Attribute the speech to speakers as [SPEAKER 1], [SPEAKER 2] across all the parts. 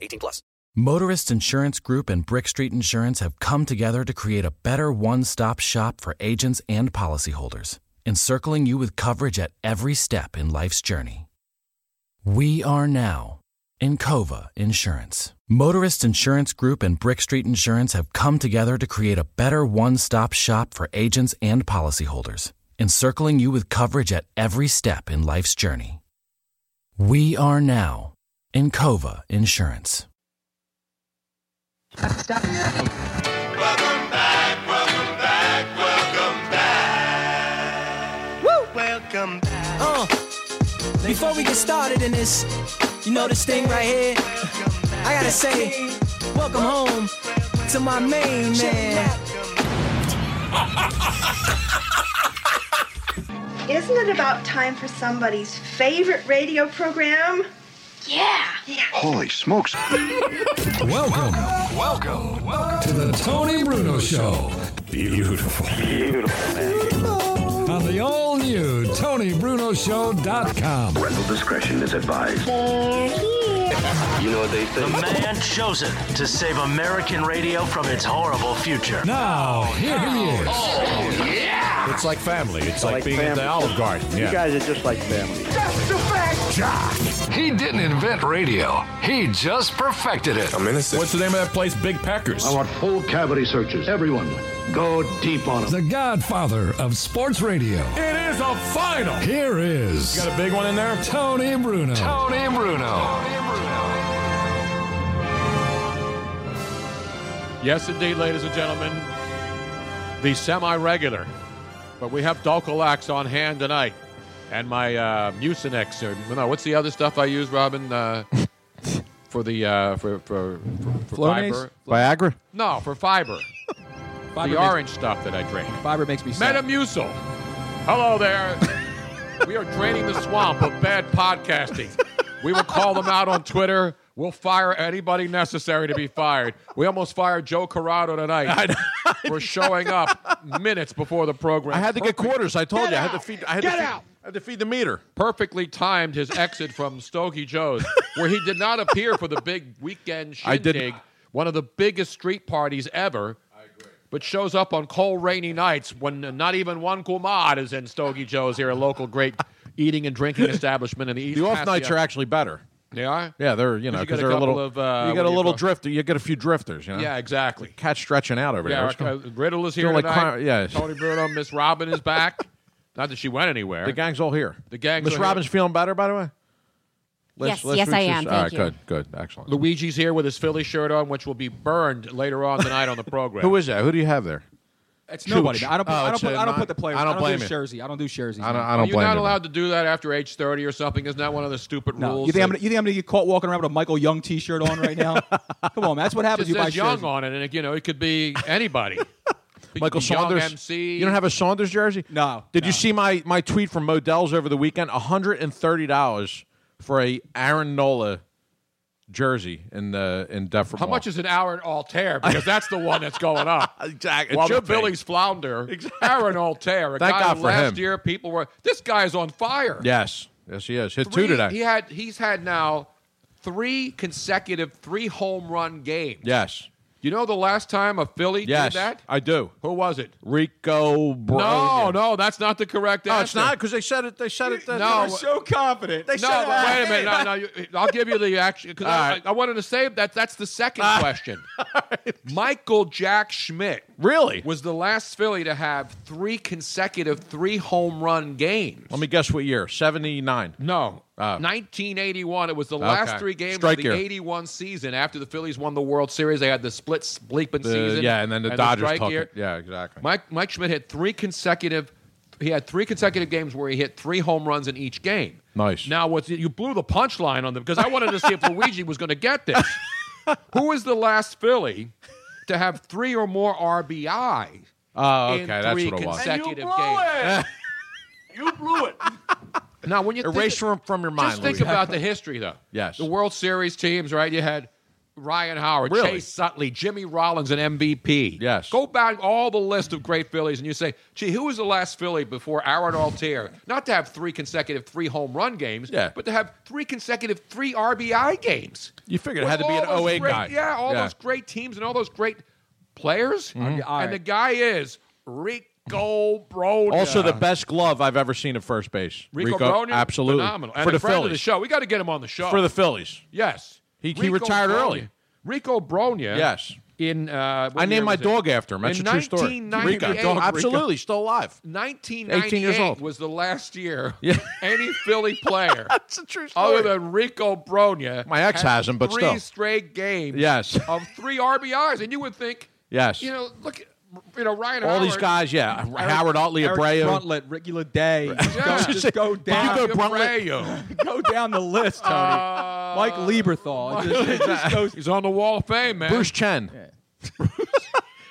[SPEAKER 1] 18 plus.
[SPEAKER 2] Motorist Insurance Group and Brick Street Insurance have come together to create a better one-stop shop for agents and policyholders, encircling you with coverage at every step in life's journey. We are now Encova Insurance. Motorist Insurance Group and Brick Street Insurance have come together to create a better one-stop shop for agents and policyholders, encircling you with coverage at every step in life's journey. We are now Encova Insurance.
[SPEAKER 3] Welcome back, welcome back, welcome back. Woo! Welcome back.
[SPEAKER 4] Uh, before we get started in this, you know this thing right here. I gotta say, welcome home to my main man.
[SPEAKER 5] Isn't it about time for somebody's favorite radio program?
[SPEAKER 6] Holy smokes.
[SPEAKER 7] Welcome. Welcome. Welcome to the Tony Bruno Show. Beautiful. Beautiful, man. On the all new TonyBrunoShow.com.
[SPEAKER 8] Parental discretion is advised. You know what they say?
[SPEAKER 3] The man chosen to save American radio from its horrible future.
[SPEAKER 7] Now, here he is.
[SPEAKER 9] It's like family. It's like, being at the Olive Garden. Yeah.
[SPEAKER 8] are just like family.
[SPEAKER 7] He didn't invent radio, he just perfected it.
[SPEAKER 9] I'm innocent.
[SPEAKER 7] What's the name of that place? Big Packers.
[SPEAKER 8] want full cavity searches. Everyone, go deep on
[SPEAKER 7] The godfather of sports radio.
[SPEAKER 9] It is a final.
[SPEAKER 7] Here is
[SPEAKER 9] Got a big one in there?
[SPEAKER 7] Tony Bruno.
[SPEAKER 9] Tony Bruno.
[SPEAKER 10] Yes, indeed, ladies and gentlemen, the semi-regular, but we have Dulcolax on hand tonight, and my uh, Mucinex. Or, no, what's the other stuff I use, Robin, uh, for the uh, for for, for, for fiber?
[SPEAKER 11] Viagra.
[SPEAKER 10] No, for fiber.
[SPEAKER 11] Fiber
[SPEAKER 10] the
[SPEAKER 11] makes-
[SPEAKER 10] orange stuff that I drink.
[SPEAKER 11] Fiber makes me sick.
[SPEAKER 10] Metamucil. Hello there. we are draining the swamp of bad podcasting. We will call them out on Twitter. We'll fire anybody necessary to be fired. We almost fired Joe Corrado tonight for showing up minutes before the program.
[SPEAKER 9] I had to get quarters. I told you. I had to feed. I had to feed, I had to feed the meter.
[SPEAKER 10] Perfectly timed his exit from Stogie Joe's, where he did not appear for the big weekend
[SPEAKER 9] I did-
[SPEAKER 10] shindig, one of the biggest street parties ever. But shows up on cold, rainy nights when not even one kumad is in Stogie Joe's here, a local great eating and drinking establishment in the East.
[SPEAKER 9] The off nights
[SPEAKER 10] Passyunk.
[SPEAKER 9] are actually better.
[SPEAKER 10] They are?
[SPEAKER 9] Yeah, they're you know
[SPEAKER 10] you get
[SPEAKER 9] because
[SPEAKER 10] a
[SPEAKER 9] they're a
[SPEAKER 10] couple
[SPEAKER 9] little.
[SPEAKER 10] of, uh,
[SPEAKER 9] you get
[SPEAKER 10] what do
[SPEAKER 9] a
[SPEAKER 10] you
[SPEAKER 9] little
[SPEAKER 10] call-
[SPEAKER 9] drifter. You get a few drifters. You know.
[SPEAKER 10] Yeah, exactly.
[SPEAKER 9] Catch stretching out over
[SPEAKER 10] Yeah,
[SPEAKER 9] there. It's
[SPEAKER 10] our- uh,
[SPEAKER 9] com-
[SPEAKER 10] Riddle is here
[SPEAKER 9] Doing like
[SPEAKER 10] tonight.
[SPEAKER 9] crime- yeah.
[SPEAKER 10] Tony Bruno, Miss Robin is back. Not that she went anywhere.
[SPEAKER 9] The gang's all here.
[SPEAKER 10] The gang's
[SPEAKER 9] Miss
[SPEAKER 10] all here.
[SPEAKER 9] Robin's feeling better, by the way.
[SPEAKER 12] Yes, yes, I am.
[SPEAKER 9] all right,
[SPEAKER 12] Thank you.
[SPEAKER 9] good, good, excellent.
[SPEAKER 10] Luigi's here with his Philly shirt on, which will be burned later on tonight on the program.
[SPEAKER 9] Who is that? Who do you have there?
[SPEAKER 11] It's nobody.
[SPEAKER 9] Chooch.
[SPEAKER 11] I don't. Put,
[SPEAKER 9] Oh,
[SPEAKER 11] I don't
[SPEAKER 9] it's,
[SPEAKER 11] put.
[SPEAKER 9] uh,
[SPEAKER 11] I don't
[SPEAKER 9] not-
[SPEAKER 11] put the players.
[SPEAKER 9] I don't blame
[SPEAKER 11] do
[SPEAKER 9] you.
[SPEAKER 11] Jersey. I don't do jerseys.
[SPEAKER 9] I don't.
[SPEAKER 11] man.
[SPEAKER 9] I don't
[SPEAKER 10] You're
[SPEAKER 9] blame
[SPEAKER 10] not
[SPEAKER 9] him.
[SPEAKER 10] allowed to do that after age 30 or something. Isn't that one of the stupid
[SPEAKER 11] No.
[SPEAKER 10] rules?
[SPEAKER 11] You think, I'm
[SPEAKER 10] that-
[SPEAKER 11] gonna, you think I'm gonna get caught walking around with a Michael Young T-shirt on right now? Come on, man. That's what happens.
[SPEAKER 10] just
[SPEAKER 11] You buy
[SPEAKER 10] says young
[SPEAKER 11] jerseys.
[SPEAKER 10] on it, and it, you know it could be anybody. But
[SPEAKER 2] Michael
[SPEAKER 10] the young
[SPEAKER 2] Saunders.
[SPEAKER 10] MC.
[SPEAKER 2] You don't have a Saunders jersey? No. Did you see my, my tweet from Modell's over the weekend? hundred and thirty dollars for a Aaron Nola jersey in the in Defra.
[SPEAKER 10] How much is an hour at Altair? Because that's the one that's going up.
[SPEAKER 2] exactly.
[SPEAKER 10] Well,
[SPEAKER 2] It should be.
[SPEAKER 10] Billy's flounder. Exactly. Aaron Altair. A
[SPEAKER 2] Thank
[SPEAKER 10] guy
[SPEAKER 2] God
[SPEAKER 10] who
[SPEAKER 2] for
[SPEAKER 10] last
[SPEAKER 2] him.
[SPEAKER 10] year people were this guy's on fire.
[SPEAKER 2] Yes. Yes, he is. Hit
[SPEAKER 10] Three-
[SPEAKER 2] two today.
[SPEAKER 10] He had he's had now three consecutive three home run games.
[SPEAKER 2] yes.
[SPEAKER 10] You know the last time a Philly
[SPEAKER 2] Yes.
[SPEAKER 10] did that?
[SPEAKER 2] I do.
[SPEAKER 10] Who was it?
[SPEAKER 2] Rico Bro.
[SPEAKER 10] No, no, that's not the correct
[SPEAKER 2] oh, No,
[SPEAKER 10] answer.
[SPEAKER 2] it's not because they said it. They said it.
[SPEAKER 10] No.
[SPEAKER 2] they were so confident. They
[SPEAKER 10] no,
[SPEAKER 2] said it.
[SPEAKER 10] but wait a minute. No, no, you, I'll give you the action because I, I wanted to say that that's the second
[SPEAKER 2] Ah.
[SPEAKER 10] question. Michael Jack Schmidt
[SPEAKER 2] really
[SPEAKER 10] was the last Philly to have three consecutive three home run games.
[SPEAKER 2] Let me guess what year? Seventy nine.
[SPEAKER 10] No.
[SPEAKER 2] Oh.
[SPEAKER 10] 1981. It was the last
[SPEAKER 2] Okay.
[SPEAKER 10] three games
[SPEAKER 2] Strike
[SPEAKER 10] of the
[SPEAKER 2] year.
[SPEAKER 10] 81 season. After the Phillies won the World Series, they had the split bleeping
[SPEAKER 2] The-
[SPEAKER 10] season.
[SPEAKER 2] yeah, and then the Dodgers
[SPEAKER 10] strike
[SPEAKER 2] took
[SPEAKER 10] year.
[SPEAKER 2] it. Yeah, exactly.
[SPEAKER 10] Mike Mike Schmidt hit three consecutive. He had three consecutive games where he hit three home runs in each game.
[SPEAKER 2] Nice.
[SPEAKER 10] Now, what's you blew the punchline on them because I wanted to see if Luigi was going to get this. Who was the last Philly to have three or more RBI?
[SPEAKER 2] Oh,
[SPEAKER 10] in
[SPEAKER 2] okay, that's
[SPEAKER 10] three
[SPEAKER 2] what it was. And you
[SPEAKER 10] consecutive
[SPEAKER 2] blew
[SPEAKER 10] games.
[SPEAKER 13] You blew it.
[SPEAKER 10] now, when you think
[SPEAKER 2] Erase
[SPEAKER 10] of-
[SPEAKER 2] from, from your mind.
[SPEAKER 10] just think
[SPEAKER 2] Louis.
[SPEAKER 10] about the history, though.
[SPEAKER 2] Yes.
[SPEAKER 10] The World Series teams, right? You had Ryan Howard,
[SPEAKER 2] Really?
[SPEAKER 10] Chase Sutley, Jimmy Rollins, an MVP.
[SPEAKER 2] Yes.
[SPEAKER 10] Go back all the list of great Phillies, and you say, "Gee, who was the last Philly before Aaron Altier? Not to have three consecutive three home run games,
[SPEAKER 2] Yeah.
[SPEAKER 10] but to have three consecutive three RBI games."
[SPEAKER 2] You figured it
[SPEAKER 10] With
[SPEAKER 2] had to be
[SPEAKER 10] all
[SPEAKER 2] an
[SPEAKER 10] those
[SPEAKER 2] 08
[SPEAKER 10] great-
[SPEAKER 2] guy.
[SPEAKER 10] Yeah, all
[SPEAKER 2] Yeah.
[SPEAKER 10] those great teams and all those great players,
[SPEAKER 2] Mm-hmm. All
[SPEAKER 10] and
[SPEAKER 2] right.
[SPEAKER 10] the guy is Rico Broda.
[SPEAKER 2] Also, the best glove I've ever seen at first base.
[SPEAKER 10] Rico, Broner,
[SPEAKER 2] absolutely
[SPEAKER 10] phenomenal, and
[SPEAKER 2] for
[SPEAKER 10] a
[SPEAKER 2] the
[SPEAKER 10] friend
[SPEAKER 2] Phillies.
[SPEAKER 10] of the show. We got to get him on the show
[SPEAKER 2] For the Phillies.
[SPEAKER 10] Yes,
[SPEAKER 2] He- he retired
[SPEAKER 10] Bronya.
[SPEAKER 2] early.
[SPEAKER 10] Rico Bronya.
[SPEAKER 2] Yes.
[SPEAKER 10] in uh, what
[SPEAKER 2] I
[SPEAKER 10] year
[SPEAKER 2] named my
[SPEAKER 10] was it?
[SPEAKER 2] dog after him. That's
[SPEAKER 10] in
[SPEAKER 2] a true story.
[SPEAKER 10] 1998,
[SPEAKER 2] Rico. Absolutely, still alive.
[SPEAKER 10] 1998
[SPEAKER 2] 18 years old.
[SPEAKER 10] was the last year any Philly player
[SPEAKER 2] That's a true
[SPEAKER 10] other than Rico Bronya.
[SPEAKER 2] My ex
[SPEAKER 10] had
[SPEAKER 2] has him, but
[SPEAKER 10] three
[SPEAKER 2] still.
[SPEAKER 10] straight games.
[SPEAKER 2] Yes.
[SPEAKER 10] of three RBIs, and you would think,
[SPEAKER 2] Yes.
[SPEAKER 10] you know, look, at- you know, Ryan.
[SPEAKER 2] All these
[SPEAKER 10] Howard-
[SPEAKER 2] guys, yeah. Howard Otley,
[SPEAKER 14] Eric
[SPEAKER 2] Abreu.
[SPEAKER 14] Bruntlett, Ricky Leday. Just
[SPEAKER 10] Yeah.
[SPEAKER 14] go, just go down.
[SPEAKER 2] You go
[SPEAKER 10] Abreu.
[SPEAKER 14] go down the list, Tony.
[SPEAKER 10] Uh,
[SPEAKER 14] Mike Lieberthal. It just- it just goes-
[SPEAKER 10] He's on the Wall of Fame, man.
[SPEAKER 2] Bruce Chen.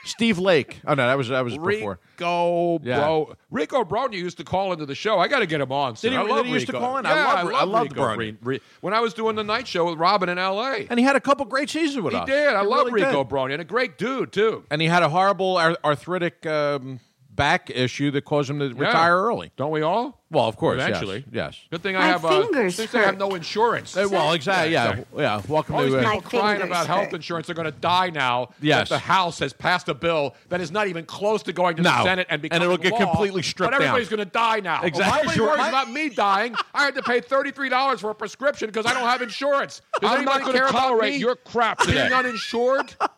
[SPEAKER 2] Steve Lake. Oh no, that was that was before.
[SPEAKER 10] Rico
[SPEAKER 2] Yeah.
[SPEAKER 10] Bro. Rico Bronya used to call into the show. I got to get him on. soon.
[SPEAKER 2] Did he
[SPEAKER 10] I
[SPEAKER 2] really
[SPEAKER 10] love
[SPEAKER 2] used to
[SPEAKER 10] Rico.
[SPEAKER 2] call in? I
[SPEAKER 10] Yeah,
[SPEAKER 2] love- I loved
[SPEAKER 10] Rico
[SPEAKER 2] Bronya.
[SPEAKER 10] Re- Re- When I was doing the night show with Robin in L.A.
[SPEAKER 2] And he had a couple great seasons with
[SPEAKER 10] He
[SPEAKER 2] us.
[SPEAKER 10] did. I love
[SPEAKER 2] really
[SPEAKER 10] Rico
[SPEAKER 2] did.
[SPEAKER 10] Bronya and a great dude too.
[SPEAKER 2] And he had a horrible ar- arthritic um, back issue that caused him to retire early.
[SPEAKER 10] Don't we all?
[SPEAKER 2] Well, of course, yes.
[SPEAKER 10] Eventually,
[SPEAKER 2] yes.
[SPEAKER 10] Good thing I
[SPEAKER 2] My
[SPEAKER 10] have uh,
[SPEAKER 2] fingers
[SPEAKER 10] Good thing I have no insurance.
[SPEAKER 2] Uh, well, exactly. Yeah, yeah. Welcome
[SPEAKER 10] All these
[SPEAKER 2] to.
[SPEAKER 10] people
[SPEAKER 2] Uh,
[SPEAKER 10] crying
[SPEAKER 2] fingers
[SPEAKER 10] about health insurance are going to die now
[SPEAKER 2] Yes.
[SPEAKER 10] that the House has passed a bill that is not even close to going to the
[SPEAKER 2] No.
[SPEAKER 10] Senate and
[SPEAKER 2] And
[SPEAKER 10] becoming
[SPEAKER 2] it'll get
[SPEAKER 10] law,
[SPEAKER 2] completely stripped
[SPEAKER 10] But
[SPEAKER 2] down.
[SPEAKER 10] everybody's going to die now. Well,
[SPEAKER 2] Exactly.
[SPEAKER 10] why are you
[SPEAKER 2] Sure.
[SPEAKER 10] worried
[SPEAKER 2] My-
[SPEAKER 10] about me dying? I had to pay thirty-three dollars for a prescription because I don't have insurance. Does
[SPEAKER 2] I'm
[SPEAKER 10] anybody
[SPEAKER 2] not gonna
[SPEAKER 10] care about
[SPEAKER 2] tolerate
[SPEAKER 10] me
[SPEAKER 2] your crap
[SPEAKER 10] being
[SPEAKER 2] today.
[SPEAKER 10] uninsured? if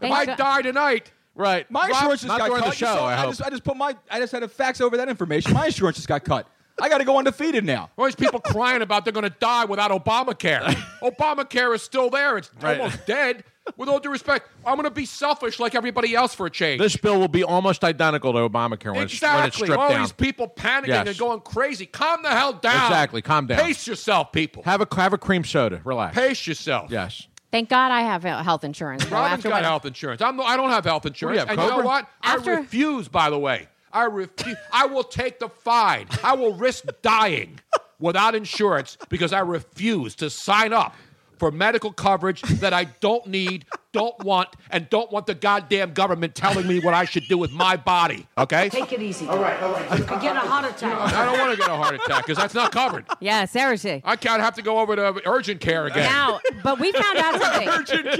[SPEAKER 14] Thank
[SPEAKER 10] I
[SPEAKER 14] God.
[SPEAKER 10] die tonight,
[SPEAKER 2] right?
[SPEAKER 14] My insurance just
[SPEAKER 2] not
[SPEAKER 14] got
[SPEAKER 2] during
[SPEAKER 14] cut.
[SPEAKER 2] the
[SPEAKER 14] You
[SPEAKER 2] show,
[SPEAKER 14] saw-
[SPEAKER 2] I hope.
[SPEAKER 14] just, I just put my. I just had to fax over that information. My insurance just got cut. I got to go undefeated now.
[SPEAKER 10] all these people crying about they're going to die without Obamacare. Obamacare is still there. It's
[SPEAKER 2] Right.
[SPEAKER 10] almost dead. With all due respect, I'm going to be selfish like everybody else for a change.
[SPEAKER 2] This bill will be almost identical to Obamacare when, it's, when it's
[SPEAKER 10] Exactly.
[SPEAKER 2] stripped
[SPEAKER 10] All
[SPEAKER 2] down.
[SPEAKER 10] these people panicking
[SPEAKER 2] Yes.
[SPEAKER 10] and going crazy. Calm the hell down.
[SPEAKER 2] Exactly. Calm down.
[SPEAKER 10] Pace yourself, people.
[SPEAKER 2] have a have a cream soda. Relax.
[SPEAKER 10] Pace yourself.
[SPEAKER 2] Yes.
[SPEAKER 15] Thank God I have he- health insurance. though,
[SPEAKER 10] Robin's
[SPEAKER 15] after
[SPEAKER 10] got
[SPEAKER 15] what- Oh,
[SPEAKER 10] health insurance. I'm no, I don't have health insurance.
[SPEAKER 2] have,
[SPEAKER 10] and you know
[SPEAKER 2] Cobra?
[SPEAKER 10] what? I refuse, by the way. I refuse. I will take the fine. I will risk dying without insurance because I refuse to sign up for medical coverage that I don't need, don't want, and don't want the goddamn government telling me what I should do with my body. Okay?
[SPEAKER 16] Take it easy. All right, all right. I get a heart attack.
[SPEAKER 10] I don't want to get a heart attack because that's not covered.
[SPEAKER 15] Yeah, seriously.
[SPEAKER 10] I can't have to go over to urgent care again.
[SPEAKER 15] Now, but we found out something.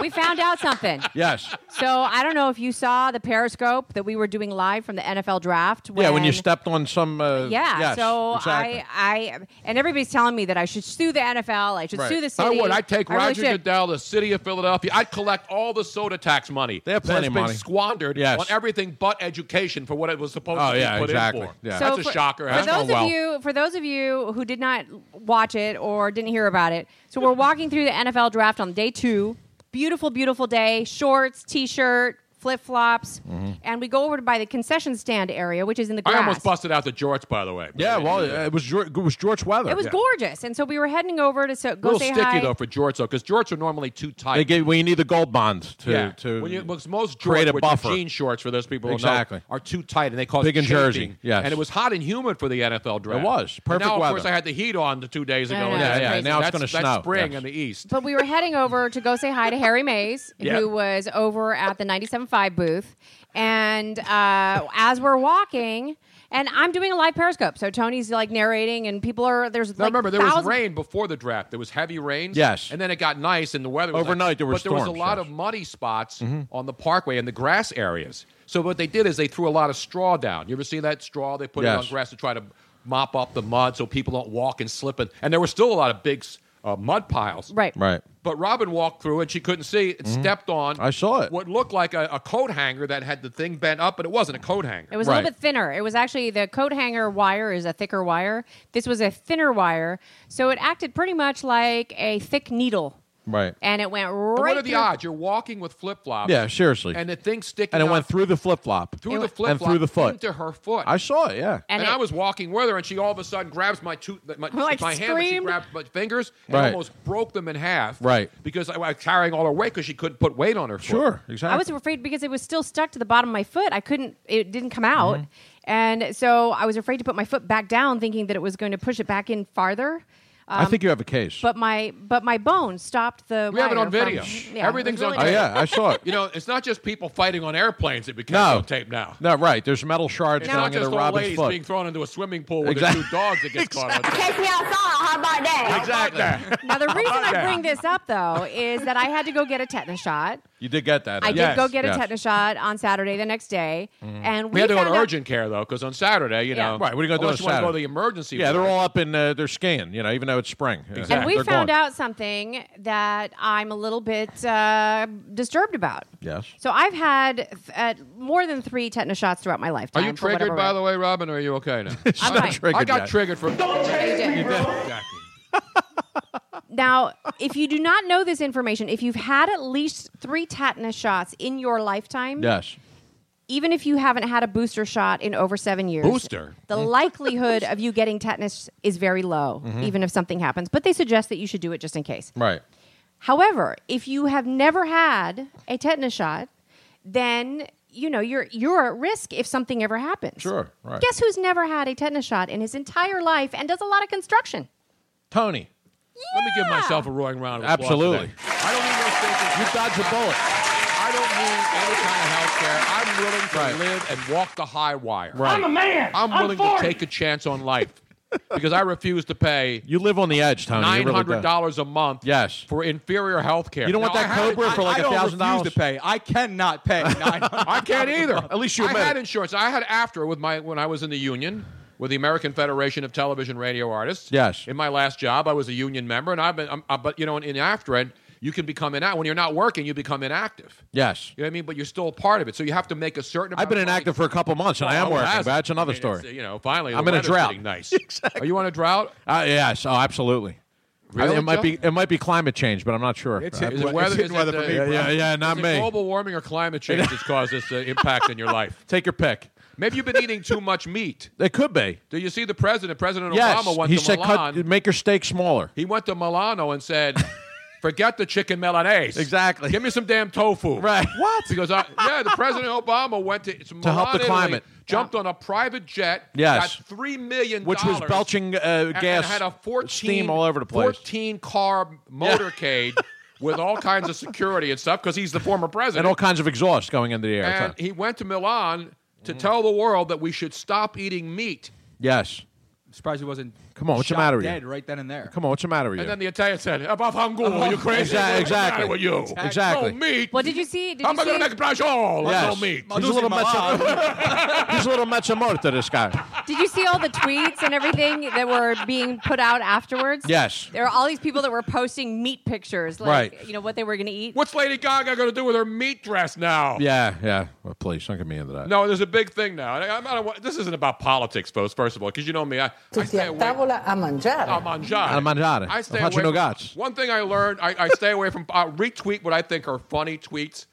[SPEAKER 15] We found out something.
[SPEAKER 2] Yes.
[SPEAKER 15] So I don't know if you saw the Periscope that we were doing live from the NFL draft.
[SPEAKER 2] yeah, when you stepped on some. Uh,
[SPEAKER 15] Yeah,
[SPEAKER 2] yes,
[SPEAKER 15] so
[SPEAKER 2] exactly.
[SPEAKER 15] I, I, and everybody's telling me that I should sue the NFL. I should
[SPEAKER 10] Right.
[SPEAKER 15] sue the city.
[SPEAKER 10] I would. I'd take
[SPEAKER 15] I really
[SPEAKER 2] Oh,
[SPEAKER 10] Roger
[SPEAKER 15] should.
[SPEAKER 10] Goodell, the city of Philadelphia. I'd collect all the soda tax money. They have
[SPEAKER 2] plenty of money.
[SPEAKER 10] been squandered
[SPEAKER 2] Yes.
[SPEAKER 10] on everything but education for what it was supposed
[SPEAKER 2] Oh,
[SPEAKER 10] to be
[SPEAKER 2] yeah,
[SPEAKER 10] put
[SPEAKER 2] exactly.
[SPEAKER 10] in for.
[SPEAKER 2] Yeah.
[SPEAKER 10] That's
[SPEAKER 15] So
[SPEAKER 10] a shocker.
[SPEAKER 15] For those of you, for those of you who did not watch it or didn't hear about it, so we're walking through the NFL draft on day two. Beautiful, beautiful day. Shorts, t-shirt,
[SPEAKER 2] flip flops,
[SPEAKER 5] Mm-hmm.
[SPEAKER 2] and we go over to by the concession stand area, which is in the grass.
[SPEAKER 10] I almost busted out the jorts, by the way.
[SPEAKER 5] Yeah, well, it was George, it was George weather.
[SPEAKER 2] It was
[SPEAKER 10] Yeah.
[SPEAKER 2] gorgeous, and so we were heading over to so, go
[SPEAKER 10] Real
[SPEAKER 2] say
[SPEAKER 10] sticky
[SPEAKER 2] hi.
[SPEAKER 10] though for jorts though, because jorts are normally too tight.
[SPEAKER 5] They gave, we need the gold bond to
[SPEAKER 10] yeah.
[SPEAKER 5] to
[SPEAKER 10] when you, because most
[SPEAKER 5] create
[SPEAKER 10] jorts,
[SPEAKER 5] a
[SPEAKER 10] which
[SPEAKER 5] buffer.
[SPEAKER 10] are jean shorts for those people who know,
[SPEAKER 5] Exactly.
[SPEAKER 10] are too tight and they cause
[SPEAKER 5] Big in
[SPEAKER 10] chafing.
[SPEAKER 5] Jersey, yes.
[SPEAKER 10] and it was hot and humid for the NFL draft.
[SPEAKER 5] It was.
[SPEAKER 10] And
[SPEAKER 5] Perfect
[SPEAKER 10] now,
[SPEAKER 5] weather.
[SPEAKER 10] of course, I had the heat on the two days
[SPEAKER 2] I
[SPEAKER 10] ago.
[SPEAKER 2] know,
[SPEAKER 10] and
[SPEAKER 2] Yeah,
[SPEAKER 10] that's
[SPEAKER 5] yeah,
[SPEAKER 10] crazy.
[SPEAKER 5] now it's
[SPEAKER 10] That's-
[SPEAKER 5] gonna
[SPEAKER 10] That's
[SPEAKER 5] snow,
[SPEAKER 10] spring
[SPEAKER 5] yes.
[SPEAKER 10] in the east.
[SPEAKER 2] But we were heading over to go say hi to Harry Mays,
[SPEAKER 10] Yeah.
[SPEAKER 2] who was over at the 97.5 booth. And uh, as we're walking, and I'm doing a live Periscope, so Tony's like narrating, and people are there's
[SPEAKER 10] Now
[SPEAKER 2] like
[SPEAKER 10] remember, there was
[SPEAKER 2] thousands-
[SPEAKER 10] rain before the draft. There was heavy rain.
[SPEAKER 5] Yes.
[SPEAKER 10] and then it got nice, and the weather was
[SPEAKER 5] Overnight,
[SPEAKER 10] nice.
[SPEAKER 5] there were
[SPEAKER 10] but there was
[SPEAKER 5] storms,
[SPEAKER 10] a lot
[SPEAKER 5] yes.
[SPEAKER 10] of muddy spots on the parkway and the grass areas. So what they did is they threw a lot of straw down. You ever see that straw? They put it on
[SPEAKER 5] Yes.
[SPEAKER 10] grass to try to mop up the mud so people don't walk and slip. And, and there were still a lot of big uh, mud piles.
[SPEAKER 2] Right.
[SPEAKER 5] right.
[SPEAKER 10] But Robin walked through and she couldn't see and stepped on. I
[SPEAKER 5] saw it.
[SPEAKER 10] What looked like a, a coat hanger that had the thing bent up, but it wasn't a coat hanger.
[SPEAKER 2] It was a
[SPEAKER 10] bit.
[SPEAKER 2] little bit thinner. It was actually the coat hanger wire is a thicker wire. This was a thinner wire, so it acted pretty much like a thick needle,
[SPEAKER 5] Right.
[SPEAKER 2] and it went right.
[SPEAKER 10] And what are the
[SPEAKER 2] through-
[SPEAKER 10] odds? You're walking with flip flops.
[SPEAKER 5] Yeah, seriously.
[SPEAKER 10] And the thing sticking.
[SPEAKER 5] And it
[SPEAKER 10] out
[SPEAKER 5] went through the flip flop.
[SPEAKER 10] through the flip
[SPEAKER 5] and through the foot.
[SPEAKER 10] into her foot.
[SPEAKER 5] I saw it. Yeah.
[SPEAKER 10] and
[SPEAKER 2] And it-
[SPEAKER 10] I was walking with her, and she all of a sudden grabs my two, my,
[SPEAKER 2] Like
[SPEAKER 10] my hand, and she
[SPEAKER 2] screamed.
[SPEAKER 10] grabbed my fingers and
[SPEAKER 5] Right.
[SPEAKER 10] almost broke them in half.
[SPEAKER 5] Right.
[SPEAKER 10] Because I was carrying all her weight because she couldn't put weight on her. Foot.
[SPEAKER 5] Sure. Exactly.
[SPEAKER 2] I was afraid because it was still stuck to the bottom of my foot. I couldn't. It didn't come out,
[SPEAKER 5] Mm-hmm.
[SPEAKER 2] and so I was afraid to put my foot back down, thinking that it was going to push it back in farther.
[SPEAKER 5] I think you have a case.
[SPEAKER 2] Um, But my but my bone stopped the.
[SPEAKER 10] We have it
[SPEAKER 2] wire
[SPEAKER 10] on video.
[SPEAKER 2] From, yeah,
[SPEAKER 10] Everything's
[SPEAKER 2] it was
[SPEAKER 10] on
[SPEAKER 5] Oh,
[SPEAKER 10] tape.
[SPEAKER 5] yeah, I saw it.
[SPEAKER 10] You know, it's not just people fighting on airplanes that became
[SPEAKER 5] No.
[SPEAKER 10] on tape now.
[SPEAKER 5] no, right. There's metal shards
[SPEAKER 10] It's not
[SPEAKER 5] going
[SPEAKER 10] just
[SPEAKER 5] into
[SPEAKER 10] old
[SPEAKER 5] Robin's
[SPEAKER 10] ladies
[SPEAKER 5] foot.
[SPEAKER 10] being thrown into a swimming pool with
[SPEAKER 5] Exactly.
[SPEAKER 10] their two dogs that gets caught on tape.
[SPEAKER 6] Take me outside. How about that?
[SPEAKER 10] Exactly.
[SPEAKER 2] Now the reason I
[SPEAKER 5] that?
[SPEAKER 2] bring this up though is that I had to go get a tetanus shot.
[SPEAKER 5] You did get that.
[SPEAKER 2] I did
[SPEAKER 10] Yes,
[SPEAKER 2] go get
[SPEAKER 10] yes.
[SPEAKER 2] a tetanus shot on Saturday the next day, and we,
[SPEAKER 10] We had to go
[SPEAKER 2] found
[SPEAKER 10] to
[SPEAKER 2] out-
[SPEAKER 10] urgent care though, because on Saturday, you
[SPEAKER 2] Yeah.
[SPEAKER 10] know,
[SPEAKER 5] Right, what are you gonna do
[SPEAKER 10] unless
[SPEAKER 5] on
[SPEAKER 10] you wanna Go to
[SPEAKER 5] Saturday?
[SPEAKER 10] the emergency.
[SPEAKER 5] Yeah, they're
[SPEAKER 10] room.
[SPEAKER 5] all up in uh, they're skiing. You know, even though it's spring.
[SPEAKER 10] Exactly.
[SPEAKER 2] And we
[SPEAKER 5] They're
[SPEAKER 2] found
[SPEAKER 5] gone.
[SPEAKER 2] out something that I'm a little bit uh, disturbed about.
[SPEAKER 5] Yes.
[SPEAKER 2] So I've had th- uh, more than three tetanus shots throughout my lifetime.
[SPEAKER 10] Are you
[SPEAKER 2] for
[SPEAKER 10] triggered
[SPEAKER 2] whatever
[SPEAKER 10] by the way, Robin? Or are you okay now?
[SPEAKER 2] I'm
[SPEAKER 10] I-
[SPEAKER 2] fine.
[SPEAKER 10] I
[SPEAKER 5] Triggered
[SPEAKER 10] got
[SPEAKER 5] yet.
[SPEAKER 10] triggered from.
[SPEAKER 2] reason. Now, if you do not know this information, if you've had at least three tetanus shots in your lifetime,
[SPEAKER 5] Yes.
[SPEAKER 2] even if you haven't had a booster shot in over seven years,
[SPEAKER 5] Booster?
[SPEAKER 2] the likelihood of you getting tetanus is very low,
[SPEAKER 5] Mhm.
[SPEAKER 2] even if something happens. But they suggest that you should do it just in case.
[SPEAKER 5] Right.
[SPEAKER 2] However, if you have never had a tetanus shot, then you know you're you're at risk if something ever happens.
[SPEAKER 5] Sure. Right.
[SPEAKER 2] Guess who's never had a tetanus shot in his entire life and does a lot of construction?
[SPEAKER 5] Tony.
[SPEAKER 10] Let me give myself a roaring round of applause.
[SPEAKER 5] Absolutely.
[SPEAKER 10] today. I don't need no station.
[SPEAKER 5] You dodged a bullet.
[SPEAKER 10] I don't need any kind of health care. I'm willing to live and walk the high wire.
[SPEAKER 5] Right. I'm a
[SPEAKER 6] man.
[SPEAKER 10] I'm
[SPEAKER 6] I'm
[SPEAKER 10] willing
[SPEAKER 6] 40.
[SPEAKER 10] to take a chance on life because I refuse to pay
[SPEAKER 5] You live on the edge, Tony. Oh, You
[SPEAKER 10] nine
[SPEAKER 5] really
[SPEAKER 10] hundred
[SPEAKER 5] do.
[SPEAKER 10] dollars a month. Yes. For inferior health care.
[SPEAKER 5] You don't want that Cobra for like
[SPEAKER 14] I don't
[SPEAKER 5] $1,000?
[SPEAKER 14] refuse to pay. I cannot pay.
[SPEAKER 10] I can't either.
[SPEAKER 5] At least you
[SPEAKER 10] I
[SPEAKER 5] admit
[SPEAKER 10] had
[SPEAKER 5] it.
[SPEAKER 10] insurance. I had after with my when I was in the union with the American Federation of Television Radio Artists.
[SPEAKER 5] Yes.
[SPEAKER 10] In my last job, I was a union member, and I've been. I'm, I, but you know, in, in after you can become inactive when you're not working. You become inactive.
[SPEAKER 5] Yes.
[SPEAKER 10] You know what I mean? But you're still a part of it, so you have to make a certain. Amount
[SPEAKER 5] I've been
[SPEAKER 10] of money.
[SPEAKER 5] inactive for a couple months, and I am
[SPEAKER 10] Well,
[SPEAKER 5] working,
[SPEAKER 10] has
[SPEAKER 5] but
[SPEAKER 10] it?
[SPEAKER 5] that's another
[SPEAKER 10] I mean, it's,
[SPEAKER 5] story.
[SPEAKER 10] You know, finally, the
[SPEAKER 5] I'm in a
[SPEAKER 10] weather's
[SPEAKER 5] drought.
[SPEAKER 10] getting Nice. exactly. Are you on a drought?
[SPEAKER 5] Uh, yes. Oh, absolutely. I
[SPEAKER 10] Really,
[SPEAKER 5] think it might
[SPEAKER 10] Joe?
[SPEAKER 5] be it might be climate change, but I'm not sure.
[SPEAKER 14] It's
[SPEAKER 5] Uh,
[SPEAKER 14] hit-
[SPEAKER 10] Is it
[SPEAKER 14] Well,
[SPEAKER 10] weather?
[SPEAKER 14] it's
[SPEAKER 10] Is
[SPEAKER 14] hidden weather
[SPEAKER 10] it,
[SPEAKER 14] for
[SPEAKER 10] uh,
[SPEAKER 14] me,
[SPEAKER 5] yeah, yeah, yeah, not
[SPEAKER 10] is
[SPEAKER 5] me.
[SPEAKER 10] It global warming or climate change has caused this uh, impact in your life?
[SPEAKER 5] Take your pick.
[SPEAKER 10] Maybe you've been eating too much meat.
[SPEAKER 5] It could be.
[SPEAKER 10] Do you see the president? President
[SPEAKER 5] Yes,
[SPEAKER 10] Obama went
[SPEAKER 5] he
[SPEAKER 10] to
[SPEAKER 5] said
[SPEAKER 10] Milan.
[SPEAKER 5] cut, make your steak smaller.
[SPEAKER 10] He went to Milano and said, "Forget the chicken milanese.
[SPEAKER 5] Exactly.
[SPEAKER 10] Give me some damn tofu."
[SPEAKER 5] Right.
[SPEAKER 10] What? Because I, "Uh, yeah, the President Obama went to, to, Milan,
[SPEAKER 5] help the
[SPEAKER 10] Italy,
[SPEAKER 5] climate.
[SPEAKER 10] Jumped on a private jet.
[SPEAKER 5] Yes.
[SPEAKER 10] Got three million,
[SPEAKER 5] Which was
[SPEAKER 10] dollars,
[SPEAKER 5] belching, uh,
[SPEAKER 10] and- and
[SPEAKER 5] gas,
[SPEAKER 10] had a 14,
[SPEAKER 5] steam all over the place.
[SPEAKER 10] Fourteen car motorcade with all kinds of security and stuff because he's the former president.
[SPEAKER 5] And all kinds of exhaust going into the air.
[SPEAKER 10] And he went to Milan to tell the world that we should stop eating meat.
[SPEAKER 5] yes.
[SPEAKER 14] I'm surprised he wasn't.
[SPEAKER 5] Come on, what's the
[SPEAKER 14] shot
[SPEAKER 5] matter with you?
[SPEAKER 14] Dead right then and there.
[SPEAKER 5] Come on, what's the matter with you?
[SPEAKER 10] And then the Italian said, "Above Hungul, are you crazy?
[SPEAKER 5] Exactly,
[SPEAKER 10] What's the matter
[SPEAKER 5] exactly.
[SPEAKER 10] with you?
[SPEAKER 5] Exactly.
[SPEAKER 10] No meat.
[SPEAKER 2] Well, did you see? Did
[SPEAKER 10] How
[SPEAKER 2] you
[SPEAKER 10] am I going
[SPEAKER 2] see?
[SPEAKER 10] to make a prosciutto?
[SPEAKER 5] Yes.
[SPEAKER 10] No meat.
[SPEAKER 5] He's a little mezzo- He's a little mezzamorta, this guy.
[SPEAKER 2] Did you see all the tweets and everything that were being put out afterwards?
[SPEAKER 5] Yes.
[SPEAKER 2] There were all these people that were posting meat pictures, like
[SPEAKER 5] Right.
[SPEAKER 2] you know what they were going to eat.
[SPEAKER 10] What's Lady Gaga going to do with her meat dress now?
[SPEAKER 5] Yeah, yeah. Well, please, don't get me into that.
[SPEAKER 10] No, there's a big thing now. And I, I'm not a, this isn't about politics, folks. First of all, because you know me, I, I stay away.
[SPEAKER 6] tavola a mangiare.
[SPEAKER 10] A mangiare.
[SPEAKER 5] A mangiare.
[SPEAKER 10] I stay
[SPEAKER 5] A faccio
[SPEAKER 10] away. From,
[SPEAKER 5] nugats.
[SPEAKER 10] uh, one thing I learned, I, I stay away from. I retweet what I think are funny tweets.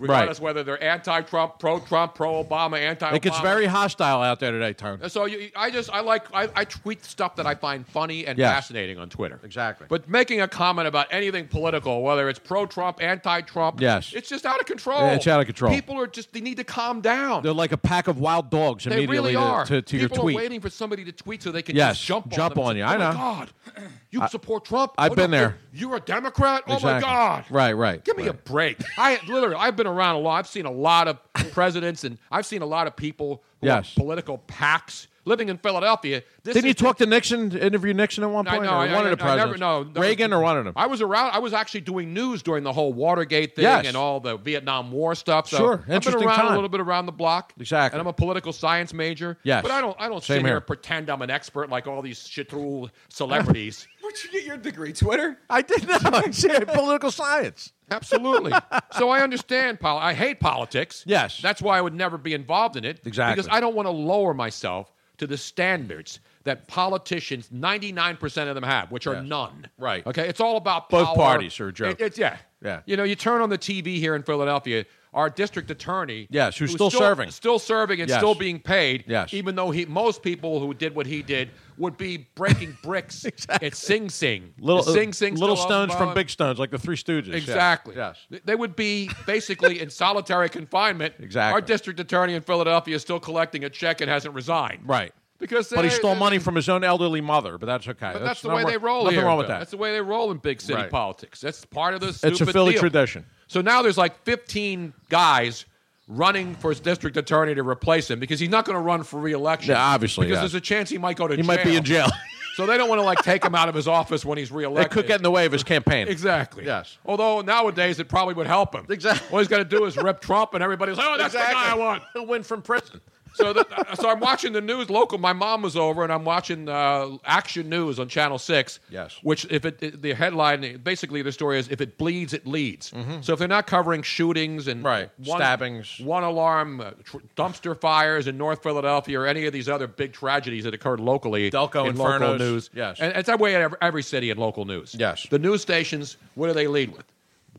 [SPEAKER 10] regardless whether they're anti-Trump, pro-Trump, pro-Obama, anti-Obama.
[SPEAKER 14] It gets very hostile out there today, Tone.
[SPEAKER 10] And So you, I just I like I, I tweet stuff that I find funny and
[SPEAKER 14] Yes.
[SPEAKER 10] fascinating on Twitter.
[SPEAKER 14] Exactly.
[SPEAKER 10] But making a comment about anything political, whether it's pro-Trump, anti-Trump,
[SPEAKER 14] Yes.
[SPEAKER 10] it's just out of control.
[SPEAKER 14] Yeah, it's out of control.
[SPEAKER 10] People are just they need to calm down.
[SPEAKER 14] They're like a pack of wild dogs
[SPEAKER 10] They
[SPEAKER 14] immediately
[SPEAKER 10] really
[SPEAKER 14] to-
[SPEAKER 10] are.
[SPEAKER 14] to, to your
[SPEAKER 10] People
[SPEAKER 14] tweet.
[SPEAKER 10] are waiting for somebody to tweet so they can
[SPEAKER 14] Yes,
[SPEAKER 10] just jump
[SPEAKER 14] jump
[SPEAKER 10] on,
[SPEAKER 14] on
[SPEAKER 10] them.
[SPEAKER 14] you.
[SPEAKER 10] and
[SPEAKER 14] I
[SPEAKER 10] say, oh
[SPEAKER 14] know.
[SPEAKER 10] My God, you support Trump?
[SPEAKER 14] I've
[SPEAKER 10] Oh,
[SPEAKER 14] been
[SPEAKER 10] no,
[SPEAKER 14] there.
[SPEAKER 10] You're, you're a Democrat? Oh my
[SPEAKER 14] Exactly.
[SPEAKER 10] God!
[SPEAKER 14] Right, right.
[SPEAKER 10] Give me a break. I literally, I've been around a lot. I've seen a lot of presidents, and I've seen a lot of people who
[SPEAKER 14] Yes.
[SPEAKER 10] are political packs living in Philadelphia. This
[SPEAKER 14] Didn't
[SPEAKER 10] is
[SPEAKER 14] you talk to Nixon, interview Nixon at one point?
[SPEAKER 10] I know.
[SPEAKER 14] or
[SPEAKER 10] I,
[SPEAKER 14] one
[SPEAKER 10] I,
[SPEAKER 14] of the
[SPEAKER 10] I
[SPEAKER 14] presidents?
[SPEAKER 10] never know.
[SPEAKER 14] Reagan or one of them?
[SPEAKER 10] I was around. I was actually doing news during the whole Watergate thing
[SPEAKER 14] Yes.
[SPEAKER 10] and all the Vietnam War stuff. So
[SPEAKER 14] Sure.
[SPEAKER 10] I've been
[SPEAKER 14] Interesting
[SPEAKER 10] around a
[SPEAKER 14] time.
[SPEAKER 10] little bit around the block.
[SPEAKER 14] Exactly.
[SPEAKER 10] And I'm a political science major.
[SPEAKER 14] Yes.
[SPEAKER 10] But I don't. I
[SPEAKER 14] Same
[SPEAKER 10] don't sit here.
[SPEAKER 14] here.
[SPEAKER 10] and pretend I'm an expert like all these shitrul celebrities.
[SPEAKER 6] Where'd you get your degree? Twitter?
[SPEAKER 14] I did not. political science.
[SPEAKER 10] Absolutely. So I understand. Pol- I hate politics.
[SPEAKER 14] Yes.
[SPEAKER 10] That's why I would never be involved in it.
[SPEAKER 14] Exactly.
[SPEAKER 10] Because I don't want to lower myself to the standards that politicians, 99% of them have, which are
[SPEAKER 14] Yes.
[SPEAKER 10] none.
[SPEAKER 14] Right.
[SPEAKER 10] Okay. It's all about
[SPEAKER 14] Both
[SPEAKER 10] power.
[SPEAKER 14] parties are a joke.
[SPEAKER 10] It- it's yeah.
[SPEAKER 14] Yeah.
[SPEAKER 10] You know, you turn on the TV here in Philadelphia. Our district attorney,
[SPEAKER 14] Yes, who's still serving.
[SPEAKER 10] still serving, and
[SPEAKER 14] Yes.
[SPEAKER 10] still being paid.
[SPEAKER 14] Yes.
[SPEAKER 10] even though he, most people who did what he did would be breaking bricks at Sing Sing.
[SPEAKER 14] Little,
[SPEAKER 10] Is Sing Sing,
[SPEAKER 14] little
[SPEAKER 10] still
[SPEAKER 14] stones
[SPEAKER 10] open?
[SPEAKER 14] from big stones, like the Three Stooges. yes.
[SPEAKER 10] Exactly.
[SPEAKER 14] Yes.
[SPEAKER 10] Th- They would be basically in solitary confinement.
[SPEAKER 14] Exactly.
[SPEAKER 10] Our district attorney in Philadelphia is still collecting a check and hasn't resigned.
[SPEAKER 14] Right.
[SPEAKER 10] Because
[SPEAKER 14] But he
[SPEAKER 10] they-
[SPEAKER 14] stole money from his own elderly mother, but that's okay.
[SPEAKER 10] But that's, the way
[SPEAKER 14] nothing-
[SPEAKER 10] they roll
[SPEAKER 14] Nothing
[SPEAKER 10] here,
[SPEAKER 14] wrong with
[SPEAKER 10] though.
[SPEAKER 14] that.
[SPEAKER 10] That's the way they roll in big city
[SPEAKER 14] Right.
[SPEAKER 10] politics. That's part of the
[SPEAKER 14] a
[SPEAKER 10] stupid
[SPEAKER 14] Philly
[SPEAKER 10] deal.
[SPEAKER 14] tradition.
[SPEAKER 10] So now there's like 15 guys running for his district attorney to replace him because he's not going to run for reelection.
[SPEAKER 14] Yeah, obviously,
[SPEAKER 10] Because
[SPEAKER 14] yeah.
[SPEAKER 10] there's a chance he might go to
[SPEAKER 14] He
[SPEAKER 10] jail.
[SPEAKER 14] might be in jail.
[SPEAKER 10] so they don't want to like take him out of his office when he's
[SPEAKER 14] That
[SPEAKER 10] reelected.
[SPEAKER 14] could get in the way of his campaign.
[SPEAKER 10] Exactly.
[SPEAKER 14] Yes.
[SPEAKER 10] Although nowadays it probably would help him. Exactly. All he's got to do is rip Trump, and everybody's like, "Oh, that's the guy I want."
[SPEAKER 14] He'll win from prison.
[SPEAKER 10] So, the, uh, so I'm watching the news local. My mom was over, and I'm watching uh, Action News on Channel Six.
[SPEAKER 14] Yes.
[SPEAKER 10] Which, if it the headline, basically the story is, if it bleeds, it leads. So if they're not covering shootings and
[SPEAKER 14] Mm-hmm. Right. Stabbings.
[SPEAKER 10] one alarm uh, tr- dumpster fires in North Philadelphia or any of these other big tragedies that occurred locally,
[SPEAKER 14] Delco
[SPEAKER 10] in local
[SPEAKER 14] infernos.
[SPEAKER 10] news.
[SPEAKER 14] Yes.
[SPEAKER 10] and it's that way at every, every city in local news.
[SPEAKER 14] Yes.
[SPEAKER 10] the news stations. What do they lead with?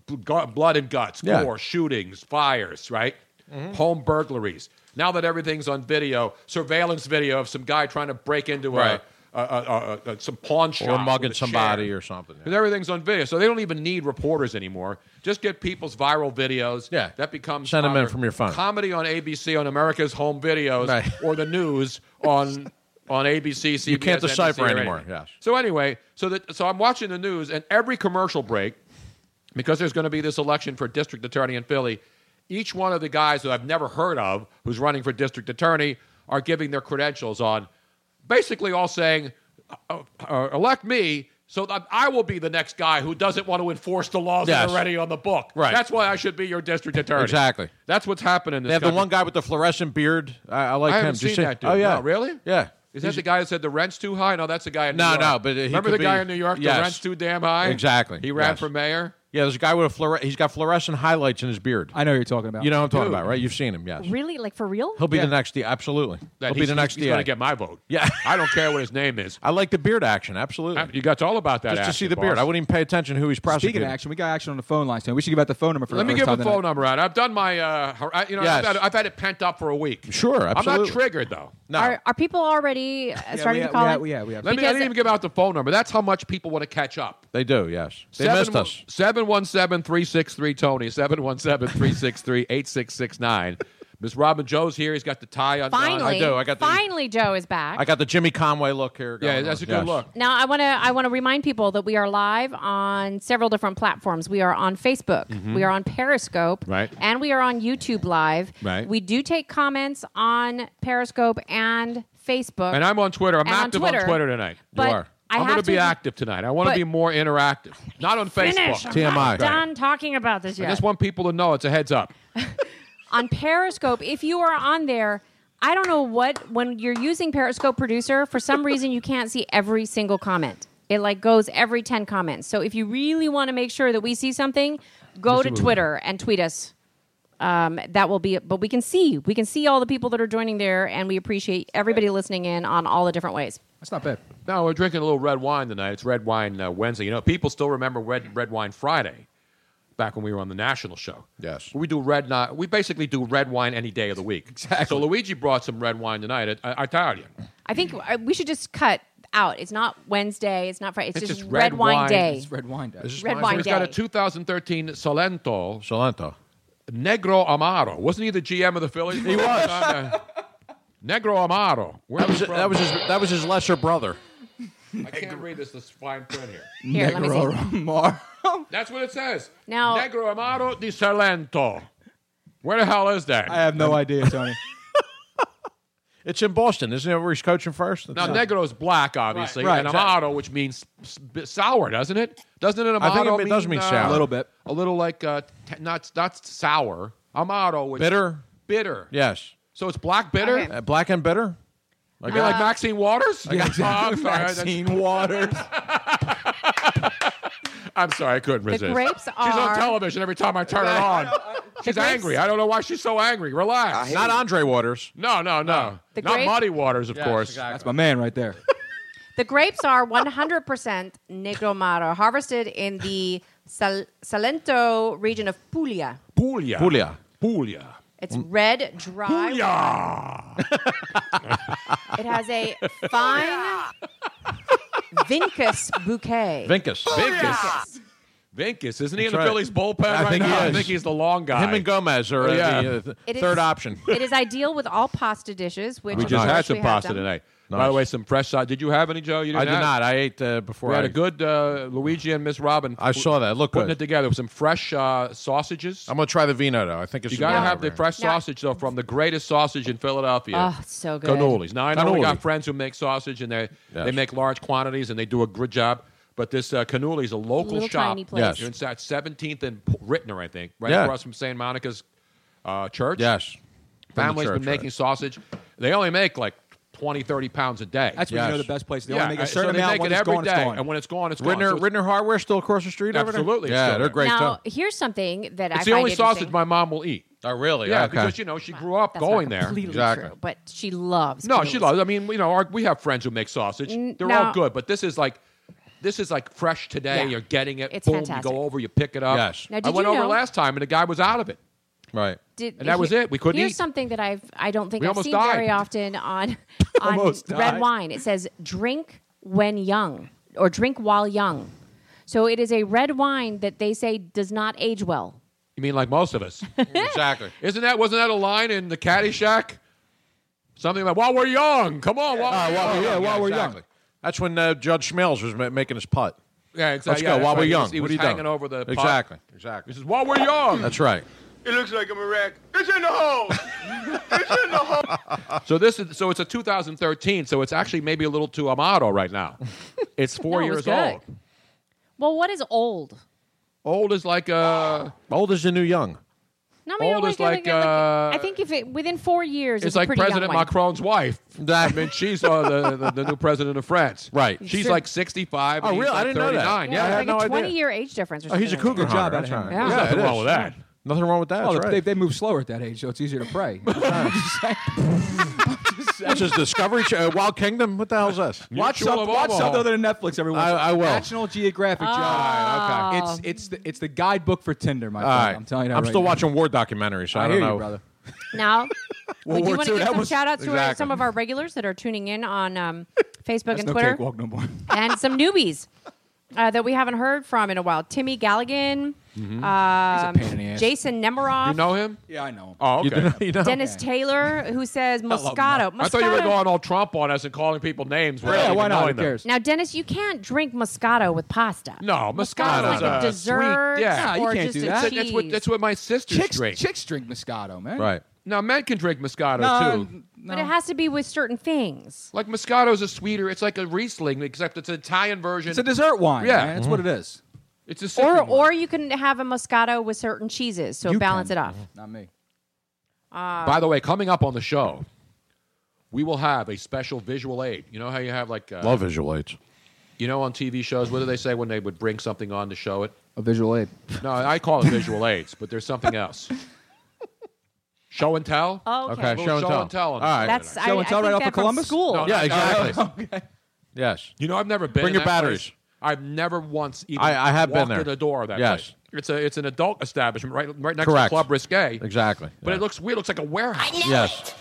[SPEAKER 10] B- gu- Blood and guts,
[SPEAKER 14] Yeah. Mm-hmm.
[SPEAKER 10] gore, shootings, fires, right? Home burglaries. Now that everything's on video, surveillance video of some guy trying to break into
[SPEAKER 14] Right.
[SPEAKER 10] a, a, a, a, a some pawn shop
[SPEAKER 14] Or
[SPEAKER 10] with
[SPEAKER 14] mugging
[SPEAKER 10] a
[SPEAKER 14] somebody
[SPEAKER 10] chair.
[SPEAKER 14] or something.
[SPEAKER 10] Because everything's on video, so they don't even need reporters anymore. Just get people's viral videos.
[SPEAKER 14] Yeah.
[SPEAKER 10] that becomes
[SPEAKER 14] Send 'em in
[SPEAKER 10] either
[SPEAKER 14] from your phone.
[SPEAKER 10] Comedy on ABC on America's Home Videos,
[SPEAKER 14] Right.
[SPEAKER 10] or the news on on ABC. CBS,
[SPEAKER 14] You can't decipher
[SPEAKER 10] NBC, or
[SPEAKER 14] anymore,
[SPEAKER 10] anything.
[SPEAKER 14] yes.
[SPEAKER 10] So anyway, so that so I'm watching the news, and every commercial break, because there's going to be this election for district attorney in Philly, each one of the guys who I've never heard of who's running for district attorney are giving their credentials on, basically all saying, uh, uh, elect me. So that I will be the next guy who doesn't want to enforce the laws that
[SPEAKER 14] Yes.
[SPEAKER 10] are already on the book.
[SPEAKER 14] Right.
[SPEAKER 10] That's why I should be your district attorney.
[SPEAKER 14] Exactly.
[SPEAKER 10] That's what's happening. In this
[SPEAKER 14] They have the
[SPEAKER 10] country.
[SPEAKER 14] one guy with the fluorescent beard. I, I like
[SPEAKER 10] I
[SPEAKER 14] him.
[SPEAKER 10] haven't
[SPEAKER 14] Did you
[SPEAKER 10] seen
[SPEAKER 14] see-
[SPEAKER 10] that dude.
[SPEAKER 14] Oh yeah,
[SPEAKER 10] No, really?
[SPEAKER 14] Yeah.
[SPEAKER 10] Is that the guy that said the rent's too high? No, that's the guy in
[SPEAKER 14] No,
[SPEAKER 10] New York.
[SPEAKER 14] no, but he
[SPEAKER 10] remember
[SPEAKER 14] could
[SPEAKER 10] the guy
[SPEAKER 14] be-
[SPEAKER 10] in New York?
[SPEAKER 14] yes.
[SPEAKER 10] The rent's too damn high.
[SPEAKER 14] Exactly,
[SPEAKER 10] He ran
[SPEAKER 14] yes.
[SPEAKER 10] for mayor.
[SPEAKER 14] Yeah, there's a guy with a fluor- He's got fluorescent highlights in his beard.
[SPEAKER 6] I know who you're talking about.
[SPEAKER 14] You know what I'm talking
[SPEAKER 10] Dude.
[SPEAKER 14] about, right? You've seen him, yes.
[SPEAKER 2] Really? Like for real?
[SPEAKER 14] He'll be
[SPEAKER 10] Yeah.
[SPEAKER 14] the next D. Absolutely.
[SPEAKER 10] That
[SPEAKER 14] He'll be
[SPEAKER 10] he's-
[SPEAKER 14] the next
[SPEAKER 10] He's going
[SPEAKER 14] DA.
[SPEAKER 10] to get my vote.
[SPEAKER 14] Yeah.
[SPEAKER 10] I don't care what his name is.
[SPEAKER 14] I like the beard action. Absolutely.
[SPEAKER 10] You got all about that.
[SPEAKER 14] Just to
[SPEAKER 10] action,
[SPEAKER 14] see the beard.
[SPEAKER 10] boss.
[SPEAKER 14] I wouldn't even pay attention who he's
[SPEAKER 6] Speaking
[SPEAKER 14] prosecuting.
[SPEAKER 6] of action, we got action on the phone line, so we should give out the phone number for
[SPEAKER 10] Let
[SPEAKER 6] the
[SPEAKER 10] me
[SPEAKER 6] first
[SPEAKER 10] give
[SPEAKER 6] time
[SPEAKER 10] the
[SPEAKER 6] tonight.
[SPEAKER 10] phone number out. I've done my. Uh, har- I, you know,
[SPEAKER 14] Yes.
[SPEAKER 10] I've, had, I've had it pent up for a week.
[SPEAKER 14] Sure,
[SPEAKER 10] I'm
[SPEAKER 14] absolutely.
[SPEAKER 10] not triggered though.
[SPEAKER 14] No.
[SPEAKER 2] Are, are people already uh, starting
[SPEAKER 6] we ha-
[SPEAKER 2] to call
[SPEAKER 6] we ha-
[SPEAKER 2] in?
[SPEAKER 6] we ha- we ha-
[SPEAKER 10] Let me. I
[SPEAKER 2] Because-
[SPEAKER 10] didn't even give out the phone number. That's how much people want to catch up.
[SPEAKER 14] they do, yes. They missed us.
[SPEAKER 10] Seven one seven three six three Tony. Seven one seven three six three eight six six nine. Miss Robin Joe's here. He's got the tie on.
[SPEAKER 2] Finally,
[SPEAKER 14] I do. I got the-
[SPEAKER 2] finally, Joe is back.
[SPEAKER 14] I got the Jimmy Conway look here.
[SPEAKER 10] Yeah,
[SPEAKER 14] going
[SPEAKER 10] that's a
[SPEAKER 14] on. Yes.
[SPEAKER 10] good look.
[SPEAKER 2] Now I want to I want to remind people that we are live on several different platforms. We are on Facebook, we are on Periscope,
[SPEAKER 10] Right.
[SPEAKER 2] and we are on YouTube Live.
[SPEAKER 10] Right.
[SPEAKER 2] We do take comments on Periscope and Facebook.
[SPEAKER 10] And I'm on Twitter. I'm
[SPEAKER 2] And on
[SPEAKER 10] active on Twitter,
[SPEAKER 2] Twitter.
[SPEAKER 10] tonight.
[SPEAKER 2] But I
[SPEAKER 10] I'm
[SPEAKER 2] have
[SPEAKER 10] going to be
[SPEAKER 2] to-
[SPEAKER 10] active tonight. I want to
[SPEAKER 2] But-
[SPEAKER 10] be more interactive. Not on
[SPEAKER 2] Finish.
[SPEAKER 10] Facebook.
[SPEAKER 2] I'm
[SPEAKER 14] TMI.
[SPEAKER 2] not done talking about this
[SPEAKER 10] I
[SPEAKER 2] yet.
[SPEAKER 10] just want people to know it's a heads up.
[SPEAKER 2] on Periscope, if you are on there, I don't know what when you're using Periscope Producer, for some reason you can't see every single comment. It like goes every 10 comments. So if you really want to make sure that we see something, go to Twitter and tweet us. Um, that will be it. But we can see. We can see all the people that are joining there, and we appreciate everybody listening in on all the different ways.
[SPEAKER 6] That's not bad.
[SPEAKER 10] No, we're drinking a little red wine tonight. It's Red Wine uh, Wednesday. You know, people still remember Red Red Wine Friday.
[SPEAKER 5] back when we were on the national show.
[SPEAKER 3] Yes.
[SPEAKER 5] We do red ni- We basically do red wine any day of the week. Exactly. So Luigi brought some red wine tonight. I, I, Italian.
[SPEAKER 10] I think uh, we should just cut out. It's not Wednesday. It's not Friday. It's, just, red, wine, day.
[SPEAKER 14] It's red wine day.
[SPEAKER 10] It's red wine
[SPEAKER 5] He's
[SPEAKER 10] day.
[SPEAKER 5] got a 2013 Salento.
[SPEAKER 3] Salento.
[SPEAKER 5] Negro Amaro. Wasn't he the GM of the Phillies?
[SPEAKER 3] He was.
[SPEAKER 5] Negro Amaro. Where
[SPEAKER 3] That was,
[SPEAKER 5] he from?
[SPEAKER 3] that was his. That was his lesser brother.
[SPEAKER 5] I can't read this, this fine print here.
[SPEAKER 10] Here, let me see.
[SPEAKER 3] Negro Amaro.
[SPEAKER 5] That's what it says.
[SPEAKER 10] Now-
[SPEAKER 5] Negro Amaro di Salento. Where the hell is that?
[SPEAKER 14] I have no idea, Tony.
[SPEAKER 3] It's in Boston, isn't it? Where he's coaching first.
[SPEAKER 5] Now, Negro is black, obviously,
[SPEAKER 3] Right. Right,
[SPEAKER 5] and
[SPEAKER 3] exactly.
[SPEAKER 5] Amaro, which means s- s- sour, doesn't it? Doesn't it? Amaro
[SPEAKER 3] I think it does mean
[SPEAKER 5] uh,
[SPEAKER 3] sour. A little
[SPEAKER 14] bit.
[SPEAKER 5] A little like uh, t- not not sour. Amaro, which
[SPEAKER 3] Bitter?
[SPEAKER 5] bitter.
[SPEAKER 3] Yes.
[SPEAKER 5] So it's black bitter.
[SPEAKER 3] Uh, black and bitter.
[SPEAKER 5] You mean like Maxine Waters? Oh,
[SPEAKER 3] Yeah, exactly.
[SPEAKER 5] I'm sorry, that's-
[SPEAKER 14] Maxine Waters.
[SPEAKER 5] I'm sorry, I couldn't
[SPEAKER 10] The
[SPEAKER 5] resist.
[SPEAKER 10] grapes
[SPEAKER 5] She's
[SPEAKER 10] are-
[SPEAKER 5] on television every time I turn it on. She's
[SPEAKER 10] grapes-
[SPEAKER 5] angry. I don't know why she's so angry. Relax.
[SPEAKER 3] Not Andre Waters.
[SPEAKER 5] No, no, no.
[SPEAKER 10] The
[SPEAKER 5] Not
[SPEAKER 10] grape-
[SPEAKER 5] Muddy Waters, of course.
[SPEAKER 14] That's my man right there.
[SPEAKER 10] The grapes are 100% Negromaro, harvested in the Sal- Salento region of Puglia.
[SPEAKER 5] Puglia.
[SPEAKER 3] Puglia.
[SPEAKER 5] Puglia.
[SPEAKER 10] It's red, dry. It has a fine vincus bouquet.
[SPEAKER 3] Vincus.
[SPEAKER 5] Vincus. Vincus. Isn't he in
[SPEAKER 3] That's
[SPEAKER 5] the
[SPEAKER 3] right.
[SPEAKER 5] Phillies bullpen
[SPEAKER 3] I
[SPEAKER 5] right
[SPEAKER 3] think he
[SPEAKER 5] now? I
[SPEAKER 3] is.
[SPEAKER 5] think he's the long guy.
[SPEAKER 3] Him and Gomez are uh,
[SPEAKER 5] Yeah.
[SPEAKER 3] the uh, th-
[SPEAKER 10] It is-
[SPEAKER 3] third option.
[SPEAKER 10] It is ideal with all pasta dishes, which
[SPEAKER 5] we
[SPEAKER 10] of
[SPEAKER 5] just
[SPEAKER 10] course
[SPEAKER 5] had some
[SPEAKER 10] we have
[SPEAKER 5] pasta
[SPEAKER 10] them.
[SPEAKER 5] tonight. By the way, some fresh side. Did you have any, Joe? You didn't
[SPEAKER 3] I did
[SPEAKER 5] have?
[SPEAKER 3] not. I ate uh, before.
[SPEAKER 5] We had
[SPEAKER 3] I,
[SPEAKER 5] a good uh, Luigi and Miss Robin.
[SPEAKER 3] I saw that. Look
[SPEAKER 5] putting
[SPEAKER 3] good.
[SPEAKER 5] it together with some fresh uh, sausages.
[SPEAKER 3] I'm gonna try the vino though. I think it's
[SPEAKER 5] You got to
[SPEAKER 3] vino
[SPEAKER 5] have
[SPEAKER 3] over
[SPEAKER 5] the
[SPEAKER 3] here.
[SPEAKER 5] fresh
[SPEAKER 10] Now-
[SPEAKER 5] sausage though from the greatest sausage in Philadelphia.
[SPEAKER 10] Oh, it's so good.
[SPEAKER 5] Cannolis. Now I know we
[SPEAKER 3] Cannoli.
[SPEAKER 5] got friends who make sausage and they they make large quantities and they do a good job. But this uh, cannoli is a local
[SPEAKER 10] Little
[SPEAKER 5] shop.
[SPEAKER 10] tiny place. Yes.
[SPEAKER 5] You're inside 17th and P- Rittner, I think, right
[SPEAKER 3] Yeah.
[SPEAKER 5] across from St. Monica's uh, Church.
[SPEAKER 3] Yes. From the
[SPEAKER 5] Family's
[SPEAKER 3] church,
[SPEAKER 5] been making
[SPEAKER 3] right.
[SPEAKER 5] sausage. They only make like 20, 30 pounds a day.
[SPEAKER 14] That's when you know the best place. They only make a
[SPEAKER 5] uh,
[SPEAKER 14] certain
[SPEAKER 5] so they
[SPEAKER 14] amount.
[SPEAKER 5] Make
[SPEAKER 14] When
[SPEAKER 5] it
[SPEAKER 14] it's
[SPEAKER 5] every
[SPEAKER 14] gone, it's
[SPEAKER 5] day,
[SPEAKER 14] gone.
[SPEAKER 5] and when it's gone, it's gone.
[SPEAKER 3] Rittner,
[SPEAKER 5] So it's-
[SPEAKER 3] Rittner Hardware still across the street. Over
[SPEAKER 5] Absolutely,
[SPEAKER 3] there?
[SPEAKER 5] it's
[SPEAKER 3] Yeah,
[SPEAKER 5] still
[SPEAKER 3] they're
[SPEAKER 5] there.
[SPEAKER 3] great
[SPEAKER 10] now,
[SPEAKER 3] stuff.
[SPEAKER 10] here's something that
[SPEAKER 5] it's
[SPEAKER 10] I find
[SPEAKER 5] the only
[SPEAKER 10] interesting.
[SPEAKER 5] sausage my mom will eat.
[SPEAKER 3] Oh, really?
[SPEAKER 5] Yeah,
[SPEAKER 3] Okay.
[SPEAKER 5] because you know she grew
[SPEAKER 10] Well,
[SPEAKER 5] up
[SPEAKER 10] that's not
[SPEAKER 5] going there.
[SPEAKER 10] completely
[SPEAKER 3] Exactly.
[SPEAKER 10] true, but she loves.
[SPEAKER 5] No, she
[SPEAKER 10] cannolis.
[SPEAKER 5] loves. I mean, you know, our, we have friends who make sausage.
[SPEAKER 10] N-
[SPEAKER 5] They're
[SPEAKER 10] now-
[SPEAKER 5] all good, but this is like, this is like fresh today.
[SPEAKER 10] Yeah.
[SPEAKER 5] You're getting it.
[SPEAKER 10] It's
[SPEAKER 5] boom,
[SPEAKER 10] fantastic.
[SPEAKER 5] you go over, you pick it up.
[SPEAKER 3] Yes.
[SPEAKER 10] Now,
[SPEAKER 5] I
[SPEAKER 10] did
[SPEAKER 5] went
[SPEAKER 10] you
[SPEAKER 5] over
[SPEAKER 10] know-
[SPEAKER 5] last time, and the guy was out of it.
[SPEAKER 3] Right.
[SPEAKER 10] Did-
[SPEAKER 5] And that was
[SPEAKER 10] here-
[SPEAKER 5] it. We couldn't
[SPEAKER 10] Here's
[SPEAKER 5] eat.
[SPEAKER 10] something that I've I don't think
[SPEAKER 5] We
[SPEAKER 10] I've
[SPEAKER 5] almost
[SPEAKER 10] seen
[SPEAKER 5] died.
[SPEAKER 10] very often on on
[SPEAKER 14] Almost
[SPEAKER 10] red
[SPEAKER 14] died.
[SPEAKER 10] wine. It says drink when young or drink while young. So it is a red wine that they say does not age well.
[SPEAKER 5] You mean like most of us?
[SPEAKER 3] exactly.
[SPEAKER 5] Isn't that? Wasn't that a line in the Caddyshack? Something like, "While we're young, come on, while
[SPEAKER 3] Uh,
[SPEAKER 5] we're
[SPEAKER 3] while
[SPEAKER 5] young."
[SPEAKER 3] we're, yeah, while we're
[SPEAKER 5] exactly.
[SPEAKER 3] young. That's when uh, Judge Schmelz was ma- making his putt.
[SPEAKER 5] Yeah,
[SPEAKER 3] Let's
[SPEAKER 5] exactly.
[SPEAKER 3] go
[SPEAKER 5] Yeah,
[SPEAKER 3] while we're
[SPEAKER 5] that's right. He
[SPEAKER 3] young.
[SPEAKER 5] was- He
[SPEAKER 3] What
[SPEAKER 5] was,
[SPEAKER 3] are you
[SPEAKER 5] hanging
[SPEAKER 3] doing?
[SPEAKER 5] over the pot.
[SPEAKER 3] Exactly. Exactly.
[SPEAKER 5] He says, "While we're young."
[SPEAKER 3] That's right.
[SPEAKER 17] It looks like I'm a wreck. It's in the hole. it's in the hole.
[SPEAKER 5] So this is so it's a 2013. So it's actually maybe a little too amato right now. It's four
[SPEAKER 10] No, it
[SPEAKER 5] years
[SPEAKER 10] was good.
[SPEAKER 5] old.
[SPEAKER 10] Well, what is old?
[SPEAKER 5] Old is like uh,
[SPEAKER 3] Old is the new young.
[SPEAKER 10] No, I mean,
[SPEAKER 5] Old
[SPEAKER 10] like,
[SPEAKER 5] is like,
[SPEAKER 10] I
[SPEAKER 5] uh,
[SPEAKER 10] think if it within four years,
[SPEAKER 5] it's
[SPEAKER 10] a
[SPEAKER 5] like
[SPEAKER 10] pretty young
[SPEAKER 5] President
[SPEAKER 10] one.
[SPEAKER 5] Macron's wife. I mean, she's uh, the, the the new president of France.
[SPEAKER 3] Right.
[SPEAKER 5] She's
[SPEAKER 10] Sure.
[SPEAKER 5] like 65.
[SPEAKER 3] Oh,
[SPEAKER 5] and he's
[SPEAKER 3] really? I
[SPEAKER 5] like
[SPEAKER 3] didn't know that.
[SPEAKER 5] 39.
[SPEAKER 10] Yeah,
[SPEAKER 3] I had
[SPEAKER 10] like
[SPEAKER 3] no
[SPEAKER 10] a
[SPEAKER 3] idea.
[SPEAKER 10] twenty-year age difference. Or
[SPEAKER 3] Oh, he's a
[SPEAKER 10] something like
[SPEAKER 3] cougar
[SPEAKER 14] Good job
[SPEAKER 3] hunter.
[SPEAKER 14] out of
[SPEAKER 3] That's
[SPEAKER 14] him.
[SPEAKER 3] right.
[SPEAKER 10] Yeah.
[SPEAKER 3] Yeah,
[SPEAKER 5] Nothing
[SPEAKER 3] it
[SPEAKER 5] wrong
[SPEAKER 3] is.
[SPEAKER 5] with that.
[SPEAKER 3] Nothing wrong with that.
[SPEAKER 14] Oh,
[SPEAKER 3] That's
[SPEAKER 14] they,
[SPEAKER 3] right.
[SPEAKER 14] they move slower at that age, so it's easier to pray.
[SPEAKER 3] That's just Discovery Channel. Wild Kingdom? What the hell's this?
[SPEAKER 14] watch
[SPEAKER 5] Mutual
[SPEAKER 14] some,
[SPEAKER 5] of
[SPEAKER 14] watch
[SPEAKER 5] Omaha.
[SPEAKER 14] something other than Netflix, everyone.
[SPEAKER 3] I- I will.
[SPEAKER 14] National Geographic.
[SPEAKER 10] Ah.
[SPEAKER 14] John. It's it's the, it's the guidebook for Tinder, my
[SPEAKER 3] All
[SPEAKER 14] friend.
[SPEAKER 3] right.
[SPEAKER 14] I'm telling you. That
[SPEAKER 3] I'm
[SPEAKER 14] right
[SPEAKER 3] still
[SPEAKER 14] now.
[SPEAKER 3] watching war documentaries. So I,
[SPEAKER 14] I,
[SPEAKER 3] don't
[SPEAKER 14] hear
[SPEAKER 3] know.
[SPEAKER 14] you, brother.
[SPEAKER 10] that. Now, we do
[SPEAKER 3] War
[SPEAKER 10] want
[SPEAKER 3] II,
[SPEAKER 10] to give
[SPEAKER 3] that
[SPEAKER 10] some
[SPEAKER 3] was-
[SPEAKER 10] shout outs to our,
[SPEAKER 3] Exactly.
[SPEAKER 10] some of our regulars that are tuning in on um, Facebook
[SPEAKER 14] That's
[SPEAKER 10] and
[SPEAKER 14] no
[SPEAKER 10] Twitter.
[SPEAKER 14] cakewalk no more.
[SPEAKER 10] and some newbies uh, that we haven't heard from in a while. Timmy Galligan, um,
[SPEAKER 14] pain in the ass.
[SPEAKER 10] Jason Nemiroff,
[SPEAKER 5] You know him?
[SPEAKER 14] yeah, I know.
[SPEAKER 5] Oh,
[SPEAKER 3] You
[SPEAKER 5] okay.
[SPEAKER 3] don't- you don't-
[SPEAKER 10] Dennis Taylor, who says Moscato. Moscato.
[SPEAKER 5] I thought you were going all Trump on us and calling people names. without
[SPEAKER 14] yeah,
[SPEAKER 5] even
[SPEAKER 14] why not? Who
[SPEAKER 5] knowing them.
[SPEAKER 14] cares?
[SPEAKER 10] Now, Dennis, you can't drink Moscato with pasta.
[SPEAKER 5] No, Moscato
[SPEAKER 10] Moscato's
[SPEAKER 5] is
[SPEAKER 10] like
[SPEAKER 5] a
[SPEAKER 10] a dessert.
[SPEAKER 5] sweet- yeah.
[SPEAKER 14] No, you
[SPEAKER 10] or
[SPEAKER 14] can't
[SPEAKER 10] just
[SPEAKER 14] do
[SPEAKER 10] a
[SPEAKER 14] that.
[SPEAKER 5] That's, that's what
[SPEAKER 10] cheese.
[SPEAKER 5] that's what my sisters
[SPEAKER 14] chicks
[SPEAKER 5] drink.
[SPEAKER 14] chicks drink Moscato, man.
[SPEAKER 3] Right.
[SPEAKER 5] Now men can drink Moscato
[SPEAKER 14] No,
[SPEAKER 5] too.
[SPEAKER 14] no.
[SPEAKER 10] But it has to be with certain things.
[SPEAKER 5] Like Moscato's a sweeter. It's like a Riesling, except it's an Italian version.
[SPEAKER 14] It's a dessert wine.
[SPEAKER 5] Yeah.
[SPEAKER 14] man. that's what it is.
[SPEAKER 5] It's a
[SPEAKER 10] Or,
[SPEAKER 5] Sicilian
[SPEAKER 10] or you can have a Moscato with certain cheeses, so
[SPEAKER 14] You
[SPEAKER 10] balance
[SPEAKER 14] can. Mm-hmm.
[SPEAKER 10] it off. Uh,
[SPEAKER 14] Not me.
[SPEAKER 5] By the way, coming up on the show, we will have a special visual aid. You know how you have like uh,
[SPEAKER 3] Love visual aids.
[SPEAKER 5] You know on TV shows, what do they say when they would bring something on to show it?
[SPEAKER 14] A visual aid.
[SPEAKER 5] No, I call it visual aids, but there's something else. Show and tell.
[SPEAKER 10] Oh, okay.
[SPEAKER 3] Okay,
[SPEAKER 5] Little
[SPEAKER 3] show and tell.
[SPEAKER 5] on
[SPEAKER 3] All right.
[SPEAKER 10] That's I,
[SPEAKER 14] Show
[SPEAKER 10] I
[SPEAKER 14] and tell
[SPEAKER 10] think
[SPEAKER 14] right off
[SPEAKER 10] that
[SPEAKER 14] of
[SPEAKER 10] from
[SPEAKER 14] Columbus?
[SPEAKER 10] School.
[SPEAKER 5] Oh, No, no,
[SPEAKER 3] Yeah,
[SPEAKER 5] no,
[SPEAKER 3] exactly.
[SPEAKER 5] no.
[SPEAKER 3] Yes.
[SPEAKER 5] You know, I've never been.
[SPEAKER 3] Bring
[SPEAKER 5] in
[SPEAKER 3] your
[SPEAKER 5] that
[SPEAKER 3] batteries.
[SPEAKER 5] place.
[SPEAKER 10] I've never once even
[SPEAKER 5] I- I have been
[SPEAKER 10] walked
[SPEAKER 5] there.
[SPEAKER 10] in the door of that
[SPEAKER 5] Yes.
[SPEAKER 10] place. It's a it's an adult establishment right right next
[SPEAKER 5] Correct.
[SPEAKER 10] to Club Risque.
[SPEAKER 5] Exactly.
[SPEAKER 10] But it looks weird. It looks like a warehouse.
[SPEAKER 5] Yes.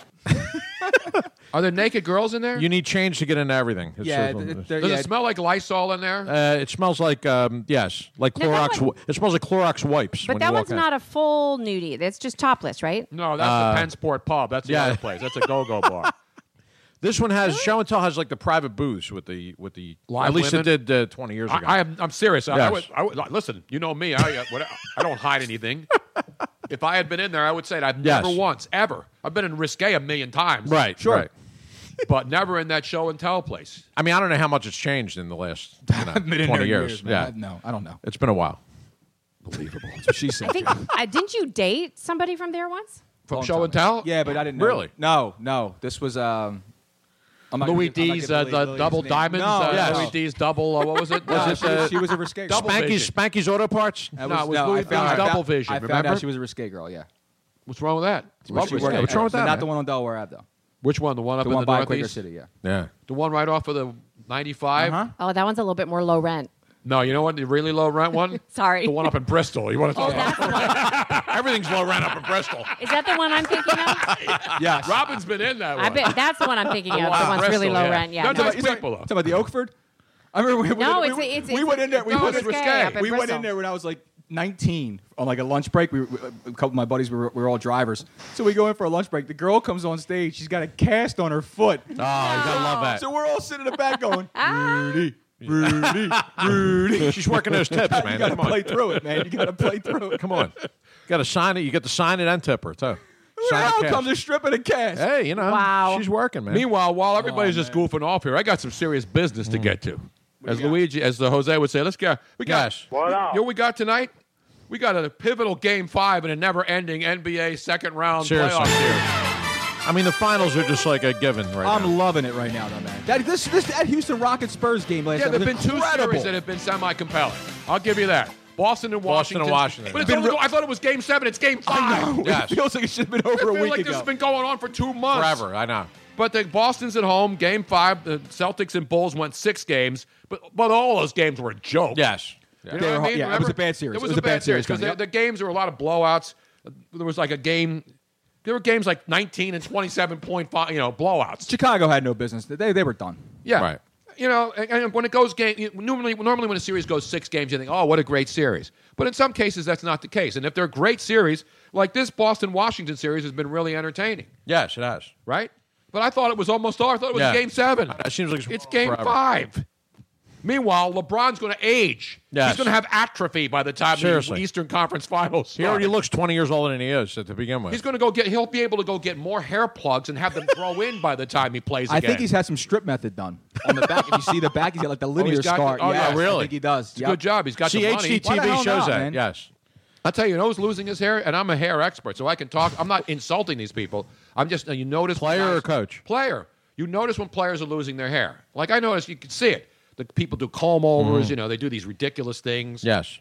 [SPEAKER 10] Are there naked girls in there?
[SPEAKER 5] You need change to get into everything. It's
[SPEAKER 10] Yeah,
[SPEAKER 5] just-
[SPEAKER 10] th- th- Does it smell like Lysol in there?
[SPEAKER 5] Uh, it smells like um, yes, like
[SPEAKER 2] No, that
[SPEAKER 5] Clorox. wi- it smells like Clorox wipes.
[SPEAKER 2] But
[SPEAKER 5] when
[SPEAKER 2] that
[SPEAKER 5] you
[SPEAKER 2] one's
[SPEAKER 5] walk in.
[SPEAKER 2] not a full nudie. That's just topless, right?
[SPEAKER 10] No,
[SPEAKER 5] that's the Uh,
[SPEAKER 10] Pensport Pub. That's
[SPEAKER 5] yeah.
[SPEAKER 10] other place. That's a go-go bar.
[SPEAKER 5] This one has show and tell has like the private booths with the with the
[SPEAKER 10] Live
[SPEAKER 5] at least
[SPEAKER 10] women?
[SPEAKER 5] it did uh, twenty years
[SPEAKER 10] I-
[SPEAKER 5] ago.
[SPEAKER 10] I am- I'm serious. I- I
[SPEAKER 5] Yes.
[SPEAKER 10] would- I would- listen, you know me. I, uh, what- I don't hide anything. If I had been in there, I would say it. I've
[SPEAKER 5] Yes.
[SPEAKER 10] never once, ever. I've been in risque a million times.
[SPEAKER 5] Right, Sure. right.
[SPEAKER 10] But never in that show and tell place.
[SPEAKER 5] I mean, I don't know how much it's changed in the last you know,
[SPEAKER 10] been in
[SPEAKER 5] twenty
[SPEAKER 10] there
[SPEAKER 5] years.
[SPEAKER 10] years, man.
[SPEAKER 5] yeah,
[SPEAKER 10] I- no,
[SPEAKER 14] I don't know.
[SPEAKER 5] It's been a while.
[SPEAKER 14] Believable. That's what she said.
[SPEAKER 2] I think. uh, didn't you date somebody from there once?
[SPEAKER 10] From
[SPEAKER 14] Long
[SPEAKER 10] Show
[SPEAKER 14] time
[SPEAKER 10] and Tell?
[SPEAKER 14] Yeah, but I didn't know.
[SPEAKER 10] Really?
[SPEAKER 14] No, no. This was um, I'm not
[SPEAKER 10] Louis
[SPEAKER 14] gonna- I'm not
[SPEAKER 10] D's
[SPEAKER 14] gonna
[SPEAKER 10] uh,
[SPEAKER 14] believe
[SPEAKER 10] the
[SPEAKER 14] Louis'
[SPEAKER 10] double
[SPEAKER 14] name.
[SPEAKER 10] diamonds.
[SPEAKER 14] No,
[SPEAKER 10] uh,
[SPEAKER 14] yes.
[SPEAKER 10] Louis D's double. Uh, what was it?
[SPEAKER 14] No,
[SPEAKER 10] was
[SPEAKER 14] she
[SPEAKER 10] it
[SPEAKER 14] was- she was a risque girl.
[SPEAKER 10] Double
[SPEAKER 5] Spanky's
[SPEAKER 10] vision.
[SPEAKER 5] Spanky's Auto Parts.
[SPEAKER 14] That
[SPEAKER 10] No, it was
[SPEAKER 14] no,
[SPEAKER 10] Louis
[SPEAKER 14] I found-
[SPEAKER 10] Vuitton's
[SPEAKER 14] I found-
[SPEAKER 10] double vision,
[SPEAKER 14] I found
[SPEAKER 10] remember?
[SPEAKER 14] out she was a risque girl. Yeah.
[SPEAKER 10] What's wrong with that? It's
[SPEAKER 14] What's
[SPEAKER 10] public
[SPEAKER 14] wrong
[SPEAKER 10] shame.
[SPEAKER 14] with that? Not the one on Delaware Ave though.
[SPEAKER 10] Which one? The one up
[SPEAKER 14] The
[SPEAKER 10] in
[SPEAKER 14] one
[SPEAKER 10] the
[SPEAKER 14] by
[SPEAKER 10] northeast?
[SPEAKER 14] Quaker City, yeah. Uh-huh.
[SPEAKER 5] Yeah.
[SPEAKER 10] The one right off of the 95?
[SPEAKER 2] Oh, that one's a little bit more low rent.
[SPEAKER 10] No, you know what? The really low rent one?
[SPEAKER 2] Sorry. Oh,
[SPEAKER 10] The one up in Bristol. You want to talk about Everything's low rent up in Bristol.
[SPEAKER 2] Is that the one I'm thinking of?
[SPEAKER 10] yes. Robin's been in that one.
[SPEAKER 2] I bet that's the one I'm thinking of.
[SPEAKER 10] The
[SPEAKER 2] The
[SPEAKER 10] one in
[SPEAKER 2] one's really
[SPEAKER 10] Bristol,
[SPEAKER 2] low
[SPEAKER 10] yeah.
[SPEAKER 2] rent. Yeah.
[SPEAKER 10] No,
[SPEAKER 2] no.
[SPEAKER 10] it's people, though.
[SPEAKER 14] Talking about the Oakford. I remember we, we,
[SPEAKER 2] No,
[SPEAKER 14] we,
[SPEAKER 2] it's-
[SPEAKER 14] we-
[SPEAKER 2] it's-
[SPEAKER 14] we
[SPEAKER 2] it's-
[SPEAKER 14] went in there. We
[SPEAKER 2] no,
[SPEAKER 14] went
[SPEAKER 2] it's
[SPEAKER 14] in,
[SPEAKER 2] risque up in
[SPEAKER 14] we went
[SPEAKER 2] Bristol.
[SPEAKER 14] in there when I was like 19 on like a lunch break. We, we- a couple of my buddies we were, we were all drivers, so we go in for a lunch break. The girl comes on stage. She's got a cast on her foot. Oh, you
[SPEAKER 5] gotta love that.
[SPEAKER 14] So we're all sitting in the back going, Rudy,
[SPEAKER 5] Rudy, Rudy. She's working those tips, man.
[SPEAKER 14] You gotta
[SPEAKER 5] Come on.
[SPEAKER 14] play through it, man. You gotta play through it.
[SPEAKER 5] Come on. Got to sign it. You got to sign it and tip her too.
[SPEAKER 14] Where the
[SPEAKER 5] Sign
[SPEAKER 14] hell
[SPEAKER 5] and
[SPEAKER 14] comes
[SPEAKER 5] cash.
[SPEAKER 14] a strip and a cast?
[SPEAKER 5] Hey, you know,
[SPEAKER 14] Wow.
[SPEAKER 5] she's working, man.
[SPEAKER 10] Meanwhile, while everybody's just goofing off here, I got some serious business
[SPEAKER 5] Mm.
[SPEAKER 10] to get to. As Luigi, as the Jose would say, let's go. We got
[SPEAKER 5] Yes.
[SPEAKER 10] what up? You know what we got tonight? We got a pivotal game five in a never ending NBA second round
[SPEAKER 5] Seriously.
[SPEAKER 10] playoff series.
[SPEAKER 5] I mean, the finals are just like a given right
[SPEAKER 14] I'm
[SPEAKER 5] now.
[SPEAKER 14] loving it right now, though, man. That this this that Houston Rockets Spurs game last
[SPEAKER 10] Yeah,
[SPEAKER 14] night
[SPEAKER 10] there have
[SPEAKER 14] was
[SPEAKER 10] been two
[SPEAKER 14] incredible.
[SPEAKER 10] series that have been semi-compelling. I'll give you that. Boston and
[SPEAKER 5] Boston
[SPEAKER 10] Washington.
[SPEAKER 5] and Washington.
[SPEAKER 10] But it's
[SPEAKER 5] Been
[SPEAKER 10] only, I thought it was game seven. It's game five.
[SPEAKER 5] Yes.
[SPEAKER 14] It feels like it should have been
[SPEAKER 10] I
[SPEAKER 14] over a
[SPEAKER 10] feel
[SPEAKER 14] week
[SPEAKER 10] like
[SPEAKER 14] ago.
[SPEAKER 10] this has been going on for two months.
[SPEAKER 5] Forever. I know.
[SPEAKER 10] But the Boston's at home, game five. The Celtics and Bulls went six games, but but all those games were a joke.
[SPEAKER 5] Yes.
[SPEAKER 10] You
[SPEAKER 14] They
[SPEAKER 10] know what
[SPEAKER 14] were-
[SPEAKER 10] I mean?
[SPEAKER 14] yeah, it was
[SPEAKER 10] Remember?
[SPEAKER 14] a bad series.
[SPEAKER 10] It was, a bad, series because
[SPEAKER 14] kinda,
[SPEAKER 10] the games there were a lot of blowouts. There was like a game. There were games like 19 and 27 point five, you know, blowouts.
[SPEAKER 14] Chicago had no business. They they were done.
[SPEAKER 10] Yeah. Right. You know, and, and when it goes game, you- normally, normally when a series goes six games, you think, oh, what a great series. But in some cases, that's not the case. And if they're great series, like this Boston Washington series has been really entertaining,
[SPEAKER 5] Yes, it has.
[SPEAKER 10] right? But I thought it was almost over. I thought it was
[SPEAKER 5] Yeah.
[SPEAKER 10] game seven.
[SPEAKER 5] It seems like it's,
[SPEAKER 10] It's game
[SPEAKER 5] forever.
[SPEAKER 10] five. Meanwhile, LeBron's going to age.
[SPEAKER 5] Yes.
[SPEAKER 10] He's going to have atrophy by the time
[SPEAKER 5] Seriously.
[SPEAKER 10] the Eastern Conference Finals.
[SPEAKER 5] He already looks 20 years older than he is to begin with.
[SPEAKER 10] He's going to go get. He'll be able to go get more hair plugs and have them grow in by the time he plays.
[SPEAKER 14] I
[SPEAKER 10] again.
[SPEAKER 14] think he's had some strip method done on the back. if you see the back, he's got like the linear
[SPEAKER 10] got
[SPEAKER 14] scar.
[SPEAKER 10] the- oh,
[SPEAKER 14] Yes,
[SPEAKER 10] yeah, really?
[SPEAKER 14] I think he does.
[SPEAKER 10] It's a good job. He's got the money.
[SPEAKER 5] CHGTV shows that. Yes.
[SPEAKER 10] I tell you, you know who's losing his hair, and I'm a hair expert, so I can talk. I'm not insulting these people. I'm just you notice
[SPEAKER 5] Player or coach?
[SPEAKER 10] player. You notice when players are losing their hair. Like I notice, you can see it. The people do comb overs.
[SPEAKER 5] Mhm.
[SPEAKER 10] You know, they do these ridiculous things.
[SPEAKER 5] Yes.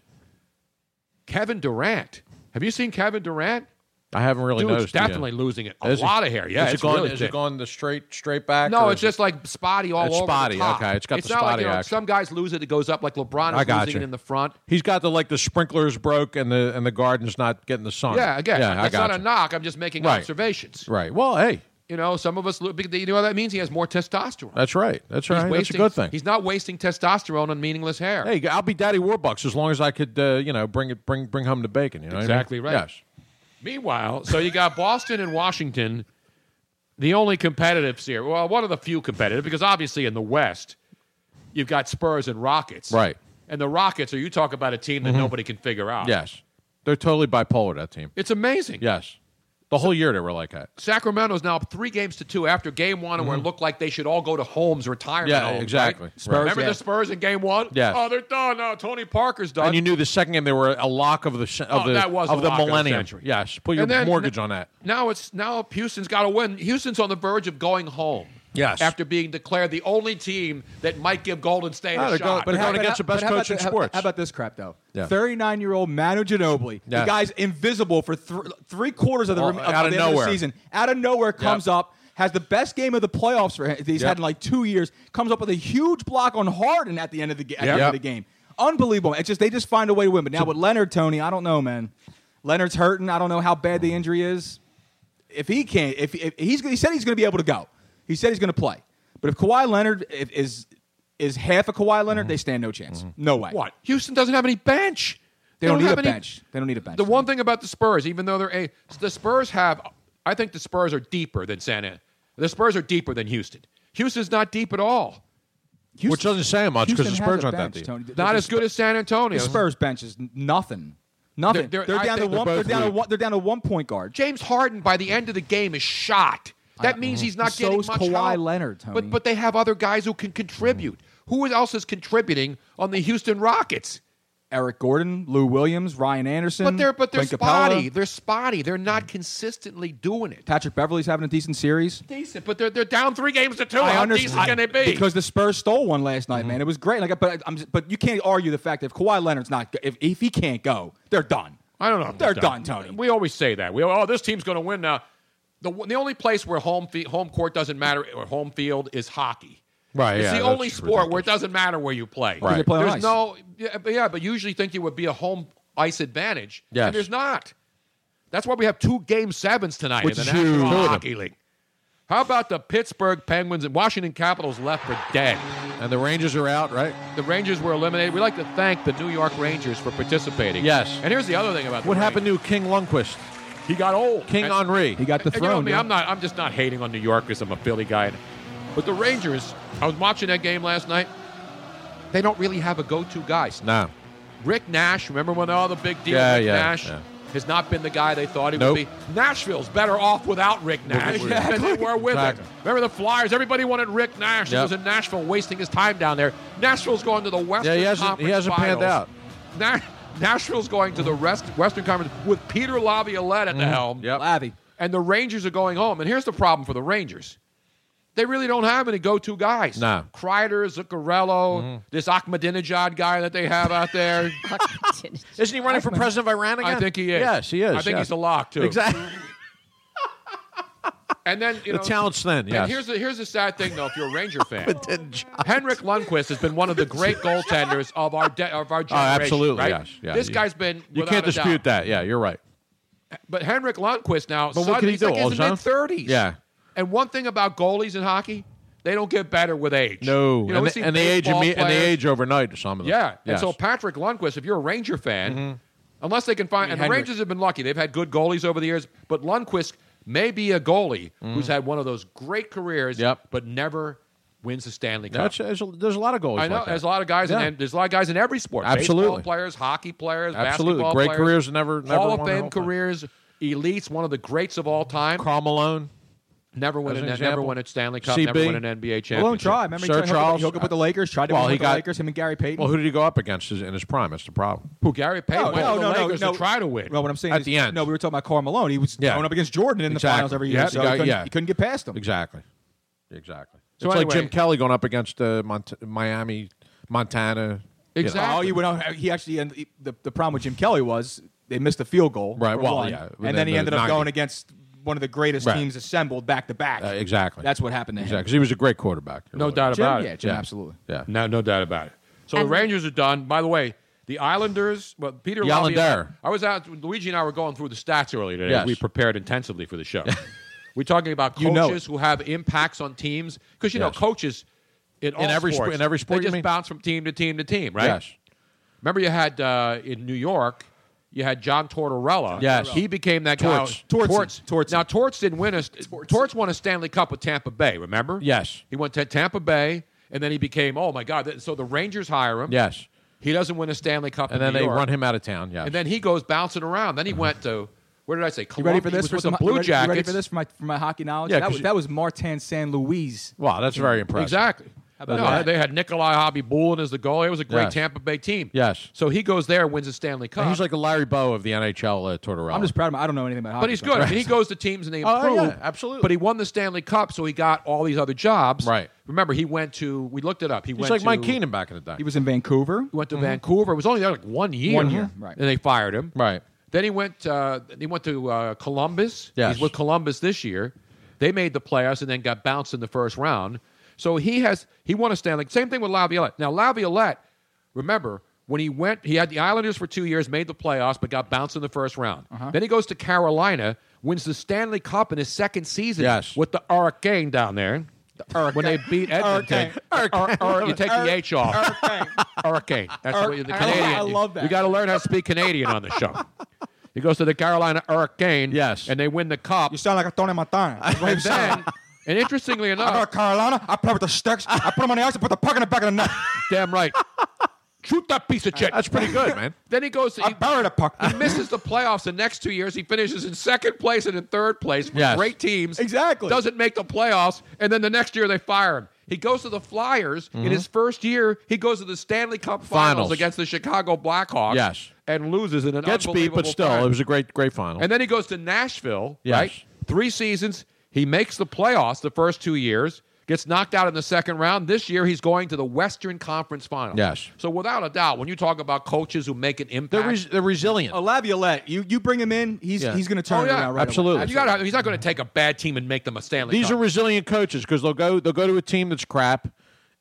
[SPEAKER 10] Kevin Durant. Have you seen Kevin Durant?
[SPEAKER 5] I haven't really
[SPEAKER 10] Dude's
[SPEAKER 5] noticed.
[SPEAKER 10] definitely losing it. A lot of hair. Yeah,
[SPEAKER 5] Is it
[SPEAKER 10] it's
[SPEAKER 5] going,
[SPEAKER 10] really
[SPEAKER 5] is
[SPEAKER 10] thick.
[SPEAKER 5] it going the straight straight back?
[SPEAKER 10] No,
[SPEAKER 5] or
[SPEAKER 10] it's
[SPEAKER 5] is it-
[SPEAKER 10] just like spotty all
[SPEAKER 5] It's
[SPEAKER 10] over. the
[SPEAKER 5] spotty,
[SPEAKER 10] top.
[SPEAKER 5] okay. It's got the
[SPEAKER 10] not like,
[SPEAKER 5] spotty
[SPEAKER 10] you know,
[SPEAKER 5] action.
[SPEAKER 10] Some guys lose it; it goes up. Like LeBron
[SPEAKER 5] I
[SPEAKER 10] is
[SPEAKER 5] got you.
[SPEAKER 10] losing it in the front.
[SPEAKER 5] He's got the like the sprinklers broke and the and the garden's not getting the sun.
[SPEAKER 10] Yeah, again,
[SPEAKER 5] Yeah, I
[SPEAKER 10] that's
[SPEAKER 5] got
[SPEAKER 10] not a
[SPEAKER 5] you.
[SPEAKER 10] knock. I'm just making
[SPEAKER 5] Right.
[SPEAKER 10] observations.
[SPEAKER 5] Right. Well, hey,
[SPEAKER 10] You know, some of us, lo- because you know what that means? He has more testosterone.
[SPEAKER 5] that's right. That's right. That's a
[SPEAKER 10] wasting-
[SPEAKER 5] good thing.
[SPEAKER 10] He's not wasting testosterone on meaningless hair.
[SPEAKER 5] Hey, I'll be Daddy Warbucks as long as I could, uh, you know, bring it, bring, bring home the bacon. You know, what I mean?
[SPEAKER 10] Exactly right.
[SPEAKER 5] Yes.
[SPEAKER 10] Meanwhile, so you got Boston and Washington, the only competitive series. Well, one of the few competitive, because obviously in the West, you've got Spurs and Rockets.
[SPEAKER 5] Right.
[SPEAKER 10] And the Rockets, or you talk about a team that
[SPEAKER 5] Mhm.
[SPEAKER 10] nobody can figure out.
[SPEAKER 5] Yes. They're totally bipolar. That team.
[SPEAKER 10] It's amazing.
[SPEAKER 5] Yes. The whole year they were like that. Mm-hmm.
[SPEAKER 10] Sacramento's now up three games to two after game one, where it looked like they should all go to Holmes' retirement.
[SPEAKER 5] Yeah,
[SPEAKER 10] home, right?
[SPEAKER 5] exactly. Spurs,
[SPEAKER 10] Remember
[SPEAKER 5] yeah.
[SPEAKER 10] the Spurs in game one?
[SPEAKER 5] Yes.
[SPEAKER 10] Oh, they're done. No, Tony Parker's done.
[SPEAKER 5] And you knew the second game they were a lock of the se- of
[SPEAKER 10] Oh,
[SPEAKER 5] the
[SPEAKER 10] that was
[SPEAKER 5] of
[SPEAKER 10] a
[SPEAKER 5] the
[SPEAKER 10] lock of the
[SPEAKER 5] millennium.
[SPEAKER 10] century.
[SPEAKER 5] yes. Put your
[SPEAKER 10] And then-
[SPEAKER 5] mortgage on that.
[SPEAKER 10] Now it's now Houston's got to win. Houston's on the verge of going home.
[SPEAKER 5] Yes.
[SPEAKER 10] After being declared the only team that might give Golden State
[SPEAKER 5] No,
[SPEAKER 10] a
[SPEAKER 5] they're go-
[SPEAKER 10] shot.
[SPEAKER 5] but they're
[SPEAKER 14] How
[SPEAKER 5] going
[SPEAKER 14] about-
[SPEAKER 5] against the best
[SPEAKER 14] how about
[SPEAKER 5] coach in
[SPEAKER 14] the- how-
[SPEAKER 5] sports.
[SPEAKER 14] How about this crap though?
[SPEAKER 5] Yeah.
[SPEAKER 14] Thirty-nine-year-old Manu Ginobili,
[SPEAKER 5] Yeah.
[SPEAKER 14] the guy's invisible for thr- three quarters of the,
[SPEAKER 5] Well,
[SPEAKER 14] rem-
[SPEAKER 5] out
[SPEAKER 14] of
[SPEAKER 5] of
[SPEAKER 14] the end of the
[SPEAKER 5] nowhere.
[SPEAKER 14] season. Out of nowhere, comes up,
[SPEAKER 10] has the best game of the playoffs for he's
[SPEAKER 14] Yep.
[SPEAKER 10] had in like two years. Comes up with a huge block on Harden at the end of the, ga- at
[SPEAKER 14] Yep.
[SPEAKER 10] the, end of the game. Unbelievable. It's just they just find a way to win. But now with Leonard, Tony, I don't know, man. Leonard's hurting. I don't know how bad the injury is. If he can't, if, if he's he said he's going to be able to go, he said he's going to play. But if Kawhi Leonard i- is is half a Kawhi Leonard, they stand no chance. No way.
[SPEAKER 5] Mm-hmm. What? Houston doesn't have any bench.
[SPEAKER 10] They don't,
[SPEAKER 5] have
[SPEAKER 10] need a
[SPEAKER 5] any-
[SPEAKER 10] bench. They don't need a bench.
[SPEAKER 5] The one thing about the Spurs, even though they're a, the Spurs have, I think the Spurs are deeper than San Antonio. The Spurs are deeper than Houston. Houston's not deep at all.
[SPEAKER 14] Which doesn't say much because the
[SPEAKER 10] Houston
[SPEAKER 14] Spurs
[SPEAKER 10] has
[SPEAKER 14] aren't
[SPEAKER 10] a
[SPEAKER 14] that
[SPEAKER 10] bench,
[SPEAKER 14] deep.
[SPEAKER 10] Tony. The-
[SPEAKER 5] Not
[SPEAKER 10] the
[SPEAKER 5] as good as San Antonio.
[SPEAKER 10] The Spurs bench is n- nothing. Nothing. They're,
[SPEAKER 5] They're- they're- I
[SPEAKER 10] down to
[SPEAKER 5] think they're
[SPEAKER 10] one. They're
[SPEAKER 5] both
[SPEAKER 10] down to
[SPEAKER 5] weak.
[SPEAKER 10] one. They're down to one point guard.
[SPEAKER 5] James Harden by the end of the game is shot. That
[SPEAKER 10] I-
[SPEAKER 5] means
[SPEAKER 10] mhm.
[SPEAKER 5] he's not
[SPEAKER 10] So
[SPEAKER 5] getting
[SPEAKER 10] is
[SPEAKER 5] much
[SPEAKER 10] Kawhi
[SPEAKER 5] help.
[SPEAKER 10] Leonard, Tony. Mm-hmm.
[SPEAKER 5] But but they have other guys who can contribute. Who else is contributing on the Houston Rockets?
[SPEAKER 10] Eric Gordon, Lou Williams, Ryan Anderson.
[SPEAKER 5] But they're but they're
[SPEAKER 10] Clint Capella.
[SPEAKER 5] spotty. They're spotty. They're not consistently doing it.
[SPEAKER 10] Patrick Beverly's having a decent series.
[SPEAKER 5] Decent, but they're they're down three games to two.
[SPEAKER 10] I
[SPEAKER 5] How
[SPEAKER 10] underst-
[SPEAKER 5] decent can they be?
[SPEAKER 10] Because the Spurs stole one last
[SPEAKER 14] Mm-hmm.
[SPEAKER 10] night, man. It was great. Like, I- but I'm, but you can't argue the fact that if Kawhi Leonard's not, go- if, if he can't go, they're done.
[SPEAKER 5] I don't know. if
[SPEAKER 10] They're done, Tony.
[SPEAKER 5] We always say that. We oh, this team's going to win now. The, the only place where home fe- home court doesn't matter or home field is hockey.
[SPEAKER 14] Right,
[SPEAKER 5] It's
[SPEAKER 14] yeah,
[SPEAKER 5] the
[SPEAKER 14] that's
[SPEAKER 5] only
[SPEAKER 14] just
[SPEAKER 5] sport where it doesn't matter where you play.
[SPEAKER 14] Right. they play on
[SPEAKER 5] There's
[SPEAKER 14] ice.
[SPEAKER 5] no yeah, but yeah, but you usually think it would be a home ice advantage.
[SPEAKER 14] Yes.
[SPEAKER 5] And there's not. That's why we have two game sevens tonight
[SPEAKER 14] Which
[SPEAKER 5] in the
[SPEAKER 14] is huge.
[SPEAKER 5] National
[SPEAKER 14] Killing 'em.
[SPEAKER 5] Hockey League. How about the Pittsburgh Penguins and Washington Capitals left for dead?
[SPEAKER 14] And the Rangers are out, right?
[SPEAKER 5] The Rangers were eliminated. We'd like to thank the New York Rangers for participating.
[SPEAKER 14] Yes.
[SPEAKER 5] And here's the other thing about the
[SPEAKER 14] What happened to King Lundqvist?
[SPEAKER 5] He got old.
[SPEAKER 14] King
[SPEAKER 5] And-
[SPEAKER 14] Henri. He got
[SPEAKER 5] And you know me, I'm not. I'm just not hating on New York because I'm a Philly guy. But the Rangers, I was watching that game last night. They don't really have a go-to guy.
[SPEAKER 14] Nah.
[SPEAKER 5] Rick Nash. Remember when all the big deal?
[SPEAKER 14] Yeah,
[SPEAKER 5] Rick
[SPEAKER 14] yeah,
[SPEAKER 5] Nash
[SPEAKER 14] yeah.
[SPEAKER 5] has not been the guy they thought he
[SPEAKER 14] Nope.
[SPEAKER 5] would be. Nashville's better off without Rick Nash
[SPEAKER 14] Exactly.
[SPEAKER 5] than they were with
[SPEAKER 14] Exactly.
[SPEAKER 5] him. Remember the Flyers? Everybody wanted Rick Nash. He
[SPEAKER 14] Yep.
[SPEAKER 5] was in Nashville wasting his time down there. Nashville's going to the Western
[SPEAKER 14] Yeah, he hasn't- he
[SPEAKER 5] Conference
[SPEAKER 14] hasn't panned
[SPEAKER 5] Finals.
[SPEAKER 14] out.
[SPEAKER 5] Na- Nashville's going to the rest, Western Conference with Peter Laviolette at the
[SPEAKER 14] Mhm.
[SPEAKER 5] helm. And the Rangers are going home. And here's the problem for the Rangers. They really don't have any go-to guys.
[SPEAKER 14] No.
[SPEAKER 5] Kreider, Zuccarello,
[SPEAKER 14] Mm-hmm.
[SPEAKER 5] this Ahmadinejad guy that they have out there.
[SPEAKER 14] Isn't he running for president of Iran again?
[SPEAKER 5] I think he is.
[SPEAKER 14] Yes, he is.
[SPEAKER 5] I think
[SPEAKER 14] yes.
[SPEAKER 5] he's a lock too.
[SPEAKER 14] Exactly.
[SPEAKER 5] And then you
[SPEAKER 14] The
[SPEAKER 5] know,
[SPEAKER 14] talent's thin,
[SPEAKER 5] And
[SPEAKER 14] yes.
[SPEAKER 5] here's the here's the sad thing though. If you're a Ranger fan, Henrik Lundqvist has been one of the great goaltenders of our de- of our
[SPEAKER 14] Oh,
[SPEAKER 5] generation.
[SPEAKER 14] absolutely.
[SPEAKER 5] right?
[SPEAKER 14] Yes. Yeah,
[SPEAKER 5] this
[SPEAKER 14] you-
[SPEAKER 5] guy's been.
[SPEAKER 14] You
[SPEAKER 5] without
[SPEAKER 14] can't
[SPEAKER 5] a doubt.
[SPEAKER 14] dispute that. Yeah, you're right.
[SPEAKER 5] But Henrik Lundqvist now,
[SPEAKER 14] But what
[SPEAKER 5] suddenly,
[SPEAKER 14] could he
[SPEAKER 5] he's
[SPEAKER 14] do,
[SPEAKER 5] like in
[SPEAKER 14] all
[SPEAKER 5] his
[SPEAKER 14] the time?
[SPEAKER 5] mid thirties.
[SPEAKER 14] Yeah.
[SPEAKER 5] And one thing about goalies in hockey, they don't get better with age.
[SPEAKER 14] No,
[SPEAKER 5] You know,
[SPEAKER 14] and,
[SPEAKER 5] we
[SPEAKER 14] they,
[SPEAKER 5] see
[SPEAKER 14] and they age
[SPEAKER 5] baseball
[SPEAKER 14] imme- and they
[SPEAKER 5] players-
[SPEAKER 14] age overnight. Some of them.
[SPEAKER 5] Yeah. And
[SPEAKER 14] Yes. Mm-hmm.
[SPEAKER 5] so Patrick Lundqvist, if you're a Ranger fan, unless they can find, and the
[SPEAKER 14] Henrik.
[SPEAKER 5] Rangers have been lucky, they've had good goalies over the years, but Lundqvist may be a goalie
[SPEAKER 14] Mm-hmm.
[SPEAKER 5] who's had one of those great careers, but never wins the Stanley Cup.
[SPEAKER 14] That's- there's, a, there's a lot of goals.
[SPEAKER 5] I know
[SPEAKER 14] Like that.
[SPEAKER 5] there's a lot of guys,
[SPEAKER 14] Yeah.
[SPEAKER 5] in, there's a lot of guys in every sport.
[SPEAKER 14] Absolutely.
[SPEAKER 5] baseball players, hockey players,
[SPEAKER 14] Absolutely.
[SPEAKER 5] basketball
[SPEAKER 14] Great
[SPEAKER 5] players,
[SPEAKER 14] careers, never- never
[SPEAKER 5] Hall
[SPEAKER 14] won
[SPEAKER 5] of
[SPEAKER 14] the
[SPEAKER 5] Fame
[SPEAKER 14] whole thing.
[SPEAKER 5] careers, elites, one of the greats of all time.
[SPEAKER 14] Carl Malone.
[SPEAKER 5] Never win,
[SPEAKER 14] As
[SPEAKER 5] an,
[SPEAKER 14] an
[SPEAKER 5] never
[SPEAKER 14] example.
[SPEAKER 5] win a Stanley Cup, never
[SPEAKER 14] CB.
[SPEAKER 5] win an NBA championship.
[SPEAKER 10] Malone tried. Remember,
[SPEAKER 14] Sir
[SPEAKER 10] he tried to hook up-
[SPEAKER 14] Charles-
[SPEAKER 10] he hooked up with the Lakers. Tried to
[SPEAKER 14] Well,
[SPEAKER 10] win
[SPEAKER 14] he
[SPEAKER 10] with the
[SPEAKER 14] got-
[SPEAKER 10] Lakers. Him and Gary Payton.
[SPEAKER 14] Well, who did he go up against is- in his prime? That's the problem.
[SPEAKER 5] Who Gary Payton went to the Lakers to try to win.
[SPEAKER 10] No, what I'm saying
[SPEAKER 14] At
[SPEAKER 10] is,
[SPEAKER 14] the end.
[SPEAKER 10] No, we were talking about Carl Malone. He was
[SPEAKER 14] Yeah.
[SPEAKER 10] going up against Jordan in the
[SPEAKER 14] Exactly.
[SPEAKER 10] finals every year.
[SPEAKER 14] Yeah,
[SPEAKER 10] so
[SPEAKER 14] you got-
[SPEAKER 10] he, couldn't,
[SPEAKER 14] yeah.
[SPEAKER 10] he couldn't get past him.
[SPEAKER 14] Exactly. Exactly.
[SPEAKER 10] So
[SPEAKER 14] it's like
[SPEAKER 10] anyway-
[SPEAKER 14] Jim Kelly going up against uh, Mont- Miami, Montana. you know.
[SPEAKER 10] Oh, he went out. He actually and he- the, the problem with Jim Kelly was they missed the field goal.
[SPEAKER 14] Right,
[SPEAKER 10] for
[SPEAKER 14] well,
[SPEAKER 10] one,
[SPEAKER 14] yeah,
[SPEAKER 10] And then he
[SPEAKER 14] the
[SPEAKER 10] ended up
[SPEAKER 14] 90.
[SPEAKER 10] going against one of the greatest
[SPEAKER 14] Right.
[SPEAKER 10] teams assembled back to back.
[SPEAKER 14] Uh, exactly.
[SPEAKER 10] That's what happened to him.
[SPEAKER 14] Exactly. 'Cause he was a great quarterback.
[SPEAKER 5] No doubt
[SPEAKER 10] Jim,
[SPEAKER 5] about it.
[SPEAKER 10] yeah, Jim, absolutely.
[SPEAKER 14] Yeah.
[SPEAKER 5] No, no doubt about it. So the
[SPEAKER 10] And-
[SPEAKER 5] Rangers are done. By the way, the Islanders. Well, Peter
[SPEAKER 14] Yalander.
[SPEAKER 5] Laviolette- I was out. Luigi and I were going through the stats earlier today.
[SPEAKER 14] Yes.
[SPEAKER 5] We prepared intensively for the show. We're talking about
[SPEAKER 14] You
[SPEAKER 5] coaches
[SPEAKER 14] know
[SPEAKER 5] who have impacts on teams because you
[SPEAKER 14] Yes.
[SPEAKER 5] know coaches in,
[SPEAKER 14] In
[SPEAKER 5] all
[SPEAKER 14] every sp-
[SPEAKER 5] sports,
[SPEAKER 14] in every sport,
[SPEAKER 5] they
[SPEAKER 14] you
[SPEAKER 5] just
[SPEAKER 14] mean?
[SPEAKER 5] bounce from team to team to team, right?
[SPEAKER 14] Yes.
[SPEAKER 5] Remember, you had uh, in New York. You had John Tortorella.
[SPEAKER 14] Yes.
[SPEAKER 5] he became that
[SPEAKER 14] Torts.
[SPEAKER 5] guy.
[SPEAKER 14] Torts.
[SPEAKER 5] Torts. Now Torts didn't win a Torts won a Stanley Cup with Tampa Bay. Remember?
[SPEAKER 14] Yes.
[SPEAKER 5] He went to Tampa Bay, and then he became, oh my God. th- So the Rangers hire him.
[SPEAKER 14] Yes.
[SPEAKER 5] He doesn't win a Stanley Cup.
[SPEAKER 14] And
[SPEAKER 5] in
[SPEAKER 14] then
[SPEAKER 5] New
[SPEAKER 14] they
[SPEAKER 5] York.
[SPEAKER 14] run him out of town. Yeah.
[SPEAKER 5] And then he goes bouncing around. Then he went to, where did I say?
[SPEAKER 10] You ready
[SPEAKER 5] Columbia.
[SPEAKER 10] for
[SPEAKER 5] He
[SPEAKER 10] this?
[SPEAKER 5] was
[SPEAKER 10] For
[SPEAKER 5] with
[SPEAKER 10] some,
[SPEAKER 5] the
[SPEAKER 10] you
[SPEAKER 5] Blue
[SPEAKER 10] ready,
[SPEAKER 5] Jackets.
[SPEAKER 10] You ready for this for my, for my hockey knowledge?
[SPEAKER 5] Yeah,
[SPEAKER 10] that,
[SPEAKER 5] 'cause
[SPEAKER 10] was,
[SPEAKER 5] you-
[SPEAKER 10] that was Martin San Luis.
[SPEAKER 14] Wow, that's very impressive.
[SPEAKER 5] Exactly.
[SPEAKER 10] How about
[SPEAKER 5] No,
[SPEAKER 10] that?
[SPEAKER 5] they had Nikolai Hobby Bullen as the goalie. It was a great
[SPEAKER 14] Yes.
[SPEAKER 5] Tampa Bay team.
[SPEAKER 14] Yes.
[SPEAKER 5] So he goes there, wins a Stanley Cup.
[SPEAKER 14] And he's like a Larry Bow of the NHL uh, Tortorella.
[SPEAKER 10] I'm just proud of him. I don't know anything about hockey.
[SPEAKER 5] but he's
[SPEAKER 10] so-
[SPEAKER 5] good. I mean, he goes to teams and they
[SPEAKER 10] Oh,
[SPEAKER 5] improve.
[SPEAKER 10] yeah,
[SPEAKER 5] absolutely. But he won the Stanley Cup, so he got all these other jobs.
[SPEAKER 14] Right.
[SPEAKER 5] Remember, he went to. We looked it up. He
[SPEAKER 14] He's
[SPEAKER 5] went
[SPEAKER 14] like
[SPEAKER 5] to,
[SPEAKER 14] Mike Keenan back in the day.
[SPEAKER 10] He was in Vancouver.
[SPEAKER 5] He went to Vancouver. It was only there like one year.
[SPEAKER 14] Mm-hmm. One year,
[SPEAKER 10] right.
[SPEAKER 5] And they fired him.
[SPEAKER 14] Right.
[SPEAKER 5] Then he went. Uh, he went to uh, Columbus.
[SPEAKER 14] Yes.
[SPEAKER 5] He's with Columbus this year. They made the playoffs and then got bounced in the first round. So he has he won a Stanley. Same thing with Laviolette. Now Laviolette, remember when he went, he had the Islanders for two years, made the playoffs, but got bounced in the first round.
[SPEAKER 14] Uh-huh.
[SPEAKER 5] Then he goes to Carolina, wins the Stanley Cup in his second season
[SPEAKER 14] Yes.
[SPEAKER 5] with the Hurricane down there. When they beat Edmonton, Hur- hur- you take the H off. Hurricane. That's
[SPEAKER 14] Hur-
[SPEAKER 5] what you- the
[SPEAKER 14] I love-
[SPEAKER 5] Canadian.
[SPEAKER 14] I love that.
[SPEAKER 5] You got to learn how to speak Canadian on the show. He goes to the Carolina Hurricane. Yes. And they win the cup. You
[SPEAKER 10] sound like a Tony Martin.
[SPEAKER 5] And then, and interestingly enough,
[SPEAKER 10] Carolina, I play with the sticks. I put them on the ice and put the puck in the back of the net.
[SPEAKER 5] Damn right. Shoot that piece of shit.
[SPEAKER 14] That's pretty good, man.
[SPEAKER 5] Then he goes. He, I
[SPEAKER 10] buried a puck.
[SPEAKER 5] He misses the playoffs the next two years. He finishes in second place and in third place with
[SPEAKER 14] Yes.
[SPEAKER 5] great teams.
[SPEAKER 10] Exactly.
[SPEAKER 5] Doesn't make the playoffs, and then the next year they fire him. He goes to the Flyers
[SPEAKER 14] Mhm.
[SPEAKER 5] in his first year. He goes to the Stanley Cup Finals,
[SPEAKER 14] Finals.
[SPEAKER 5] against the Chicago Blackhawks.
[SPEAKER 14] Yes.
[SPEAKER 5] and loses in an
[SPEAKER 14] Gets beat, but
[SPEAKER 5] unbelievable
[SPEAKER 14] still,
[SPEAKER 5] fashion.
[SPEAKER 14] it was a great, great final.
[SPEAKER 5] And then he goes to Nashville,
[SPEAKER 14] Yes.
[SPEAKER 5] right? Three seasons. He makes the playoffs the first two years, gets knocked out in the second round. This year, he's going to the Western Conference Final.
[SPEAKER 14] Yes.
[SPEAKER 5] So, without a doubt, when you talk about coaches who make an impact,
[SPEAKER 14] They're res- they're resilient.
[SPEAKER 10] A Laviolette, you you bring him in, he's
[SPEAKER 5] Yeah.
[SPEAKER 10] he's going to turn
[SPEAKER 5] Oh, yeah.
[SPEAKER 10] it around right away.
[SPEAKER 5] You gotta, he's not going to take a bad team and make them a Stanley
[SPEAKER 14] These
[SPEAKER 5] Cup.
[SPEAKER 14] are resilient coaches because they'll go they'll go to a team that's crap,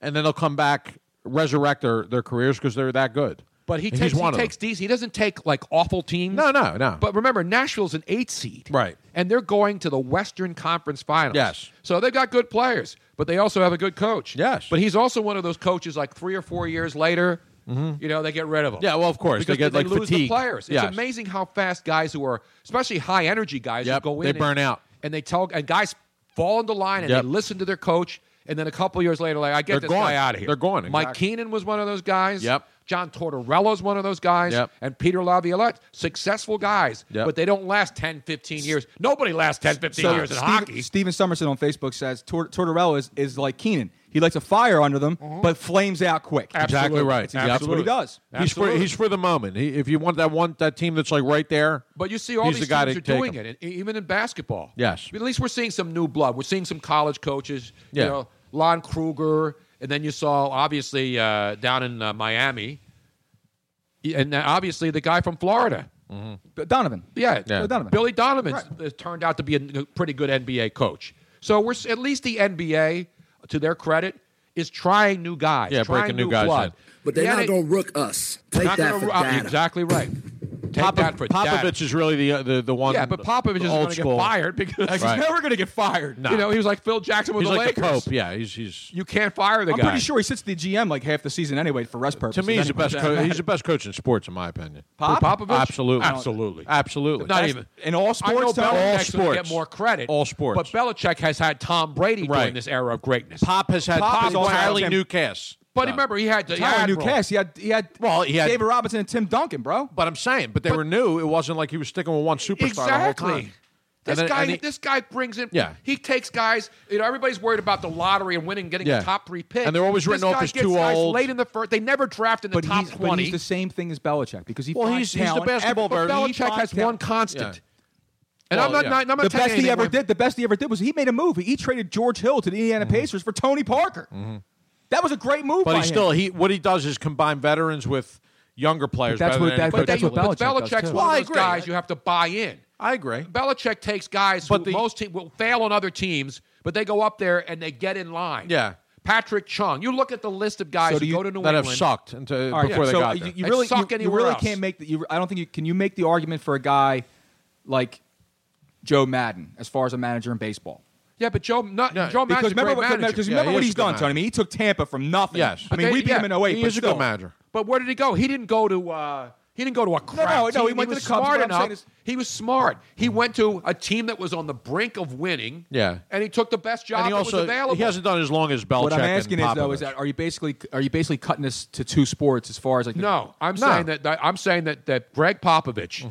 [SPEAKER 14] and then they'll come back resurrect their, their careers because they're that good.
[SPEAKER 5] but he
[SPEAKER 14] And
[SPEAKER 5] takes,
[SPEAKER 14] he's
[SPEAKER 5] he
[SPEAKER 14] one
[SPEAKER 5] takes these. He doesn't take like awful teams.
[SPEAKER 14] No, no, no.
[SPEAKER 5] But remember, Nashville's an eight seed. Right. And they're going to the Western Conference Finals.
[SPEAKER 14] Yes.
[SPEAKER 5] So they've got good players, but they also have a good coach. Yes. But he's also one of those coaches like three or four years later, you know, they get rid of him.
[SPEAKER 14] Mm-hmm. Yeah, well, of course. They
[SPEAKER 5] Because
[SPEAKER 14] get, like,
[SPEAKER 5] lose the
[SPEAKER 14] fatigued.
[SPEAKER 5] players. It's
[SPEAKER 14] Yes.
[SPEAKER 5] amazing how fast guys who are, especially high energy guys,
[SPEAKER 14] Yep,
[SPEAKER 5] who go in.
[SPEAKER 14] they
[SPEAKER 5] and-
[SPEAKER 14] burn out.
[SPEAKER 5] And they tell, and guys fall into line and
[SPEAKER 14] Yep.
[SPEAKER 5] they listen to their coach. And then a couple years later, like I get
[SPEAKER 14] They're
[SPEAKER 5] this
[SPEAKER 14] gone.
[SPEAKER 5] guy out of here.
[SPEAKER 14] They're gone,
[SPEAKER 5] Mike
[SPEAKER 14] exactly.
[SPEAKER 5] Keenan was one of those guys.
[SPEAKER 14] Yep.
[SPEAKER 5] John Tortorella's one of those guys.
[SPEAKER 14] Yep.
[SPEAKER 5] And Peter Laviolette, successful guys,
[SPEAKER 10] Yep.
[SPEAKER 5] but they don't last 10, 15 years. Nobody lasts 10, 15 years in
[SPEAKER 10] Steven,
[SPEAKER 5] hockey.
[SPEAKER 10] Steven Somerset on Facebook says Tor- Tortorella is, is like Keenan. He lights a fire under them, but flames out quick.
[SPEAKER 14] Exactly right.
[SPEAKER 10] That's exactly what he
[SPEAKER 14] Absolutely.
[SPEAKER 10] does.
[SPEAKER 14] He's for, he's for the moment. He, if you want that one that team that's like right there,
[SPEAKER 5] But you see all
[SPEAKER 14] he's
[SPEAKER 5] these
[SPEAKER 14] the guy
[SPEAKER 5] teams
[SPEAKER 14] to
[SPEAKER 5] are
[SPEAKER 14] take
[SPEAKER 5] doing
[SPEAKER 14] him.
[SPEAKER 5] it, and e- even in basketball.
[SPEAKER 14] Yes.
[SPEAKER 5] At least we're seeing some new blood. We're seeing some college coaches.
[SPEAKER 14] Yeah.
[SPEAKER 5] You know, Lon Kruger, and then you saw obviously uh, down in uh, Miami, y- and uh, obviously the guy from Florida.
[SPEAKER 10] B- Donovan.
[SPEAKER 5] Yeah,
[SPEAKER 10] Yeah. Donovan.
[SPEAKER 5] Billy Donovan turned out to be a n- pretty good NBA coach. So we're s- at least the NBA, to their credit, is trying new guys.
[SPEAKER 14] Yeah,
[SPEAKER 5] trying
[SPEAKER 14] breaking new guys
[SPEAKER 5] blood.
[SPEAKER 14] in. But they're not
[SPEAKER 5] going to rook us.
[SPEAKER 14] Take that for data.
[SPEAKER 5] uh, Exactly right. Take that for
[SPEAKER 14] Popovich
[SPEAKER 5] data.
[SPEAKER 14] is really the the, the one.
[SPEAKER 5] Yeah, but Popovich is
[SPEAKER 14] the
[SPEAKER 5] going
[SPEAKER 14] old
[SPEAKER 5] to
[SPEAKER 14] school.
[SPEAKER 5] get fired because
[SPEAKER 14] Right.
[SPEAKER 5] he's never going to get fired.
[SPEAKER 14] No.
[SPEAKER 5] You know, he was like Phil Jackson with
[SPEAKER 14] He's
[SPEAKER 5] the
[SPEAKER 14] like the
[SPEAKER 5] Lakers.
[SPEAKER 14] Pope. Yeah, he's he's.
[SPEAKER 5] You can't fire the
[SPEAKER 10] I'm
[SPEAKER 5] guy.
[SPEAKER 10] pretty sure he sits the GM like half the season anyway for rest purposes.
[SPEAKER 14] To me, he's the
[SPEAKER 10] anyway.
[SPEAKER 14] best. Co- he's the best coach in sports, in my opinion.
[SPEAKER 10] Pop? Popovich?
[SPEAKER 14] absolutely,
[SPEAKER 5] Absolutely.
[SPEAKER 14] absolutely.
[SPEAKER 5] Not even
[SPEAKER 10] in all
[SPEAKER 5] I know
[SPEAKER 10] sports. Tony?
[SPEAKER 5] Belichick's gonna get more credit.
[SPEAKER 14] All sports.
[SPEAKER 5] But Belichick has had Tom Brady
[SPEAKER 14] Right.
[SPEAKER 5] during this era of greatness.
[SPEAKER 14] Pop has had
[SPEAKER 5] Pop
[SPEAKER 14] Pop
[SPEAKER 5] is all
[SPEAKER 14] entirely
[SPEAKER 5] time.
[SPEAKER 14] new cast.
[SPEAKER 5] But remember, he had the he
[SPEAKER 10] Tyler
[SPEAKER 5] had
[SPEAKER 10] new
[SPEAKER 5] Admiral.
[SPEAKER 10] cast. He had he had
[SPEAKER 14] Well, he had-
[SPEAKER 10] David Robinson and Tim Duncan, bro.
[SPEAKER 14] But I'm saying, but they were new. It wasn't like he was sticking with one superstar the whole
[SPEAKER 5] Exactly.
[SPEAKER 14] time. And
[SPEAKER 5] This
[SPEAKER 14] then-
[SPEAKER 5] guy,
[SPEAKER 14] and he-
[SPEAKER 5] this guy brings in.
[SPEAKER 14] Yeah.
[SPEAKER 5] he takes guys. You know, everybody's worried about the lottery and winning, getting
[SPEAKER 14] Yeah.
[SPEAKER 5] a top three pick.
[SPEAKER 14] And they're always
[SPEAKER 5] This
[SPEAKER 14] written off
[SPEAKER 5] guy
[SPEAKER 14] as
[SPEAKER 5] gets
[SPEAKER 14] too
[SPEAKER 5] guys
[SPEAKER 14] old.
[SPEAKER 5] Late in the first, they never draft in the
[SPEAKER 10] But
[SPEAKER 5] top
[SPEAKER 10] he's, but
[SPEAKER 5] twenty.
[SPEAKER 10] he's the same thing as Belichick because he
[SPEAKER 14] Well,
[SPEAKER 10] finds
[SPEAKER 14] he's- he's the
[SPEAKER 10] talent.
[SPEAKER 14] basketball
[SPEAKER 10] Every-
[SPEAKER 14] bird.
[SPEAKER 10] but
[SPEAKER 14] He
[SPEAKER 10] Belichick
[SPEAKER 14] finds
[SPEAKER 10] has
[SPEAKER 14] talent.
[SPEAKER 10] one
[SPEAKER 5] constant.
[SPEAKER 14] And I'm not- not- I'm not
[SPEAKER 10] the
[SPEAKER 14] taking
[SPEAKER 10] best he
[SPEAKER 14] anything
[SPEAKER 10] ever
[SPEAKER 14] away.
[SPEAKER 10] did. The best he ever did was he made a move. He traded George Hill to the Indiana
[SPEAKER 5] Mm-hmm.
[SPEAKER 10] Pacers for Tony Parker. That was a great move.
[SPEAKER 14] But
[SPEAKER 10] by
[SPEAKER 14] he
[SPEAKER 10] him.
[SPEAKER 14] still he what he does is combine veterans with younger players.
[SPEAKER 10] that's
[SPEAKER 14] rather
[SPEAKER 10] what-
[SPEAKER 14] than any
[SPEAKER 10] that-
[SPEAKER 14] coach
[SPEAKER 5] But,
[SPEAKER 10] that's
[SPEAKER 5] they,
[SPEAKER 10] what
[SPEAKER 5] but
[SPEAKER 10] Belichick does,
[SPEAKER 5] Belichick's one
[SPEAKER 10] too. Well, I
[SPEAKER 5] of those
[SPEAKER 10] agree.
[SPEAKER 5] guys you have to buy in.
[SPEAKER 14] I agree.
[SPEAKER 5] Belichick takes guys who
[SPEAKER 14] But the-
[SPEAKER 5] most te- will fail on other teams, but they go up there and they get in line.
[SPEAKER 14] Yeah.
[SPEAKER 5] Patrick Chung. You look at the list of guys
[SPEAKER 14] So do
[SPEAKER 5] who
[SPEAKER 14] you-
[SPEAKER 5] go to New
[SPEAKER 14] that have
[SPEAKER 5] England
[SPEAKER 14] sucked into-
[SPEAKER 10] All right,
[SPEAKER 14] before they
[SPEAKER 10] so
[SPEAKER 14] got
[SPEAKER 10] you-
[SPEAKER 14] there.
[SPEAKER 10] You,
[SPEAKER 5] They
[SPEAKER 10] really,
[SPEAKER 5] suck
[SPEAKER 10] you- you
[SPEAKER 5] anywhere
[SPEAKER 10] really
[SPEAKER 5] else.
[SPEAKER 10] can't make the. You, I don't think you can. You make the argument for a guy like Joe Madden as far as a manager in baseball.
[SPEAKER 5] Yeah, but Joe, not, Joe Madden's
[SPEAKER 10] because
[SPEAKER 5] a great
[SPEAKER 10] remember, what-
[SPEAKER 5] manager.
[SPEAKER 10] because remember what he's done, Tony. I mean, he took Tampa from nothing.
[SPEAKER 5] Yes.
[SPEAKER 10] I mean,
[SPEAKER 5] But
[SPEAKER 10] we
[SPEAKER 5] they-
[SPEAKER 10] beat him in
[SPEAKER 5] yeah,
[SPEAKER 10] 08.
[SPEAKER 5] he
[SPEAKER 10] but
[SPEAKER 5] is a good
[SPEAKER 10] still.
[SPEAKER 14] manager.
[SPEAKER 5] But where did he go? He didn't go to. Uh, he didn't go to a crap
[SPEAKER 10] no,
[SPEAKER 5] team.
[SPEAKER 10] no, he went to
[SPEAKER 5] was
[SPEAKER 10] the Cubs,
[SPEAKER 5] smart
[SPEAKER 10] but I'm
[SPEAKER 5] enough.
[SPEAKER 10] saying is-
[SPEAKER 5] He was smart. He went to a team that was on the brink of winning.
[SPEAKER 14] Yeah.
[SPEAKER 5] and he took the best job
[SPEAKER 14] And he
[SPEAKER 5] that
[SPEAKER 14] also
[SPEAKER 5] was available.
[SPEAKER 14] he hasn't done as long as Belichick.
[SPEAKER 10] What I'm asking
[SPEAKER 14] and
[SPEAKER 10] is though,
[SPEAKER 14] Popovich.
[SPEAKER 10] is that are you basically are you basically cutting this to two sports as far as like the-
[SPEAKER 5] No, I'm saying that, that- I'm saying that that Greg Popovich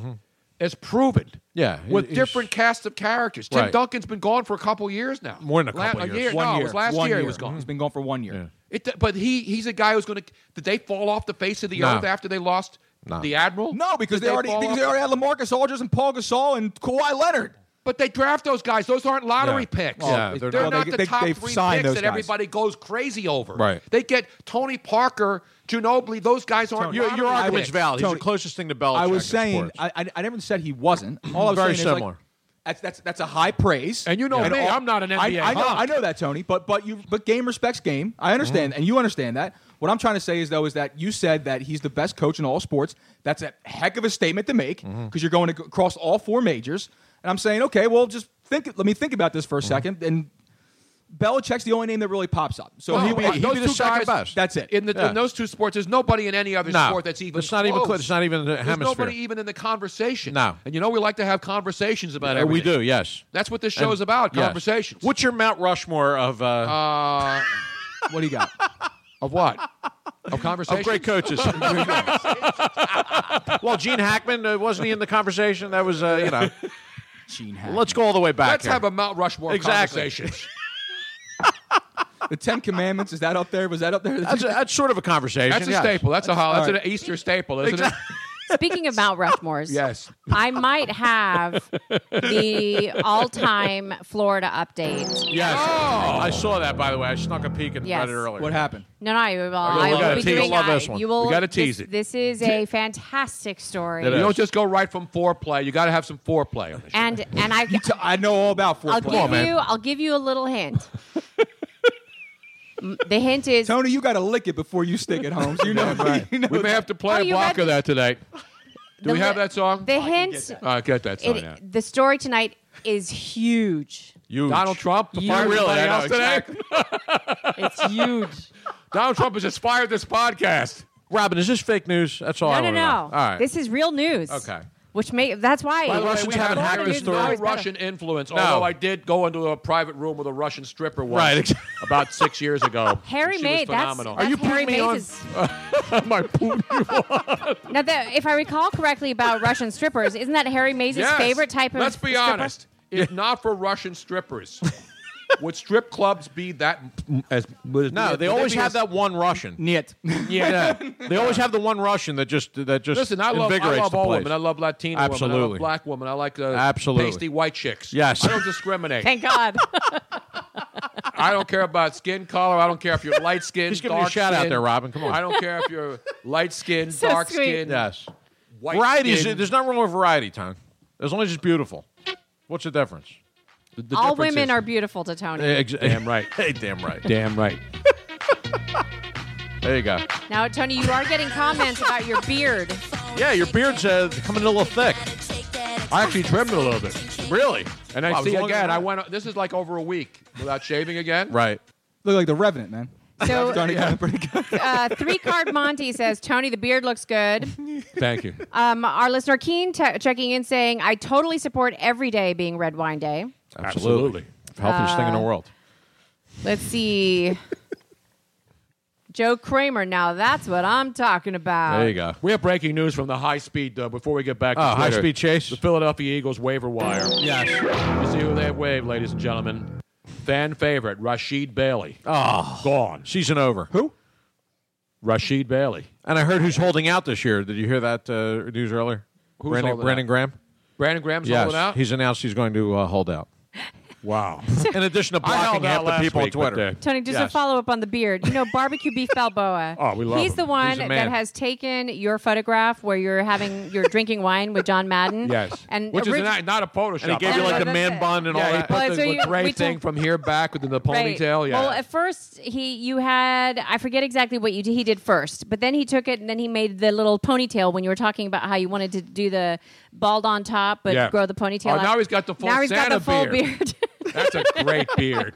[SPEAKER 5] has proven.
[SPEAKER 14] Yeah,
[SPEAKER 5] with
[SPEAKER 14] he's-
[SPEAKER 5] different casts of characters. Tim
[SPEAKER 14] Right.
[SPEAKER 5] Duncan's been gone for a couple years now.
[SPEAKER 14] More than a couple
[SPEAKER 5] La-
[SPEAKER 14] years.
[SPEAKER 5] year-
[SPEAKER 14] One
[SPEAKER 5] no, it
[SPEAKER 14] year.
[SPEAKER 5] was last
[SPEAKER 14] One
[SPEAKER 5] year, he
[SPEAKER 14] year.
[SPEAKER 5] was gone.
[SPEAKER 10] He's been gone for one year.
[SPEAKER 5] It, but he he's a guy who's going to. Did they fall off the face of the
[SPEAKER 10] No.
[SPEAKER 5] earth after they lost the admiral?
[SPEAKER 10] No, because
[SPEAKER 5] Did
[SPEAKER 10] they, already
[SPEAKER 5] fall
[SPEAKER 10] because
[SPEAKER 5] off-
[SPEAKER 10] they already had LaMarcus Aldridge and Paul Gasol and Kawhi Leonard.
[SPEAKER 5] But they draft those guys. Those aren't lottery
[SPEAKER 10] Yeah.
[SPEAKER 5] picks.
[SPEAKER 10] Well, Yeah,
[SPEAKER 5] they're,
[SPEAKER 10] they're
[SPEAKER 5] not
[SPEAKER 10] not-
[SPEAKER 5] the
[SPEAKER 10] they- they-
[SPEAKER 5] top
[SPEAKER 10] they've
[SPEAKER 5] three picks
[SPEAKER 10] signed
[SPEAKER 5] that
[SPEAKER 10] those guys.
[SPEAKER 5] everybody goes crazy over.
[SPEAKER 14] Right.
[SPEAKER 5] They get Tony Parker, Ginobili. Those guys aren't.
[SPEAKER 14] your, your
[SPEAKER 5] lottery
[SPEAKER 14] argument's
[SPEAKER 5] picks.
[SPEAKER 14] valid. He's
[SPEAKER 10] Tony,
[SPEAKER 14] the closest thing to Belichick.
[SPEAKER 10] I
[SPEAKER 14] in
[SPEAKER 10] was saying
[SPEAKER 14] sports.
[SPEAKER 10] I, I I never said he wasn't. All I was
[SPEAKER 14] Very
[SPEAKER 10] saying is, like,
[SPEAKER 14] similar.
[SPEAKER 10] That's that's that's a high praise.
[SPEAKER 5] And you know me, I'm not an
[SPEAKER 10] I-
[SPEAKER 5] NBA
[SPEAKER 10] I, know,
[SPEAKER 5] hawk.
[SPEAKER 10] I know that, Tony. But but you but game respects game. I understand,
[SPEAKER 14] Mm-hmm.
[SPEAKER 10] and you understand that. What I'm trying to say is though is that you said that he's the best coach in all sports. That's a heck of a statement to make
[SPEAKER 14] Mm-hmm.
[SPEAKER 10] because you're going ac- across all four majors. And I'm saying, okay, well, just think. Let me think about this
[SPEAKER 14] Mm-hmm.
[SPEAKER 10] for a second. And Belichick's the only name that really pops up. So
[SPEAKER 5] No,
[SPEAKER 10] he would
[SPEAKER 5] but
[SPEAKER 10] he'd be
[SPEAKER 5] those
[SPEAKER 10] the
[SPEAKER 5] two
[SPEAKER 10] second
[SPEAKER 5] guys-
[SPEAKER 10] best. That's it.
[SPEAKER 5] In, the, in those two sports, there's nobody in any other
[SPEAKER 14] No.
[SPEAKER 5] sport that's even.
[SPEAKER 14] It's not even
[SPEAKER 5] close.
[SPEAKER 14] close. It's not even a
[SPEAKER 5] There's
[SPEAKER 14] hemisphere.
[SPEAKER 5] Nobody even in the conversation.
[SPEAKER 14] No.
[SPEAKER 5] And you know we like to have conversations about
[SPEAKER 14] Uh,
[SPEAKER 5] everything.
[SPEAKER 14] we do, yes.
[SPEAKER 5] That's what this show
[SPEAKER 14] And-
[SPEAKER 5] is about.
[SPEAKER 14] yes.
[SPEAKER 5] Conversations.
[SPEAKER 14] What's your Mount Rushmore of? Uh,
[SPEAKER 5] uh,
[SPEAKER 10] what do you got?
[SPEAKER 5] Of what? Of conversations.
[SPEAKER 14] Of great coaches. well, Gene Hackman uh, wasn't he in the conversation? That was, uh, you know.
[SPEAKER 10] Gene
[SPEAKER 14] Hackman. Let's go all the way back.
[SPEAKER 5] Let's
[SPEAKER 14] here.
[SPEAKER 5] have a Mount Rushmore
[SPEAKER 14] Exactly.
[SPEAKER 5] conversation.
[SPEAKER 10] the Ten Commandments is that up there? Was that up there?
[SPEAKER 14] That's, a, that's sort of a conversation.
[SPEAKER 5] That's a
[SPEAKER 14] yes.
[SPEAKER 5] staple. That's a
[SPEAKER 14] all
[SPEAKER 5] hol- that's an Easter staple, isn't
[SPEAKER 14] Exactly.
[SPEAKER 2] Speaking of Mount Rushmore's,
[SPEAKER 5] Yes.
[SPEAKER 2] I might have the all-time Florida update.
[SPEAKER 14] Yes.
[SPEAKER 5] Oh.
[SPEAKER 14] I saw that, by the way. I snuck a peek and
[SPEAKER 2] Yes.
[SPEAKER 14] read it earlier.
[SPEAKER 10] What happened?
[SPEAKER 2] No, no, I will.
[SPEAKER 14] We
[SPEAKER 2] I
[SPEAKER 14] gotta
[SPEAKER 2] will be
[SPEAKER 14] tease.
[SPEAKER 2] doing
[SPEAKER 14] You'll love
[SPEAKER 2] I-
[SPEAKER 14] this one.
[SPEAKER 2] You will.
[SPEAKER 5] We gotta tease
[SPEAKER 2] this,
[SPEAKER 5] it.
[SPEAKER 2] This is a fantastic story.
[SPEAKER 5] it? You don't just go right from foreplay. You got to have some foreplay on this.
[SPEAKER 2] and and I,
[SPEAKER 10] T- I know all about
[SPEAKER 2] I'll
[SPEAKER 10] foreplay.
[SPEAKER 2] give you. I'll give you a little hint. M- the hint is
[SPEAKER 10] Tony, you got to lick it before you stick it, Holmes. You know, you know
[SPEAKER 5] We may have to play
[SPEAKER 2] Oh,
[SPEAKER 5] a
[SPEAKER 2] you
[SPEAKER 5] block
[SPEAKER 2] had-
[SPEAKER 5] of that tonight. Do
[SPEAKER 2] The
[SPEAKER 5] we have
[SPEAKER 2] li-
[SPEAKER 5] that song?
[SPEAKER 2] the hint.
[SPEAKER 5] Uh, get that song out.
[SPEAKER 2] It, the story tonight is huge.
[SPEAKER 5] Donald Trump
[SPEAKER 2] Huge.
[SPEAKER 5] fired
[SPEAKER 2] Really,
[SPEAKER 5] everybody
[SPEAKER 2] I know,
[SPEAKER 5] else today.
[SPEAKER 2] it's huge.
[SPEAKER 5] Donald Trump has just fired this podcast.
[SPEAKER 14] Robin, is this fake news? That's all
[SPEAKER 2] No,
[SPEAKER 14] I
[SPEAKER 2] no,
[SPEAKER 14] wanna
[SPEAKER 2] no.
[SPEAKER 14] Know. All right.
[SPEAKER 2] This is real news.
[SPEAKER 14] Okay.
[SPEAKER 2] Which may that's why
[SPEAKER 14] By the way, we haven't hacked the story.
[SPEAKER 5] No Russian influence.
[SPEAKER 14] No.
[SPEAKER 5] Although I did go into a private room with a Russian stripper once,
[SPEAKER 14] Right, ex-
[SPEAKER 5] about six years ago.
[SPEAKER 2] Harry
[SPEAKER 5] She
[SPEAKER 2] Mays.
[SPEAKER 5] was
[SPEAKER 2] That's,
[SPEAKER 5] phenomenal.
[SPEAKER 2] that's Harry Mays.
[SPEAKER 14] My poop.
[SPEAKER 2] is- Now, that, if I recall correctly about Russian strippers, isn't that Harry Mays'
[SPEAKER 5] Yes.
[SPEAKER 2] favorite type of?
[SPEAKER 5] Let's be
[SPEAKER 2] stripper?
[SPEAKER 5] honest. If not for Russian strippers, would strip clubs be that? m- As would-
[SPEAKER 14] No,
[SPEAKER 5] would
[SPEAKER 14] they always
[SPEAKER 5] be
[SPEAKER 14] have
[SPEAKER 5] as-
[SPEAKER 14] that one Russian.
[SPEAKER 10] Niet.
[SPEAKER 14] Yeah. They always have the one Russian that just that just
[SPEAKER 5] Listen, I love, I
[SPEAKER 14] invigorates
[SPEAKER 5] love
[SPEAKER 14] the
[SPEAKER 5] all
[SPEAKER 14] place.
[SPEAKER 5] women. I love Latino women. I
[SPEAKER 14] Absolutely.
[SPEAKER 5] love black women. I like uh,
[SPEAKER 14] Absolutely.
[SPEAKER 5] pasty white chicks.
[SPEAKER 14] Yes.
[SPEAKER 5] I don't discriminate.
[SPEAKER 2] Thank God.
[SPEAKER 5] I don't care about skin color. I don't care if you're light skinned.
[SPEAKER 14] Just give me a shout out there, Robin. Come on.
[SPEAKER 5] I don't care if you're light skinned,
[SPEAKER 2] So
[SPEAKER 5] dark
[SPEAKER 2] sweet.
[SPEAKER 5] skinned.
[SPEAKER 14] Yes.
[SPEAKER 5] White
[SPEAKER 14] variety is
[SPEAKER 5] skin.
[SPEAKER 14] there's nothing wrong with variety, Tom. As long as it's beautiful. What's the difference?
[SPEAKER 2] All women are beautiful to Tony.
[SPEAKER 14] Ex- damn right. hey, damn right.
[SPEAKER 5] Damn right.
[SPEAKER 14] There you go.
[SPEAKER 2] Now, Tony, you are getting comments about your beard.
[SPEAKER 14] Yeah, your beard's uh, coming in a little thick.
[SPEAKER 5] I actually trimmed it a little bit.
[SPEAKER 14] Really?
[SPEAKER 5] And I
[SPEAKER 14] Wow,
[SPEAKER 5] see
[SPEAKER 14] as long as
[SPEAKER 5] again.
[SPEAKER 14] I-
[SPEAKER 5] I went. This is like over a week without shaving again.
[SPEAKER 14] Right.
[SPEAKER 10] Look like the Revenant, man.
[SPEAKER 2] So,
[SPEAKER 10] Tony, pretty good.
[SPEAKER 2] uh, three card Monty says, Tony, the beard looks good.
[SPEAKER 5] Thank you.
[SPEAKER 2] Um, our listener Keen te- checking in saying, I totally support every day being red wine day. Uh,
[SPEAKER 14] Absolutely. Healthiest thing in the world.
[SPEAKER 2] Let's see. Joe Kramer, now that's what I'm talking about.
[SPEAKER 14] There you go.
[SPEAKER 5] We have breaking news from the high speed. Uh, before we get back, to
[SPEAKER 14] Oh,
[SPEAKER 5] Twitter.
[SPEAKER 14] high-speed chase?
[SPEAKER 5] The Philadelphia Eagles waiver wire.
[SPEAKER 14] Yes.
[SPEAKER 5] You see who they have waived, ladies and gentlemen. Fan favorite Rashid Bailey.
[SPEAKER 14] Oh.
[SPEAKER 5] Gone.
[SPEAKER 14] Season over. Who?
[SPEAKER 5] Rashid Bailey.
[SPEAKER 14] And I heard who's holding out this year. Did you hear that uh, news earlier?
[SPEAKER 5] Who's
[SPEAKER 14] Brandon,
[SPEAKER 5] holding
[SPEAKER 14] Brandon
[SPEAKER 5] out?
[SPEAKER 14] Graham?
[SPEAKER 5] Brandon Graham's
[SPEAKER 14] yes.
[SPEAKER 5] holding out.
[SPEAKER 14] He's announced he's going to uh, hold out.
[SPEAKER 5] wow.
[SPEAKER 14] In addition to
[SPEAKER 5] I held
[SPEAKER 14] blocking half
[SPEAKER 5] out
[SPEAKER 14] the
[SPEAKER 5] last
[SPEAKER 14] people
[SPEAKER 5] week,
[SPEAKER 14] on
[SPEAKER 5] but,
[SPEAKER 14] Twitter.
[SPEAKER 5] uh,
[SPEAKER 2] Tony, just a
[SPEAKER 14] Yes.
[SPEAKER 2] follow up on the beard. You know, barbecue beef Balboa.
[SPEAKER 14] Oh, we love
[SPEAKER 2] He's
[SPEAKER 14] him.
[SPEAKER 2] the one
[SPEAKER 14] He's a man.
[SPEAKER 2] that has taken your photograph where you're having you're drinking wine with John Madden.
[SPEAKER 5] Yes.
[SPEAKER 2] and
[SPEAKER 5] Which
[SPEAKER 2] orig- Oh,
[SPEAKER 5] is not, not a Photoshop.
[SPEAKER 14] And he gave you like the man bun and
[SPEAKER 5] yeah,
[SPEAKER 14] all
[SPEAKER 5] he
[SPEAKER 14] that.
[SPEAKER 5] put
[SPEAKER 2] Well,
[SPEAKER 5] the,
[SPEAKER 2] Oh, so
[SPEAKER 5] the
[SPEAKER 2] you- we
[SPEAKER 5] gray
[SPEAKER 2] told-
[SPEAKER 5] thing from here back with the ponytail. Yeah.
[SPEAKER 2] Well, at first he you had I forget exactly what you did, he did first, but then he took it and then he made the little ponytail when you were talking about how you wanted to do the bald on top but
[SPEAKER 5] Yeah.
[SPEAKER 2] grow the ponytail.
[SPEAKER 5] Oh,
[SPEAKER 2] out.
[SPEAKER 5] now he's got the full
[SPEAKER 2] now he's got
[SPEAKER 5] Santa
[SPEAKER 2] the full
[SPEAKER 5] beard.
[SPEAKER 2] beard.
[SPEAKER 5] That's a great beard.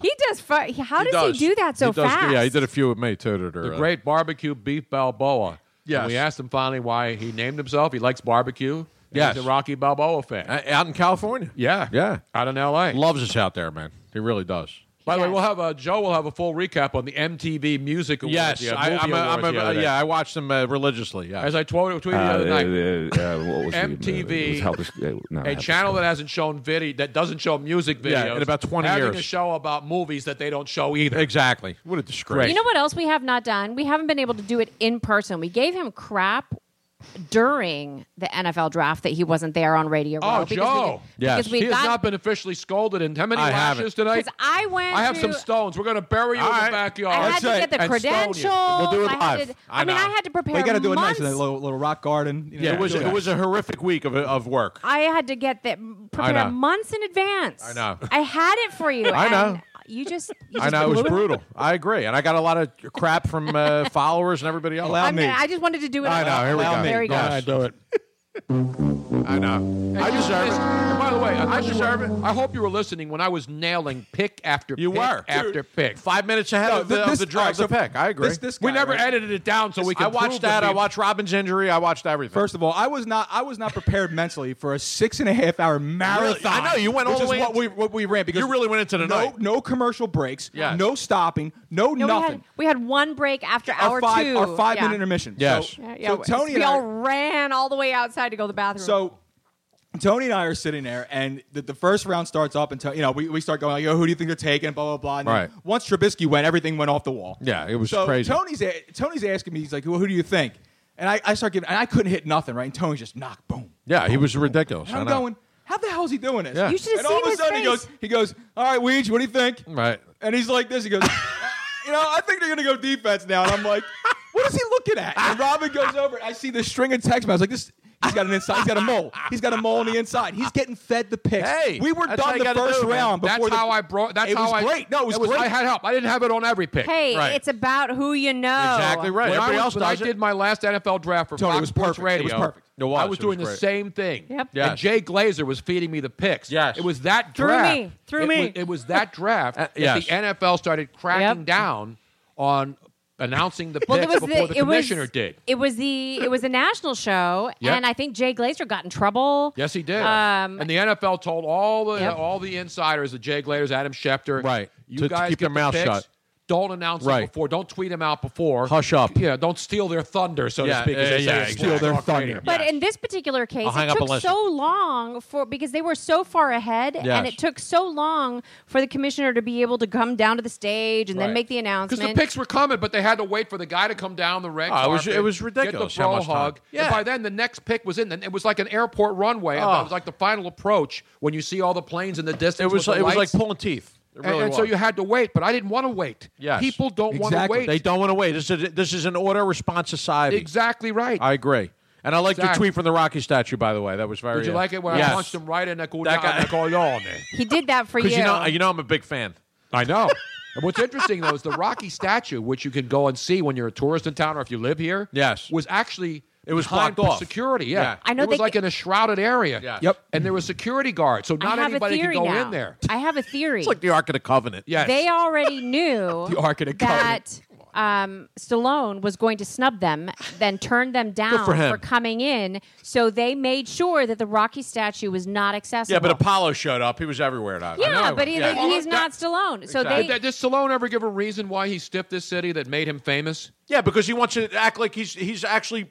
[SPEAKER 2] he does. Fu- he- how does,
[SPEAKER 5] does.
[SPEAKER 2] he do that
[SPEAKER 14] he
[SPEAKER 2] so
[SPEAKER 14] does,
[SPEAKER 2] fast?
[SPEAKER 14] Yeah, he did a few with me too.
[SPEAKER 5] The great barbecue beef Balboa.
[SPEAKER 14] Yes.
[SPEAKER 5] And we asked him finally why he named himself. He likes barbecue. and
[SPEAKER 14] Yes.
[SPEAKER 5] He's a Rocky Balboa fan.
[SPEAKER 14] out in California.
[SPEAKER 5] yeah.
[SPEAKER 14] Yeah.
[SPEAKER 5] Out in L.A.
[SPEAKER 14] Loves us out there, man. He really does.
[SPEAKER 5] By the way, we'll have uh, Joe. will have a full recap on the MTV Music Awards.
[SPEAKER 14] Yes,
[SPEAKER 5] the, uh,
[SPEAKER 14] I,
[SPEAKER 5] movie
[SPEAKER 14] I'm a, I'm
[SPEAKER 5] awards
[SPEAKER 14] a,
[SPEAKER 5] the other day.
[SPEAKER 14] yeah, I watched them uh, religiously. Yeah,
[SPEAKER 5] As I tweeted, tweeted the other
[SPEAKER 3] Uh,
[SPEAKER 5] night,
[SPEAKER 3] uh, uh, what was the- it was
[SPEAKER 5] MTV,
[SPEAKER 3] Help Us- uh, no,
[SPEAKER 5] a
[SPEAKER 3] Help Us
[SPEAKER 5] channel that hasn't shown video, that doesn't show music videos.
[SPEAKER 14] Yeah, in about 20
[SPEAKER 5] having
[SPEAKER 14] years.
[SPEAKER 5] a show about movies that they don't show either.
[SPEAKER 14] exactly. What a disgrace.
[SPEAKER 2] You know what else we have not done? We haven't been able to do it in person. We gave him crap during the NFL draft that he wasn't there on Radio
[SPEAKER 5] Oh,
[SPEAKER 2] Row.
[SPEAKER 5] Joe.
[SPEAKER 2] We, because we
[SPEAKER 5] he has
[SPEAKER 2] got-
[SPEAKER 5] not been officially scolded in how many
[SPEAKER 2] I haven't.
[SPEAKER 5] lashes tonight?
[SPEAKER 2] 'Cause I went
[SPEAKER 5] I have
[SPEAKER 2] to-
[SPEAKER 5] some stones. We're going to bury you in the backyard.
[SPEAKER 2] I had to get the credentials. I had to- I, mean, I had to prepare.
[SPEAKER 10] Well, you got to do it nice
[SPEAKER 2] months.
[SPEAKER 10] in a little, little rock garden. You know,
[SPEAKER 3] Yeah, it was
[SPEAKER 10] do
[SPEAKER 3] it was a horrific week of of work.
[SPEAKER 2] I had to get that
[SPEAKER 3] know.
[SPEAKER 2] prepared months in advance.
[SPEAKER 3] I know.
[SPEAKER 2] I had it for you.
[SPEAKER 3] I know.
[SPEAKER 2] and You just. You
[SPEAKER 3] I
[SPEAKER 2] just
[SPEAKER 3] know it was
[SPEAKER 2] blew
[SPEAKER 3] brutal. I agree, and I got a lot of crap from uh, followers and everybody else.
[SPEAKER 2] I, mean, I just wanted to do it.
[SPEAKER 3] I know. Here we go.
[SPEAKER 2] There we go.
[SPEAKER 3] do it. I know.
[SPEAKER 5] I deserve it. And by the way, I, deserve it. I hope you were listening when I was nailing pick after
[SPEAKER 3] You
[SPEAKER 5] pick
[SPEAKER 3] were.
[SPEAKER 5] after pick.
[SPEAKER 3] Five minutes ahead
[SPEAKER 5] No,
[SPEAKER 3] of, the,
[SPEAKER 5] thi-
[SPEAKER 3] of
[SPEAKER 5] this-
[SPEAKER 3] the
[SPEAKER 5] all
[SPEAKER 3] drive,
[SPEAKER 5] right, so
[SPEAKER 3] the pick. I agree.
[SPEAKER 10] this- this
[SPEAKER 5] we
[SPEAKER 10] guy
[SPEAKER 5] never
[SPEAKER 10] right
[SPEAKER 5] edited it down so we could.
[SPEAKER 3] I watched
[SPEAKER 5] prove
[SPEAKER 3] that. I
[SPEAKER 5] we-
[SPEAKER 3] watched Robin's injury. I watched everything.
[SPEAKER 10] First of all, I was not I was not prepared mentally for a six and a half hour marathon.
[SPEAKER 3] I know, you went
[SPEAKER 10] which
[SPEAKER 3] all the
[SPEAKER 10] is
[SPEAKER 3] way
[SPEAKER 10] What
[SPEAKER 3] into-
[SPEAKER 10] we what we ran because
[SPEAKER 3] You really went into the
[SPEAKER 10] no,
[SPEAKER 3] night.
[SPEAKER 10] No commercial breaks.
[SPEAKER 3] Yes.
[SPEAKER 10] No stopping. No,
[SPEAKER 2] No, we
[SPEAKER 10] nothing.
[SPEAKER 2] had, we had one break after
[SPEAKER 10] our
[SPEAKER 2] hour
[SPEAKER 10] five
[SPEAKER 2] two.
[SPEAKER 10] our five
[SPEAKER 2] Yeah.
[SPEAKER 10] minute intermission.
[SPEAKER 3] Yes.
[SPEAKER 10] So,
[SPEAKER 2] Yeah, yeah,
[SPEAKER 10] so
[SPEAKER 2] we-
[SPEAKER 10] Tony
[SPEAKER 2] we
[SPEAKER 10] and I,
[SPEAKER 2] all ran all the way outside to go to the bathroom.
[SPEAKER 10] So Tony and I are sitting there, and the, the first round starts up, and Tony- you know we, we start going like, "Yo, who do you think they're taking?" Blah blah blah. And then
[SPEAKER 3] Right.
[SPEAKER 10] Once Trubisky went, everything went off the wall.
[SPEAKER 3] Yeah, it was
[SPEAKER 10] so
[SPEAKER 3] crazy.
[SPEAKER 10] Tony's a- Tony's asking me, he's like, "Well, who do you think?" And I, I start giving, and I couldn't hit nothing, right? And Tony's just knock, boom.
[SPEAKER 3] yeah, he was ridiculous.
[SPEAKER 10] And I'm
[SPEAKER 3] I know.
[SPEAKER 10] going, how the hell is he doing this?
[SPEAKER 3] Yeah. You should have
[SPEAKER 10] And all
[SPEAKER 3] seen
[SPEAKER 10] of a
[SPEAKER 3] his
[SPEAKER 10] sudden he
[SPEAKER 3] face.
[SPEAKER 10] goes, he goes, all right, Weege, what do you think?
[SPEAKER 3] Right.
[SPEAKER 10] And he's like this. He goes, you know, I think they're gonna go defense now. And I'm like, what is he looking at? And Robin goes over. And I see this string of text. messages. I was like, this. He's got an inside. He's got a mole. He's got a mole on the inside. He's getting fed the picks.
[SPEAKER 5] Hey,
[SPEAKER 10] we were
[SPEAKER 5] that's how
[SPEAKER 10] done
[SPEAKER 5] you
[SPEAKER 10] the
[SPEAKER 5] gotta
[SPEAKER 10] first
[SPEAKER 5] do it, man.
[SPEAKER 10] round.
[SPEAKER 5] That's
[SPEAKER 10] before the-
[SPEAKER 5] how I brought. That's
[SPEAKER 10] it
[SPEAKER 5] how
[SPEAKER 10] was
[SPEAKER 5] I
[SPEAKER 10] great. No, it was, great.
[SPEAKER 5] I had help. I didn't have it on every pick.
[SPEAKER 2] hey, it's about who you know.
[SPEAKER 5] exactly right.
[SPEAKER 3] Everybody
[SPEAKER 5] When I,
[SPEAKER 3] else
[SPEAKER 5] was, when I
[SPEAKER 3] does it.
[SPEAKER 5] did my last NFL draft for
[SPEAKER 3] Tony, it
[SPEAKER 5] Fox
[SPEAKER 3] was
[SPEAKER 5] Sports
[SPEAKER 3] perfect. It
[SPEAKER 5] Radio.
[SPEAKER 3] was perfect. It was.
[SPEAKER 5] I was
[SPEAKER 3] It
[SPEAKER 5] doing
[SPEAKER 3] was
[SPEAKER 5] the
[SPEAKER 3] great.
[SPEAKER 5] same thing.
[SPEAKER 2] Yep.
[SPEAKER 3] Yes.
[SPEAKER 5] And Jay Glazer was feeding me the picks. Yes. It was that
[SPEAKER 2] Through
[SPEAKER 5] draft.
[SPEAKER 2] me. Through
[SPEAKER 5] it
[SPEAKER 2] me.
[SPEAKER 5] Was, it was that draft that
[SPEAKER 3] yes.
[SPEAKER 5] the NFL started cracking down on announcing the picks
[SPEAKER 2] Well, it was
[SPEAKER 5] before the,
[SPEAKER 2] the, it
[SPEAKER 5] commissioner
[SPEAKER 2] was,
[SPEAKER 5] did.
[SPEAKER 2] It was the it was a national show,
[SPEAKER 5] Yep.
[SPEAKER 2] and I think Jay Glazer got in trouble.
[SPEAKER 5] Yes, he did.
[SPEAKER 2] Um,
[SPEAKER 5] and the NFL told all the
[SPEAKER 2] Yep.
[SPEAKER 5] all the insiders, the Jay Gladers, Adam Schefter, right? You
[SPEAKER 3] To- to
[SPEAKER 5] guys
[SPEAKER 3] keep
[SPEAKER 5] get
[SPEAKER 3] their
[SPEAKER 5] the
[SPEAKER 3] mouth
[SPEAKER 5] picks.
[SPEAKER 3] shut.
[SPEAKER 5] Don't announce
[SPEAKER 3] Right.
[SPEAKER 5] it before. Don't tweet them out before.
[SPEAKER 3] Hush up.
[SPEAKER 5] Yeah, don't steal their thunder, so
[SPEAKER 3] Yeah,
[SPEAKER 5] to speak.
[SPEAKER 3] yeah,
[SPEAKER 5] as they say
[SPEAKER 3] yeah,
[SPEAKER 5] in
[SPEAKER 3] exactly.
[SPEAKER 5] sports
[SPEAKER 3] Steal their
[SPEAKER 5] talk
[SPEAKER 3] thunder.
[SPEAKER 5] radio.
[SPEAKER 2] But in this particular case,
[SPEAKER 5] I'll hang
[SPEAKER 2] it
[SPEAKER 5] up and
[SPEAKER 2] took
[SPEAKER 5] listen.
[SPEAKER 2] so long for because they were so far ahead, and
[SPEAKER 5] Yes.
[SPEAKER 2] it took so long for the commissioner to be able to come down to the stage and
[SPEAKER 5] Right.
[SPEAKER 2] then make the announcement.
[SPEAKER 5] Because the picks were coming, but they had to wait for the guy to come down the red
[SPEAKER 3] Oh, it was-
[SPEAKER 5] carpet,
[SPEAKER 3] it was ridiculous
[SPEAKER 5] Get the
[SPEAKER 3] how
[SPEAKER 5] bro
[SPEAKER 3] much time.
[SPEAKER 5] hug.
[SPEAKER 3] Yeah.
[SPEAKER 5] And by then, the next pick was in. And it was like an airport runway. and
[SPEAKER 3] Oh.
[SPEAKER 5] It was like the final approach when you see all the planes in the distance.
[SPEAKER 3] It was
[SPEAKER 5] with
[SPEAKER 3] like-
[SPEAKER 5] the
[SPEAKER 3] it was like
[SPEAKER 5] lights.
[SPEAKER 3] pulling teeth. It
[SPEAKER 5] And-
[SPEAKER 3] really
[SPEAKER 5] and so
[SPEAKER 3] was.
[SPEAKER 5] you had to wait, but I didn't want to wait.
[SPEAKER 3] Yes.
[SPEAKER 5] People don't want to
[SPEAKER 3] Exactly.
[SPEAKER 5] wait.
[SPEAKER 3] They don't want to wait. This is this is an order response society.
[SPEAKER 5] Exactly right.
[SPEAKER 3] I agree. And I liked
[SPEAKER 5] Exactly.
[SPEAKER 3] your tweet from the Rocky statue, by the way. That was very.
[SPEAKER 5] Did you
[SPEAKER 3] uh,
[SPEAKER 5] like it when
[SPEAKER 3] yes.
[SPEAKER 5] I punched him right in that cool
[SPEAKER 3] That
[SPEAKER 5] down
[SPEAKER 3] guy-
[SPEAKER 5] and I call y'all name?
[SPEAKER 2] he did that for you.
[SPEAKER 3] Because you know, you know, I'm a big fan.
[SPEAKER 5] I know. And what's interesting though is the Rocky statue, which you can go and see when you're a tourist in town or if you live here. Yes, was actually it
[SPEAKER 3] was blocked off.
[SPEAKER 5] security. Yeah,
[SPEAKER 3] Yeah.
[SPEAKER 2] I know
[SPEAKER 5] it was
[SPEAKER 2] they-
[SPEAKER 5] like in a shrouded area.
[SPEAKER 3] Yes. Mm-hmm.
[SPEAKER 5] Yep, and there was security guards, so not
[SPEAKER 2] I have a
[SPEAKER 5] anybody could
[SPEAKER 2] theory
[SPEAKER 5] go
[SPEAKER 2] now.
[SPEAKER 5] in there.
[SPEAKER 2] I have a theory.
[SPEAKER 3] It's like the Ark of the Covenant. Yes.
[SPEAKER 2] They already knew
[SPEAKER 3] The Ark of the
[SPEAKER 2] that um, Stallone was going to snub them, then turn them down
[SPEAKER 3] for him.
[SPEAKER 2] coming in. So they made sure that the Rocky statue was not accessible.
[SPEAKER 3] yeah, but Apollo showed up. He was everywhere. Now. I know
[SPEAKER 2] Yeah,
[SPEAKER 3] he
[SPEAKER 2] but
[SPEAKER 3] was.
[SPEAKER 2] he,
[SPEAKER 3] Yeah.
[SPEAKER 2] he's not Stallone. So
[SPEAKER 5] Did,
[SPEAKER 2] they
[SPEAKER 5] that- did Stallone ever give a reason why he stiffed this city that made him famous?
[SPEAKER 3] Yeah, because he wants to act like he's he's actually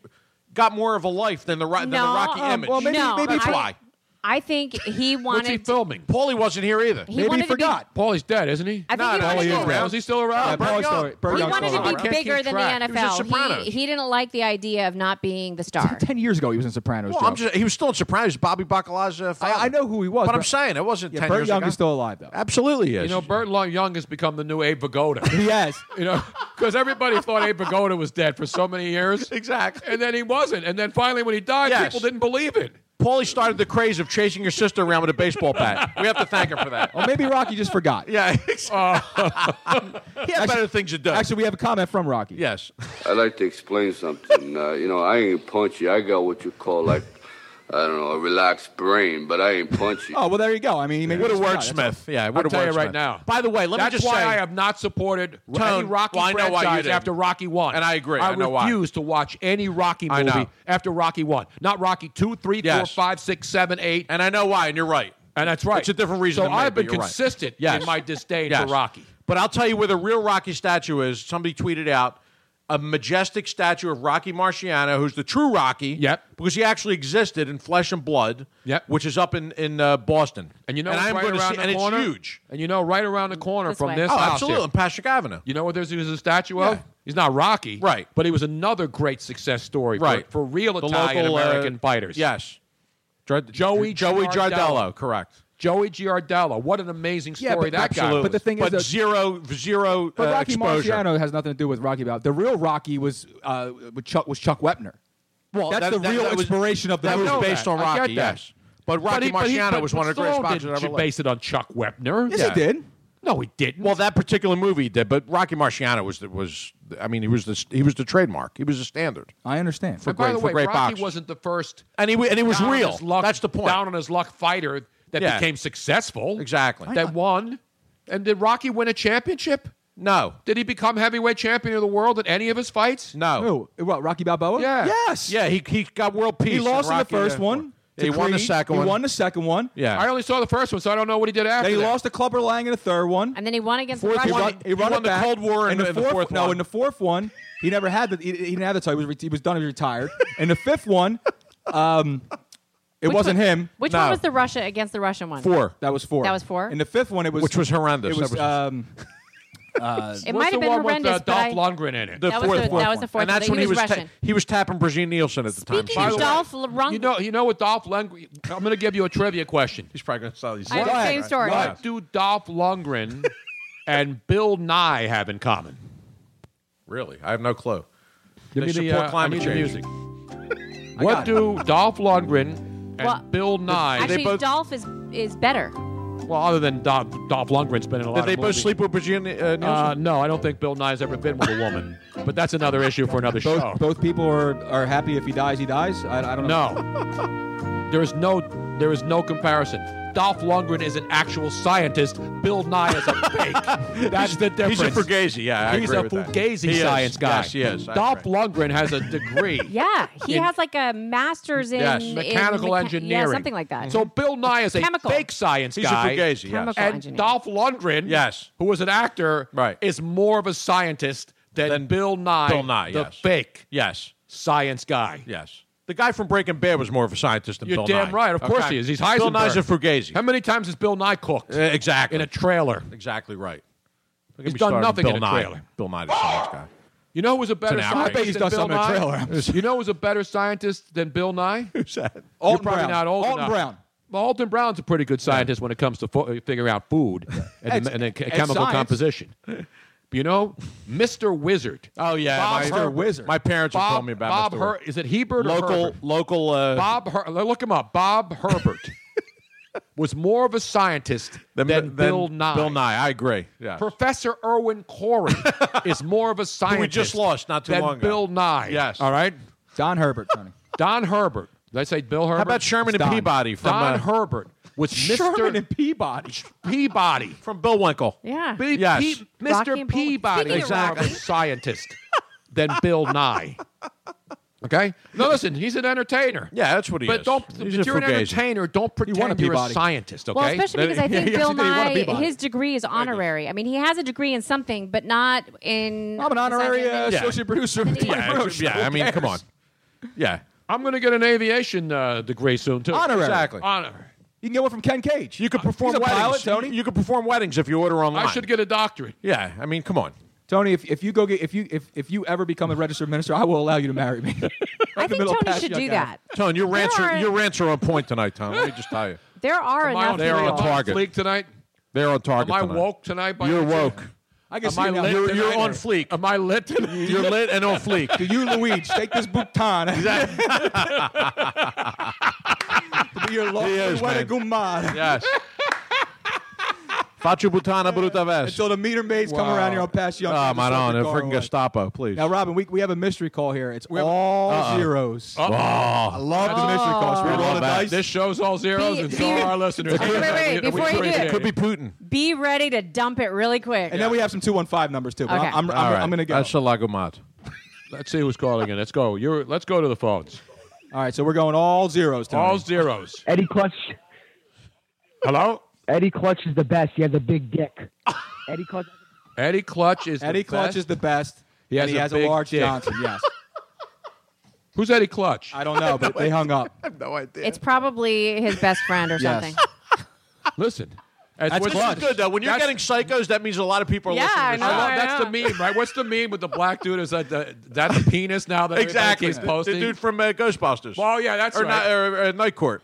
[SPEAKER 3] got more of a life than the Ro- than the
[SPEAKER 2] No,
[SPEAKER 3] Rocky
[SPEAKER 2] um,
[SPEAKER 3] image.
[SPEAKER 2] well, maybe- No, maybe
[SPEAKER 3] that's
[SPEAKER 2] I-
[SPEAKER 3] why.
[SPEAKER 2] I think he
[SPEAKER 3] What's he
[SPEAKER 2] wanted.
[SPEAKER 5] filming?
[SPEAKER 3] Paulie wasn't here either.
[SPEAKER 2] He Maybe he wanted to be- forgot.
[SPEAKER 5] Paulie's dead, isn't he?
[SPEAKER 2] I think he wanted to-
[SPEAKER 5] around. Is he still around?
[SPEAKER 3] Yeah,
[SPEAKER 5] Burt
[SPEAKER 3] Paulie's
[SPEAKER 5] Young?
[SPEAKER 3] still- Burt
[SPEAKER 2] uh, he
[SPEAKER 3] Young's
[SPEAKER 2] wanted
[SPEAKER 3] still
[SPEAKER 2] to be
[SPEAKER 3] around. I can't
[SPEAKER 2] bigger
[SPEAKER 3] keep
[SPEAKER 2] than
[SPEAKER 3] track.
[SPEAKER 2] the
[SPEAKER 3] He was in
[SPEAKER 2] NFL.
[SPEAKER 3] Sopranos.
[SPEAKER 2] He, he didn't like the idea of not being the star.
[SPEAKER 10] Ten years ago, he was in Sopranos.
[SPEAKER 3] Well,
[SPEAKER 10] Joe.
[SPEAKER 3] I'm just, he was still in Sopranos. Bobby Bacala's uh, father.
[SPEAKER 10] I, I know who he was,
[SPEAKER 3] But I'm saying it wasn't
[SPEAKER 10] Yeah,
[SPEAKER 3] 10
[SPEAKER 10] Burt
[SPEAKER 3] years
[SPEAKER 10] Young
[SPEAKER 3] ago.
[SPEAKER 10] is still alive though.
[SPEAKER 3] Absolutely, yes.
[SPEAKER 5] You know, Burt Long Young has become the new Abe Vigoda.
[SPEAKER 10] Yes.
[SPEAKER 5] you know, because everybody thought Abe Vigoda was dead for so many years.
[SPEAKER 3] Exactly.
[SPEAKER 5] And then he wasn't. And then finally, when he died,
[SPEAKER 3] Yes.
[SPEAKER 5] people didn't believe it.
[SPEAKER 3] Paulie started the craze of chasing your sister around with a baseball bat. We have to thank her for that.
[SPEAKER 5] Oh,
[SPEAKER 10] Or maybe Rocky just forgot.
[SPEAKER 3] Yeah,
[SPEAKER 5] uh,
[SPEAKER 3] he had better things to do.
[SPEAKER 10] Actually, we have a comment from Rocky.
[SPEAKER 3] yes.
[SPEAKER 6] I'd like to explain something. Uh, you know, I ain't punchy. I got what you call like, I don't know, a relaxed brain, but I ain't punchy.
[SPEAKER 10] Oh well, there you go. I mean, he made
[SPEAKER 3] What a
[SPEAKER 10] just forgot. That's all.
[SPEAKER 3] wordsmith. Yeah,
[SPEAKER 5] I'll
[SPEAKER 3] what a
[SPEAKER 5] tell you
[SPEAKER 3] wordsmith.
[SPEAKER 5] right now.
[SPEAKER 3] By the way, let
[SPEAKER 5] That's
[SPEAKER 3] me just
[SPEAKER 5] why
[SPEAKER 3] say,
[SPEAKER 5] I have not supported any
[SPEAKER 3] Tone,
[SPEAKER 5] Rocky
[SPEAKER 3] well, I know why you
[SPEAKER 5] franchise
[SPEAKER 3] didn't.
[SPEAKER 5] after Rocky One.
[SPEAKER 3] And I agree.
[SPEAKER 5] I,
[SPEAKER 3] I know why.
[SPEAKER 5] refuse to watch any Rocky
[SPEAKER 3] I know.
[SPEAKER 5] movie after Rocky One. Not Rocky Two, Three, Four,
[SPEAKER 3] Yes.
[SPEAKER 5] Five, Six, Seven, Eight.
[SPEAKER 3] and I know why, and you're right.
[SPEAKER 5] And that's right.
[SPEAKER 3] It's a different reason.
[SPEAKER 5] So
[SPEAKER 3] than me,
[SPEAKER 5] I've
[SPEAKER 3] but
[SPEAKER 5] been
[SPEAKER 3] you're right.
[SPEAKER 5] consistent
[SPEAKER 3] Yes.
[SPEAKER 5] in my disdain
[SPEAKER 3] Yes.
[SPEAKER 5] for Rocky.
[SPEAKER 3] But I'll tell you where the real Rocky statue is. Somebody tweeted out a majestic statue of Rocky Marciano, who's the true Rocky.
[SPEAKER 5] Yep.
[SPEAKER 3] Because he actually existed in flesh and blood.
[SPEAKER 5] Yep.
[SPEAKER 3] Which is up in in uh, Boston.
[SPEAKER 5] And you know,
[SPEAKER 3] and
[SPEAKER 5] what's
[SPEAKER 3] I'm
[SPEAKER 5] right
[SPEAKER 3] going to
[SPEAKER 5] around
[SPEAKER 3] see,
[SPEAKER 5] the
[SPEAKER 3] and
[SPEAKER 5] corner?
[SPEAKER 3] it's huge.
[SPEAKER 5] And you know, right around the corner
[SPEAKER 3] This
[SPEAKER 5] from
[SPEAKER 3] way.
[SPEAKER 5] this
[SPEAKER 3] Oh,
[SPEAKER 5] house,
[SPEAKER 3] absolutely,
[SPEAKER 5] here.
[SPEAKER 3] on Patrick Avenue.
[SPEAKER 5] You know what? There's there's a statue of.
[SPEAKER 3] Yeah.
[SPEAKER 5] He's not Rocky, right? But he was another great success story, for-
[SPEAKER 3] Right.
[SPEAKER 5] For, real
[SPEAKER 3] The
[SPEAKER 5] Italian
[SPEAKER 3] local, uh,
[SPEAKER 5] American fighters.
[SPEAKER 3] yes. Dr-
[SPEAKER 5] Joey
[SPEAKER 3] Joey Giardello,
[SPEAKER 5] correct? Joey Giardello. What an amazing story
[SPEAKER 3] Yeah, but-
[SPEAKER 5] that guy.
[SPEAKER 3] absolutely.
[SPEAKER 5] was.
[SPEAKER 3] But the thing is that- zero zero
[SPEAKER 10] But
[SPEAKER 3] uh,
[SPEAKER 10] Rocky
[SPEAKER 3] exposure.
[SPEAKER 10] Marciano has nothing to do with Rocky Balboa. The real Rocky was uh, with Chuck was Chuck Webner.
[SPEAKER 3] Well,
[SPEAKER 10] that's
[SPEAKER 3] that-
[SPEAKER 10] the
[SPEAKER 3] that-
[SPEAKER 10] real
[SPEAKER 3] that was-
[SPEAKER 10] inspiration of the
[SPEAKER 3] that was
[SPEAKER 10] movie.
[SPEAKER 3] based on
[SPEAKER 10] I get
[SPEAKER 3] Rocky,
[SPEAKER 10] that.
[SPEAKER 3] yes. But Rocky Marciano was one of the greatest boxers
[SPEAKER 5] did
[SPEAKER 3] ever lived.
[SPEAKER 5] Based it on Chuck Wepner.
[SPEAKER 3] Yes, he did.
[SPEAKER 5] No, he didn't.
[SPEAKER 3] Well, that particular movie he did, but Rocky Marciano was the, was I mean he was the he was the trademark. He was the standard.
[SPEAKER 10] I understand
[SPEAKER 3] for
[SPEAKER 5] And by
[SPEAKER 3] great
[SPEAKER 5] the
[SPEAKER 3] for
[SPEAKER 5] way,
[SPEAKER 3] great
[SPEAKER 5] Rocky
[SPEAKER 3] boxers.
[SPEAKER 5] wasn't the first,
[SPEAKER 3] and he wa- and he was
[SPEAKER 5] down on
[SPEAKER 3] real.
[SPEAKER 5] his Luck,
[SPEAKER 3] That's the point.
[SPEAKER 5] Down on his luck fighter that
[SPEAKER 3] Yeah.
[SPEAKER 5] became successful.
[SPEAKER 3] Exactly.
[SPEAKER 5] That won. And did Rocky win a championship?
[SPEAKER 3] No.
[SPEAKER 5] Did he become heavyweight champion of the world in any of his fights?
[SPEAKER 3] No.
[SPEAKER 10] Who? What? Rocky Balboa?
[SPEAKER 5] Yeah.
[SPEAKER 10] Yes.
[SPEAKER 3] Yeah. He he got world peace.
[SPEAKER 10] He lost in the
[SPEAKER 3] Rocky,
[SPEAKER 10] first
[SPEAKER 3] uh,
[SPEAKER 10] one. to
[SPEAKER 3] He won the
[SPEAKER 10] Creed.
[SPEAKER 3] second
[SPEAKER 10] He
[SPEAKER 3] one.
[SPEAKER 10] won the second one.
[SPEAKER 3] Yeah.
[SPEAKER 5] I only saw the first one, so I don't know what he did after.
[SPEAKER 10] Then he
[SPEAKER 5] that.
[SPEAKER 10] lost to Clubber Lang in the third one.
[SPEAKER 2] And then he won against
[SPEAKER 10] Fourth,
[SPEAKER 2] the
[SPEAKER 10] he
[SPEAKER 2] Russians.
[SPEAKER 10] run, he run it
[SPEAKER 3] the
[SPEAKER 10] back.
[SPEAKER 3] Cold War and
[SPEAKER 10] in the,
[SPEAKER 3] the- and the
[SPEAKER 10] fourth,
[SPEAKER 3] fourth
[SPEAKER 10] No,
[SPEAKER 3] one.
[SPEAKER 10] in the fourth one, he never had the he, he didn't have the title. He was, re- he was done. He was retired. In the fifth one, um, it
[SPEAKER 2] Which
[SPEAKER 10] wasn't
[SPEAKER 2] one-
[SPEAKER 10] him.
[SPEAKER 2] Which
[SPEAKER 10] No.
[SPEAKER 2] one was the Russia against the Russian one?
[SPEAKER 10] Four. That was four.
[SPEAKER 2] That was four?
[SPEAKER 10] In the fifth one, it was
[SPEAKER 3] Which was horrendous.
[SPEAKER 10] It was,
[SPEAKER 3] That was-
[SPEAKER 10] um, uh,
[SPEAKER 2] It
[SPEAKER 5] What's
[SPEAKER 2] might have
[SPEAKER 5] the
[SPEAKER 2] been
[SPEAKER 5] one
[SPEAKER 2] horrendous.
[SPEAKER 5] with
[SPEAKER 2] but
[SPEAKER 5] uh,
[SPEAKER 2] I-
[SPEAKER 5] Dolph Lundgren in it?
[SPEAKER 3] The
[SPEAKER 2] That was
[SPEAKER 3] fourth
[SPEAKER 2] the-
[SPEAKER 3] one.
[SPEAKER 2] that was the fourth
[SPEAKER 3] And
[SPEAKER 2] one.
[SPEAKER 3] that's
[SPEAKER 2] He
[SPEAKER 3] when he
[SPEAKER 2] was
[SPEAKER 3] was ta-
[SPEAKER 2] Russian.
[SPEAKER 3] he was tapping Brigitte Nielsen at the time.
[SPEAKER 2] Speaking
[SPEAKER 3] By
[SPEAKER 2] of
[SPEAKER 3] the way.
[SPEAKER 2] Dolph Lundgren,
[SPEAKER 5] You know, you know what Dolph Lundgren. I'm going to give you a trivia question.
[SPEAKER 3] He's probably going to sell these.
[SPEAKER 2] I have the Go ahead. same story. Go
[SPEAKER 5] What
[SPEAKER 2] ahead.
[SPEAKER 5] do Dolph Lundgren and Bill Nye have in common?
[SPEAKER 3] Really, I have no clue. They
[SPEAKER 5] Give me the,
[SPEAKER 3] support
[SPEAKER 5] uh,
[SPEAKER 3] climate
[SPEAKER 5] I need the
[SPEAKER 3] change.
[SPEAKER 5] music.
[SPEAKER 10] I
[SPEAKER 5] What
[SPEAKER 10] got
[SPEAKER 5] do Dolph Lundgren and
[SPEAKER 2] Well,
[SPEAKER 5] Bill Nye?
[SPEAKER 2] Actually, Dolph is is better.
[SPEAKER 5] well, other than Dolph, Dolph Lundgren's been in a lot.
[SPEAKER 3] Did
[SPEAKER 5] of
[SPEAKER 3] they both
[SPEAKER 5] movies.
[SPEAKER 3] sleep with Brigitte uh, Nielsen?
[SPEAKER 5] Uh, no, I don't think Bill Nye's ever been with a woman. but that's another issue for another
[SPEAKER 10] both,
[SPEAKER 5] show.
[SPEAKER 10] both people are, are happy if he dies, he dies. I, I don't know.
[SPEAKER 5] No, there is no, there is no comparison. Dolph Lundgren is an actual scientist. Bill Nye is a fake. That's the difference.
[SPEAKER 3] He's a Fugazi, yeah. I
[SPEAKER 5] He's
[SPEAKER 3] agree
[SPEAKER 5] a
[SPEAKER 3] with that.
[SPEAKER 5] Fugazi
[SPEAKER 3] He is.
[SPEAKER 5] science guy.
[SPEAKER 3] Yes, he is. I
[SPEAKER 5] Dolph
[SPEAKER 3] agree.
[SPEAKER 5] Lundgren has a degree.
[SPEAKER 2] Yeah, he
[SPEAKER 5] In-
[SPEAKER 2] has like a master's in,
[SPEAKER 5] Yes,
[SPEAKER 2] in
[SPEAKER 5] mechanical
[SPEAKER 2] mecha-
[SPEAKER 5] engineering.
[SPEAKER 2] yeah, something like that.
[SPEAKER 5] So Bill Nye is a
[SPEAKER 2] Chemical.
[SPEAKER 5] fake science
[SPEAKER 3] Mm-hmm. He's a
[SPEAKER 5] guy.
[SPEAKER 3] Fugazi, yes. Chemical
[SPEAKER 5] and
[SPEAKER 2] engineer.
[SPEAKER 5] Dolph Lundgren,
[SPEAKER 3] Yes.
[SPEAKER 5] who was an actor,
[SPEAKER 3] Right.
[SPEAKER 5] is more of a scientist than, Bill Nye,
[SPEAKER 3] Bill Nye,
[SPEAKER 5] the
[SPEAKER 3] yes.
[SPEAKER 5] fake
[SPEAKER 3] Yes.
[SPEAKER 5] science guy.
[SPEAKER 3] Yes. The guy from Breaking Bad was more of a scientist than
[SPEAKER 5] You're
[SPEAKER 3] Bill
[SPEAKER 5] damn
[SPEAKER 3] Nye.
[SPEAKER 5] right. Of course
[SPEAKER 3] Okay?
[SPEAKER 5] he is. He's
[SPEAKER 3] Bill
[SPEAKER 5] Heisenberg.
[SPEAKER 3] Nye's a Fugazi.
[SPEAKER 5] How many times has Bill Nye cooked?
[SPEAKER 3] Uh, exactly.
[SPEAKER 5] In a trailer.
[SPEAKER 3] Exactly right. Don't get
[SPEAKER 5] He's
[SPEAKER 3] me
[SPEAKER 5] done
[SPEAKER 3] started on
[SPEAKER 5] nothing
[SPEAKER 3] Bill
[SPEAKER 5] in a
[SPEAKER 3] Nye.
[SPEAKER 5] trailer.
[SPEAKER 3] Bill Nye, the science guy.
[SPEAKER 5] You know who was a better
[SPEAKER 3] an outrage.
[SPEAKER 5] scientist
[SPEAKER 3] I bet he's
[SPEAKER 5] than
[SPEAKER 3] done
[SPEAKER 5] Bill
[SPEAKER 3] something in a
[SPEAKER 5] Nye?
[SPEAKER 3] trailer.
[SPEAKER 5] you know who was a better scientist than Bill Nye?
[SPEAKER 3] Who's that?
[SPEAKER 5] You're
[SPEAKER 10] Alton
[SPEAKER 5] probably
[SPEAKER 10] Brown.
[SPEAKER 5] not old
[SPEAKER 10] Alton
[SPEAKER 5] enough.
[SPEAKER 10] Brown.
[SPEAKER 5] Well, Alton Brown's a pretty good scientist when it comes to fo- uh, figuring out food and, the, and the
[SPEAKER 10] It's-
[SPEAKER 5] ch-
[SPEAKER 10] it's
[SPEAKER 5] chemical
[SPEAKER 10] science.
[SPEAKER 5] composition. But you know, Mr. Wizard.
[SPEAKER 3] Oh yeah,
[SPEAKER 5] Bob
[SPEAKER 3] my,
[SPEAKER 5] Herbert.
[SPEAKER 3] My parents
[SPEAKER 5] Bob,
[SPEAKER 3] were telling me about
[SPEAKER 5] Bob
[SPEAKER 3] Mr.
[SPEAKER 5] Her-
[SPEAKER 3] Wizard.
[SPEAKER 5] Is it Hebert or
[SPEAKER 3] local
[SPEAKER 5] Herbert?
[SPEAKER 3] local uh,
[SPEAKER 5] Bob Her- look him up. Bob Herbert was more of a scientist than,
[SPEAKER 3] than
[SPEAKER 5] Bill Nye.
[SPEAKER 3] Bill Nye, I agree. Yeah.
[SPEAKER 5] Professor Irwin Corey is more of a scientist.
[SPEAKER 3] Who we just lost not too
[SPEAKER 5] than
[SPEAKER 3] long ago.
[SPEAKER 5] Bill Nye.
[SPEAKER 3] Yes.
[SPEAKER 5] All right.
[SPEAKER 10] Don Herbert, Tony.
[SPEAKER 5] Don Herbert. Did I say Bill Herbert?
[SPEAKER 3] How about Sherman
[SPEAKER 10] It's
[SPEAKER 3] and
[SPEAKER 10] Don.
[SPEAKER 3] Peabody from
[SPEAKER 5] Don
[SPEAKER 3] uh,
[SPEAKER 5] Herbert was
[SPEAKER 10] Sherman
[SPEAKER 5] Mr.
[SPEAKER 10] and Peabody.
[SPEAKER 5] Peabody.
[SPEAKER 3] from Bill Winkle?
[SPEAKER 2] yeah.
[SPEAKER 5] Be-
[SPEAKER 3] Yes.
[SPEAKER 5] Pe-
[SPEAKER 2] Rocky
[SPEAKER 5] Mr.
[SPEAKER 2] and Bull-
[SPEAKER 5] Peabody
[SPEAKER 2] Speaking of
[SPEAKER 5] is more of a
[SPEAKER 2] Rocky.
[SPEAKER 5] scientist than Bill Nye. Okay? No, listen, he's an entertainer.
[SPEAKER 3] Yeah, that's what he
[SPEAKER 5] But
[SPEAKER 3] is.
[SPEAKER 5] don't,
[SPEAKER 3] He's
[SPEAKER 5] if
[SPEAKER 3] a
[SPEAKER 5] you're an
[SPEAKER 3] Fugazi.
[SPEAKER 5] entertainer, don't
[SPEAKER 10] won a
[SPEAKER 5] pretend you're a
[SPEAKER 10] Peabody.
[SPEAKER 5] scientist, okay?
[SPEAKER 2] Well, especially because I think
[SPEAKER 3] Yes,
[SPEAKER 2] Bill
[SPEAKER 3] he did. He won a
[SPEAKER 2] Nye,
[SPEAKER 3] Peabody.
[SPEAKER 2] his degree is honorary. I mean, he has a degree in something, but not in.
[SPEAKER 10] I'm an honorary
[SPEAKER 3] Yeah.
[SPEAKER 10] uh, associate producer. of the Tony
[SPEAKER 3] yeah,
[SPEAKER 10] Bruno
[SPEAKER 3] it's- yeah,
[SPEAKER 10] Show.
[SPEAKER 3] I mean,
[SPEAKER 10] Who
[SPEAKER 3] come on.
[SPEAKER 10] cares?
[SPEAKER 3] Yeah.
[SPEAKER 5] I'm going to get an aviation uh, degree soon, too.
[SPEAKER 10] Honorary.
[SPEAKER 3] Exactly.
[SPEAKER 5] Honorary.
[SPEAKER 10] You can get one from Ken Cage.
[SPEAKER 3] You could perform
[SPEAKER 10] Uh, He's a
[SPEAKER 3] weddings.
[SPEAKER 10] pilot, Tony.
[SPEAKER 3] You could perform weddings if you order online.
[SPEAKER 5] I should get a doctorate.
[SPEAKER 3] Yeah, I mean, come on.
[SPEAKER 10] Tony, if, if you go get if you if, if you ever become a registered minister, I will allow you to marry me.
[SPEAKER 2] I think Tony should do that.
[SPEAKER 3] Tone, your
[SPEAKER 2] There
[SPEAKER 3] rants are,
[SPEAKER 2] are-
[SPEAKER 3] your rants are on point tonight, Tom. Let me just tell you,
[SPEAKER 2] There are
[SPEAKER 5] Am I
[SPEAKER 2] enough.
[SPEAKER 5] on-
[SPEAKER 3] They're
[SPEAKER 2] people-
[SPEAKER 3] on
[SPEAKER 5] am I
[SPEAKER 3] target.
[SPEAKER 5] fleek tonight?
[SPEAKER 3] they're on target.
[SPEAKER 5] Am I
[SPEAKER 3] tonight.
[SPEAKER 5] woke tonight? By
[SPEAKER 3] You're
[SPEAKER 5] any chance?
[SPEAKER 3] woke.
[SPEAKER 10] I can
[SPEAKER 5] Am
[SPEAKER 10] see
[SPEAKER 5] I
[SPEAKER 10] you now.
[SPEAKER 5] lit
[SPEAKER 3] You're, you're
[SPEAKER 5] tonight?
[SPEAKER 3] on fleek.
[SPEAKER 5] Am I lit tonight?
[SPEAKER 3] You're lit and on fleek.
[SPEAKER 10] Do you, Luigi, take this bouton. Exactly. Your
[SPEAKER 3] He is,
[SPEAKER 10] lovely
[SPEAKER 3] man.
[SPEAKER 10] gumad.
[SPEAKER 3] Yes. Faccio buttana brutta vest.
[SPEAKER 10] Until the meter maids come around here, I'll pass you on.
[SPEAKER 3] Oh,
[SPEAKER 10] to the
[SPEAKER 3] my
[SPEAKER 10] second
[SPEAKER 3] God.
[SPEAKER 10] car
[SPEAKER 3] Freaking
[SPEAKER 10] away.
[SPEAKER 3] Gestapo, please.
[SPEAKER 10] Now, Robin, we, we have a mystery call here. It's all zeros.
[SPEAKER 3] oh,
[SPEAKER 10] I love the mystery calls.
[SPEAKER 3] Oh.
[SPEAKER 10] We're rolling
[SPEAKER 3] Love
[SPEAKER 10] the dice.
[SPEAKER 5] This show's all zeros,
[SPEAKER 2] Be-
[SPEAKER 5] and
[SPEAKER 2] be-
[SPEAKER 5] so are our listeners.
[SPEAKER 2] Wait, wait, wait,
[SPEAKER 5] We- we
[SPEAKER 2] before you do
[SPEAKER 5] appreciate
[SPEAKER 2] it.
[SPEAKER 3] could be Putin.
[SPEAKER 2] Be ready to dump it really quick.
[SPEAKER 10] and then we have some 215 numbers, too. But
[SPEAKER 2] Okay.
[SPEAKER 10] I'm, I'm,
[SPEAKER 3] All
[SPEAKER 10] I'm,
[SPEAKER 3] right.
[SPEAKER 10] I'm going to go.
[SPEAKER 3] That's the Lagomat.
[SPEAKER 5] Let's see who's calling in. Let's go. You're, let's go to the phones.
[SPEAKER 10] all right, so we're going all zeros, Tony.
[SPEAKER 5] All zeros.
[SPEAKER 14] Eddie Clutch.
[SPEAKER 5] Hello?
[SPEAKER 14] Eddie Clutch is the best. He has a big dick. Eddie Clutch.
[SPEAKER 5] Eddie Clutch is
[SPEAKER 10] Eddie
[SPEAKER 5] the
[SPEAKER 10] Clutch
[SPEAKER 5] best.
[SPEAKER 10] is the best.
[SPEAKER 5] He has
[SPEAKER 14] and he
[SPEAKER 5] a
[SPEAKER 14] has
[SPEAKER 5] big
[SPEAKER 14] a large
[SPEAKER 5] dick.
[SPEAKER 14] Johnson. Yes.
[SPEAKER 5] Who's Eddie Clutch?
[SPEAKER 14] I don't know, but they hung up.
[SPEAKER 5] I have no idea.
[SPEAKER 10] It's probably his best friend or
[SPEAKER 5] Yes.
[SPEAKER 10] something.
[SPEAKER 5] Listen.
[SPEAKER 3] That's
[SPEAKER 5] what's-
[SPEAKER 3] clutch. This is good, though. When you're
[SPEAKER 5] That's-
[SPEAKER 3] getting psychos, that means a lot of people are
[SPEAKER 10] Yeah,
[SPEAKER 3] listening.
[SPEAKER 10] I
[SPEAKER 3] to the
[SPEAKER 10] know,
[SPEAKER 3] show.
[SPEAKER 5] I love- that's the meme, right? What's the meme with the black dude? Is that the, that's the penis now that
[SPEAKER 3] exactly.
[SPEAKER 5] He's
[SPEAKER 3] The- The,
[SPEAKER 5] posting?
[SPEAKER 3] dude from uh, Ghostbusters.
[SPEAKER 5] Oh yeah, that's
[SPEAKER 3] or
[SPEAKER 5] right.
[SPEAKER 3] Ni- or, uh, Night Court.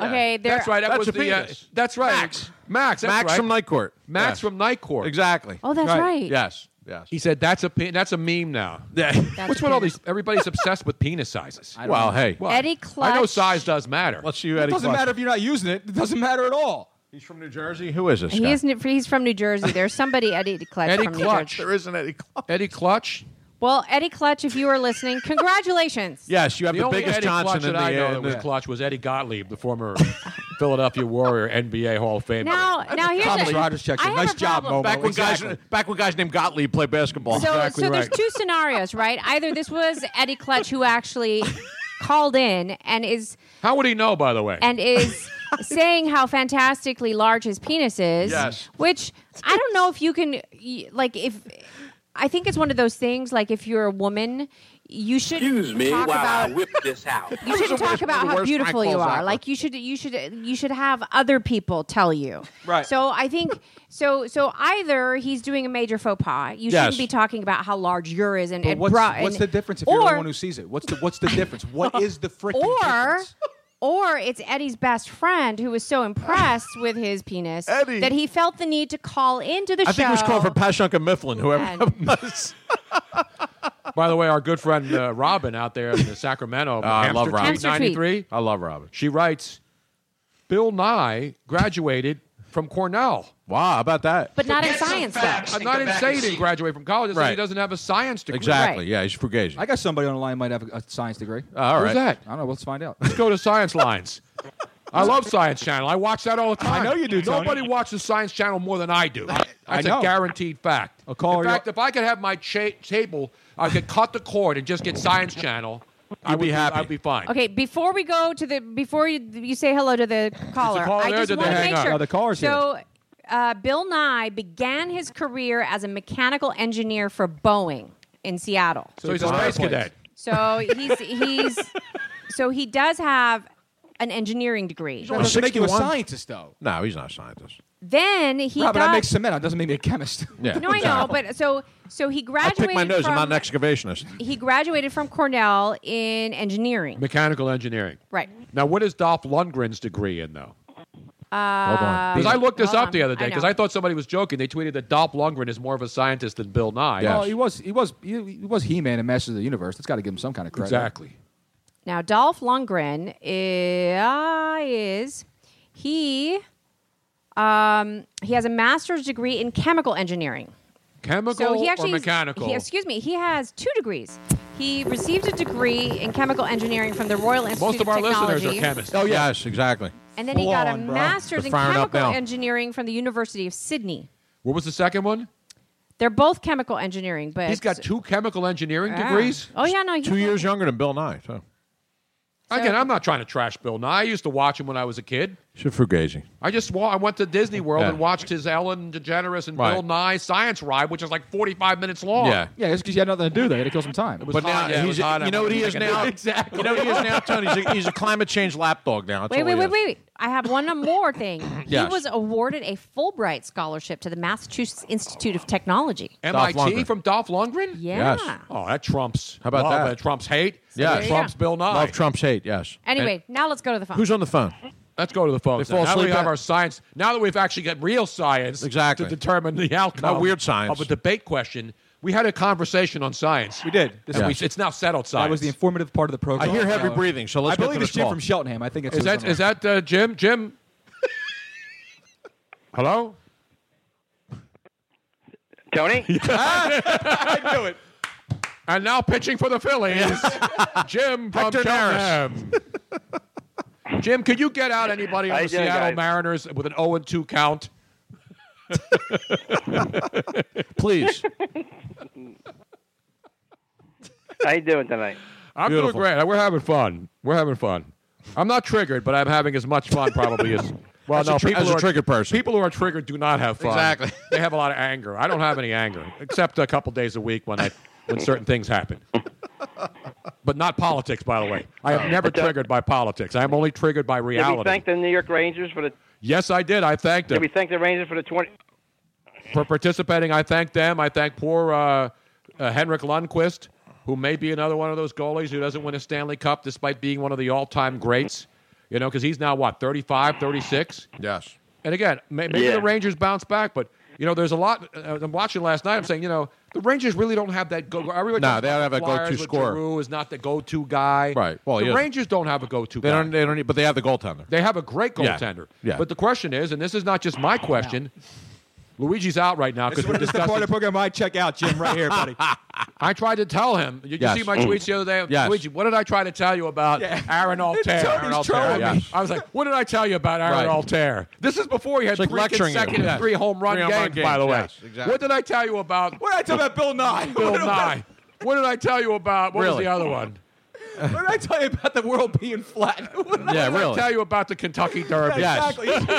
[SPEAKER 10] Okay, there.
[SPEAKER 5] That's right. That
[SPEAKER 3] That's
[SPEAKER 5] was
[SPEAKER 3] a
[SPEAKER 5] the, uh,
[SPEAKER 3] penis.
[SPEAKER 5] that's right. Max. Max. that's
[SPEAKER 3] Max
[SPEAKER 5] right.
[SPEAKER 3] from Night Court.
[SPEAKER 5] Max
[SPEAKER 3] Yes.
[SPEAKER 5] from Night Court.
[SPEAKER 3] Exactly.
[SPEAKER 10] Oh, that's Right. right.
[SPEAKER 3] Yes. Yes.
[SPEAKER 5] He said that's a pe- that's a meme now. Yeah. What's with
[SPEAKER 10] a
[SPEAKER 5] all
[SPEAKER 10] penis.
[SPEAKER 5] these? Everybody's obsessed with penis sizes.
[SPEAKER 3] don't Well, know. hey.
[SPEAKER 5] What?
[SPEAKER 10] Eddie
[SPEAKER 5] I know
[SPEAKER 10] Clutch.
[SPEAKER 5] size does matter. Let's
[SPEAKER 3] see you,
[SPEAKER 14] It doesn't matter if you're not using it. It doesn't matter at all.
[SPEAKER 3] He's from New Jersey. Who is this?
[SPEAKER 10] He is, he's from New Jersey. There's somebody Eddie Clutch
[SPEAKER 5] Eddie
[SPEAKER 10] from New
[SPEAKER 5] Clutch.
[SPEAKER 10] Jersey.
[SPEAKER 3] There isn't Eddie Clutch.
[SPEAKER 5] Eddie Clutch.
[SPEAKER 10] Well, Eddie Clutch, if you are listening, congratulations.
[SPEAKER 3] Yes, you have
[SPEAKER 5] the
[SPEAKER 3] the,
[SPEAKER 5] only
[SPEAKER 3] biggest
[SPEAKER 5] Eddie
[SPEAKER 3] Johnson
[SPEAKER 5] Clutch
[SPEAKER 3] in
[SPEAKER 5] that
[SPEAKER 3] the
[SPEAKER 5] I know
[SPEAKER 3] uh,
[SPEAKER 5] that
[SPEAKER 3] in
[SPEAKER 5] was
[SPEAKER 3] the-
[SPEAKER 5] Clutch was Eddie Gottlieb, the former Philadelphia Warrior NBA Hall of Famer.
[SPEAKER 10] Now, now here's
[SPEAKER 3] Thomas
[SPEAKER 10] a,
[SPEAKER 3] Rodgers checks
[SPEAKER 10] I
[SPEAKER 3] in.
[SPEAKER 10] have
[SPEAKER 3] Nice
[SPEAKER 10] a
[SPEAKER 3] job,
[SPEAKER 10] problem.
[SPEAKER 3] Momo. Back when guys- back when guys named Gottlieb played basketball.
[SPEAKER 10] So, so there's two scenarios, right? Either this was Eddie Clutch who actually called in and is
[SPEAKER 5] How would he know, by the way?
[SPEAKER 10] and is saying how fantastically large his penis is.
[SPEAKER 5] Yes.
[SPEAKER 10] Which I don't know if you can y- like if I think it's one of those things like if you're a woman, you should
[SPEAKER 8] Excuse me
[SPEAKER 10] talk
[SPEAKER 8] while
[SPEAKER 10] about
[SPEAKER 8] I whip this out.
[SPEAKER 10] you shouldn't talk about how beautiful you are. Like you should you should you should have other people tell you.
[SPEAKER 8] Right.
[SPEAKER 10] So I think so so either he's doing a major faux pas. You
[SPEAKER 14] Yes.
[SPEAKER 10] shouldn't be talking about how large your is and,
[SPEAKER 14] But
[SPEAKER 10] and
[SPEAKER 14] what's,
[SPEAKER 10] bra-
[SPEAKER 14] what's
[SPEAKER 10] and-
[SPEAKER 14] the difference if you're the
[SPEAKER 10] or-
[SPEAKER 14] one who sees it? What's the what's the difference? What is the freaking
[SPEAKER 10] or or it's Eddie's best friend who was so impressed with his penis that he felt the need to call into the
[SPEAKER 3] I
[SPEAKER 10] show.
[SPEAKER 3] think he was calling for Pashunk and Mifflin, whoever
[SPEAKER 10] And-
[SPEAKER 3] that was.
[SPEAKER 5] By the way, our good friend uh, Robin out there in the Sacramento,
[SPEAKER 3] Uh, I love
[SPEAKER 5] Hamster
[SPEAKER 3] Robin.
[SPEAKER 5] Tweet 93.
[SPEAKER 3] I love Robin.
[SPEAKER 5] She writes, Bill Nye graduated from Cornell.
[SPEAKER 3] Wow, how about that?
[SPEAKER 10] but not in science though.
[SPEAKER 5] I'm not insane he didn't graduate from college. It's like
[SPEAKER 3] Right.
[SPEAKER 5] He doesn't have a science degree.
[SPEAKER 3] Exactly. Yeah, he's fugazi.
[SPEAKER 14] I got somebody on the line might have a, a science degree.
[SPEAKER 3] all right.
[SPEAKER 5] Who's that?
[SPEAKER 14] I don't know. Let's find out.
[SPEAKER 5] Let's go to Science Lines. I love Science Channel. I watch that all the time.
[SPEAKER 14] I know you do, Tony.
[SPEAKER 5] Nobody watches Science Channel more than I do. That's
[SPEAKER 14] I know.
[SPEAKER 5] a guaranteed fact.
[SPEAKER 14] I'll call her
[SPEAKER 5] In fact, if I could have my cha- table, I could cut the cord and just get Science Channel. I would be happy. I'd be fine.
[SPEAKER 10] Okay, before we go to the before you you say hello to the caller,
[SPEAKER 5] caller
[SPEAKER 10] I
[SPEAKER 5] there?
[SPEAKER 10] just
[SPEAKER 5] Did they
[SPEAKER 10] want to
[SPEAKER 5] hang
[SPEAKER 10] make
[SPEAKER 5] up?
[SPEAKER 10] sure.
[SPEAKER 5] No, the caller's
[SPEAKER 10] so, uh, Bill Nye began his career as a mechanical engineer for Boeing in Seattle.
[SPEAKER 5] So he's a space cadet.
[SPEAKER 10] So he's he's so he does have an engineering degree.
[SPEAKER 14] That doesn't make you a scientist, though.
[SPEAKER 3] No, he's not a scientist.
[SPEAKER 10] Then he
[SPEAKER 14] Robin,
[SPEAKER 10] got
[SPEAKER 14] I make cement. It doesn't make me a chemist.
[SPEAKER 3] Yeah.
[SPEAKER 10] No, I know, but so so he
[SPEAKER 3] I
[SPEAKER 10] graduated
[SPEAKER 3] pick my nose.
[SPEAKER 10] from
[SPEAKER 3] I'm not an excavationist.
[SPEAKER 10] he graduated from Cornell in engineering.
[SPEAKER 5] Mechanical engineering.
[SPEAKER 10] Right.
[SPEAKER 5] Now, what is Dolph Lundgren's degree in, though?
[SPEAKER 10] Uh,
[SPEAKER 5] Because I looked this
[SPEAKER 10] hold
[SPEAKER 5] up
[SPEAKER 10] on.
[SPEAKER 5] the other day because
[SPEAKER 10] know.
[SPEAKER 5] I, thought somebody was joking. They tweeted that Dolph Lundgren is more of a scientist than Bill Nye.
[SPEAKER 14] Oh, he was he was he, he was He-Man and Masters of the Universe. That's got to give him some kind of credit.
[SPEAKER 5] exactly.
[SPEAKER 10] Now, Dolph Lundgren is, he um, he has a master's degree in chemical engineering.
[SPEAKER 5] Chemical
[SPEAKER 10] so he actually
[SPEAKER 5] or mechanical?
[SPEAKER 10] He, excuse me, he has two degrees. He received a degree in chemical engineering from the Royal Institute
[SPEAKER 5] Most of our listeners are
[SPEAKER 10] Technology,
[SPEAKER 5] chemists.
[SPEAKER 3] Oh, yes, exactly.
[SPEAKER 10] And then he got a
[SPEAKER 3] Full on, bro.
[SPEAKER 10] master's
[SPEAKER 3] They're
[SPEAKER 10] in
[SPEAKER 3] firing up
[SPEAKER 10] chemical
[SPEAKER 3] now.
[SPEAKER 10] engineering from the University of Sydney.
[SPEAKER 5] What was the second one?
[SPEAKER 10] They're both chemical engineering, but
[SPEAKER 5] He's got two chemical engineering
[SPEAKER 10] Yeah.
[SPEAKER 5] degrees.
[SPEAKER 10] Oh yeah, no, he's
[SPEAKER 3] Two years younger than Bill Nye. So.
[SPEAKER 5] Again, I'm not trying to trash Bill Nye. I used to watch him when I was a kid.
[SPEAKER 3] He's a fugazi.
[SPEAKER 5] I just wa- I went to Disney World
[SPEAKER 3] Yeah.
[SPEAKER 5] and watched his Ellen DeGeneres and
[SPEAKER 3] Right.
[SPEAKER 5] Bill Nye science ride, which is like 45 minutes long.
[SPEAKER 3] Yeah.
[SPEAKER 14] Yeah, it's because you had nothing to do. They had to kill some time.
[SPEAKER 5] was hot, yeah, it was
[SPEAKER 3] he's,
[SPEAKER 5] hot. I
[SPEAKER 3] you know what he is
[SPEAKER 5] wanted to
[SPEAKER 3] now?
[SPEAKER 5] make a- Exactly.
[SPEAKER 3] You know what he is now, Tony? He's a, he's a climate change lapdog now. That's
[SPEAKER 10] Wait,
[SPEAKER 3] all
[SPEAKER 10] wait,
[SPEAKER 3] he
[SPEAKER 10] wait,
[SPEAKER 3] is.
[SPEAKER 10] wait, wait. I have one more thing.
[SPEAKER 3] Yes.
[SPEAKER 10] He was awarded a Fulbright scholarship to the Massachusetts Institute of Technology.
[SPEAKER 5] MIT
[SPEAKER 3] Dolph Lundgren.
[SPEAKER 5] from Dolph Lundgren?
[SPEAKER 10] Yeah. Yes.
[SPEAKER 5] Oh, that trumps.
[SPEAKER 3] How about
[SPEAKER 5] love,
[SPEAKER 3] that?
[SPEAKER 5] trumps hate.
[SPEAKER 3] Yes.
[SPEAKER 5] That Trumps
[SPEAKER 10] Yeah.
[SPEAKER 5] Bill Nye.
[SPEAKER 3] Love Trump's hate, yes.
[SPEAKER 10] Anyway, now let's go to the phone.
[SPEAKER 3] And who's on the phone?
[SPEAKER 5] Let's go to the phones.
[SPEAKER 3] They fall
[SPEAKER 5] now. Now that we
[SPEAKER 3] asleep
[SPEAKER 5] have
[SPEAKER 3] at-
[SPEAKER 5] our science. Now that we've actually got real science
[SPEAKER 3] Exactly.
[SPEAKER 5] to determine the outcome.
[SPEAKER 3] Not weird science.
[SPEAKER 5] of a debate question. We had a conversation on science. We
[SPEAKER 14] did.
[SPEAKER 5] And we,
[SPEAKER 14] Yes.
[SPEAKER 5] it's now settled science.
[SPEAKER 14] That was the informative part of the
[SPEAKER 3] I
[SPEAKER 14] program.
[SPEAKER 3] hear heavy
[SPEAKER 14] Yeah.
[SPEAKER 3] breathing, so let's
[SPEAKER 14] I
[SPEAKER 3] get
[SPEAKER 14] believe
[SPEAKER 3] to
[SPEAKER 14] it's
[SPEAKER 3] this
[SPEAKER 14] Jim
[SPEAKER 3] call.
[SPEAKER 14] from Cheltenham. I think it's
[SPEAKER 5] is that is that uh, Jim? Jim? Hello?
[SPEAKER 8] Tony?
[SPEAKER 5] I knew it. And now pitching for the Phillies, Jim from
[SPEAKER 3] Hector Neris.
[SPEAKER 5] Cheltenham. Jim, could you get out anybody
[SPEAKER 8] How
[SPEAKER 5] on
[SPEAKER 8] you
[SPEAKER 5] the
[SPEAKER 8] doing,
[SPEAKER 5] Seattle
[SPEAKER 8] guys?
[SPEAKER 5] Mariners with an 0 2 count?
[SPEAKER 3] Please.
[SPEAKER 8] How you doing tonight?
[SPEAKER 5] I'm
[SPEAKER 3] Beautiful.
[SPEAKER 5] doing great. We're having fun. We're having fun. I'm not triggered, but I'm having as much fun probably as. Well,
[SPEAKER 3] As a
[SPEAKER 5] no,
[SPEAKER 3] tr-
[SPEAKER 5] people
[SPEAKER 3] as a
[SPEAKER 5] who are,
[SPEAKER 3] triggered person.
[SPEAKER 5] People who are triggered do not have fun.
[SPEAKER 3] Exactly.
[SPEAKER 5] they have a lot of anger. I don't have any anger, except a couple days a week when I when certain things happen. But not politics, by the way. I
[SPEAKER 3] Oh.
[SPEAKER 5] am never
[SPEAKER 3] uh,
[SPEAKER 5] triggered by politics. I am only triggered by
[SPEAKER 18] Did we
[SPEAKER 5] reality.
[SPEAKER 18] thank the New York Rangers for the?
[SPEAKER 5] yes, I did. I thanked
[SPEAKER 18] Did
[SPEAKER 5] them
[SPEAKER 18] we thank the Rangers for the twenty?
[SPEAKER 5] for participating. I thank them. I thank poor uh, uh, Henrik Lundqvist, who may be another one of those goalies who doesn't win a Stanley Cup despite being one of the all-time greats. You know, because he's now what 35, 36.
[SPEAKER 3] Yes.
[SPEAKER 5] And again, may, maybe
[SPEAKER 3] Yeah.
[SPEAKER 5] the Rangers bounce back, but you know, there's a lot. Uh, I'm watching last night. I'm saying, you know, the Rangers really don't have that go. Everybody
[SPEAKER 3] No,
[SPEAKER 5] talks
[SPEAKER 3] they
[SPEAKER 5] about
[SPEAKER 3] don't have
[SPEAKER 5] the
[SPEAKER 3] a go-to
[SPEAKER 5] Flyers with
[SPEAKER 3] scorer.
[SPEAKER 5] Giroux is not the go-to guy.
[SPEAKER 3] Right. Well,
[SPEAKER 5] the
[SPEAKER 3] he is.
[SPEAKER 5] Rangers don't have a go-to.
[SPEAKER 3] They
[SPEAKER 5] guy.
[SPEAKER 3] don't. They don't. Need, but they have the goaltender.
[SPEAKER 5] They have a great
[SPEAKER 3] Yeah.
[SPEAKER 5] goaltender.
[SPEAKER 3] Yeah.
[SPEAKER 5] But the question is, and this is not just my question. Luigi's out right now because we're
[SPEAKER 14] This is the
[SPEAKER 5] discussing.
[SPEAKER 14] part of the program I check out, Jim, right here, buddy.
[SPEAKER 5] I tried to tell him. Did you
[SPEAKER 14] Yes.
[SPEAKER 5] see my
[SPEAKER 14] Mm.
[SPEAKER 5] tweets the other day?
[SPEAKER 14] Yes.
[SPEAKER 5] Luigi, what did I try to tell you about
[SPEAKER 14] Yeah.
[SPEAKER 5] Aaron Altair?
[SPEAKER 14] Tony's
[SPEAKER 5] Aaron Altair.
[SPEAKER 14] trolling me.
[SPEAKER 5] I was like, what did I tell you about Aaron
[SPEAKER 3] Right.
[SPEAKER 5] Altair? This is before he had
[SPEAKER 3] It's like
[SPEAKER 5] three
[SPEAKER 3] lecturing you.
[SPEAKER 5] consecutive
[SPEAKER 3] Yes.
[SPEAKER 5] three home run
[SPEAKER 3] Three home
[SPEAKER 5] games,
[SPEAKER 3] run
[SPEAKER 5] by the
[SPEAKER 3] games,
[SPEAKER 5] way.
[SPEAKER 3] yes, exactly.
[SPEAKER 5] What did I tell you about?
[SPEAKER 14] What did I tell about Bill Nye?
[SPEAKER 5] Bill Nye. What did I tell you about? What was
[SPEAKER 3] Really?
[SPEAKER 5] the other one?
[SPEAKER 14] what did I tell you about the world being flat?
[SPEAKER 5] What did I tell you about the Kentucky Derby?
[SPEAKER 14] Exactly. I actually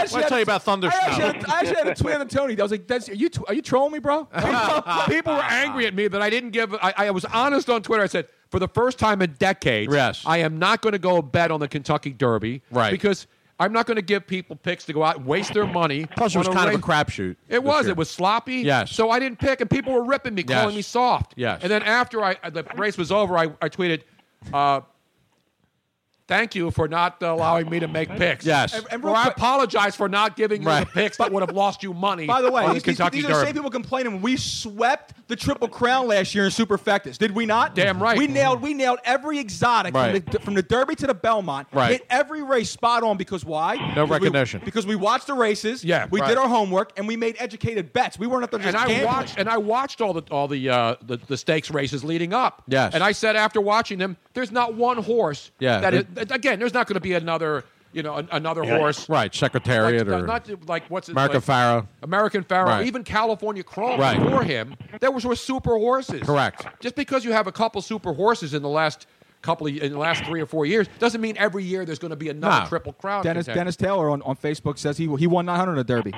[SPEAKER 3] Let's
[SPEAKER 14] had
[SPEAKER 3] tell
[SPEAKER 14] a-
[SPEAKER 3] you about Thundersnow.
[SPEAKER 14] I actually, had, I actually had a tweet on Tony. that was like, That's, are, you tw- are you trolling me, bro?
[SPEAKER 5] people were angry at me that I didn't give. I, I was honest on Twitter. I said, for the first time in decades, yes. I am not going to go bet on the Kentucky Derby, right? Because I'm not going to give people picks to go out and waste their money.
[SPEAKER 3] Plus, it was
[SPEAKER 5] on
[SPEAKER 3] kind of a
[SPEAKER 5] race-
[SPEAKER 3] crapshoot. this
[SPEAKER 5] It was.
[SPEAKER 3] year.
[SPEAKER 5] It was sloppy.
[SPEAKER 3] Yes.
[SPEAKER 5] So I didn't pick, and people were ripping me,
[SPEAKER 3] Yes.
[SPEAKER 5] calling me soft.
[SPEAKER 3] Yes.
[SPEAKER 5] And then after I the race was over, I, I tweeted. Uh, Thank you for not allowing me to make picks.
[SPEAKER 3] Yes.
[SPEAKER 14] And- and
[SPEAKER 5] or
[SPEAKER 14] real
[SPEAKER 5] I
[SPEAKER 14] quick-
[SPEAKER 5] apologize for not giving you the picks that would have lost you money.
[SPEAKER 14] By the way,
[SPEAKER 5] on
[SPEAKER 14] these, these-
[SPEAKER 5] Kentucky
[SPEAKER 14] these are
[SPEAKER 5] Derby.
[SPEAKER 14] the same people complaining when we swept the Triple Crown last year in Superfectus. Did we not?
[SPEAKER 5] Damn right.
[SPEAKER 14] We nailed we nailed every exotic
[SPEAKER 3] Right.
[SPEAKER 14] from, the, from the Derby to the Belmont.
[SPEAKER 3] Right.
[SPEAKER 14] Hit every race spot on because why?
[SPEAKER 3] No
[SPEAKER 14] Because we-
[SPEAKER 3] recognition.
[SPEAKER 14] because we watched the races. Yeah. We
[SPEAKER 5] right.
[SPEAKER 14] did our homework and we made educated bets. We weren't up there just
[SPEAKER 5] and I
[SPEAKER 14] gambling.
[SPEAKER 5] watched and I watched all the all the, uh, the the stakes races leading up.
[SPEAKER 3] Yes.
[SPEAKER 5] And I said after watching them, there's not one horse.
[SPEAKER 3] Yeah,
[SPEAKER 5] That
[SPEAKER 3] they-
[SPEAKER 5] is, that- again, there's not going to be another you know an, another horse.
[SPEAKER 3] Right. Secretariat
[SPEAKER 5] like,
[SPEAKER 3] or
[SPEAKER 5] not like what's his-
[SPEAKER 3] American
[SPEAKER 5] like,
[SPEAKER 3] Pharaoh.
[SPEAKER 5] American Pharaoh,
[SPEAKER 3] Right.
[SPEAKER 5] even California Chrome
[SPEAKER 3] Right.
[SPEAKER 5] before him, there was were super horses.
[SPEAKER 3] Correct.
[SPEAKER 5] Just because you have a couple super horses in the last couple of, in the last three or four years doesn't mean every year there's going to be another
[SPEAKER 14] Nah.
[SPEAKER 5] triple crown.
[SPEAKER 14] Dennis
[SPEAKER 5] contender.
[SPEAKER 14] Dennis Taylor on, on Facebook says he he won 900 in a Derby.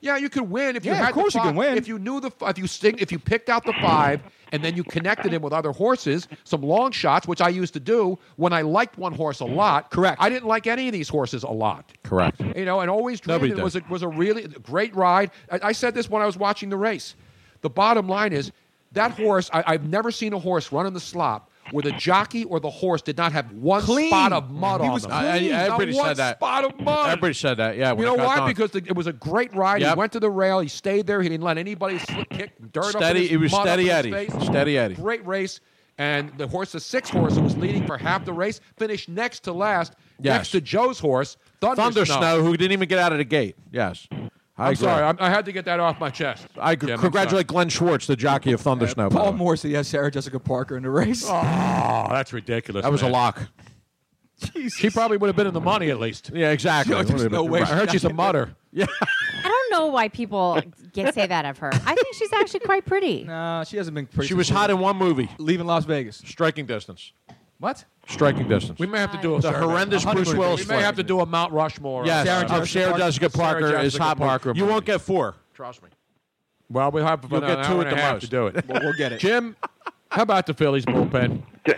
[SPEAKER 5] Yeah, you could win if you
[SPEAKER 14] Yeah,
[SPEAKER 5] had
[SPEAKER 14] of course
[SPEAKER 5] the
[SPEAKER 14] you
[SPEAKER 5] fi-
[SPEAKER 14] can win.
[SPEAKER 5] If you knew the f- if you sing, if you picked out the five and then you connected him with other horses, some long shots, which I used to do when I liked one horse a lot. Correct. I didn't like any of these horses a lot.
[SPEAKER 3] Correct.
[SPEAKER 5] You know, and always dreamed
[SPEAKER 3] Nobody
[SPEAKER 5] it
[SPEAKER 3] does.
[SPEAKER 5] was a, was a really great ride. I, I said this when I was watching the race. The bottom line is that horse. I, I've never seen a horse run in the slop. Where the jockey or the horse did not have one
[SPEAKER 3] Clean.
[SPEAKER 5] spot of mud
[SPEAKER 3] He
[SPEAKER 5] on
[SPEAKER 3] was
[SPEAKER 5] them.
[SPEAKER 3] clean. I- I-
[SPEAKER 5] Not
[SPEAKER 3] everybody
[SPEAKER 5] one
[SPEAKER 3] said that.
[SPEAKER 5] Spot of mud.
[SPEAKER 3] Everybody said that. Yeah. when
[SPEAKER 5] You
[SPEAKER 3] it
[SPEAKER 5] know
[SPEAKER 3] got
[SPEAKER 5] why?
[SPEAKER 3] done.
[SPEAKER 5] Because the, it was a great ride. He
[SPEAKER 3] Yep.
[SPEAKER 5] went to the rail. He stayed there. He didn't let anybody slip, kick dirt up in
[SPEAKER 3] Steady-
[SPEAKER 5] his-
[SPEAKER 3] he was
[SPEAKER 5] mud up in
[SPEAKER 3] steady
[SPEAKER 5] his
[SPEAKER 3] Eddie.
[SPEAKER 5] face.
[SPEAKER 3] Steady Eddie.
[SPEAKER 5] Great race. And the horse, the sixth horse who was leading for half the race, finished next to last,
[SPEAKER 3] Yes.
[SPEAKER 5] next to Joe's horse, Thunder,
[SPEAKER 3] Thunder
[SPEAKER 5] Snow.
[SPEAKER 3] Snow, who didn't even get out of the gate. Yes. I
[SPEAKER 5] I'm
[SPEAKER 3] agree.
[SPEAKER 5] sorry. I'm, I had to get that off my chest.
[SPEAKER 3] I
[SPEAKER 5] Jim, I'm
[SPEAKER 3] congratulate Glenn Schwartz, the jockey of Thunder Snow. by the
[SPEAKER 14] Paul
[SPEAKER 3] way.
[SPEAKER 14] Morrissey has Sarah Jessica Parker in the race.
[SPEAKER 5] sorry. Oh, that's ridiculous.
[SPEAKER 3] That was
[SPEAKER 5] man.
[SPEAKER 3] a lock.
[SPEAKER 5] She probably would have been in the money at least.
[SPEAKER 3] Yeah, exactly.
[SPEAKER 5] Yo, there's no way
[SPEAKER 3] I heard
[SPEAKER 5] she-
[SPEAKER 3] she's a mutter.
[SPEAKER 10] I don't know why people get say that of her. I think she's actually quite pretty.
[SPEAKER 14] No, she hasn't been pretty.
[SPEAKER 3] She was hot in one movie,
[SPEAKER 14] Leaving Las Vegas.
[SPEAKER 3] Striking Distance.
[SPEAKER 14] What?
[SPEAKER 3] Striking Distance.
[SPEAKER 5] We may have to do a
[SPEAKER 3] The
[SPEAKER 5] survey.
[SPEAKER 3] horrendous
[SPEAKER 5] A honeymoon
[SPEAKER 3] Bruce
[SPEAKER 5] movie.
[SPEAKER 3] Willis
[SPEAKER 5] We may have to do a Mount Rushmore.
[SPEAKER 3] Yes,
[SPEAKER 5] uh,
[SPEAKER 3] of Sarah Jessica Parker
[SPEAKER 5] Sarah
[SPEAKER 3] is
[SPEAKER 5] Jessica
[SPEAKER 3] hot marker. You won't get four.
[SPEAKER 5] Trust me. Well, we have
[SPEAKER 3] You'll
[SPEAKER 5] about
[SPEAKER 3] get
[SPEAKER 5] an
[SPEAKER 3] two
[SPEAKER 5] hour
[SPEAKER 3] at
[SPEAKER 5] and a
[SPEAKER 3] the
[SPEAKER 5] half
[SPEAKER 3] most.
[SPEAKER 5] to do it.
[SPEAKER 14] We'll- we'll get it.
[SPEAKER 5] Jim, how about the Phillies bullpen?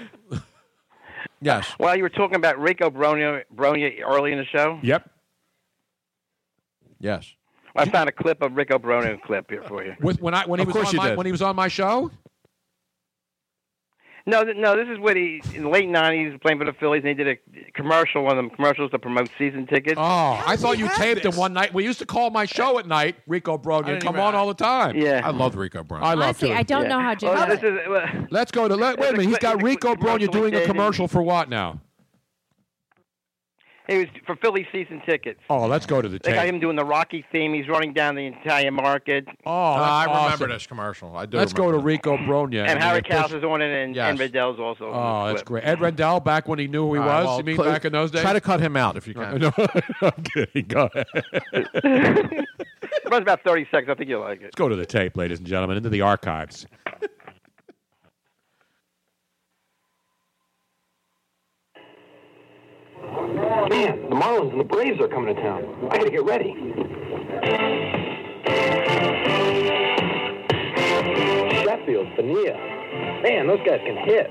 [SPEAKER 3] Yes.
[SPEAKER 18] Well, you were talking about Rico Bronya, Bronya early in the show.
[SPEAKER 5] Yep.
[SPEAKER 3] Yes.
[SPEAKER 18] I found a clip of Rico Bronya clip here for you.
[SPEAKER 5] With, when I when
[SPEAKER 18] Of
[SPEAKER 5] he was
[SPEAKER 18] course
[SPEAKER 5] on
[SPEAKER 18] you
[SPEAKER 5] my
[SPEAKER 18] did.
[SPEAKER 5] when he was on my show.
[SPEAKER 18] No, th- no, this is what he in the late '90s was playing for the Phillies, and he did a commercial, one of them commercials to promote season tickets.
[SPEAKER 5] Oh, I thought you taped him one night. We used to call my show at night, Rico Brogan.
[SPEAKER 18] didn't
[SPEAKER 5] Come
[SPEAKER 18] even-
[SPEAKER 5] on all the time.
[SPEAKER 18] Yeah.
[SPEAKER 3] I love Rico Brogan.
[SPEAKER 5] I love
[SPEAKER 10] Honestly,
[SPEAKER 5] him.
[SPEAKER 10] I don't know how Jim.
[SPEAKER 18] Well,
[SPEAKER 10] does
[SPEAKER 18] Oh, this
[SPEAKER 10] it.
[SPEAKER 18] is well,
[SPEAKER 5] Let's go to let, wait a minute. He's got Rico Bronya doing a
[SPEAKER 18] Dating.
[SPEAKER 5] commercial for what now?
[SPEAKER 18] it was for Philly season tickets.
[SPEAKER 5] Oh, let's go to the
[SPEAKER 18] They got
[SPEAKER 5] tape.
[SPEAKER 18] him doing the Rocky theme. He's running down the Italian market.
[SPEAKER 5] Oh, that's
[SPEAKER 3] I remember
[SPEAKER 5] awesome.
[SPEAKER 3] this commercial. I do.
[SPEAKER 5] Let's go to Rico Bronya.
[SPEAKER 18] and Harry
[SPEAKER 5] then, of
[SPEAKER 18] Cowles
[SPEAKER 5] course-
[SPEAKER 18] is on it, and,
[SPEAKER 5] Yes.
[SPEAKER 18] and Riddell's also.
[SPEAKER 5] Oh,
[SPEAKER 18] on this
[SPEAKER 5] that's
[SPEAKER 18] clip.
[SPEAKER 5] great. Ed Rendell, back when he knew who he was. you mean back in those days?
[SPEAKER 3] Try to cut him out if you can.
[SPEAKER 5] No, I'm kidding. Go ahead.
[SPEAKER 18] It runs about 30 seconds. I think you'll like it.
[SPEAKER 5] Let's go to the tape, ladies and gentlemen, into the archives.
[SPEAKER 19] Man, the Marlins and the Braves are coming to town. I gotta get ready. That Hatfield, Fania. Man, those guys can hit.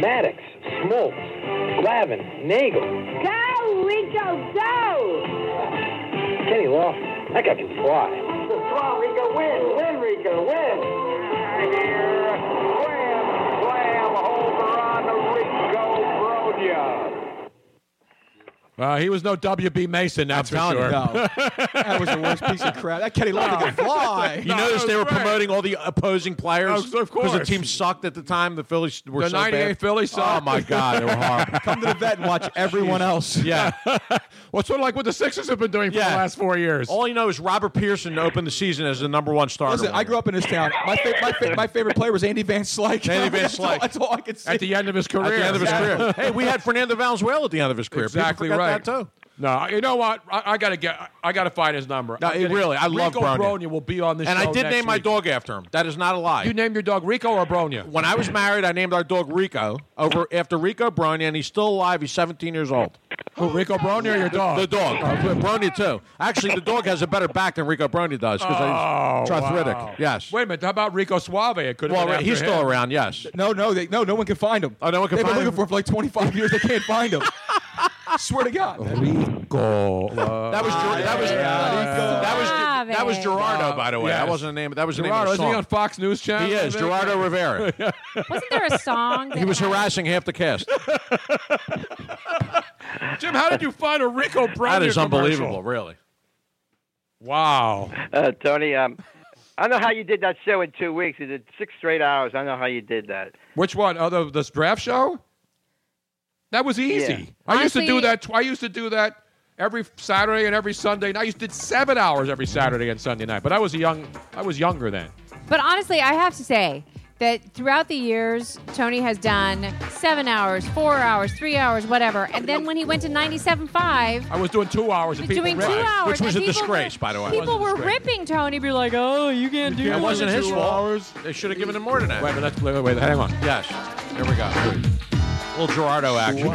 [SPEAKER 19] Maddox, Smoltz, Glavin, Nagel,
[SPEAKER 20] Go, Rico, go!
[SPEAKER 19] Kenny Lofton. That guy can fly.
[SPEAKER 20] Come on, Rico, win, win, Rico, win!
[SPEAKER 5] Uh, he was no W.B. Mason, that's for
[SPEAKER 14] telling you,
[SPEAKER 5] sure.
[SPEAKER 14] no. That was the worst piece of crap. That Kenny Lofton can fly.
[SPEAKER 3] You noticed they were promoting all the
[SPEAKER 5] uh,
[SPEAKER 3] opposing players
[SPEAKER 5] Oh, of
[SPEAKER 3] the
[SPEAKER 5] course.
[SPEAKER 3] team sucked at the time. The Phillies were
[SPEAKER 5] The
[SPEAKER 3] so bad.
[SPEAKER 5] 98 Phillies
[SPEAKER 3] Oh
[SPEAKER 5] sucked.
[SPEAKER 3] my God, they were horrible.
[SPEAKER 14] Come to the vet and watch everyone else.
[SPEAKER 3] Yeah,
[SPEAKER 5] well, sort of like what the Sixers have been doing for the last four years.
[SPEAKER 3] All you know is Robert Pearson opened the season as the number one starter.
[SPEAKER 14] Listen, I grew up in this town. My, fa- my, fa- my favorite player was Andy Van Slyke.
[SPEAKER 3] Andy Van
[SPEAKER 14] That's all-
[SPEAKER 3] Slyke.
[SPEAKER 14] That's all I could say.
[SPEAKER 5] At the end of his career.
[SPEAKER 3] at the end of his
[SPEAKER 5] Yeah.
[SPEAKER 3] career. Hey, we had Fernando Valenzuela at the end of his career. People
[SPEAKER 5] Exactly
[SPEAKER 3] forgot
[SPEAKER 5] right.
[SPEAKER 3] That too.
[SPEAKER 5] No, you know what? I, I gotta get. I gotta find his number.
[SPEAKER 3] No,
[SPEAKER 5] I'm
[SPEAKER 3] it
[SPEAKER 5] getting-
[SPEAKER 3] really, I love
[SPEAKER 5] Rico
[SPEAKER 3] Bronya.
[SPEAKER 5] will be on this.
[SPEAKER 3] And
[SPEAKER 5] show
[SPEAKER 3] I did
[SPEAKER 5] next
[SPEAKER 3] name my
[SPEAKER 5] week.
[SPEAKER 3] dog after him. That is not a lie.
[SPEAKER 5] You named your dog Rico or Bronya?
[SPEAKER 3] When I was married, I named our dog Rico over after Rico Bronya, and he's still alive. He's 17 years old.
[SPEAKER 5] Who, Rico Bronya or your dog?
[SPEAKER 3] Oh, The dog. Uh, Bronya, too. Actually, the dog has a better back than Rico Bronya does because
[SPEAKER 5] Oh,
[SPEAKER 3] he's arthritic.
[SPEAKER 5] wow.
[SPEAKER 3] Yes.
[SPEAKER 5] Wait a minute. How about Rico Suave? It could have
[SPEAKER 3] Well,
[SPEAKER 5] been after
[SPEAKER 3] he's still
[SPEAKER 5] him.
[SPEAKER 3] around, yes.
[SPEAKER 14] No, no, they, no, no one can find him. Oh,
[SPEAKER 3] no one can
[SPEAKER 14] They've
[SPEAKER 3] find
[SPEAKER 14] been
[SPEAKER 3] him?
[SPEAKER 14] looking for him for like 25 years. They can't find him. Swear to God.
[SPEAKER 3] Oh. Rico. that was Ger- that was that was that was Gerardo, by the way.
[SPEAKER 5] Yes.
[SPEAKER 3] That wasn't the name. That was the
[SPEAKER 5] Gerardo,
[SPEAKER 3] name of the
[SPEAKER 5] isn't
[SPEAKER 3] song.
[SPEAKER 5] he on Fox News Channel?
[SPEAKER 3] He is
[SPEAKER 5] I think?
[SPEAKER 3] Gerardo Rivera.
[SPEAKER 10] Wasn't there a song?
[SPEAKER 3] he was harassing half the cast.
[SPEAKER 5] Jim, how did you find a Rico Bronya?
[SPEAKER 3] That is
[SPEAKER 5] commercial?
[SPEAKER 3] unbelievable, really.
[SPEAKER 5] Wow.
[SPEAKER 18] Uh, Tony, um, I know how you did that show in two weeks. You did six straight hours. I know how you did that.
[SPEAKER 5] Which one? Oh, the, this draft show? That was easy.
[SPEAKER 18] Yeah.
[SPEAKER 5] I used to do
[SPEAKER 10] Honestly-
[SPEAKER 5] that. tw- I used to do that every Saturday and every Sunday. And I used to did seven hours every Saturday and Sunday night. But I was a young. I was younger then.
[SPEAKER 10] But honestly, I have to say that throughout the years, Tony has done seven hours, four hours, three hours, whatever. And then when he went to 97.5,
[SPEAKER 5] I was doing two hours. And people
[SPEAKER 10] doing two
[SPEAKER 5] ripped.
[SPEAKER 10] hours,
[SPEAKER 3] Which was
[SPEAKER 10] and
[SPEAKER 3] a
[SPEAKER 10] people
[SPEAKER 3] disgrace,
[SPEAKER 10] were-
[SPEAKER 3] by the way.
[SPEAKER 10] People were ripping Tony, be like, "Oh, you can't do
[SPEAKER 3] That
[SPEAKER 10] that."
[SPEAKER 3] wasn't his
[SPEAKER 5] Two
[SPEAKER 3] fault. They should have given him more than that.
[SPEAKER 5] Wait, but let's wait, wait, hang on.
[SPEAKER 3] Yes. There we go. little Gerardo action.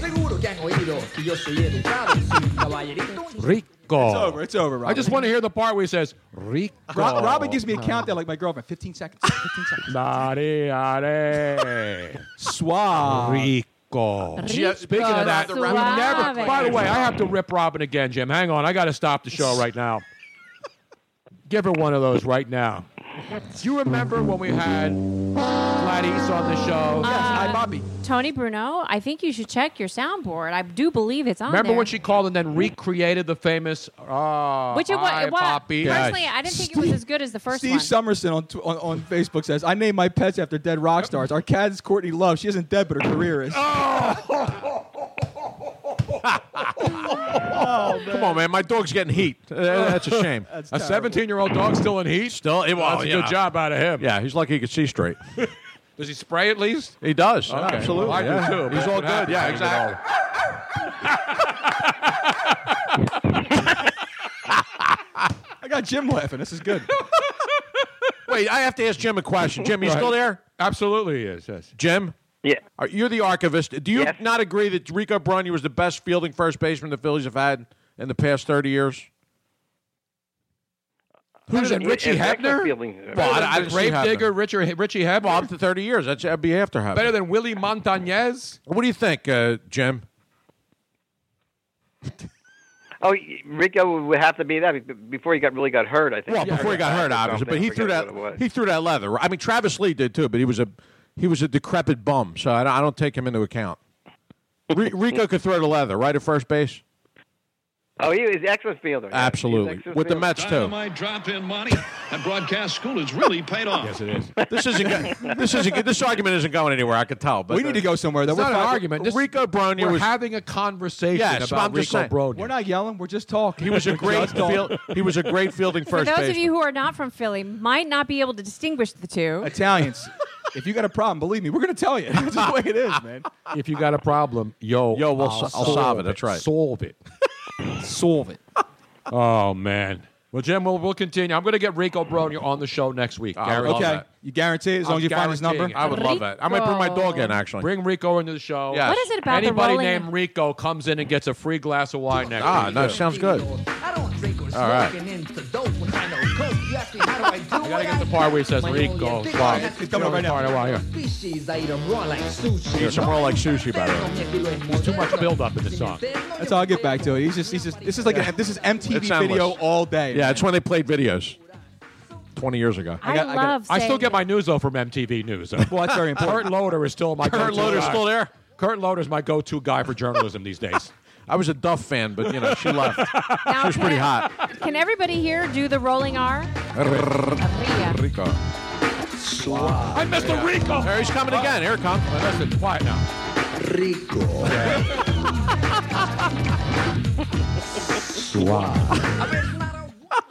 [SPEAKER 21] Seguro que han oído que yo soy educado y soy un caballerito.
[SPEAKER 5] Rico.
[SPEAKER 3] Oh.
[SPEAKER 14] It's over. It's over, Robin.
[SPEAKER 5] I just want to hear the part where he says Rico.
[SPEAKER 14] Ro- Robin gives me a countdown like my girlfriend 15 seconds. 15 seconds.
[SPEAKER 5] Nare, are.
[SPEAKER 14] Suave.
[SPEAKER 5] Rico.
[SPEAKER 14] Rico,
[SPEAKER 5] Speaking of that,
[SPEAKER 14] suave.
[SPEAKER 5] we never. By the way, I have to rip Robin again, Jim. Hang on, I got to stop the show right now. Give her one of those right now. Do you remember when we had Gladys on the show?
[SPEAKER 10] Yes,
[SPEAKER 14] Uh,
[SPEAKER 10] hi,
[SPEAKER 5] Bobby.
[SPEAKER 10] Tony Bruno, I think you should check your soundboard. I do believe it's on
[SPEAKER 5] Remember
[SPEAKER 10] there.
[SPEAKER 5] when she called and then recreated the famous "Oh,
[SPEAKER 10] Which it was,
[SPEAKER 5] hi,
[SPEAKER 10] it was.
[SPEAKER 5] Poppy."
[SPEAKER 10] Personally, I didn't think it was as good as the first
[SPEAKER 14] Steve
[SPEAKER 10] one.
[SPEAKER 14] Summerson on, tw- on on Facebook says, "I named my pets after dead rock stars. Our cat is Courtney Love. She isn't dead, but her career is."
[SPEAKER 3] Come on, man. My dog's getting heat. Uh, That's a shame.
[SPEAKER 5] a 17-year-old dog still in heat.
[SPEAKER 3] Still, it
[SPEAKER 5] Well,
[SPEAKER 3] was
[SPEAKER 5] that's a good job out of him.
[SPEAKER 3] Oh, Yeah, he's lucky he could see straight.
[SPEAKER 5] Does he spray at least?
[SPEAKER 3] He does.
[SPEAKER 5] Oh, Okay.
[SPEAKER 3] Absolutely.
[SPEAKER 5] Well, I do
[SPEAKER 3] yeah.
[SPEAKER 5] too, but
[SPEAKER 3] He's
[SPEAKER 5] that's
[SPEAKER 3] all
[SPEAKER 5] what
[SPEAKER 3] good.
[SPEAKER 5] happens
[SPEAKER 3] Yeah,
[SPEAKER 5] when you get
[SPEAKER 3] exactly.
[SPEAKER 14] I got Jim laughing. This is good.
[SPEAKER 3] Wait, I have to ask Jim a question. Jim, you
[SPEAKER 5] Go
[SPEAKER 3] still
[SPEAKER 5] ahead.
[SPEAKER 3] there?
[SPEAKER 5] Absolutely, he is. Yes.
[SPEAKER 3] Jim?
[SPEAKER 18] Yeah.
[SPEAKER 3] Are- You're the archivist. Do you not agree that Rico Bruny was the best fielding first baseman the Phillies have had in the past 30 years?
[SPEAKER 5] Who's it?
[SPEAKER 18] Yeah,
[SPEAKER 5] Richie
[SPEAKER 18] it's excellent
[SPEAKER 5] Hebner?
[SPEAKER 18] E- fielding.
[SPEAKER 3] Well, I- I
[SPEAKER 5] the
[SPEAKER 3] didn't see Hebner.
[SPEAKER 5] Gravedigger, Richard, Richie Hebner.
[SPEAKER 3] Up to 30 years. That's, that'd be after half.
[SPEAKER 5] Better than Willie Montañez.
[SPEAKER 3] What do you think, uh, Jim?
[SPEAKER 18] Oh, y- Rico would have to be that be- before he got really got hurt. I think.
[SPEAKER 3] Well, before he got hurt, obviously, but he threw that he threw that leather. I mean, Travis Lee did too, but he was a he was a decrepit bum, so I don't, I don't take him into account. Re- Rico could throw the leather right at first base.
[SPEAKER 18] Oh, he was an excellent fielder. yeah.
[SPEAKER 3] Absolutely.
[SPEAKER 18] He's an excellent
[SPEAKER 3] With the
[SPEAKER 18] fielder.
[SPEAKER 3] Mets, too.
[SPEAKER 22] Dynamite drop-in money at broadcast school has really paid off. Yes,
[SPEAKER 5] it is.
[SPEAKER 3] This isn't go- this isn't this argument isn't going anywhere. I could tell. But
[SPEAKER 14] we need to go somewhere. Though.
[SPEAKER 5] It's not an
[SPEAKER 14] fi-
[SPEAKER 5] argument. This,
[SPEAKER 3] Rico Bronya
[SPEAKER 5] We're
[SPEAKER 3] was-
[SPEAKER 5] having a conversation
[SPEAKER 3] Yes,
[SPEAKER 5] about
[SPEAKER 3] I'm just
[SPEAKER 5] Rico
[SPEAKER 3] saying.
[SPEAKER 5] Bronya.
[SPEAKER 14] We're not yelling. We're just talking.
[SPEAKER 3] He was a
[SPEAKER 14] We're
[SPEAKER 3] great
[SPEAKER 14] just talking.
[SPEAKER 3] field, he was a great fielding
[SPEAKER 10] For
[SPEAKER 3] first
[SPEAKER 10] those of
[SPEAKER 3] baseman.
[SPEAKER 10] you who are not from Philly, might not be able to distinguish the two.
[SPEAKER 14] Italians. if you got a problem, believe me, we're gonna tell you. That's the way it is, man.
[SPEAKER 5] If you got a problem, yo,
[SPEAKER 3] Yo, we'll so- I'll solve it. That's right.
[SPEAKER 5] Solve it.
[SPEAKER 14] Solve it.
[SPEAKER 5] oh man. Well, Jim, we'll, we'll continue. I'm going to get Rico Bronya on the show next week.
[SPEAKER 3] I would love
[SPEAKER 14] Ah, okay,
[SPEAKER 3] that.
[SPEAKER 14] you guarantee it as long
[SPEAKER 5] I'm
[SPEAKER 14] as you find his number.
[SPEAKER 5] guaranteeing it. I would love
[SPEAKER 3] that. I might bring my dog in actually.
[SPEAKER 5] Bring Rico into the show.
[SPEAKER 3] Yes. What is
[SPEAKER 10] it about the
[SPEAKER 5] Anybody
[SPEAKER 10] rolling-
[SPEAKER 5] named Rico comes in and gets a free glass of wine next
[SPEAKER 3] Ah,
[SPEAKER 5] week.
[SPEAKER 3] no, sounds good.
[SPEAKER 21] I don't drink or
[SPEAKER 3] All right.
[SPEAKER 21] smoke and into dope when I know coke. You ask me how How do I do
[SPEAKER 5] You gotta get the part where he says Rico. Bob.
[SPEAKER 21] It's coming up right now.
[SPEAKER 5] Part I want here.
[SPEAKER 21] Species, I eat 'em raw like sushi.
[SPEAKER 5] Eat 'em raw like sushi, by the way. There's too much build up in this song.
[SPEAKER 14] That's all I get back to. He's just, he's just. This is like an, this is MTV
[SPEAKER 5] It's soundless.
[SPEAKER 14] video all day.
[SPEAKER 5] Yeah, it's when they played videos. Twenty years ago.
[SPEAKER 14] I I got- I got- love
[SPEAKER 5] I still
[SPEAKER 14] saying-
[SPEAKER 5] get my news though from MTV News. though.
[SPEAKER 14] Well, that's very important.
[SPEAKER 5] Kurt Loder is still my.
[SPEAKER 14] Kurt
[SPEAKER 5] go-to
[SPEAKER 14] Loder's
[SPEAKER 5] guy.
[SPEAKER 14] still there?
[SPEAKER 5] Kurt Loder's my go-to guy for journalism these days. I was a Duff fan, but you know she left. she was pretty hot.
[SPEAKER 10] Can everybody here do the rolling R?
[SPEAKER 5] Rico. I missed the Rico. Here he's coming again. Here it comes. Well, listen, quiet now.
[SPEAKER 21] Rico.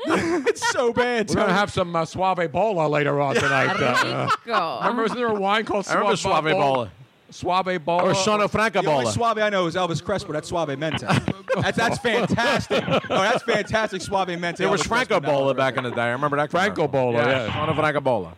[SPEAKER 5] it's so bad. We're gonna have some uh, suave bola later on tonight. uh,
[SPEAKER 10] Go.
[SPEAKER 5] remember, isn't there a wine called
[SPEAKER 14] I remember
[SPEAKER 5] Suave
[SPEAKER 14] Suave
[SPEAKER 5] Bola?
[SPEAKER 14] Bola.
[SPEAKER 5] Suave Bola
[SPEAKER 14] The only suave I know is Elvis Crespo. That's suave menta. that's that's fantastic. Oh, that's fantastic suave menta.
[SPEAKER 3] There was
[SPEAKER 14] Elvis Crespo.
[SPEAKER 3] Franco Bola back in the day. I remember that. Franco
[SPEAKER 5] Bola, yeah.
[SPEAKER 3] Son of Franco Bola.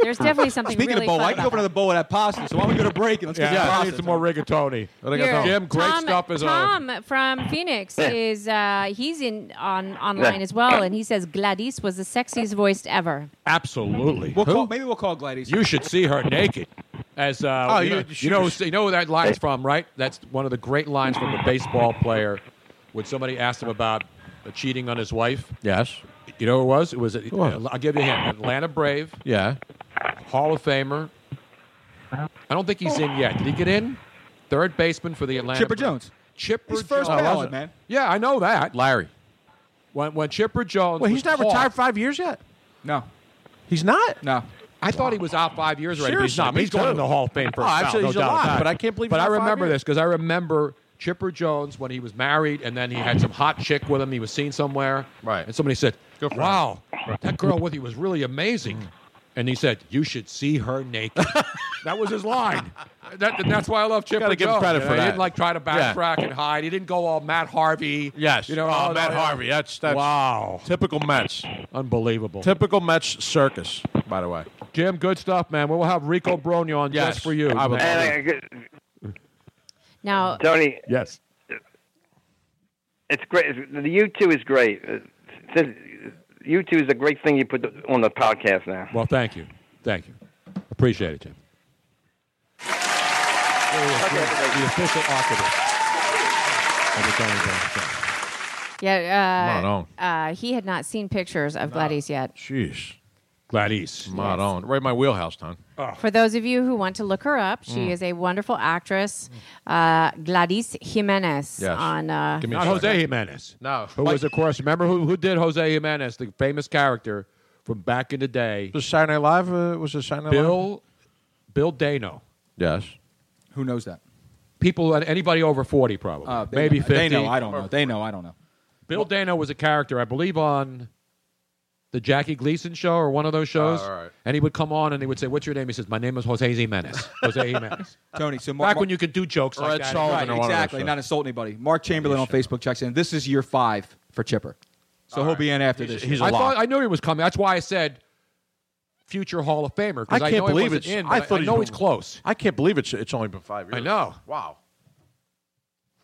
[SPEAKER 10] There's definitely something
[SPEAKER 14] Speaking
[SPEAKER 10] really
[SPEAKER 14] of bowl,
[SPEAKER 10] fun
[SPEAKER 14] I can
[SPEAKER 10] about
[SPEAKER 14] go for another bowl of that pasta. So why don't we go to break and let's
[SPEAKER 5] Yeah,
[SPEAKER 14] get
[SPEAKER 5] I
[SPEAKER 14] some
[SPEAKER 5] need
[SPEAKER 14] pasta.
[SPEAKER 5] some more rigatoni.
[SPEAKER 10] Here,
[SPEAKER 5] Jim, great
[SPEAKER 10] Tom-
[SPEAKER 5] stuff as always.
[SPEAKER 10] Tom from Phoenix is uh, he's in on online
[SPEAKER 5] Yeah.
[SPEAKER 10] as well, and he says Gladys was the sexiest voice ever.
[SPEAKER 5] Absolutely.
[SPEAKER 14] We'll call, maybe we'll call Gladys.
[SPEAKER 5] You should see her naked. As uh,
[SPEAKER 14] Oh,
[SPEAKER 5] you,
[SPEAKER 14] you-
[SPEAKER 5] know,
[SPEAKER 14] she
[SPEAKER 5] you know,
[SPEAKER 14] was-
[SPEAKER 5] you know where that line's from, right? That's one of the great lines from a baseball player when somebody asked him about uh, cheating on his wife.
[SPEAKER 3] Yes.
[SPEAKER 5] You know who it was? It was. A,
[SPEAKER 3] was?
[SPEAKER 5] I'll give you a hint. Atlanta Brave,
[SPEAKER 3] Yeah.
[SPEAKER 5] Hall of Famer. I don't think he's in yet. Did he get in? Third baseman for the Atlanta.
[SPEAKER 14] Chipper
[SPEAKER 5] Braves.
[SPEAKER 14] Jones.
[SPEAKER 5] Chipper
[SPEAKER 14] His first
[SPEAKER 5] Jones. Oh,
[SPEAKER 14] ballot, man.
[SPEAKER 5] Yeah, I know that. Larry. When when Chipper Jones.
[SPEAKER 3] Well,
[SPEAKER 5] was
[SPEAKER 3] he's not
[SPEAKER 5] caught-
[SPEAKER 3] retired five years yet.
[SPEAKER 14] No.
[SPEAKER 3] He's not.
[SPEAKER 14] No.
[SPEAKER 5] I thought he was out five years already. but he's
[SPEAKER 3] Seriously,
[SPEAKER 5] not.
[SPEAKER 3] me
[SPEAKER 5] But he's going
[SPEAKER 3] too.
[SPEAKER 5] in the Hall of Fame for
[SPEAKER 3] Oh,
[SPEAKER 5] a foul,
[SPEAKER 3] actually,
[SPEAKER 5] no
[SPEAKER 3] he's
[SPEAKER 5] doubt
[SPEAKER 3] alive,
[SPEAKER 5] about it.
[SPEAKER 3] but I can't believe
[SPEAKER 5] But
[SPEAKER 3] he's
[SPEAKER 5] I
[SPEAKER 3] out five
[SPEAKER 5] remember
[SPEAKER 3] years.
[SPEAKER 5] this because I remember Chipper Jones when he was married, and then he had some hot chick with him. He was seen somewhere, right? And somebody said, "Wow, that girl with you was really amazing." And he said, "You should see her naked." that was his line. That, and that's why I love Chipper
[SPEAKER 3] Gotta give him
[SPEAKER 5] Jones.
[SPEAKER 3] credit for
[SPEAKER 5] you know? He
[SPEAKER 3] that.
[SPEAKER 5] didn't like try to
[SPEAKER 3] Yeah.
[SPEAKER 5] backtrack and hide. He didn't go all Matt Harvey.
[SPEAKER 3] Yes.
[SPEAKER 5] you know,
[SPEAKER 3] Oh,
[SPEAKER 5] no,
[SPEAKER 3] Matt
[SPEAKER 5] no.
[SPEAKER 3] Harvey. That's that's
[SPEAKER 5] wow.
[SPEAKER 3] Typical Mets.
[SPEAKER 5] Unbelievable.
[SPEAKER 3] Typical Mets circus. By the way.
[SPEAKER 5] Jim, good stuff, man. We'll have Rico Bronio on
[SPEAKER 3] Yes.
[SPEAKER 5] just for you.
[SPEAKER 3] I would
[SPEAKER 5] man.
[SPEAKER 3] love
[SPEAKER 18] And I-
[SPEAKER 10] Now,
[SPEAKER 18] Tony,
[SPEAKER 5] Yes.
[SPEAKER 18] it's great. The U two is great. U two is a great thing you put on the podcast now.
[SPEAKER 5] Well, thank you. Thank you. Appreciate it, Jim. The official
[SPEAKER 10] Yeah, uh,
[SPEAKER 5] Not on.
[SPEAKER 10] uh, he had not seen pictures of Gladys yet.
[SPEAKER 3] Jeez.
[SPEAKER 5] Gladys.
[SPEAKER 3] Not on. Right in my wheelhouse, Tom.
[SPEAKER 10] For those of you who want to look her up, she
[SPEAKER 3] Mm.
[SPEAKER 10] is a wonderful actress, uh, Gladys Jimenez.
[SPEAKER 5] Yes.
[SPEAKER 10] On uh,
[SPEAKER 5] Not Jose Jimenez. No. Who was, of course, remember who, who did Jose Jimenez, the famous character from back in the day?
[SPEAKER 3] Was Saturday Night Live? Uh, was it Saturday Night Live?
[SPEAKER 5] Bill, Bill Dano.
[SPEAKER 3] Yes.
[SPEAKER 14] Who knows that?
[SPEAKER 5] People, anybody over 40 probably.
[SPEAKER 14] Uh, they
[SPEAKER 5] Maybe
[SPEAKER 14] know.
[SPEAKER 5] 50.
[SPEAKER 14] They know. I don't know. They know. I don't know.
[SPEAKER 5] Bill Dano was a character, I believe, on the Jackie Gleason show or one of those shows.
[SPEAKER 14] all right.
[SPEAKER 5] And he would come on and he would say, What's your name? He says, My name is Jose Jimenez. Jose Jimenez.
[SPEAKER 14] Tony, so
[SPEAKER 5] Back when you could do jokes like that.
[SPEAKER 14] Right, exactly. Not insult anybody. Mark Chamberlain on Facebook checks in. This is year five for Chipper. So he'll be in after this. year.
[SPEAKER 5] I thought I knew he was coming. That's why I said future Hall of Famer. 'cause
[SPEAKER 3] I can't
[SPEAKER 5] know he
[SPEAKER 3] believe
[SPEAKER 5] wasn't
[SPEAKER 3] it's.
[SPEAKER 5] In,
[SPEAKER 3] I
[SPEAKER 5] but
[SPEAKER 3] thought
[SPEAKER 5] I
[SPEAKER 3] he's
[SPEAKER 5] know
[SPEAKER 3] been-
[SPEAKER 5] he's close.
[SPEAKER 3] I can't believe it's. It's only been five years.
[SPEAKER 5] I know.
[SPEAKER 3] Wow.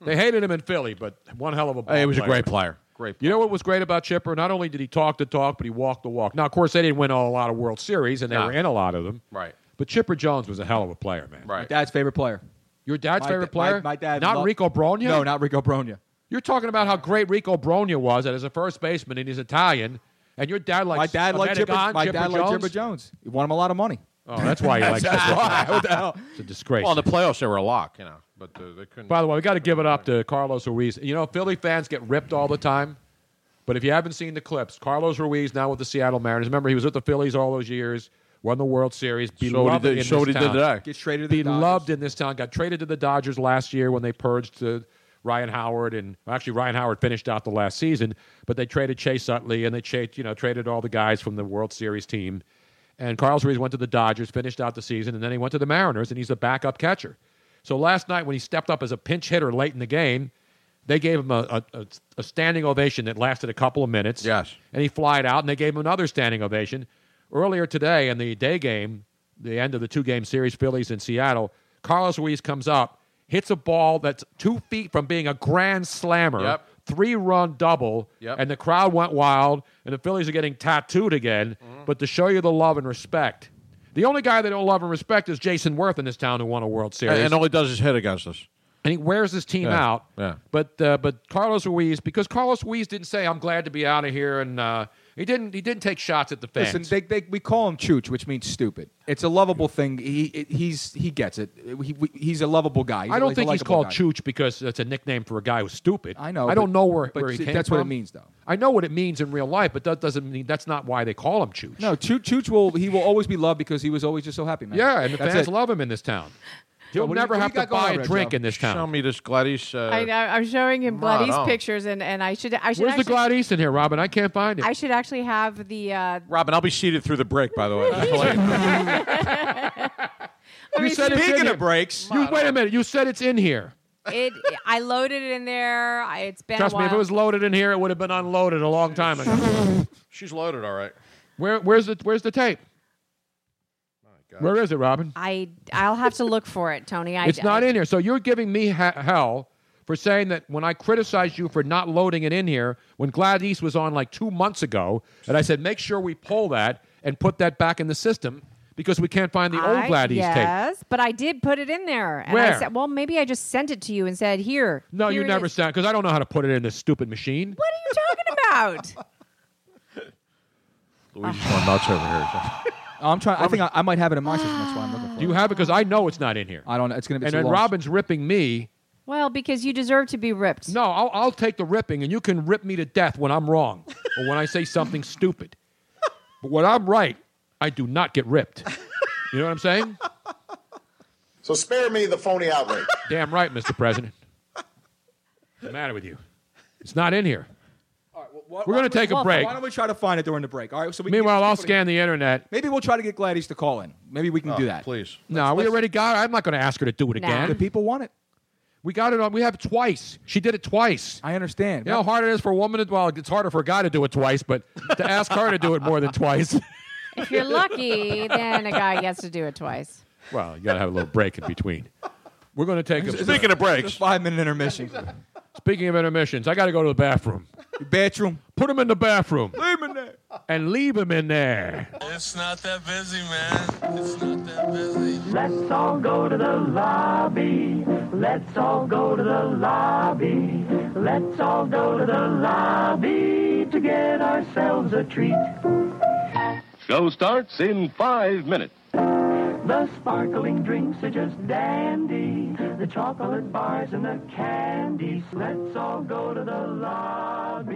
[SPEAKER 5] They hated him in Philly, but one hell of a.
[SPEAKER 3] Hey, he
[SPEAKER 5] ball
[SPEAKER 3] was a great player. Great.
[SPEAKER 5] You know what was great about Chipper? Not only did he talk the talk, but he walked the walk. Now, of course, they didn't win a lot of World Series, and they
[SPEAKER 14] No.
[SPEAKER 5] were in a lot of them.
[SPEAKER 3] Right.
[SPEAKER 5] But Chipper Jones was a hell of a player, man.
[SPEAKER 14] My dad's favorite player.
[SPEAKER 5] Your dad's
[SPEAKER 14] My-
[SPEAKER 5] favorite
[SPEAKER 14] my-
[SPEAKER 5] player?
[SPEAKER 14] my dad
[SPEAKER 5] Not
[SPEAKER 14] loved-
[SPEAKER 5] Rico Bronya?
[SPEAKER 14] No, not Rico Bronya.
[SPEAKER 5] You're talking about how great Rico Bronya was as a first baseman, and he's Italian. And your dad likes
[SPEAKER 14] My dad liked Chipper.
[SPEAKER 5] Emetegon,
[SPEAKER 14] My
[SPEAKER 5] Chipper
[SPEAKER 14] dad liked
[SPEAKER 5] Jones?
[SPEAKER 14] Chipper Jones. He won him a lot of money.
[SPEAKER 5] Oh, that's why he likes Chipper Jones.
[SPEAKER 14] What the hell?
[SPEAKER 5] It's a disgrace.
[SPEAKER 3] Well, in the playoffs they were a lock, you know, but uh, they couldn't.
[SPEAKER 5] By the way, we got to give it up to Carlos Ruiz. You know, Philly fans get ripped all the time. But if you haven't seen the clips, Carlos Ruiz now with the Seattle Mariners. Remember, he was with the Phillies all those years, won the World Series,
[SPEAKER 3] So what
[SPEAKER 5] beloved
[SPEAKER 3] he did,
[SPEAKER 5] in
[SPEAKER 3] so what he
[SPEAKER 5] this
[SPEAKER 3] did
[SPEAKER 5] town.
[SPEAKER 3] today.
[SPEAKER 14] Gets traded to the
[SPEAKER 5] Beloved in this town. Got traded to the Dodgers last year when they purged uh, Ryan Howard, and well, actually Ryan Howard finished out the last season. But they traded Chase Utley, and they cha- you know traded all the guys from the World Series team. And Carlos Ruiz went to the Dodgers, finished out the season, and then he went to the Mariners, and he's the backup catcher. So last night, when he stepped up as a pinch hitter late in the game, they gave him a, a, a- a standing ovation that lasted a couple of minutes. Yes. And he flied out, and they gave him another standing ovation. Earlier today in the day game, the end of the two game series, Phillies in Seattle, Carlos Ruiz comes up, hits a ball that's two feet from being a grand slammer
[SPEAKER 3] Yep.
[SPEAKER 5] three run double,
[SPEAKER 3] Yep.
[SPEAKER 5] and the crowd went wild, and the Phillies are getting tattooed again.
[SPEAKER 3] Mm-hmm.
[SPEAKER 5] But to show you the love and respect, the only guy they don't love and respect is Jason Worth in this town who won a World Series.
[SPEAKER 3] and all he does is hit against us.
[SPEAKER 5] And he wears his team
[SPEAKER 3] Yeah,
[SPEAKER 5] out.
[SPEAKER 3] yeah.
[SPEAKER 5] But uh, but Carlos Ruiz, because Carlos Ruiz didn't say, "I'm glad to be out of here," and uh, he didn't he didn't take shots at the fans.
[SPEAKER 14] Listen, they, they, we call him Chooch, which means stupid. It's a lovable thing. He it- he's he gets it. He, we- he's a lovable guy.
[SPEAKER 5] I don't think he's called
[SPEAKER 14] Chooch.
[SPEAKER 5] Chooch because it's a nickname for a guy who's stupid. I
[SPEAKER 14] know,
[SPEAKER 5] I don't
[SPEAKER 14] but-
[SPEAKER 5] know where,
[SPEAKER 14] but
[SPEAKER 5] where he
[SPEAKER 14] see,
[SPEAKER 5] came
[SPEAKER 14] that's what it
[SPEAKER 5] from.
[SPEAKER 14] means, though.
[SPEAKER 5] I know what it means in real life, but that doesn't mean that's not why they call him Chooch.
[SPEAKER 14] No, Chooch, Chooch will he will always be loved because he was always just so happy, man.
[SPEAKER 5] Yeah, and the
[SPEAKER 14] That's
[SPEAKER 5] fans
[SPEAKER 14] it.
[SPEAKER 5] love him in this town.
[SPEAKER 14] Joe,
[SPEAKER 5] He'll
[SPEAKER 14] what do you-
[SPEAKER 5] never
[SPEAKER 14] what do
[SPEAKER 5] have
[SPEAKER 14] you
[SPEAKER 5] to
[SPEAKER 14] got going
[SPEAKER 5] buy
[SPEAKER 14] on
[SPEAKER 5] a
[SPEAKER 14] right
[SPEAKER 5] drink
[SPEAKER 14] now?
[SPEAKER 5] in this town.
[SPEAKER 3] Show me this Gladys. Uh,
[SPEAKER 12] I, I- I'm showing him Gladys
[SPEAKER 3] on.
[SPEAKER 12] pictures, and, and I should I should
[SPEAKER 5] Where's the
[SPEAKER 12] actually,
[SPEAKER 5] Gladys in here, Robin? I can't find it.
[SPEAKER 12] I should actually have the. Uh,
[SPEAKER 3] Robin, I'll be seated through the break. By the way, Just to let you know.
[SPEAKER 5] you said it's
[SPEAKER 3] Speaking
[SPEAKER 5] in
[SPEAKER 3] of
[SPEAKER 5] here.
[SPEAKER 3] breaks-
[SPEAKER 5] You, wait a minute. You said it's in here.
[SPEAKER 12] it I loaded it in there. I, it's been
[SPEAKER 5] Trust
[SPEAKER 12] a
[SPEAKER 5] me,
[SPEAKER 12] while.
[SPEAKER 5] if it was loaded in here, it would have been unloaded a long time ago.
[SPEAKER 3] she's loaded, all right.
[SPEAKER 5] Where, where's the Where's the tape? Where is it, Robin?
[SPEAKER 12] I I'll have to look for it, Tony. I,
[SPEAKER 5] it's not in here. So you're giving me ha- hell for saying that when I criticized you for not loading it in here when Gladys was on like two months ago, and I said make sure we pull that and put that back in the system because we can't find the old
[SPEAKER 12] I-
[SPEAKER 5] Gladys tape.
[SPEAKER 12] Yes, but I did put it in there. And
[SPEAKER 5] Where?
[SPEAKER 12] I said, well, maybe I just sent it to you and said, here.
[SPEAKER 5] No,
[SPEAKER 12] here
[SPEAKER 5] you
[SPEAKER 12] it
[SPEAKER 5] never
[SPEAKER 12] is.
[SPEAKER 5] said because I don't know how to put it in this stupid machine.
[SPEAKER 12] What are you talking about?
[SPEAKER 3] Luigi's going nuts over here.
[SPEAKER 14] I'm trying. I think I, I might have it in my system. That's why I'm looking for.
[SPEAKER 5] Do you have it? Because I know it's not in here. I
[SPEAKER 14] don't know. It's going to be
[SPEAKER 5] And
[SPEAKER 14] too
[SPEAKER 5] then
[SPEAKER 14] long.
[SPEAKER 5] Robin's ripping me.
[SPEAKER 12] well, because you deserve to be ripped.
[SPEAKER 5] No, I'll, I'll take the ripping, and you can rip me to death when I'm wrong or when I say something stupid. But when I'm right, I do not get ripped. You know what I'm saying?
[SPEAKER 15] So spare me the phony outrage.
[SPEAKER 5] Damn right, Mr. President. What's the matter with you? It's not in here.
[SPEAKER 14] Why-
[SPEAKER 5] We're gonna
[SPEAKER 14] why don't we-
[SPEAKER 5] take a break.
[SPEAKER 14] Why don't we try to find it during the break? All right. So we can
[SPEAKER 5] Meanwhile,
[SPEAKER 14] get
[SPEAKER 5] I'll
[SPEAKER 14] people to-
[SPEAKER 5] scan the internet.
[SPEAKER 14] Maybe we'll try to get Gladys to call in. Maybe we can do that. Please.
[SPEAKER 5] No, we already got it. I'm not going to ask her to do it
[SPEAKER 14] Nah.
[SPEAKER 5] again.
[SPEAKER 14] The people want it.
[SPEAKER 5] We got it on. We have it twice. She did it twice.
[SPEAKER 14] I understand.
[SPEAKER 5] You know how hard it is for a woman to, well, it's harder for a guy to do it twice, but to ask her to do it more than twice.
[SPEAKER 12] If you're lucky, then a guy gets to do it twice.
[SPEAKER 5] Well, you got to have a little break in between. We're going to take a
[SPEAKER 14] Speaking of breaks. five minute intermission.
[SPEAKER 5] Speaking of intermissions, I got to go to the bathroom.
[SPEAKER 14] bathroom.
[SPEAKER 5] Put him in the bathroom
[SPEAKER 14] Leave me there.
[SPEAKER 5] and leave him in there.
[SPEAKER 23] It's not that busy, man. It's not that busy.
[SPEAKER 20] Let's all go to the lobby. Let's all go to the lobby. Let's all go to the lobby to get ourselves a treat.
[SPEAKER 22] Show starts in five minutes.
[SPEAKER 20] The sparkling drinks are just dandy. The chocolate bars and the candies. Let's all go to the lobby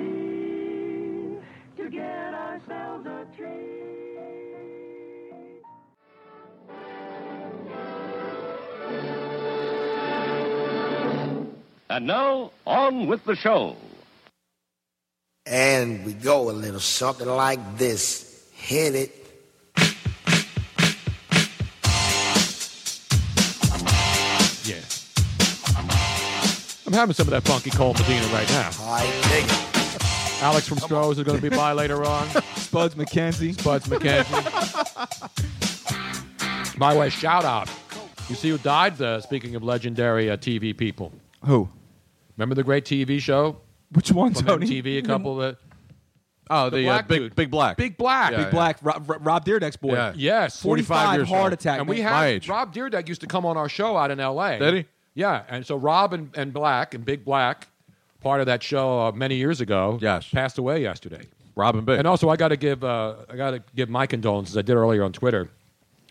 [SPEAKER 20] to get ourselves a treat.
[SPEAKER 22] And now, on with the show.
[SPEAKER 24] And we go a little something like this. Hit it.
[SPEAKER 5] Yeah. I'm having some of that funky Cole Medina right now. Alex from Stroh's is going to be by later on.
[SPEAKER 14] Spuds McKenzie.
[SPEAKER 5] Spuds McKenzie. By the way, shout out. You see who died? Uh, speaking of legendary uh, TV people.
[SPEAKER 14] Who?
[SPEAKER 5] Remember the great TV show?
[SPEAKER 14] Which one,
[SPEAKER 5] From
[SPEAKER 14] Tony?
[SPEAKER 5] MTV, a couple that.
[SPEAKER 3] Oh, the, uh, Big-
[SPEAKER 5] Big Black. dude. Big Black.
[SPEAKER 14] Big Black. Rob, Rob- Rob Deerdeck's boy.
[SPEAKER 5] Yeah. Yes.
[SPEAKER 14] 45 heart attack.
[SPEAKER 5] And we
[SPEAKER 14] man.
[SPEAKER 5] had Rob Deerdeck used to come on our show out in L.A.
[SPEAKER 3] Did he?
[SPEAKER 5] Yeah. And so Rob and, and Black and Big Black, part of that show uh, many years ago, yes. passed away yesterday.
[SPEAKER 3] Robin Big.
[SPEAKER 5] And also, I got to give uh, I got to give my condolences. I did earlier on Twitter.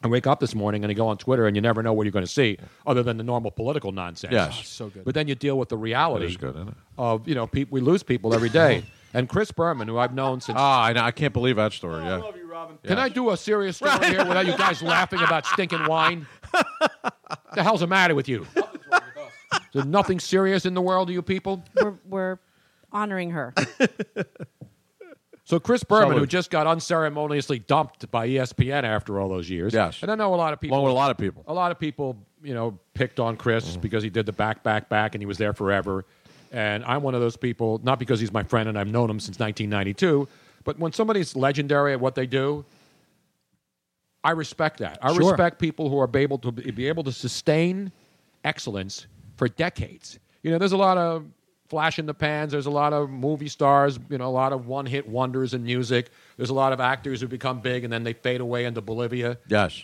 [SPEAKER 5] I wake up this morning and I go on Twitter, and you never know what you're going to see, other than the normal political nonsense.
[SPEAKER 3] Yes. Oh, it's so good.
[SPEAKER 5] But then you deal with the
[SPEAKER 3] That
[SPEAKER 5] reality
[SPEAKER 3] is good, isn't it?
[SPEAKER 5] of you know peop we lose people every day. and Chris Berman, who I've known since.
[SPEAKER 3] Ah, I, know, I can't believe that story. Yeah. Oh,
[SPEAKER 5] Can I do a serious story here without you guys laughing about stinking wine? the hell's the matter with you? There's nothing serious in the world, you people.
[SPEAKER 12] We're, we're honoring her.
[SPEAKER 5] So Chris Berman,
[SPEAKER 3] Salute.
[SPEAKER 5] who just got unceremoniously dumped by E ESPN after all those years, yes, and I know a lot of people,
[SPEAKER 3] Along with a lot of people.
[SPEAKER 5] a lot of people, you know, picked on Chris because he did the back, back, back, and he was there forever. And I'm one of those people, not because he's my friend and I've known him since 1992, but when somebody's legendary at what they do, I respect that. I
[SPEAKER 3] Sure.
[SPEAKER 5] respect people who are be able to be able to sustain excellence for decades. You know, there's a lot of flash in the pans. There's a lot of movie stars, you know, a lot of one-hit wonders in music. There's a lot of actors who become big and then they fade away into Bolivia.
[SPEAKER 3] Yes.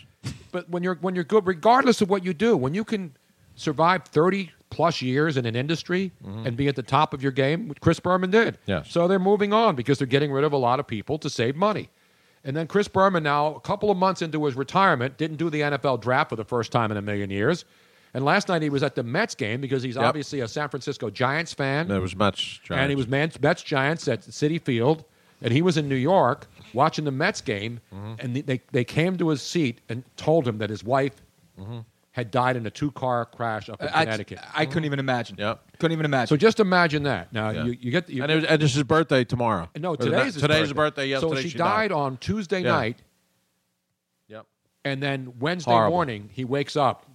[SPEAKER 5] But when you're when you're good, regardless of what you do, when you can survive 30 plus years in an industry and be at the top of your game, which Chris Berman did.
[SPEAKER 3] Mm-hmm. Yes.
[SPEAKER 5] So they're moving on because they're getting rid of a lot of people to save money. And then Chris Berman, now a couple of months into his retirement, didn't do the NFL draft for the first time in a million years. And last night he was at the Mets game because he's
[SPEAKER 3] Yep.
[SPEAKER 5] obviously a San Francisco Giants fan.
[SPEAKER 3] There was much.
[SPEAKER 5] And he was Man- Mets Giants at City Field, and he was in New York watching the Mets game,
[SPEAKER 3] Mm-hmm.
[SPEAKER 5] and they, they came to his seat and told him that his wife
[SPEAKER 3] Mm-hmm.
[SPEAKER 5] had died in a two car crash up in
[SPEAKER 14] I- I-
[SPEAKER 5] Connecticut.
[SPEAKER 14] I couldn't even imagine.
[SPEAKER 3] Yeah.
[SPEAKER 14] Couldn't even imagine.
[SPEAKER 5] So just imagine that. Now you, you get you,
[SPEAKER 3] and, it was, and it's his birthday tomorrow.
[SPEAKER 5] no
[SPEAKER 3] Or the-
[SPEAKER 5] today's his
[SPEAKER 3] today's his birthday. Yes,
[SPEAKER 5] so
[SPEAKER 3] today
[SPEAKER 5] she,
[SPEAKER 3] she
[SPEAKER 5] died
[SPEAKER 3] died.
[SPEAKER 5] on Tuesday
[SPEAKER 3] Yeah.
[SPEAKER 5] night.
[SPEAKER 3] Yep.
[SPEAKER 5] And then Wednesday
[SPEAKER 3] Horrible.
[SPEAKER 5] morning he wakes up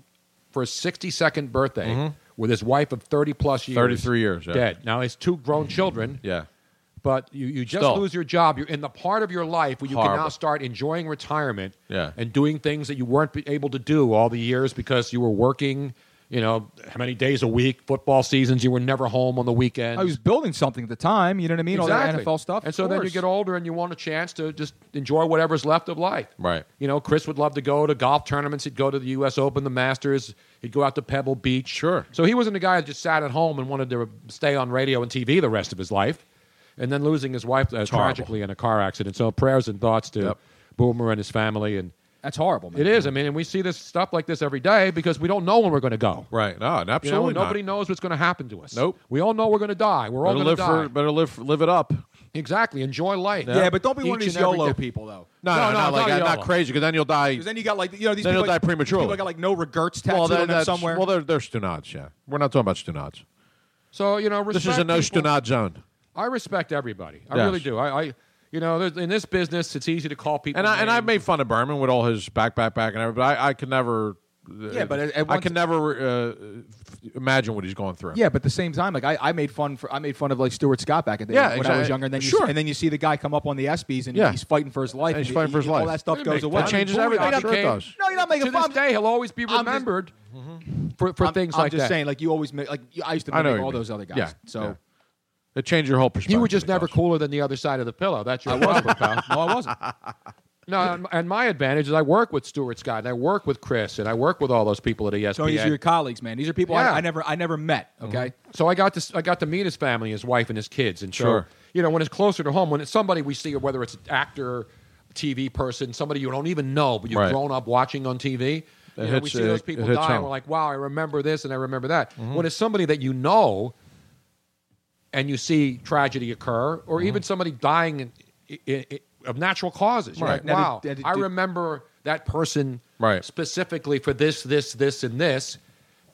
[SPEAKER 5] for his sixty second birthday with his wife of thirty plus years,
[SPEAKER 3] 33 Mm-hmm. years, yeah.
[SPEAKER 5] dead. Now his two grown children.
[SPEAKER 3] Yeah.
[SPEAKER 5] But you, you just
[SPEAKER 3] Still.
[SPEAKER 5] lose your job. You're in the part of your life where you can now
[SPEAKER 3] Horrible.
[SPEAKER 5] start enjoying retirement
[SPEAKER 3] Yeah.
[SPEAKER 5] and doing things that you weren't be- able to do all the years because you were working, you know, how many days a week, football seasons, you were never home on the weekend.
[SPEAKER 14] I was building something at the time. You know what I mean?
[SPEAKER 5] Exactly.
[SPEAKER 14] All that NFL stuff.
[SPEAKER 5] And so then you get older and you want a chance to just enjoy whatever's left of life.
[SPEAKER 3] Right.
[SPEAKER 5] You know, Chris would love to go to golf tournaments. He'd go to the U.S. Open, the Masters. He'd go out to Pebble Beach. Sure. So he wasn't a guy that just sat at home and wanted to stay on radio and TV the rest of his life. And then losing his wife uh,
[SPEAKER 3] horrible.
[SPEAKER 5] tragically in a car accident. So prayers and thoughts to Boomer and his family. And
[SPEAKER 14] That's horrible, man.
[SPEAKER 5] it is. I mean, and we see this stuff like this every day because we don't know when we're going to go.
[SPEAKER 3] Right. No, and
[SPEAKER 5] You know,
[SPEAKER 3] absolutely.
[SPEAKER 5] nobody knows what's going to happen to us.
[SPEAKER 3] Nope.
[SPEAKER 5] We all know we're going to die. We're all
[SPEAKER 3] Better
[SPEAKER 5] going to
[SPEAKER 3] live
[SPEAKER 5] die.
[SPEAKER 3] for- better live live it up.
[SPEAKER 5] Exactly. Enjoy life.
[SPEAKER 3] Yeah, Yeah, but don't be
[SPEAKER 14] one of
[SPEAKER 5] Each
[SPEAKER 14] these
[SPEAKER 5] and every
[SPEAKER 14] YOLO
[SPEAKER 5] day.
[SPEAKER 14] people, though.
[SPEAKER 3] No, no, no, not like that. Not
[SPEAKER 14] YOLO.
[SPEAKER 3] crazy, because then you'll die.
[SPEAKER 14] 'Cause then you got like you know these
[SPEAKER 3] Then
[SPEAKER 14] people
[SPEAKER 3] he'll
[SPEAKER 14] like-
[SPEAKER 3] die prematurely.
[SPEAKER 14] People got like no regrets tattooed
[SPEAKER 3] then
[SPEAKER 14] on them
[SPEAKER 3] that's-
[SPEAKER 14] somewhere.
[SPEAKER 3] Well, they're, they're stunads, yeah. We're not talking about stunads.
[SPEAKER 5] So you know,
[SPEAKER 3] This
[SPEAKER 5] respect
[SPEAKER 3] is a no
[SPEAKER 5] people.
[SPEAKER 3] stunad zone.
[SPEAKER 5] I respect everybody. I
[SPEAKER 3] Yes.
[SPEAKER 5] really do. I, I, you know, there's- in this business, it's easy to call people.
[SPEAKER 3] And I, and
[SPEAKER 5] names.
[SPEAKER 3] I made fun of Berman with all his back, back, back, and everything. but I, I could never. uh,
[SPEAKER 14] Yeah, but at- at
[SPEAKER 3] I
[SPEAKER 14] once-
[SPEAKER 3] can never uh, f- imagine what he's going through.
[SPEAKER 14] Yeah, but at the same time, like I, I made fun for I made fun of like Stuart Scott back in the day
[SPEAKER 3] Yeah,
[SPEAKER 14] when I was
[SPEAKER 3] exactly.
[SPEAKER 14] younger, and then you,
[SPEAKER 3] Sure.
[SPEAKER 14] and then you see the guy come up on the ESPYS and
[SPEAKER 3] Yeah.
[SPEAKER 14] he's fighting for his life.
[SPEAKER 3] And he's
[SPEAKER 14] and
[SPEAKER 3] fighting for his
[SPEAKER 14] all
[SPEAKER 3] life.
[SPEAKER 14] All that stuff
[SPEAKER 3] They
[SPEAKER 14] goes
[SPEAKER 3] make
[SPEAKER 14] away.
[SPEAKER 3] fun. That changes everything.
[SPEAKER 5] Booyah,
[SPEAKER 3] I'm sure it
[SPEAKER 5] Kane.
[SPEAKER 3] does.
[SPEAKER 14] No, you're not making
[SPEAKER 5] to
[SPEAKER 14] fun.
[SPEAKER 5] this day, he'll always be
[SPEAKER 14] I'm just- Mm-hmm.
[SPEAKER 5] remembered for, for
[SPEAKER 14] I'm-
[SPEAKER 5] things
[SPEAKER 14] I'm
[SPEAKER 5] like
[SPEAKER 14] just
[SPEAKER 5] that.
[SPEAKER 14] saying, like you always make, like I used to
[SPEAKER 3] I know
[SPEAKER 14] mimic
[SPEAKER 3] what
[SPEAKER 14] all
[SPEAKER 3] you mean.
[SPEAKER 14] those other guys.
[SPEAKER 3] Yeah,
[SPEAKER 14] so
[SPEAKER 3] yeah. It changed your whole perspective.
[SPEAKER 5] you were just never cooler than the other side of the pillow. That's your problem, pal.
[SPEAKER 14] no, I wasn't.
[SPEAKER 5] No, and- and my advantage is I work with Stuart Scott and I work with Chris and I work with all those people at E ESPN.
[SPEAKER 14] So these are your colleagues, man. These are people
[SPEAKER 5] Yeah.
[SPEAKER 14] I, I never I never met. Okay,
[SPEAKER 5] So I got to I got to meet his family, his wife, and his kids. And so,
[SPEAKER 3] Sure.
[SPEAKER 5] you know, when it's closer to home, when it's somebody we see, whether it's an actor, TV person, somebody you don't even know, but you've
[SPEAKER 3] Right.
[SPEAKER 5] grown up watching on TV.
[SPEAKER 3] It
[SPEAKER 5] you know, we
[SPEAKER 3] hits,
[SPEAKER 5] see those
[SPEAKER 3] uh,
[SPEAKER 5] people
[SPEAKER 3] it hits
[SPEAKER 5] die, and
[SPEAKER 3] home. Mm-hmm.
[SPEAKER 5] we're like, "Wow, I remember this and I remember that." When it's somebody that you know, and you see tragedy occur, or
[SPEAKER 3] Mm-hmm.
[SPEAKER 5] even somebody dying in, i i of natural causes, you're
[SPEAKER 3] Right.
[SPEAKER 5] like,
[SPEAKER 3] Now, did-
[SPEAKER 5] "Wow,
[SPEAKER 3] did- did-
[SPEAKER 5] I remember that person
[SPEAKER 3] Right.
[SPEAKER 5] specifically for this, this, this, and this."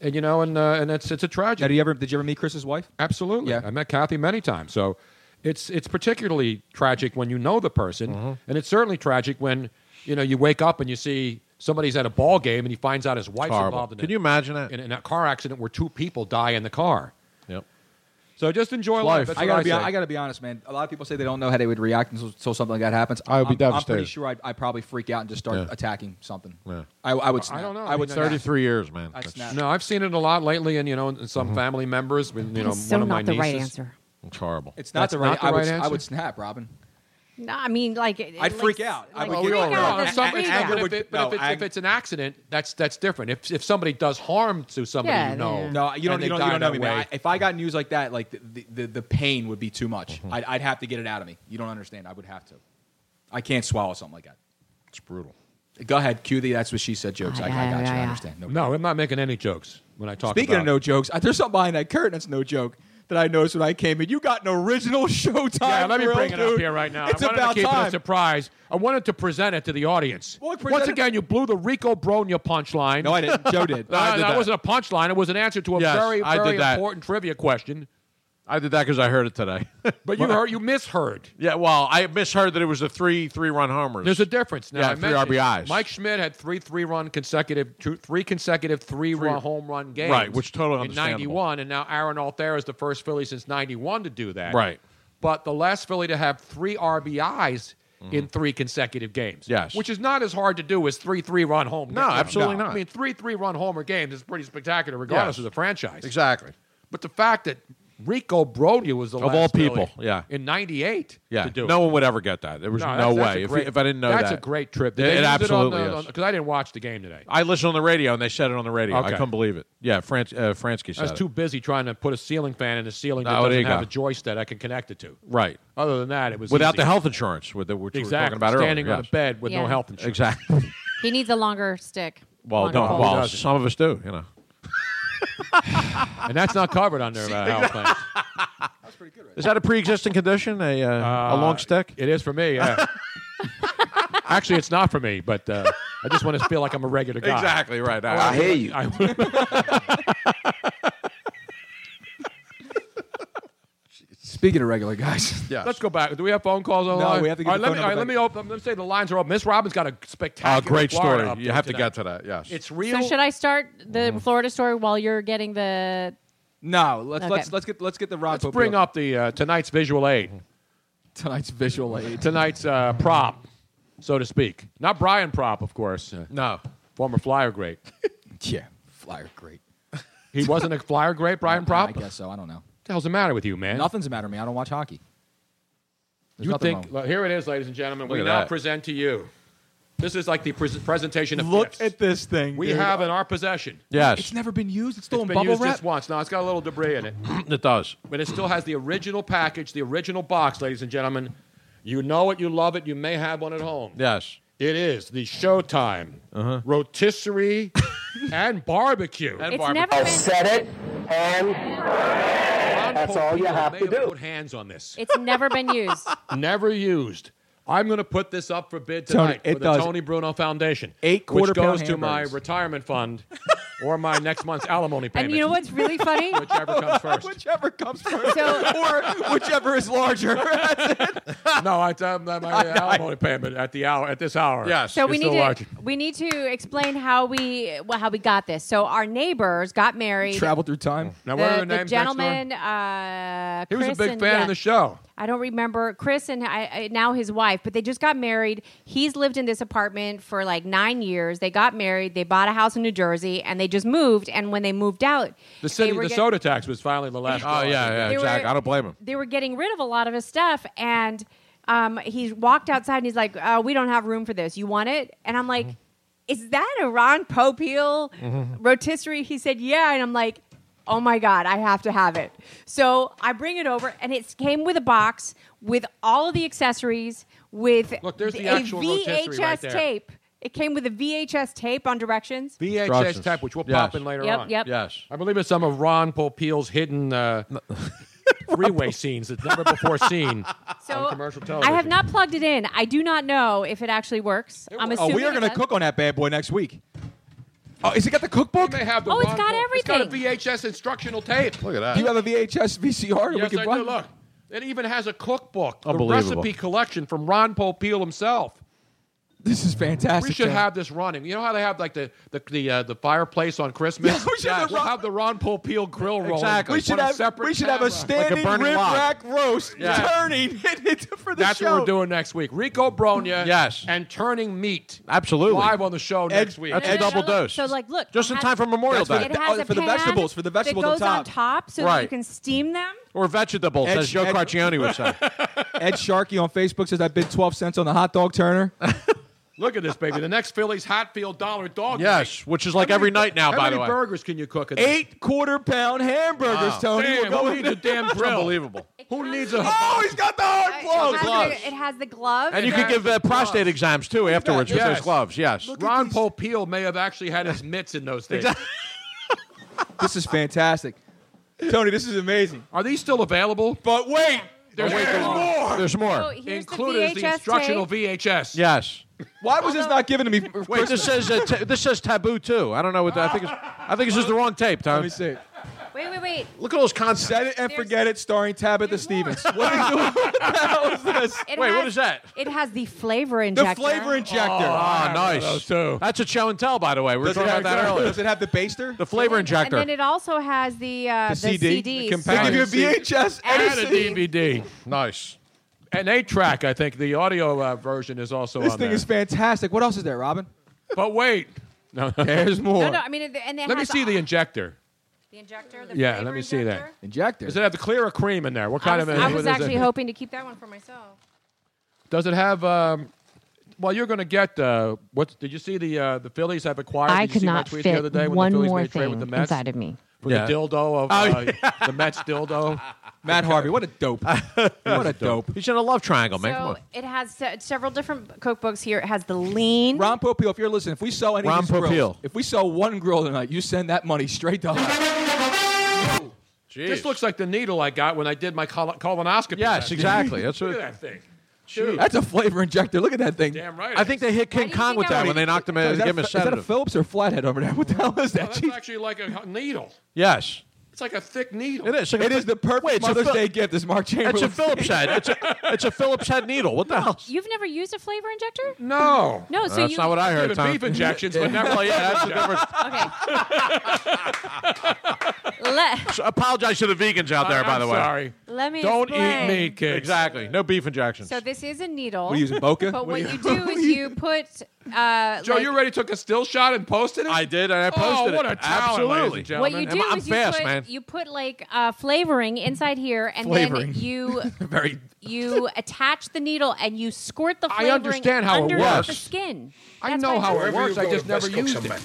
[SPEAKER 5] And you know, and uh, and it's it's a tragedy.
[SPEAKER 14] Now, do you ever did you ever meet Chris's wife?
[SPEAKER 5] Absolutely. I met Kathy many times. So it's it's particularly tragic when you know the person,
[SPEAKER 14] Mm-hmm.
[SPEAKER 5] and it's certainly tragic when you know you wake up and you see somebody's at a ball game and he finds out his wife's
[SPEAKER 3] Horrible.
[SPEAKER 5] involved in
[SPEAKER 3] Can
[SPEAKER 5] a,
[SPEAKER 3] you imagine that?
[SPEAKER 5] in, in a car accident where two people die in the car.
[SPEAKER 3] Yep.
[SPEAKER 5] So just enjoy life. That's
[SPEAKER 14] I
[SPEAKER 5] what
[SPEAKER 14] gotta
[SPEAKER 5] I
[SPEAKER 14] be.
[SPEAKER 5] say.
[SPEAKER 14] I gotta be honest, man. A lot of people say they don't know how they would react until, until something like that happens.
[SPEAKER 3] I would be
[SPEAKER 14] I'm- I'm pretty
[SPEAKER 3] devastated.
[SPEAKER 14] sure I'd, I'd probably freak out and just start
[SPEAKER 3] Yeah.
[SPEAKER 14] attacking something.
[SPEAKER 3] Yeah.
[SPEAKER 14] I, I would.
[SPEAKER 5] I
[SPEAKER 14] Snap.
[SPEAKER 5] don't know.
[SPEAKER 14] I would.
[SPEAKER 5] mean,
[SPEAKER 14] snap.
[SPEAKER 3] 33 years, man.
[SPEAKER 14] I'd
[SPEAKER 3] That's-
[SPEAKER 14] snap.
[SPEAKER 5] No, I've seen it a lot lately, and you know, in
[SPEAKER 14] Mm-hmm.
[SPEAKER 5] some family members, with you know,
[SPEAKER 10] It's still
[SPEAKER 5] one of my
[SPEAKER 10] not the right
[SPEAKER 5] nieces.
[SPEAKER 10] answer.
[SPEAKER 3] It's horrible.
[SPEAKER 14] It's not
[SPEAKER 5] That's
[SPEAKER 14] the right.
[SPEAKER 5] not the
[SPEAKER 14] I, would,
[SPEAKER 5] right
[SPEAKER 14] I
[SPEAKER 5] answer?
[SPEAKER 14] would snap, Robin.
[SPEAKER 10] No, I mean, like, it-
[SPEAKER 14] I'd
[SPEAKER 10] like-
[SPEAKER 14] freak out. I
[SPEAKER 10] like,
[SPEAKER 14] would
[SPEAKER 10] freak
[SPEAKER 14] get
[SPEAKER 10] out.
[SPEAKER 14] overwrought.
[SPEAKER 5] But
[SPEAKER 10] That's
[SPEAKER 5] if somebody-
[SPEAKER 10] freak out.
[SPEAKER 5] but if it- but if it- if it's an accident, that's that's different. If if somebody does harm to somebody
[SPEAKER 10] Yeah,
[SPEAKER 5] you know,
[SPEAKER 10] yeah.
[SPEAKER 14] No, you don't.
[SPEAKER 5] and they
[SPEAKER 14] You don't,
[SPEAKER 5] die
[SPEAKER 14] you don't know
[SPEAKER 5] that
[SPEAKER 14] me,
[SPEAKER 5] way,
[SPEAKER 14] man. I, if I got news like that, like the the, the, the pain would be too much.
[SPEAKER 18] Mm-hmm.
[SPEAKER 14] I'd, I'd have to get it out of me. You don't understand. I would have to. I can't swallow something like that.
[SPEAKER 3] It's brutal.
[SPEAKER 14] Go ahead, cue the. That's what she said. Jokes. I, I got you. I understand. No,
[SPEAKER 5] I'm not making any jokes when I talk.
[SPEAKER 14] Speaking
[SPEAKER 5] about
[SPEAKER 14] of no jokes, I, there's something behind that curtain that's no joke that I noticed when I came in. You got an original Showtime.
[SPEAKER 5] Yeah, let me
[SPEAKER 14] grill,
[SPEAKER 5] bring it up
[SPEAKER 14] dude.
[SPEAKER 5] here right now.
[SPEAKER 14] It's
[SPEAKER 5] I wanted
[SPEAKER 14] about
[SPEAKER 5] to keep
[SPEAKER 14] time.
[SPEAKER 5] it a surprise. I wanted to present it to the audience.
[SPEAKER 14] Well, it
[SPEAKER 5] Once
[SPEAKER 14] presented-
[SPEAKER 5] again, you blew the Rico Bronya punchline.
[SPEAKER 14] No, I didn't. Joe did.
[SPEAKER 5] no,
[SPEAKER 14] I
[SPEAKER 5] no,
[SPEAKER 14] did
[SPEAKER 5] that
[SPEAKER 14] that.
[SPEAKER 5] wasn't a punchline. It was an answer to a
[SPEAKER 3] Yes,
[SPEAKER 5] very,
[SPEAKER 3] I did
[SPEAKER 5] very
[SPEAKER 3] that.
[SPEAKER 5] important trivia question.
[SPEAKER 3] I did that because I heard it today.
[SPEAKER 5] But you heard, you misheard.
[SPEAKER 3] yeah, well, I misheard that it was the three three run homers.
[SPEAKER 5] There's a difference now.
[SPEAKER 3] Yeah,
[SPEAKER 5] I
[SPEAKER 3] three
[SPEAKER 5] mentioned
[SPEAKER 3] RBIs.
[SPEAKER 5] Mike Schmidt had three three-run consecutive, two, three consecutive three-run home run games.
[SPEAKER 3] Right, which totally
[SPEAKER 5] in
[SPEAKER 3] understandable.
[SPEAKER 5] '91, and now Aaron Altair is the first Philly since '91 to do that.
[SPEAKER 3] Right.
[SPEAKER 5] but the last Philly to have three RBIs in three consecutive games.
[SPEAKER 3] Mm-hmm. Yes.
[SPEAKER 5] which is not as hard to do as three three-run home.
[SPEAKER 3] No,
[SPEAKER 5] games.
[SPEAKER 3] absolutely not.
[SPEAKER 5] I mean, three three-run homer games is pretty spectacular, regardless
[SPEAKER 3] Yes.
[SPEAKER 5] of the franchise.
[SPEAKER 3] Exactly.
[SPEAKER 5] But the fact that Rico Brody was the
[SPEAKER 3] Of
[SPEAKER 5] last
[SPEAKER 3] all people,
[SPEAKER 5] really,
[SPEAKER 3] yeah.
[SPEAKER 5] in '98.
[SPEAKER 3] Yeah,
[SPEAKER 5] to do
[SPEAKER 3] no
[SPEAKER 5] it.
[SPEAKER 3] one would ever get that. There was no,
[SPEAKER 5] that's- that's a
[SPEAKER 3] way. If,
[SPEAKER 5] great-
[SPEAKER 3] if I didn't know
[SPEAKER 5] that's
[SPEAKER 3] that.
[SPEAKER 5] a great trip.
[SPEAKER 3] It,
[SPEAKER 5] Did they use
[SPEAKER 3] absolutely
[SPEAKER 5] it
[SPEAKER 3] is.
[SPEAKER 5] because I didn't watch the game today.
[SPEAKER 3] I listened on the radio and they said it on the radio. I
[SPEAKER 5] Okay.
[SPEAKER 3] couldn't believe it. Yeah, Frans, uh, Fransky said
[SPEAKER 5] I was
[SPEAKER 3] it.
[SPEAKER 5] too busy trying to put a ceiling fan in the ceiling that
[SPEAKER 3] Oh, there
[SPEAKER 5] doesn't
[SPEAKER 3] you
[SPEAKER 5] have
[SPEAKER 3] go.
[SPEAKER 5] a joist that I can connect it to.
[SPEAKER 3] Right.
[SPEAKER 5] Other than that, it was
[SPEAKER 3] without
[SPEAKER 5] easy.
[SPEAKER 3] the health insurance with- that we were talking
[SPEAKER 5] Exactly.
[SPEAKER 3] about earlier.
[SPEAKER 5] Standing on
[SPEAKER 3] yes.
[SPEAKER 5] a bed with no
[SPEAKER 10] Yeah.
[SPEAKER 5] health insurance.
[SPEAKER 3] Exactly.
[SPEAKER 10] He needs a longer stick.
[SPEAKER 3] Well,
[SPEAKER 10] longer
[SPEAKER 3] no,
[SPEAKER 10] pole.
[SPEAKER 3] well, some of us do. You know.
[SPEAKER 5] and that's not covered on their uh, health plan.
[SPEAKER 3] Is that a pre-existing condition? A uh, a long stick?
[SPEAKER 5] It is for me. Yeah. Actually, it's not for me, but uh, I just want to feel like I'm a regular guy.
[SPEAKER 3] Exactly right. I- I
[SPEAKER 5] wanna be
[SPEAKER 3] hear
[SPEAKER 5] like-
[SPEAKER 3] you.
[SPEAKER 14] Speaking of regular guys,
[SPEAKER 5] Let's go back. Do we have phone calls on the
[SPEAKER 14] No,
[SPEAKER 5] line?
[SPEAKER 14] we have to get
[SPEAKER 5] all right,
[SPEAKER 14] the phone
[SPEAKER 5] let me, all
[SPEAKER 14] number
[SPEAKER 5] right, let
[SPEAKER 14] back.
[SPEAKER 5] me open. Let me say the lines are open. Miss Robbins got a spectacular.
[SPEAKER 3] Oh, great
[SPEAKER 5] Florida
[SPEAKER 3] story. You
[SPEAKER 5] update
[SPEAKER 3] have to
[SPEAKER 5] today.
[SPEAKER 3] get to that, yes.
[SPEAKER 5] it's real.
[SPEAKER 10] So should I start the
[SPEAKER 3] Mm-hmm.
[SPEAKER 10] Florida story while you're getting the?
[SPEAKER 14] No, let's
[SPEAKER 10] Okay.
[SPEAKER 14] let's let's get let's get the Rod.
[SPEAKER 5] Let's bring up the uh, tonight's visual aid.
[SPEAKER 14] Tonight's visual aid.
[SPEAKER 5] Tonight's uh, prop, so to speak. Not Brian prop, of course. Uh,
[SPEAKER 3] no,
[SPEAKER 5] former flyer great.
[SPEAKER 14] yeah, flyer great.
[SPEAKER 5] He wasn't a flyer great, Brian prop.
[SPEAKER 14] I guess so. I don't know.
[SPEAKER 5] What the hell's the matter with you, man?
[SPEAKER 14] Nothing's the matter with me. I don't watch hockey. There's
[SPEAKER 5] you
[SPEAKER 14] nothing
[SPEAKER 5] think? Look, here it is, ladies and gentlemen.
[SPEAKER 14] Look
[SPEAKER 5] we
[SPEAKER 14] at
[SPEAKER 5] now
[SPEAKER 14] that.
[SPEAKER 5] present to you. This is like the pres presentation of
[SPEAKER 14] Look
[SPEAKER 5] gifts.
[SPEAKER 14] at this thing.
[SPEAKER 5] we
[SPEAKER 14] dude.
[SPEAKER 5] have in our possession.
[SPEAKER 3] Yes.
[SPEAKER 14] It's never been used. It's still in
[SPEAKER 5] Been
[SPEAKER 14] bubble
[SPEAKER 5] used
[SPEAKER 14] wrap.
[SPEAKER 5] just once. Now it's got a little debris in it.
[SPEAKER 3] it does.
[SPEAKER 5] but it still has the original package, the original box, ladies and gentlemen. You know it, you love it, you may have one at home.
[SPEAKER 3] Yes.
[SPEAKER 5] It is the Showtime
[SPEAKER 3] Uh-huh.
[SPEAKER 5] rotisserie and barbecue.
[SPEAKER 3] And It's barbecue. never been- I said
[SPEAKER 5] it, and that's all you have to do. Put hands on this.
[SPEAKER 10] It's never been used.
[SPEAKER 5] Never used. I'm going to put this up for bid
[SPEAKER 14] Tony,
[SPEAKER 5] tonight
[SPEAKER 14] it
[SPEAKER 5] for the
[SPEAKER 14] does.
[SPEAKER 5] Tony Bruno Foundation,
[SPEAKER 14] Eight
[SPEAKER 5] which
[SPEAKER 14] quarter pound
[SPEAKER 5] goes to my
[SPEAKER 14] hamburgers.
[SPEAKER 5] retirement fund or my next month's alimony payment.
[SPEAKER 10] And you know what's really funny?
[SPEAKER 5] Whichever comes first.
[SPEAKER 14] Whichever comes first.
[SPEAKER 10] So-
[SPEAKER 14] or whichever is larger.
[SPEAKER 5] no, I tell them that my alimony payment at the hour at this hour. Yes.
[SPEAKER 10] So we need to we need to explain how we well, how we got this. So our neighbors got married.
[SPEAKER 14] Travel through time.
[SPEAKER 5] Now,
[SPEAKER 10] the,
[SPEAKER 5] what are their
[SPEAKER 10] the
[SPEAKER 5] names
[SPEAKER 10] gentleman,
[SPEAKER 5] next door?
[SPEAKER 10] uh,
[SPEAKER 5] He was a
[SPEAKER 10] Chris
[SPEAKER 5] big
[SPEAKER 10] and-
[SPEAKER 5] fan
[SPEAKER 10] yeah.
[SPEAKER 5] of the show.
[SPEAKER 10] I don't remember Chris and I, I, now his wife, but they just got married. He's lived in this apartment for like nine years. They got married. They bought a house in New Jersey, and they just moved. And when they moved out,
[SPEAKER 5] The city,
[SPEAKER 10] they
[SPEAKER 5] the
[SPEAKER 10] were get-
[SPEAKER 5] soda tax was finally the last.
[SPEAKER 3] Oh, yeah, yeah,
[SPEAKER 10] They were-
[SPEAKER 3] exactly. I don't blame him.
[SPEAKER 10] they were getting rid of a lot of his stuff and um, he walked outside and he's like uh, we don't have room for this you want it and i'm
[SPEAKER 5] Mm-hmm.
[SPEAKER 10] like is that a ron popeil rotisserie he said yeah and i'm like oh my god i have to have it so i bring it over and it came with a box with all of the accessories with
[SPEAKER 5] Look, there's the
[SPEAKER 10] a
[SPEAKER 5] actual
[SPEAKER 10] vhs
[SPEAKER 5] rotisserie right there.
[SPEAKER 10] tape it came with a vhs tape on directions
[SPEAKER 5] VHS
[SPEAKER 3] Instructions.
[SPEAKER 5] tape, which we'll
[SPEAKER 3] Yes.
[SPEAKER 5] pop in later
[SPEAKER 10] Yep,
[SPEAKER 5] on.
[SPEAKER 10] yep.
[SPEAKER 3] Yes.
[SPEAKER 5] I believe it's some of Ron Popeil's hidden uh, freeway scenes that's never before seen on commercial television.
[SPEAKER 10] i have not plugged it in i do not know if it actually works i'm
[SPEAKER 14] oh,
[SPEAKER 10] assuming
[SPEAKER 14] we are
[SPEAKER 10] it
[SPEAKER 14] going to
[SPEAKER 10] does.
[SPEAKER 14] cook on that bad boy next week. Oh, is it got the cookbook?
[SPEAKER 5] They have the
[SPEAKER 10] Oh, it's
[SPEAKER 5] Ron
[SPEAKER 10] got
[SPEAKER 5] Pope-
[SPEAKER 10] everything.
[SPEAKER 5] It's got a VHS instructional tape.
[SPEAKER 3] Look at that.
[SPEAKER 14] Do you have a VHS VCR that
[SPEAKER 5] yes,
[SPEAKER 14] we
[SPEAKER 5] I
[SPEAKER 14] can run?
[SPEAKER 5] do. Look, it even has a cookbook, the
[SPEAKER 14] Unbelievable.
[SPEAKER 5] recipe collection from Ron Popeil himself.
[SPEAKER 14] This is fantastic.
[SPEAKER 5] We should
[SPEAKER 14] Tony.
[SPEAKER 5] have this running. You know how they have like the the the, uh, the fireplace on Christmas.
[SPEAKER 14] we should have
[SPEAKER 5] we'll
[SPEAKER 14] Ron-
[SPEAKER 5] have the Ron Popeil grill rolling.
[SPEAKER 14] Exactly. We should
[SPEAKER 5] on a
[SPEAKER 14] have
[SPEAKER 5] separate
[SPEAKER 14] we should have a
[SPEAKER 5] camera.
[SPEAKER 14] standing rib rack roast
[SPEAKER 5] Yeah.
[SPEAKER 14] turning for the
[SPEAKER 5] That's
[SPEAKER 14] show.
[SPEAKER 5] what we're doing next week. Rico Bronya.
[SPEAKER 3] Yes.
[SPEAKER 5] And turning meat.
[SPEAKER 3] Absolutely.
[SPEAKER 5] Live on the show next week.
[SPEAKER 3] That's a double dose.
[SPEAKER 10] So like, look,
[SPEAKER 3] Just
[SPEAKER 10] it
[SPEAKER 3] in
[SPEAKER 10] has-
[SPEAKER 3] time for Memorial
[SPEAKER 14] That's for
[SPEAKER 3] Day.
[SPEAKER 10] It has
[SPEAKER 14] Oh,
[SPEAKER 10] a
[SPEAKER 14] for the
[SPEAKER 10] pan
[SPEAKER 14] vegetables, for the vegetables
[SPEAKER 10] that
[SPEAKER 14] on
[SPEAKER 10] goes on
[SPEAKER 14] top.
[SPEAKER 10] so that you
[SPEAKER 14] Right.
[SPEAKER 10] can steam them.
[SPEAKER 3] Or vegetables,
[SPEAKER 14] Ed-
[SPEAKER 3] as Joe
[SPEAKER 14] Ed-
[SPEAKER 3] Carcione would say.
[SPEAKER 14] Ed Sharkey on Facebook says I bid twelve cents on the hot dog turner.
[SPEAKER 5] Look at this, baby. The next Phillies Hatfield Dollar Dog.
[SPEAKER 3] Yes,
[SPEAKER 5] Night.
[SPEAKER 3] which is like
[SPEAKER 5] How
[SPEAKER 3] every
[SPEAKER 5] many-
[SPEAKER 3] night now,
[SPEAKER 5] how
[SPEAKER 3] by
[SPEAKER 5] many
[SPEAKER 3] the way.
[SPEAKER 5] burgers can you cook? At this?
[SPEAKER 14] Eight quarter pound hamburgers,
[SPEAKER 3] Wow.
[SPEAKER 14] Tony.
[SPEAKER 5] Damn,
[SPEAKER 14] we're
[SPEAKER 5] who
[SPEAKER 14] going
[SPEAKER 5] needs a damn
[SPEAKER 3] It's
[SPEAKER 5] grill?
[SPEAKER 3] unbelievable.
[SPEAKER 5] Who needs a?
[SPEAKER 14] Oh, he's got the hard
[SPEAKER 10] It
[SPEAKER 14] gloves.
[SPEAKER 10] has, the, it has the glove.
[SPEAKER 3] And you could give uh, prostate exams, too, afterwards with
[SPEAKER 5] Yes.
[SPEAKER 3] those gloves. Yes.
[SPEAKER 5] Ron Popeil may have actually had his mitts in those things.
[SPEAKER 14] This is fantastic, Tony. This is amazing.
[SPEAKER 5] Are these still available?
[SPEAKER 14] But wait,
[SPEAKER 5] There's, more.
[SPEAKER 3] There's
[SPEAKER 10] So
[SPEAKER 3] more.
[SPEAKER 10] here's
[SPEAKER 5] Included
[SPEAKER 10] the
[SPEAKER 5] is
[SPEAKER 10] VHS
[SPEAKER 5] the instructional
[SPEAKER 10] tape.
[SPEAKER 5] VHS.
[SPEAKER 3] Yes.
[SPEAKER 14] Why was this not given to me?
[SPEAKER 3] Wait, this says uh, ta- this says taboo too. I don't know what that, I think. It's, I think it's just the wrong tape, Tom. Let me
[SPEAKER 14] see.
[SPEAKER 10] Wait, wait, wait.
[SPEAKER 3] Look at all those concepts.
[SPEAKER 14] Set it and forget it, starring Tabitha Stevens. What are you doing? What the hell is this?
[SPEAKER 10] It
[SPEAKER 3] Wait,
[SPEAKER 10] has,
[SPEAKER 3] what is that?
[SPEAKER 10] It has the flavor
[SPEAKER 14] The
[SPEAKER 10] injector.
[SPEAKER 14] flavor injector.
[SPEAKER 3] Oh, nice.
[SPEAKER 5] those too.
[SPEAKER 3] That's a show and tell, by the way. We were
[SPEAKER 14] Does it
[SPEAKER 3] talking
[SPEAKER 14] have-
[SPEAKER 3] about that earlier.
[SPEAKER 14] Does it have the baster?
[SPEAKER 3] The flavor
[SPEAKER 10] And
[SPEAKER 3] injector.
[SPEAKER 10] then it also has the uh, the, CD.
[SPEAKER 14] They give you a VHS and a
[SPEAKER 5] and a
[SPEAKER 14] CD.
[SPEAKER 5] DVD.
[SPEAKER 3] Nice.
[SPEAKER 5] An eight track, I think. The audio uh, version is also
[SPEAKER 14] This
[SPEAKER 5] on
[SPEAKER 14] thing
[SPEAKER 5] there.
[SPEAKER 14] is fantastic. What else is there, Robin?
[SPEAKER 5] but wait. No,
[SPEAKER 14] There's more.
[SPEAKER 10] No, no. I mean, it- and it
[SPEAKER 5] Let me
[SPEAKER 10] has
[SPEAKER 5] see the injector.
[SPEAKER 10] The injector. The
[SPEAKER 5] Yeah,
[SPEAKER 10] flavor
[SPEAKER 5] let me see that.
[SPEAKER 14] Injector.
[SPEAKER 5] Does it have the clear or cream in there? What kind
[SPEAKER 10] I was,
[SPEAKER 5] of?
[SPEAKER 10] I
[SPEAKER 5] what
[SPEAKER 10] was
[SPEAKER 5] is it?
[SPEAKER 10] actually hoping to keep that one for myself.
[SPEAKER 5] Does it have? Um, well, you're going to get. Uh, what did you see? The uh, the Phillies have acquired. did
[SPEAKER 10] I
[SPEAKER 5] you
[SPEAKER 10] could
[SPEAKER 5] see
[SPEAKER 10] not
[SPEAKER 5] my tweet
[SPEAKER 10] fit
[SPEAKER 5] the other day when
[SPEAKER 10] one
[SPEAKER 5] the Phillies
[SPEAKER 10] more
[SPEAKER 5] made a trade with the
[SPEAKER 10] thing
[SPEAKER 5] Mets
[SPEAKER 10] inside of me.
[SPEAKER 5] for
[SPEAKER 3] Yeah.
[SPEAKER 5] the dildo
[SPEAKER 3] Oh,
[SPEAKER 5] of uh, the Mets dildo.
[SPEAKER 14] Matt Harvey, what a dope! what
[SPEAKER 5] a dope!
[SPEAKER 3] You should have love triangle,
[SPEAKER 10] so it has se- several different cookbooks here. It has the lean.
[SPEAKER 14] Ron Popeil, if you're listening, if we sell any
[SPEAKER 3] Ron
[SPEAKER 14] of these grills-
[SPEAKER 3] Popeil.
[SPEAKER 14] if we sell one grill tonight, you send that money straight to us.
[SPEAKER 5] This looks like the needle I got when I did my col- colonoscopy.
[SPEAKER 3] Yes,
[SPEAKER 5] last year.
[SPEAKER 3] exactly. That's
[SPEAKER 5] Look
[SPEAKER 3] what-
[SPEAKER 5] at that thing. Dude.
[SPEAKER 14] That's a flavor injector. Look at that thing.
[SPEAKER 5] Damn right.
[SPEAKER 3] I think they hit King Kong with that when they knocked him
[SPEAKER 14] Is
[SPEAKER 3] and
[SPEAKER 14] that,
[SPEAKER 3] gave him a
[SPEAKER 14] is that a
[SPEAKER 3] sedative.
[SPEAKER 14] Phillips or flathead over there? What the hell is
[SPEAKER 5] Oh,
[SPEAKER 14] that?
[SPEAKER 5] that's actually like a h- needle.
[SPEAKER 3] Yes.
[SPEAKER 5] It's like a thick needle.
[SPEAKER 3] It is.
[SPEAKER 14] It is the perfect
[SPEAKER 3] Wait, it's a
[SPEAKER 14] Mother's
[SPEAKER 3] Phil-
[SPEAKER 14] Day gift. Is Mark Chamberlain?
[SPEAKER 3] It's a Phillips head. It's a, it's a Phillips head needle. What the hell?
[SPEAKER 10] You've never used a flavor injector?
[SPEAKER 5] No.
[SPEAKER 10] No, so
[SPEAKER 3] that's
[SPEAKER 10] you-
[SPEAKER 3] not what I
[SPEAKER 5] I've
[SPEAKER 3] heard.
[SPEAKER 5] given
[SPEAKER 3] Tom.
[SPEAKER 5] beef injections, but never-
[SPEAKER 3] Well, yeah, that's a different.
[SPEAKER 10] Let,
[SPEAKER 3] So apologize to the vegans out there,
[SPEAKER 5] I-
[SPEAKER 3] by
[SPEAKER 5] I'm
[SPEAKER 3] the way.
[SPEAKER 5] sorry.
[SPEAKER 10] let me
[SPEAKER 5] Don't eat
[SPEAKER 10] explain.
[SPEAKER 5] meat, kids.
[SPEAKER 3] Exactly. No beef injections.
[SPEAKER 10] So this is a needle.
[SPEAKER 3] What are you using, Boca?
[SPEAKER 10] But
[SPEAKER 3] What
[SPEAKER 10] what
[SPEAKER 3] are
[SPEAKER 10] you do is you put. Uh,
[SPEAKER 5] Joe,
[SPEAKER 10] like-
[SPEAKER 5] you already took a still shot and posted it? I
[SPEAKER 3] did, and I
[SPEAKER 5] oh,
[SPEAKER 3] posted it.
[SPEAKER 5] what a talent,
[SPEAKER 3] Absolutely.
[SPEAKER 5] ladies and
[SPEAKER 10] What
[SPEAKER 5] gentlemen.
[SPEAKER 10] you do
[SPEAKER 3] I'm- I'm
[SPEAKER 10] is you,
[SPEAKER 3] fast,
[SPEAKER 10] put,
[SPEAKER 3] man.
[SPEAKER 10] you put like uh, flavoring inside here, and
[SPEAKER 3] Flavoring.
[SPEAKER 10] then you
[SPEAKER 14] Very.
[SPEAKER 10] you attach the needle and you squirt the
[SPEAKER 5] I
[SPEAKER 10] flavoring
[SPEAKER 5] understand how it
[SPEAKER 10] under
[SPEAKER 5] works.
[SPEAKER 10] the skin.
[SPEAKER 5] I
[SPEAKER 10] That's
[SPEAKER 5] know
[SPEAKER 10] what
[SPEAKER 5] how
[SPEAKER 10] does.
[SPEAKER 5] it works. I just never used it.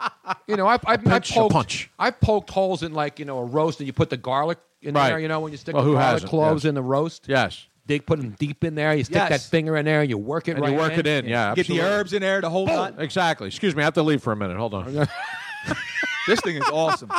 [SPEAKER 5] you know, I've, I've,
[SPEAKER 3] punch,
[SPEAKER 5] I've
[SPEAKER 3] a
[SPEAKER 5] poked,
[SPEAKER 3] punch.
[SPEAKER 5] I've poked holes in like you know a roast, and you put the garlic in
[SPEAKER 3] Right.
[SPEAKER 5] there. You know, when you stick
[SPEAKER 3] Well,
[SPEAKER 5] the
[SPEAKER 3] who
[SPEAKER 5] garlic
[SPEAKER 3] hasn't?
[SPEAKER 5] cloves
[SPEAKER 3] Yes.
[SPEAKER 5] in the roast.
[SPEAKER 3] Yes.
[SPEAKER 5] They put them deep in there. You stick that
[SPEAKER 3] Yes.
[SPEAKER 5] finger in there, and you work it
[SPEAKER 3] and
[SPEAKER 5] right
[SPEAKER 3] you work
[SPEAKER 5] in.
[SPEAKER 3] it in. Yeah.
[SPEAKER 14] Get the herbs in there to hold on.
[SPEAKER 3] Exactly. Excuse me. I have to leave for a minute. Hold on.
[SPEAKER 14] This thing is awesome.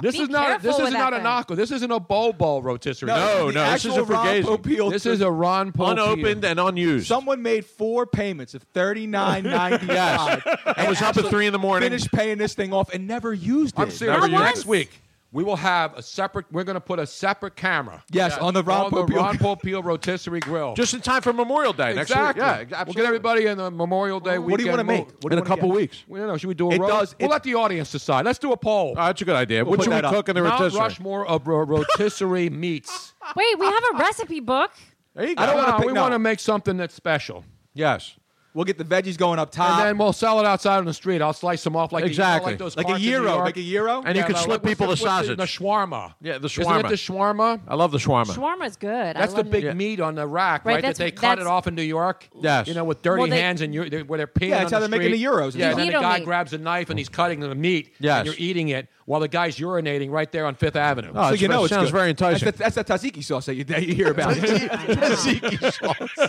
[SPEAKER 5] This
[SPEAKER 14] Be
[SPEAKER 5] is not
[SPEAKER 14] careful
[SPEAKER 5] this
[SPEAKER 14] with
[SPEAKER 5] is
[SPEAKER 14] that
[SPEAKER 5] not a
[SPEAKER 14] thing.
[SPEAKER 5] knocko. This isn't a bobo rotisserie.
[SPEAKER 3] No, no, this is a
[SPEAKER 14] Popeil
[SPEAKER 3] fugazi.
[SPEAKER 5] This is a Ron Popeil.
[SPEAKER 3] Unopened and unused.
[SPEAKER 14] Someone made four payments of thirty nine ninety five.
[SPEAKER 3] Yes. I was up at three in the morning.
[SPEAKER 14] Finished paying this thing off and never used it.
[SPEAKER 5] I'm serious.
[SPEAKER 14] Never used
[SPEAKER 5] Next
[SPEAKER 14] it.
[SPEAKER 5] week, we will have a separate. We're going to put a separate camera.
[SPEAKER 14] Yes, on the Ron Popeil-
[SPEAKER 5] Ron Popeil rotisserie grill.
[SPEAKER 3] Just in time for Memorial Day
[SPEAKER 5] exactly.
[SPEAKER 3] next week. Yeah,
[SPEAKER 5] We'll get everybody in the Memorial Day weekend.
[SPEAKER 3] What do you wanna
[SPEAKER 5] mood.
[SPEAKER 3] make? What do you In a wanna couple get? weeks.
[SPEAKER 5] We don't know. Should we do a
[SPEAKER 3] It
[SPEAKER 5] roast?
[SPEAKER 3] does-
[SPEAKER 5] we'll
[SPEAKER 3] it-
[SPEAKER 5] let the audience decide. Let's do a poll.
[SPEAKER 3] Oh, that's a good idea.
[SPEAKER 5] We'll
[SPEAKER 3] what
[SPEAKER 5] put
[SPEAKER 3] should we
[SPEAKER 5] that up.
[SPEAKER 3] cook in the
[SPEAKER 5] Mount
[SPEAKER 3] rotisserie?
[SPEAKER 5] Rushmore of ro- rotisserie meats.
[SPEAKER 10] Wait, we have a recipe book.
[SPEAKER 3] There you
[SPEAKER 5] I don't
[SPEAKER 14] wanna
[SPEAKER 5] know.
[SPEAKER 14] pick-
[SPEAKER 5] We
[SPEAKER 14] no.
[SPEAKER 5] want to make something that's special.
[SPEAKER 3] Yes.
[SPEAKER 14] We'll get the veggies going up top.
[SPEAKER 5] And then we'll sell it outside on the street. I'll slice them off like
[SPEAKER 14] Exactly.
[SPEAKER 5] you know, like those
[SPEAKER 14] Like a
[SPEAKER 5] carts in New
[SPEAKER 14] gyro,
[SPEAKER 5] York.
[SPEAKER 14] like a gyro?
[SPEAKER 3] And you
[SPEAKER 5] Yeah,
[SPEAKER 3] can
[SPEAKER 5] like
[SPEAKER 3] slip
[SPEAKER 5] what's
[SPEAKER 3] people
[SPEAKER 5] the-
[SPEAKER 3] the
[SPEAKER 5] what's The,
[SPEAKER 3] sausage.
[SPEAKER 5] the shawarma.
[SPEAKER 3] Yeah, the
[SPEAKER 5] Isn't it
[SPEAKER 3] shawarma.
[SPEAKER 5] the shawarma?
[SPEAKER 3] I love the shawarma.
[SPEAKER 10] Shawarma's good.
[SPEAKER 5] That's
[SPEAKER 10] I
[SPEAKER 5] the
[SPEAKER 10] love
[SPEAKER 5] big
[SPEAKER 10] it.
[SPEAKER 5] meat on the rack,
[SPEAKER 10] Right,
[SPEAKER 5] right? that
[SPEAKER 10] that's-
[SPEAKER 5] they cut it
[SPEAKER 10] that's-
[SPEAKER 5] off in New York.
[SPEAKER 3] Yes.
[SPEAKER 5] You know, with dirty
[SPEAKER 10] Well, they-
[SPEAKER 5] hands and you're, they, where they're peeing.
[SPEAKER 14] Yeah,
[SPEAKER 5] on
[SPEAKER 14] that's how
[SPEAKER 5] the
[SPEAKER 14] they're making
[SPEAKER 5] street.
[SPEAKER 14] the Euros and
[SPEAKER 5] Yeah,
[SPEAKER 14] stuff.
[SPEAKER 5] and then the
[SPEAKER 10] Mosquito
[SPEAKER 5] guy
[SPEAKER 10] meat.
[SPEAKER 5] grabs a knife and he's cutting the meat.
[SPEAKER 3] Yes.
[SPEAKER 5] And you're eating it while the guy's urinating right there on Fifth Avenue.
[SPEAKER 3] Oh, it's-
[SPEAKER 14] you know
[SPEAKER 3] it
[SPEAKER 14] it's
[SPEAKER 3] sounds
[SPEAKER 14] good.
[SPEAKER 3] very enticing.
[SPEAKER 14] That's, that's, that's that tzatziki sauce that you, that you hear about.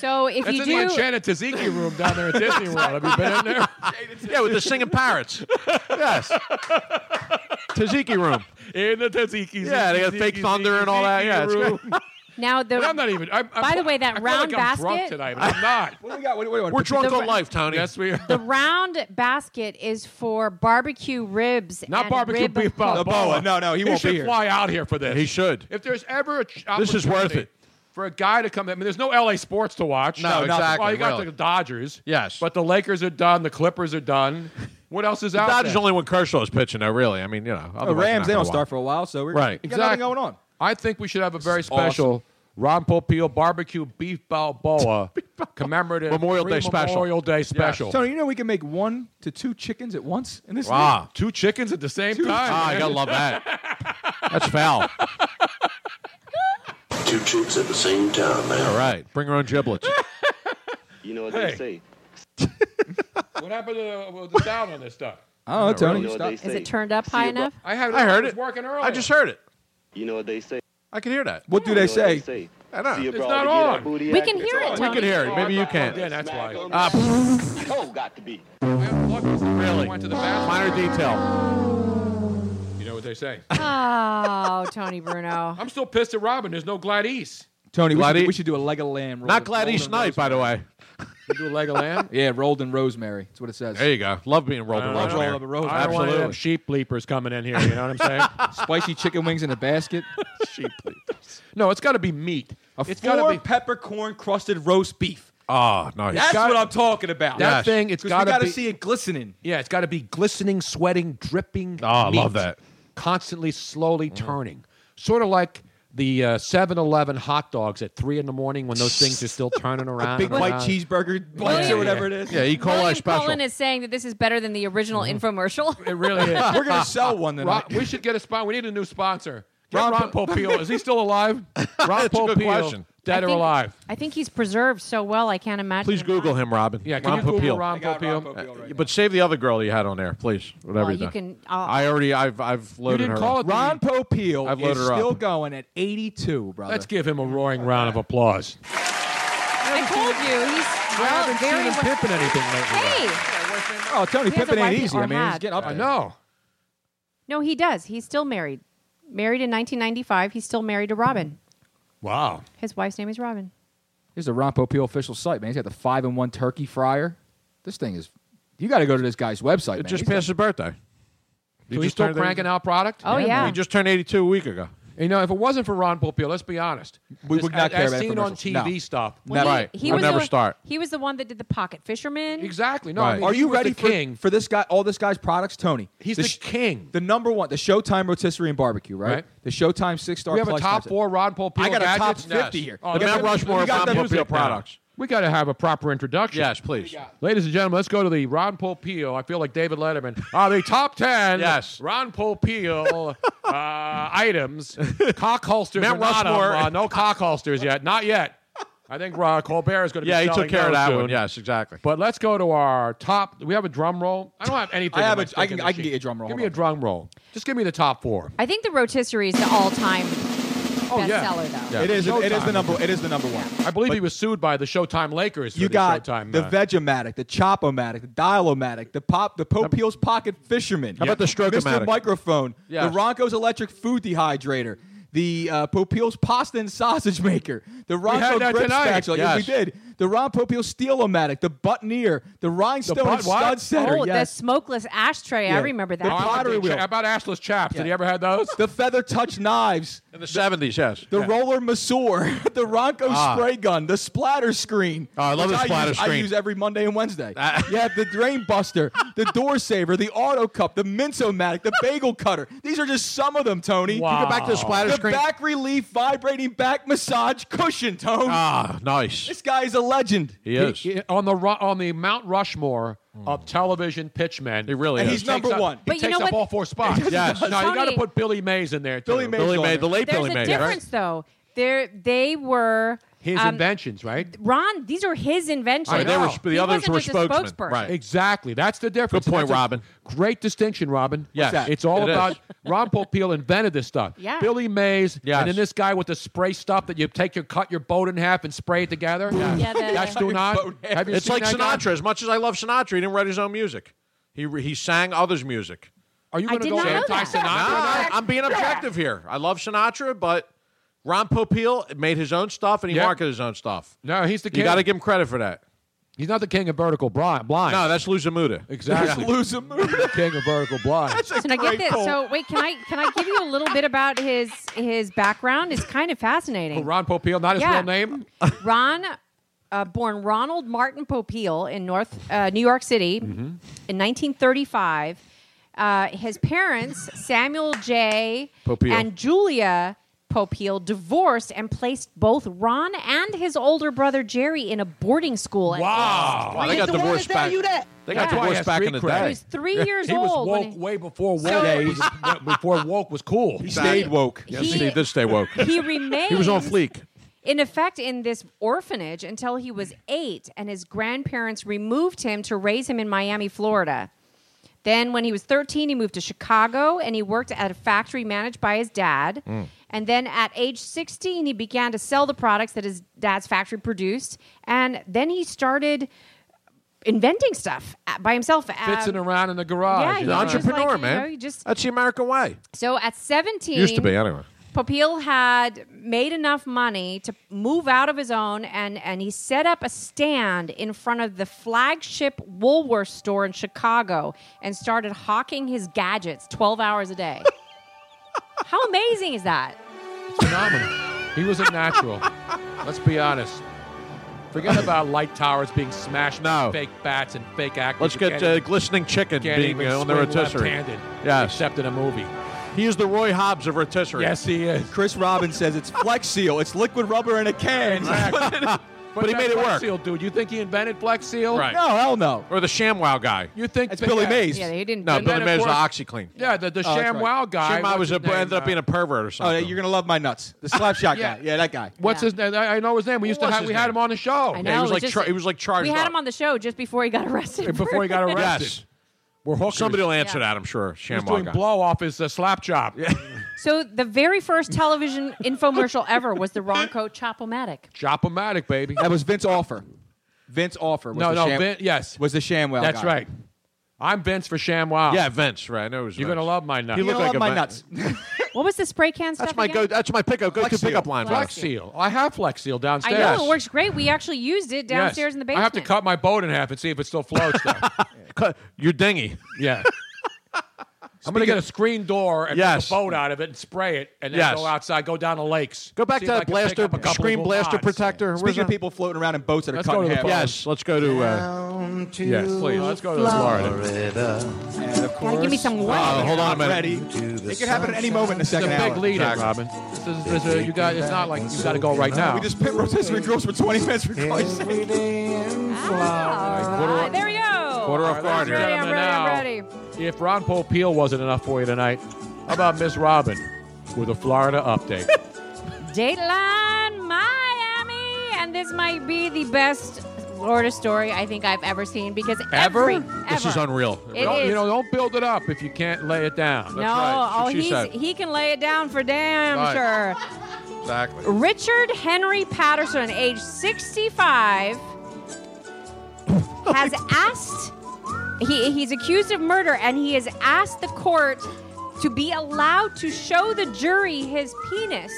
[SPEAKER 10] So if
[SPEAKER 5] That's
[SPEAKER 10] you
[SPEAKER 5] in
[SPEAKER 10] do,
[SPEAKER 5] the enchanted tzatziki room down there at Disney World. Have you been in there?
[SPEAKER 3] yeah, with the singing parrots. yes. Tzatziki room.
[SPEAKER 5] In the tzatziki.
[SPEAKER 3] Yeah, they got
[SPEAKER 5] tzatziki,
[SPEAKER 3] fake
[SPEAKER 5] tzatziki,
[SPEAKER 3] thunder and all that. Yeah, it's
[SPEAKER 5] room.
[SPEAKER 10] now the.
[SPEAKER 5] But I'm not even. I'm, I'm,
[SPEAKER 10] By the way, that
[SPEAKER 5] I feel
[SPEAKER 10] round
[SPEAKER 5] like I'm drunk
[SPEAKER 10] basket-
[SPEAKER 5] tonight, but I'm not.
[SPEAKER 14] what do we got? What, do we- what,
[SPEAKER 3] We're drunk
[SPEAKER 10] The-
[SPEAKER 3] on life, Tony.
[SPEAKER 5] Yes, we are.
[SPEAKER 10] the round basket is for barbecue ribs.
[SPEAKER 5] Not
[SPEAKER 10] and
[SPEAKER 5] barbecue
[SPEAKER 10] rib
[SPEAKER 5] beef
[SPEAKER 10] hook.
[SPEAKER 5] Balboa.
[SPEAKER 14] No, no, he won't be
[SPEAKER 5] should
[SPEAKER 14] here.
[SPEAKER 5] fly out here for this.
[SPEAKER 3] He should.
[SPEAKER 5] If there's ever a ch-
[SPEAKER 3] This is worth
[SPEAKER 5] opportunity
[SPEAKER 3] it.
[SPEAKER 5] for a guy to come. I mean, there's no LA sports to watch.
[SPEAKER 3] No, No, nothing. exactly,
[SPEAKER 5] Well, you got
[SPEAKER 3] really.
[SPEAKER 5] the Dodgers.
[SPEAKER 3] Yes.
[SPEAKER 5] but the Lakers are done. The Clippers are done. What else is
[SPEAKER 3] The
[SPEAKER 5] out
[SPEAKER 3] Dodgers
[SPEAKER 5] there?
[SPEAKER 3] only when Kershaw is pitching, though, really. I mean, you know.
[SPEAKER 14] The
[SPEAKER 3] otherwise
[SPEAKER 14] Rams,
[SPEAKER 3] not
[SPEAKER 14] they don't
[SPEAKER 3] gonna watch.
[SPEAKER 14] start for a while, so we're
[SPEAKER 3] Right.
[SPEAKER 14] we got nothing
[SPEAKER 5] Exactly.
[SPEAKER 14] going on.
[SPEAKER 5] I think we should have a very special Ron Popeil barbecue beef Balboa commemorative
[SPEAKER 3] Memorial
[SPEAKER 5] free
[SPEAKER 3] Day special.
[SPEAKER 5] Memorial Day special.
[SPEAKER 14] Tony, you know we can make one to two chickens at once in this.
[SPEAKER 3] Wow.
[SPEAKER 14] thing?
[SPEAKER 5] Two chickens at the same
[SPEAKER 14] Two
[SPEAKER 5] time.
[SPEAKER 3] Ah,
[SPEAKER 5] man.
[SPEAKER 3] I gotta love that. That's foul.
[SPEAKER 8] Two troops at the same time, man.
[SPEAKER 3] All right, bring your own giblets.
[SPEAKER 8] You know what
[SPEAKER 5] they Hey.
[SPEAKER 8] say.
[SPEAKER 5] What happened to the, well, the sound on this stuff?
[SPEAKER 14] I don't know, Tony.
[SPEAKER 8] really know what
[SPEAKER 14] Stop.
[SPEAKER 8] they
[SPEAKER 10] Is
[SPEAKER 8] say.
[SPEAKER 10] it turned up high enough?
[SPEAKER 5] I, had,
[SPEAKER 3] I heard
[SPEAKER 5] was
[SPEAKER 3] it.
[SPEAKER 5] Working earlier.
[SPEAKER 3] I just heard it.
[SPEAKER 8] You know what they say.
[SPEAKER 3] I can hear that.
[SPEAKER 14] What do they
[SPEAKER 8] You know what
[SPEAKER 14] say?
[SPEAKER 8] say.
[SPEAKER 3] I know.
[SPEAKER 8] See your
[SPEAKER 3] It's
[SPEAKER 8] brother
[SPEAKER 5] not
[SPEAKER 8] get that
[SPEAKER 5] on.
[SPEAKER 8] booty
[SPEAKER 10] We
[SPEAKER 8] action.
[SPEAKER 10] can hear it,
[SPEAKER 3] We
[SPEAKER 10] Tony.
[SPEAKER 3] can hear it. Maybe you
[SPEAKER 5] Yeah,
[SPEAKER 3] can't.
[SPEAKER 5] that's why.
[SPEAKER 3] Ah, pff,
[SPEAKER 8] Oh, got to be.
[SPEAKER 5] really? Went to the bathroom.
[SPEAKER 3] Uh, minor detail.
[SPEAKER 5] You know what they say.
[SPEAKER 10] Oh, Tony Bruno.
[SPEAKER 5] I'm still pissed at Robin. There's no Gladys.
[SPEAKER 14] Tony, we should,
[SPEAKER 3] Gladys-
[SPEAKER 14] do, we should do a leg of lamb. rolled-
[SPEAKER 3] Not Gladys
[SPEAKER 14] rolled in
[SPEAKER 3] Knight, by the way.
[SPEAKER 5] You do a leg of lamb.
[SPEAKER 14] rosemary. Yeah, rolled in rosemary. That's what it says.
[SPEAKER 3] There you go. Love being rolled in
[SPEAKER 14] Love
[SPEAKER 3] rosemary.
[SPEAKER 14] rolled in rosemary.
[SPEAKER 5] I don't want any of them
[SPEAKER 3] Absolutely.
[SPEAKER 5] sheep bleepers coming in here. You know what I'm saying?
[SPEAKER 14] Spicy chicken wings in a basket.
[SPEAKER 5] sheep bleepers. No, it's got to be meat.
[SPEAKER 14] A
[SPEAKER 5] It's got
[SPEAKER 14] four
[SPEAKER 5] to be
[SPEAKER 14] peppercorn crusted roast beef.
[SPEAKER 3] Oh, no.
[SPEAKER 14] That's
[SPEAKER 5] gotta-
[SPEAKER 14] what I'm talking about.
[SPEAKER 5] that
[SPEAKER 3] Yes.
[SPEAKER 5] thing. It's
[SPEAKER 14] Because we
[SPEAKER 5] got to
[SPEAKER 14] gotta
[SPEAKER 5] be.
[SPEAKER 14] see it glistening.
[SPEAKER 5] yeah, it's got to be glistening, sweating, dripping.
[SPEAKER 3] Oh, I love
[SPEAKER 5] meat,
[SPEAKER 3] that. Mm.
[SPEAKER 5] Constantly, slowly turning, sort of like the uh, 7-Eleven hot dogs at three in the morning when those things are still turning around.
[SPEAKER 14] Big
[SPEAKER 5] and
[SPEAKER 14] white
[SPEAKER 5] around.
[SPEAKER 14] cheeseburger bites
[SPEAKER 5] yeah,
[SPEAKER 14] or whatever
[SPEAKER 5] yeah.
[SPEAKER 14] it is.
[SPEAKER 5] Yeah, E. coli
[SPEAKER 10] William
[SPEAKER 5] special.
[SPEAKER 10] Cullen is saying that this is better than the original infomercial.
[SPEAKER 5] It really is.
[SPEAKER 14] We're gonna sell one tonight.
[SPEAKER 5] Ron- we should get a sponsor. We need a new sponsor. Get
[SPEAKER 14] Ron
[SPEAKER 5] Ron,
[SPEAKER 14] Po-
[SPEAKER 5] Popeil. Is he still alive? Ron
[SPEAKER 3] That's a
[SPEAKER 5] Popeil.
[SPEAKER 3] good question.
[SPEAKER 5] Dead
[SPEAKER 10] I
[SPEAKER 5] or
[SPEAKER 10] think-
[SPEAKER 5] alive?
[SPEAKER 10] I think he's preserved so well. I can't imagine.
[SPEAKER 3] Please Google him, Robin.
[SPEAKER 5] Yeah, can
[SPEAKER 3] Ron
[SPEAKER 5] you Google
[SPEAKER 3] Popeil.
[SPEAKER 5] Ron Popeil?
[SPEAKER 3] But save the other girl you had on there, please. Whatever
[SPEAKER 10] Well,
[SPEAKER 3] you
[SPEAKER 10] you
[SPEAKER 3] done.
[SPEAKER 10] can- uh, I'll-
[SPEAKER 3] I already, I've, I've loaded her. up.
[SPEAKER 5] E.
[SPEAKER 14] Ron Popeil
[SPEAKER 3] I've loaded
[SPEAKER 14] is
[SPEAKER 3] her up.
[SPEAKER 14] still going at 82, brother.
[SPEAKER 5] Let's give him a roaring round of applause.
[SPEAKER 10] I told you he's
[SPEAKER 5] I haven't seen him pipping anything lately.
[SPEAKER 10] Hey,
[SPEAKER 14] Oh, Tony
[SPEAKER 10] He has a
[SPEAKER 14] Pippen ain't
[SPEAKER 10] wife
[SPEAKER 14] easy.
[SPEAKER 10] or
[SPEAKER 14] I mean, he's
[SPEAKER 10] had.
[SPEAKER 14] getting up.
[SPEAKER 5] I know.
[SPEAKER 10] no, he does. He's still married. Married in 1995. He's still married to Robin.
[SPEAKER 5] Wow.
[SPEAKER 10] His wife's name is Robin.
[SPEAKER 14] Here's the Ron Popeil official site, man. He's got the five and one turkey fryer. This thing is. You got to go to this guy's website.
[SPEAKER 3] It just passed his birthday.
[SPEAKER 5] So he's still cranking out product?
[SPEAKER 10] Oh, yeah.
[SPEAKER 3] He just turned 82 a week ago.
[SPEAKER 5] You know, if it wasn't for Ron Popeil, let's be honest.
[SPEAKER 3] We
[SPEAKER 5] This-
[SPEAKER 3] would not
[SPEAKER 5] as-
[SPEAKER 3] care about
[SPEAKER 5] As seen on
[SPEAKER 3] infomercials. No.
[SPEAKER 5] TV stuff.
[SPEAKER 3] Well, he- Right.
[SPEAKER 10] He
[SPEAKER 3] I'll
[SPEAKER 10] was
[SPEAKER 3] never
[SPEAKER 10] the,
[SPEAKER 3] start.
[SPEAKER 10] He was the one that did the pocket fisherman.
[SPEAKER 5] Exactly.
[SPEAKER 14] No, Are you ready for, for this guy? All this guy's products, Tony.
[SPEAKER 5] He's
[SPEAKER 14] the,
[SPEAKER 5] the
[SPEAKER 14] sh-
[SPEAKER 5] king.
[SPEAKER 14] The number one, the Showtime rotisserie and barbecue, right?
[SPEAKER 5] Right.
[SPEAKER 14] The Showtime six star.
[SPEAKER 5] we have a top four Ron Popeil
[SPEAKER 14] I got a top
[SPEAKER 5] gadgets?
[SPEAKER 14] 50 here.
[SPEAKER 5] Oh,
[SPEAKER 14] Look
[SPEAKER 5] that's-
[SPEAKER 14] at Mount Rushmore
[SPEAKER 5] we
[SPEAKER 14] of Ron
[SPEAKER 5] got the
[SPEAKER 14] Popeil
[SPEAKER 5] music now.
[SPEAKER 3] products.
[SPEAKER 5] We got to have a proper introduction.
[SPEAKER 3] Yes, please.
[SPEAKER 5] Ladies and gentlemen, let's go to the Ron Popeil. I feel like David Letterman. Are the top ten?
[SPEAKER 3] Yes.
[SPEAKER 5] Ron Popeil uh, items. Cock holsters.
[SPEAKER 3] Mount
[SPEAKER 5] are not on-
[SPEAKER 3] Rushmore.
[SPEAKER 5] uh, no cock holsters yet. Not yet. I think uh, Colbert is going to.
[SPEAKER 3] Yeah,
[SPEAKER 5] be
[SPEAKER 3] he took
[SPEAKER 5] selling
[SPEAKER 3] care of
[SPEAKER 5] those
[SPEAKER 3] that
[SPEAKER 5] soon.
[SPEAKER 3] one. Yes, exactly.
[SPEAKER 5] But let's go to our top. Do we have a drum roll? I don't have anything.
[SPEAKER 14] I have
[SPEAKER 5] on my
[SPEAKER 14] a- I
[SPEAKER 5] stinking
[SPEAKER 14] can- I can
[SPEAKER 5] machine.
[SPEAKER 14] get you a drum roll.
[SPEAKER 5] Give
[SPEAKER 14] Hold
[SPEAKER 5] me a drum roll. Just give me the top four.
[SPEAKER 10] I think the rotisserie is the all-time bestseller,
[SPEAKER 5] Oh, yeah.
[SPEAKER 10] though. Oh,
[SPEAKER 14] It is. It is
[SPEAKER 5] Showtime.
[SPEAKER 14] the number. It is the number one.
[SPEAKER 5] I believe he was sued by the Showtime Lakers. For
[SPEAKER 14] You
[SPEAKER 5] the
[SPEAKER 14] got
[SPEAKER 5] Showtime,
[SPEAKER 14] the
[SPEAKER 5] uh,
[SPEAKER 14] Veg-O-Matic, the Chop-O-Matic, the Dial-O-Matic, the Pop, the Popeil's Pocket Fisherman.
[SPEAKER 3] How about the Stroke-O-Matic?
[SPEAKER 14] Mr. Microphone,
[SPEAKER 3] Yes.
[SPEAKER 14] the Ronco's Electric Food Dehydrator, the uh, Popeil's Pasta and Sausage Maker, the Ronco
[SPEAKER 5] had that
[SPEAKER 14] Grip
[SPEAKER 5] tonight.
[SPEAKER 14] Spatula. Yes,
[SPEAKER 5] Yes.
[SPEAKER 14] we did. The Ron Popeil Steel-O-Matic, the Buttoneer, the Rhinestone and
[SPEAKER 5] butt- what?
[SPEAKER 14] Stud Setter.
[SPEAKER 10] Oh,
[SPEAKER 14] yes.
[SPEAKER 10] the smokeless ashtray. I
[SPEAKER 14] Yeah.
[SPEAKER 10] remember
[SPEAKER 14] The
[SPEAKER 10] that.
[SPEAKER 5] I like
[SPEAKER 14] pottery
[SPEAKER 5] the-
[SPEAKER 14] wheel.
[SPEAKER 5] How about assless chaps? Did
[SPEAKER 14] Oh. Yeah.
[SPEAKER 5] you ever had those?
[SPEAKER 14] the Feather Touch Knives.
[SPEAKER 3] In the 70s, yes.
[SPEAKER 14] The roller masseur, the Ronco
[SPEAKER 3] Ah.
[SPEAKER 14] spray gun, the splatter screen.
[SPEAKER 3] Oh, I love
[SPEAKER 14] which
[SPEAKER 3] the splatter
[SPEAKER 14] use- I
[SPEAKER 3] screen. Ah.
[SPEAKER 14] use every Monday and Wednesday. you have the drain buster, the door saver, the auto cup, the mintomatic, the bagel cutter. These are just some of them, Tony.
[SPEAKER 3] Wow. You go back to the splatter
[SPEAKER 14] the
[SPEAKER 3] screen?
[SPEAKER 14] back relief vibrating back massage cushion, Tony.
[SPEAKER 3] Ah, nice.
[SPEAKER 14] This guy is a legend.
[SPEAKER 3] He is.
[SPEAKER 5] He- on the Ru- on the Mount Rushmore of television pitchmen. He
[SPEAKER 3] Hmm. really
[SPEAKER 14] And
[SPEAKER 3] is.
[SPEAKER 14] he's number
[SPEAKER 5] takes up-
[SPEAKER 14] one.
[SPEAKER 5] He
[SPEAKER 10] But you
[SPEAKER 5] takes
[SPEAKER 10] know
[SPEAKER 5] up
[SPEAKER 10] what?
[SPEAKER 5] all four spots.
[SPEAKER 3] Yes.
[SPEAKER 5] No, you got to
[SPEAKER 10] Tony-
[SPEAKER 5] put Billy Mays in there. Too.
[SPEAKER 14] Billy Mays.
[SPEAKER 3] Billy
[SPEAKER 14] on
[SPEAKER 3] May,
[SPEAKER 14] there.
[SPEAKER 3] the late
[SPEAKER 10] There's
[SPEAKER 3] Billy
[SPEAKER 10] a
[SPEAKER 3] May,
[SPEAKER 10] difference, though. There, they were
[SPEAKER 5] His
[SPEAKER 10] um,
[SPEAKER 5] inventions, right?
[SPEAKER 10] Ron. These are his inventions.
[SPEAKER 3] Right, they were-
[SPEAKER 5] know.
[SPEAKER 3] the
[SPEAKER 10] He
[SPEAKER 3] others
[SPEAKER 10] wasn't
[SPEAKER 3] were
[SPEAKER 10] just a
[SPEAKER 3] spokesmen.
[SPEAKER 10] spokesperson.
[SPEAKER 3] Right.
[SPEAKER 5] Exactly. That's the difference.
[SPEAKER 3] Good point,
[SPEAKER 5] That's a
[SPEAKER 3] Robin.
[SPEAKER 5] Great distinction, Robin.
[SPEAKER 3] Yes. that?
[SPEAKER 5] It's all
[SPEAKER 3] It is.
[SPEAKER 5] about Ron Popeil invented this stuff.
[SPEAKER 10] Yeah.
[SPEAKER 5] Billy Mays.
[SPEAKER 3] Yes.
[SPEAKER 5] And then this guy with the spray stuff that you take your cut your boat in half and spray it together.
[SPEAKER 10] Yeah, the-
[SPEAKER 5] That's do not. Have you
[SPEAKER 3] It's
[SPEAKER 5] seen
[SPEAKER 3] like
[SPEAKER 5] that guy?
[SPEAKER 3] Sinatra. As much as I love Sinatra, he didn't write his own music. He re- he sang others' music.
[SPEAKER 5] Are you
[SPEAKER 10] I
[SPEAKER 5] going to
[SPEAKER 10] did
[SPEAKER 5] go
[SPEAKER 10] not know
[SPEAKER 5] anti
[SPEAKER 10] that.
[SPEAKER 5] Sinatra?
[SPEAKER 3] I'm being objective here. I love Sinatra, but Ron Popeil made his own stuff and he
[SPEAKER 5] Yeah.
[SPEAKER 3] marketed his own stuff.
[SPEAKER 5] No, he's the king.
[SPEAKER 3] You got to give him credit for that.
[SPEAKER 5] He's not the king of vertical blind. blind.
[SPEAKER 3] No, that's Luzamuda.
[SPEAKER 5] exactly
[SPEAKER 14] Lose a move.
[SPEAKER 5] king of vertical blind.
[SPEAKER 14] That's a
[SPEAKER 10] So now
[SPEAKER 14] great
[SPEAKER 10] get this.
[SPEAKER 14] poll.
[SPEAKER 10] So wait, can I can I give you a little bit about his his background? It's kind of fascinating.
[SPEAKER 5] Oh, Ron Popeil, not his
[SPEAKER 10] Yeah.
[SPEAKER 5] real name.
[SPEAKER 10] Ron, uh, born Ronald Martin Popeil in North uh, New York City
[SPEAKER 5] Mm-hmm.
[SPEAKER 10] in 1935. Uh, his parents, Samuel J.
[SPEAKER 3] Popeil.
[SPEAKER 10] and Julia Popeil, divorced and placed both Ron and his older brother Jerry in a boarding school. at
[SPEAKER 5] Wow.
[SPEAKER 10] age
[SPEAKER 3] Wow,
[SPEAKER 10] three.
[SPEAKER 3] they got divorced back. They got
[SPEAKER 10] Yeah.
[SPEAKER 3] divorced
[SPEAKER 5] That's
[SPEAKER 3] back
[SPEAKER 5] why
[SPEAKER 3] in the
[SPEAKER 5] he has street
[SPEAKER 10] He
[SPEAKER 3] day.
[SPEAKER 10] was three years
[SPEAKER 5] He was
[SPEAKER 10] old. when
[SPEAKER 5] woke
[SPEAKER 10] he-
[SPEAKER 5] way before woke.
[SPEAKER 10] So-
[SPEAKER 5] Yeah, he's- before woke was cool.
[SPEAKER 14] He stayed woke.
[SPEAKER 3] Yes,
[SPEAKER 10] He-
[SPEAKER 3] he, did stay woke.
[SPEAKER 10] he remained.
[SPEAKER 3] he was on fleek.
[SPEAKER 10] In effect, in this orphanage until he was eight, and his grandparents removed him to raise him in Miami, Florida. Then, when he was 13, he moved to Chicago and he worked at a factory managed by his dad.
[SPEAKER 3] Mm.
[SPEAKER 10] And then at age 16, he began to sell the products that his dad's factory produced. And then he started inventing stuff at- by himself.
[SPEAKER 5] Fitzing
[SPEAKER 10] Um,
[SPEAKER 5] around in the garage.
[SPEAKER 10] Yeah,
[SPEAKER 5] you
[SPEAKER 10] he
[SPEAKER 3] He's an
[SPEAKER 5] know?
[SPEAKER 10] was just like,
[SPEAKER 3] entrepreneur,
[SPEAKER 10] you
[SPEAKER 3] man.
[SPEAKER 10] know, you just-
[SPEAKER 3] That's the American way.
[SPEAKER 10] so at 17,
[SPEAKER 3] Used to be, anyway.
[SPEAKER 10] Popeil had made enough money to move out of his own, and, and he set up a stand in front of the flagship Woolworth store in Chicago and started hawking his gadgets 12 hours a day. How amazing is that?
[SPEAKER 5] phenomenal. He was a natural. Let's be honest. Forget about light towers being smashed
[SPEAKER 3] No.
[SPEAKER 5] by fake bats and fake actors.
[SPEAKER 3] Let's
[SPEAKER 5] who
[SPEAKER 3] get
[SPEAKER 5] can't
[SPEAKER 3] uh,
[SPEAKER 5] even-
[SPEAKER 3] glistening chicken
[SPEAKER 5] can't
[SPEAKER 3] being
[SPEAKER 5] even
[SPEAKER 3] uh, on the
[SPEAKER 5] swing
[SPEAKER 3] rotisserie.
[SPEAKER 5] left-handed,
[SPEAKER 3] Yes.
[SPEAKER 5] except in a movie.
[SPEAKER 3] He is the Roy Hobbs of rotisserie.
[SPEAKER 14] Yes, he is. Chris Robbins says it's Flex Seal. It's liquid rubber in a can.
[SPEAKER 5] but,
[SPEAKER 14] But he
[SPEAKER 5] that
[SPEAKER 14] made it
[SPEAKER 5] Flex
[SPEAKER 14] work.
[SPEAKER 5] Seal, dude. You think he invented Flex Seal?
[SPEAKER 3] Right.
[SPEAKER 14] No, Oh, hell no.
[SPEAKER 3] Or the ShamWow guy.
[SPEAKER 5] Oh, You think
[SPEAKER 3] That's Billy Mays.
[SPEAKER 10] Yeah, he didn't
[SPEAKER 3] No,
[SPEAKER 5] And
[SPEAKER 3] Billy
[SPEAKER 5] then,
[SPEAKER 3] Mays
[SPEAKER 5] of
[SPEAKER 3] was the
[SPEAKER 5] course-
[SPEAKER 3] OxyClean.
[SPEAKER 5] Yeah, the, the
[SPEAKER 14] Oh, that's
[SPEAKER 5] ShamWow
[SPEAKER 14] right.
[SPEAKER 5] guy.
[SPEAKER 3] ShamWow
[SPEAKER 5] what's
[SPEAKER 3] was a
[SPEAKER 5] his name,
[SPEAKER 3] ended up
[SPEAKER 5] uh,
[SPEAKER 3] being a pervert or
[SPEAKER 14] Oh, yeah,
[SPEAKER 3] something.
[SPEAKER 14] you're gonna love my nuts. The slap shot guy. Yeah, that guy.
[SPEAKER 5] What's his name? I I know his name. We used to have. We had him on the show.
[SPEAKER 10] I know.
[SPEAKER 3] he was
[SPEAKER 10] we
[SPEAKER 3] like
[SPEAKER 10] just-
[SPEAKER 3] char- he was like charged
[SPEAKER 10] We had
[SPEAKER 3] up.
[SPEAKER 10] him on the show just before he got arrested.
[SPEAKER 5] Before he got arrested.
[SPEAKER 3] Yes. We're Somebody will answer that, I'm sure.
[SPEAKER 5] He was
[SPEAKER 3] ShamWow
[SPEAKER 5] doing
[SPEAKER 3] guy.
[SPEAKER 5] blow off his uh, slap chop.
[SPEAKER 10] So the very first television infomercial ever was the Ronco Chopomatic.
[SPEAKER 5] Chop-o-matic, baby.
[SPEAKER 14] That was Vince Offer. Vince Offer. Was
[SPEAKER 5] No,
[SPEAKER 14] the
[SPEAKER 5] no,
[SPEAKER 14] sham-
[SPEAKER 5] Vin- yes.
[SPEAKER 14] was the Shamwell.
[SPEAKER 5] That's
[SPEAKER 14] guy.
[SPEAKER 5] right. I'm Vince for ShamWow.
[SPEAKER 3] Yeah, Vince. Right. I know it was
[SPEAKER 5] You're
[SPEAKER 3] Vince.
[SPEAKER 5] gonna love my nuts.
[SPEAKER 3] He looked like a
[SPEAKER 14] my
[SPEAKER 3] Vin-
[SPEAKER 14] nuts.
[SPEAKER 10] What was the spray can stuff?
[SPEAKER 3] That's my
[SPEAKER 10] again?
[SPEAKER 3] go. That's my pickup. Go to
[SPEAKER 5] Flex Seal.
[SPEAKER 3] pickup line.
[SPEAKER 5] Flex Seal. I have Flex Seal
[SPEAKER 10] I
[SPEAKER 5] downstairs.
[SPEAKER 10] know it works great. We actually used
[SPEAKER 5] Yes.
[SPEAKER 10] it downstairs in the basement.
[SPEAKER 5] I have to cut my boat in half and see if it still floats. though.
[SPEAKER 3] Your dinghy.
[SPEAKER 5] yeah. I'm gonna get a screen door and
[SPEAKER 3] Yes.
[SPEAKER 5] make a boat out of it and spray it, and then
[SPEAKER 3] Yes.
[SPEAKER 5] go outside, go down the lakes.
[SPEAKER 3] Go back
[SPEAKER 5] see
[SPEAKER 3] to
[SPEAKER 5] if I
[SPEAKER 3] that
[SPEAKER 5] can pick
[SPEAKER 3] blaster-
[SPEAKER 5] up a couple
[SPEAKER 3] screen
[SPEAKER 5] of
[SPEAKER 3] blaster
[SPEAKER 5] rods.
[SPEAKER 3] protector. Where's
[SPEAKER 14] Speaking of
[SPEAKER 3] that?
[SPEAKER 14] people floating around in boats that
[SPEAKER 5] Let's
[SPEAKER 14] are
[SPEAKER 5] go
[SPEAKER 14] cut
[SPEAKER 5] to
[SPEAKER 14] in
[SPEAKER 5] the
[SPEAKER 14] half.
[SPEAKER 5] phone.
[SPEAKER 3] Yes. Let's go to. Uh,
[SPEAKER 5] Yes, please. Let's go to Florida.
[SPEAKER 14] And of course,
[SPEAKER 10] Gotta give me some wet.
[SPEAKER 3] uh, hold on a minute.
[SPEAKER 14] ready. It could happen at any moment in the
[SPEAKER 5] It's a
[SPEAKER 14] second
[SPEAKER 5] big
[SPEAKER 14] hour.
[SPEAKER 5] lead,
[SPEAKER 3] Zach.
[SPEAKER 5] Robin. This is, this is, you got. It's not like you got to go right now.
[SPEAKER 14] We just pit rotisserie grills for 20 minutes for Christ's sake.
[SPEAKER 10] Ah. All right, there we go.
[SPEAKER 3] Quarter off guard
[SPEAKER 10] I'm ready.
[SPEAKER 3] here.
[SPEAKER 10] I'm
[SPEAKER 5] Gentlemen,
[SPEAKER 10] ready. I'm
[SPEAKER 5] now,
[SPEAKER 10] ready.
[SPEAKER 5] If Ron Paul Peel wasn't enough for you tonight, how about Miss Robin with a Florida update?
[SPEAKER 10] Dateline Miami, and this might be the best Florida story I think I've ever seen because
[SPEAKER 5] Ever?
[SPEAKER 10] every
[SPEAKER 3] This
[SPEAKER 10] ever.
[SPEAKER 3] is unreal.
[SPEAKER 10] It
[SPEAKER 5] Don't-
[SPEAKER 10] is.
[SPEAKER 5] You know, don't build it up if you can't lay it down.
[SPEAKER 10] no,
[SPEAKER 3] right.
[SPEAKER 10] oh,
[SPEAKER 3] She
[SPEAKER 10] he's,
[SPEAKER 3] said.
[SPEAKER 10] he can lay it down for damn
[SPEAKER 3] Right.
[SPEAKER 10] sure.
[SPEAKER 3] Exactly.
[SPEAKER 10] Richard Henry Patterson, age 65, has asked, he, he's accused of murder, and he has asked the court to be allowed to show the jury his penis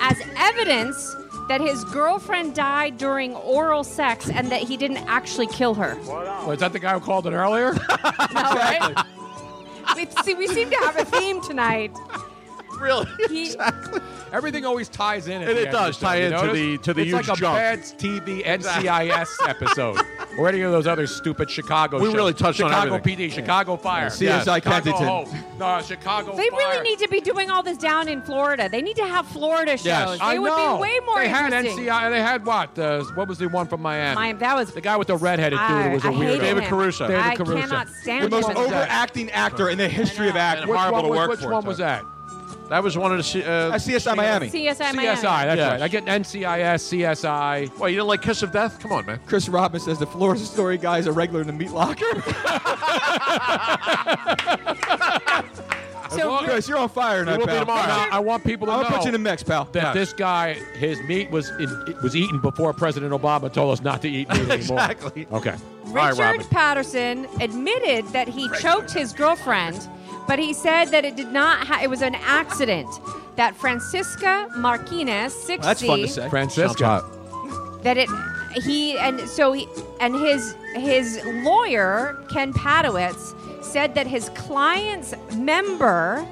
[SPEAKER 10] as evidence that his girlfriend died during oral sex and that he didn't actually kill her.
[SPEAKER 5] Was that the guy who called it earlier?
[SPEAKER 10] All right? we, see, we seem to have a theme tonight.
[SPEAKER 3] Really?
[SPEAKER 10] He-
[SPEAKER 5] Everything always ties in. At
[SPEAKER 3] And
[SPEAKER 5] the
[SPEAKER 3] it
[SPEAKER 5] end
[SPEAKER 3] does
[SPEAKER 5] of the
[SPEAKER 3] tie
[SPEAKER 5] show, you
[SPEAKER 3] into
[SPEAKER 5] notice?
[SPEAKER 3] the- to the
[SPEAKER 5] it's
[SPEAKER 3] huge
[SPEAKER 5] like a
[SPEAKER 3] jump.
[SPEAKER 5] Bad TV NCIS episode or any of those other stupid Chicago.
[SPEAKER 3] We
[SPEAKER 5] shows.
[SPEAKER 3] really touched on
[SPEAKER 5] Chicago
[SPEAKER 3] everything.
[SPEAKER 5] PD, Chicago Fire,
[SPEAKER 14] CSI
[SPEAKER 5] Chicago
[SPEAKER 14] Kensington.
[SPEAKER 5] Hope, no, Chicago.
[SPEAKER 10] They
[SPEAKER 5] Fire.
[SPEAKER 10] really need to be doing all this down in Florida. They need to have Florida shows.
[SPEAKER 5] Yes,
[SPEAKER 10] They
[SPEAKER 5] I
[SPEAKER 10] would
[SPEAKER 5] know.
[SPEAKER 10] be way more
[SPEAKER 5] They had
[SPEAKER 10] interesting.
[SPEAKER 5] NCIS. They had what? Uh, what was the one from Miami?
[SPEAKER 10] My- that was
[SPEAKER 5] The guy with the redheaded dude
[SPEAKER 10] I-
[SPEAKER 5] who was a
[SPEAKER 10] I
[SPEAKER 5] weirdo.
[SPEAKER 10] hated him.
[SPEAKER 5] David
[SPEAKER 10] I
[SPEAKER 5] Caruso.
[SPEAKER 10] cannot stand
[SPEAKER 14] The most
[SPEAKER 10] him.
[SPEAKER 14] overacting actor in the history of acting.
[SPEAKER 5] Which
[SPEAKER 3] Horrible
[SPEAKER 5] one
[SPEAKER 3] to
[SPEAKER 5] was,
[SPEAKER 3] work
[SPEAKER 5] which
[SPEAKER 3] for,
[SPEAKER 5] one
[SPEAKER 3] too.
[SPEAKER 5] was that?
[SPEAKER 3] That was one of the. C- Uh,
[SPEAKER 14] I see us on Miami.
[SPEAKER 10] CSI, Miami.
[SPEAKER 5] CSI. That's
[SPEAKER 3] Yes.
[SPEAKER 5] right. I get NCIS, CSI.
[SPEAKER 3] Well, you didn't like Kiss of Death? Come on, man.
[SPEAKER 14] Chris Robin says the Florida story guy is a regular in the meat locker.
[SPEAKER 10] So
[SPEAKER 14] Chris, you're on fire tonight,
[SPEAKER 3] will be
[SPEAKER 14] pal.
[SPEAKER 3] tomorrow.
[SPEAKER 5] Now, I want people to
[SPEAKER 14] I'm
[SPEAKER 5] know
[SPEAKER 14] gonna put you in the mix, pal.
[SPEAKER 5] that this guy, his meat was in, it was eaten before President Obama told us not to eat meat anymore.
[SPEAKER 3] Exactly.
[SPEAKER 5] Okay.
[SPEAKER 10] Richard Patterson admitted that he choked his girlfriend, but he said that it did not. Ha- it was an accident. That Francisca Martinez, sixty,
[SPEAKER 14] Well, that's fun to say.
[SPEAKER 5] Francisca.
[SPEAKER 10] that it he and so he and his his lawyer Ken Padowitz said that his client's member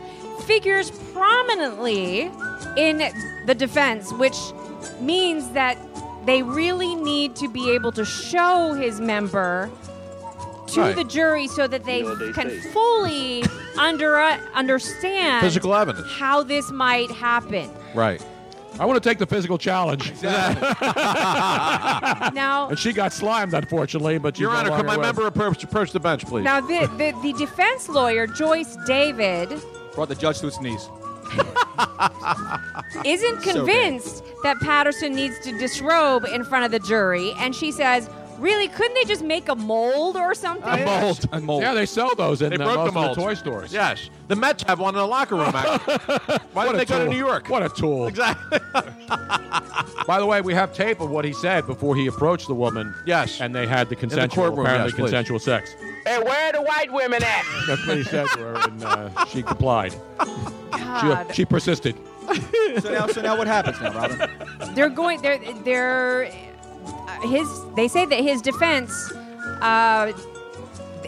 [SPEAKER 10] figures prominently in the defense which means that they really need to be able to show his member to
[SPEAKER 3] Right.
[SPEAKER 10] the jury so that they,
[SPEAKER 3] You know what they
[SPEAKER 10] can
[SPEAKER 3] say.
[SPEAKER 10] fully under uh, understand
[SPEAKER 3] Physical evidence.
[SPEAKER 10] how this might happen
[SPEAKER 3] Right.
[SPEAKER 5] I want to take the physical challenge.
[SPEAKER 10] now
[SPEAKER 5] and she got slimed, unfortunately, but she's
[SPEAKER 3] Your
[SPEAKER 5] no
[SPEAKER 3] Honor, could
[SPEAKER 5] longer
[SPEAKER 3] my
[SPEAKER 5] with us.
[SPEAKER 3] member approach, approach the bench, please?
[SPEAKER 10] Now, the, the, the defense lawyer, Joyce David,
[SPEAKER 14] Brought the judge to his knees.
[SPEAKER 10] isn't
[SPEAKER 14] So
[SPEAKER 10] convinced that Patterson needs to disrobe in front of the jury, and she says, Really, couldn't they just make a mold or something?
[SPEAKER 3] mold.
[SPEAKER 14] A mold.
[SPEAKER 5] Yeah, they sell those in
[SPEAKER 3] They
[SPEAKER 5] uh,
[SPEAKER 3] broke
[SPEAKER 5] most
[SPEAKER 3] the mold.
[SPEAKER 5] of the toy stores.
[SPEAKER 3] Yes. The Mets have one in the locker room, actually. Why
[SPEAKER 5] What
[SPEAKER 3] didn't
[SPEAKER 5] a
[SPEAKER 3] they go to
[SPEAKER 5] tool.
[SPEAKER 3] New York?
[SPEAKER 5] What a tool.
[SPEAKER 3] Exactly.
[SPEAKER 5] By the way, we have tape of what he said before he approached the woman.
[SPEAKER 3] Yes.
[SPEAKER 5] And they had the consensual,
[SPEAKER 3] courtroom,
[SPEAKER 5] apparently
[SPEAKER 3] yes, please.
[SPEAKER 5] consensual sex.
[SPEAKER 25] Hey, where are the white women at?
[SPEAKER 5] That's what he said to her, and uh, she complied.
[SPEAKER 10] God.
[SPEAKER 5] She, she persisted.
[SPEAKER 14] so now, so now what happens now, Robin?
[SPEAKER 10] They're going, they're, they're, uh, his, they say that his defense, uh,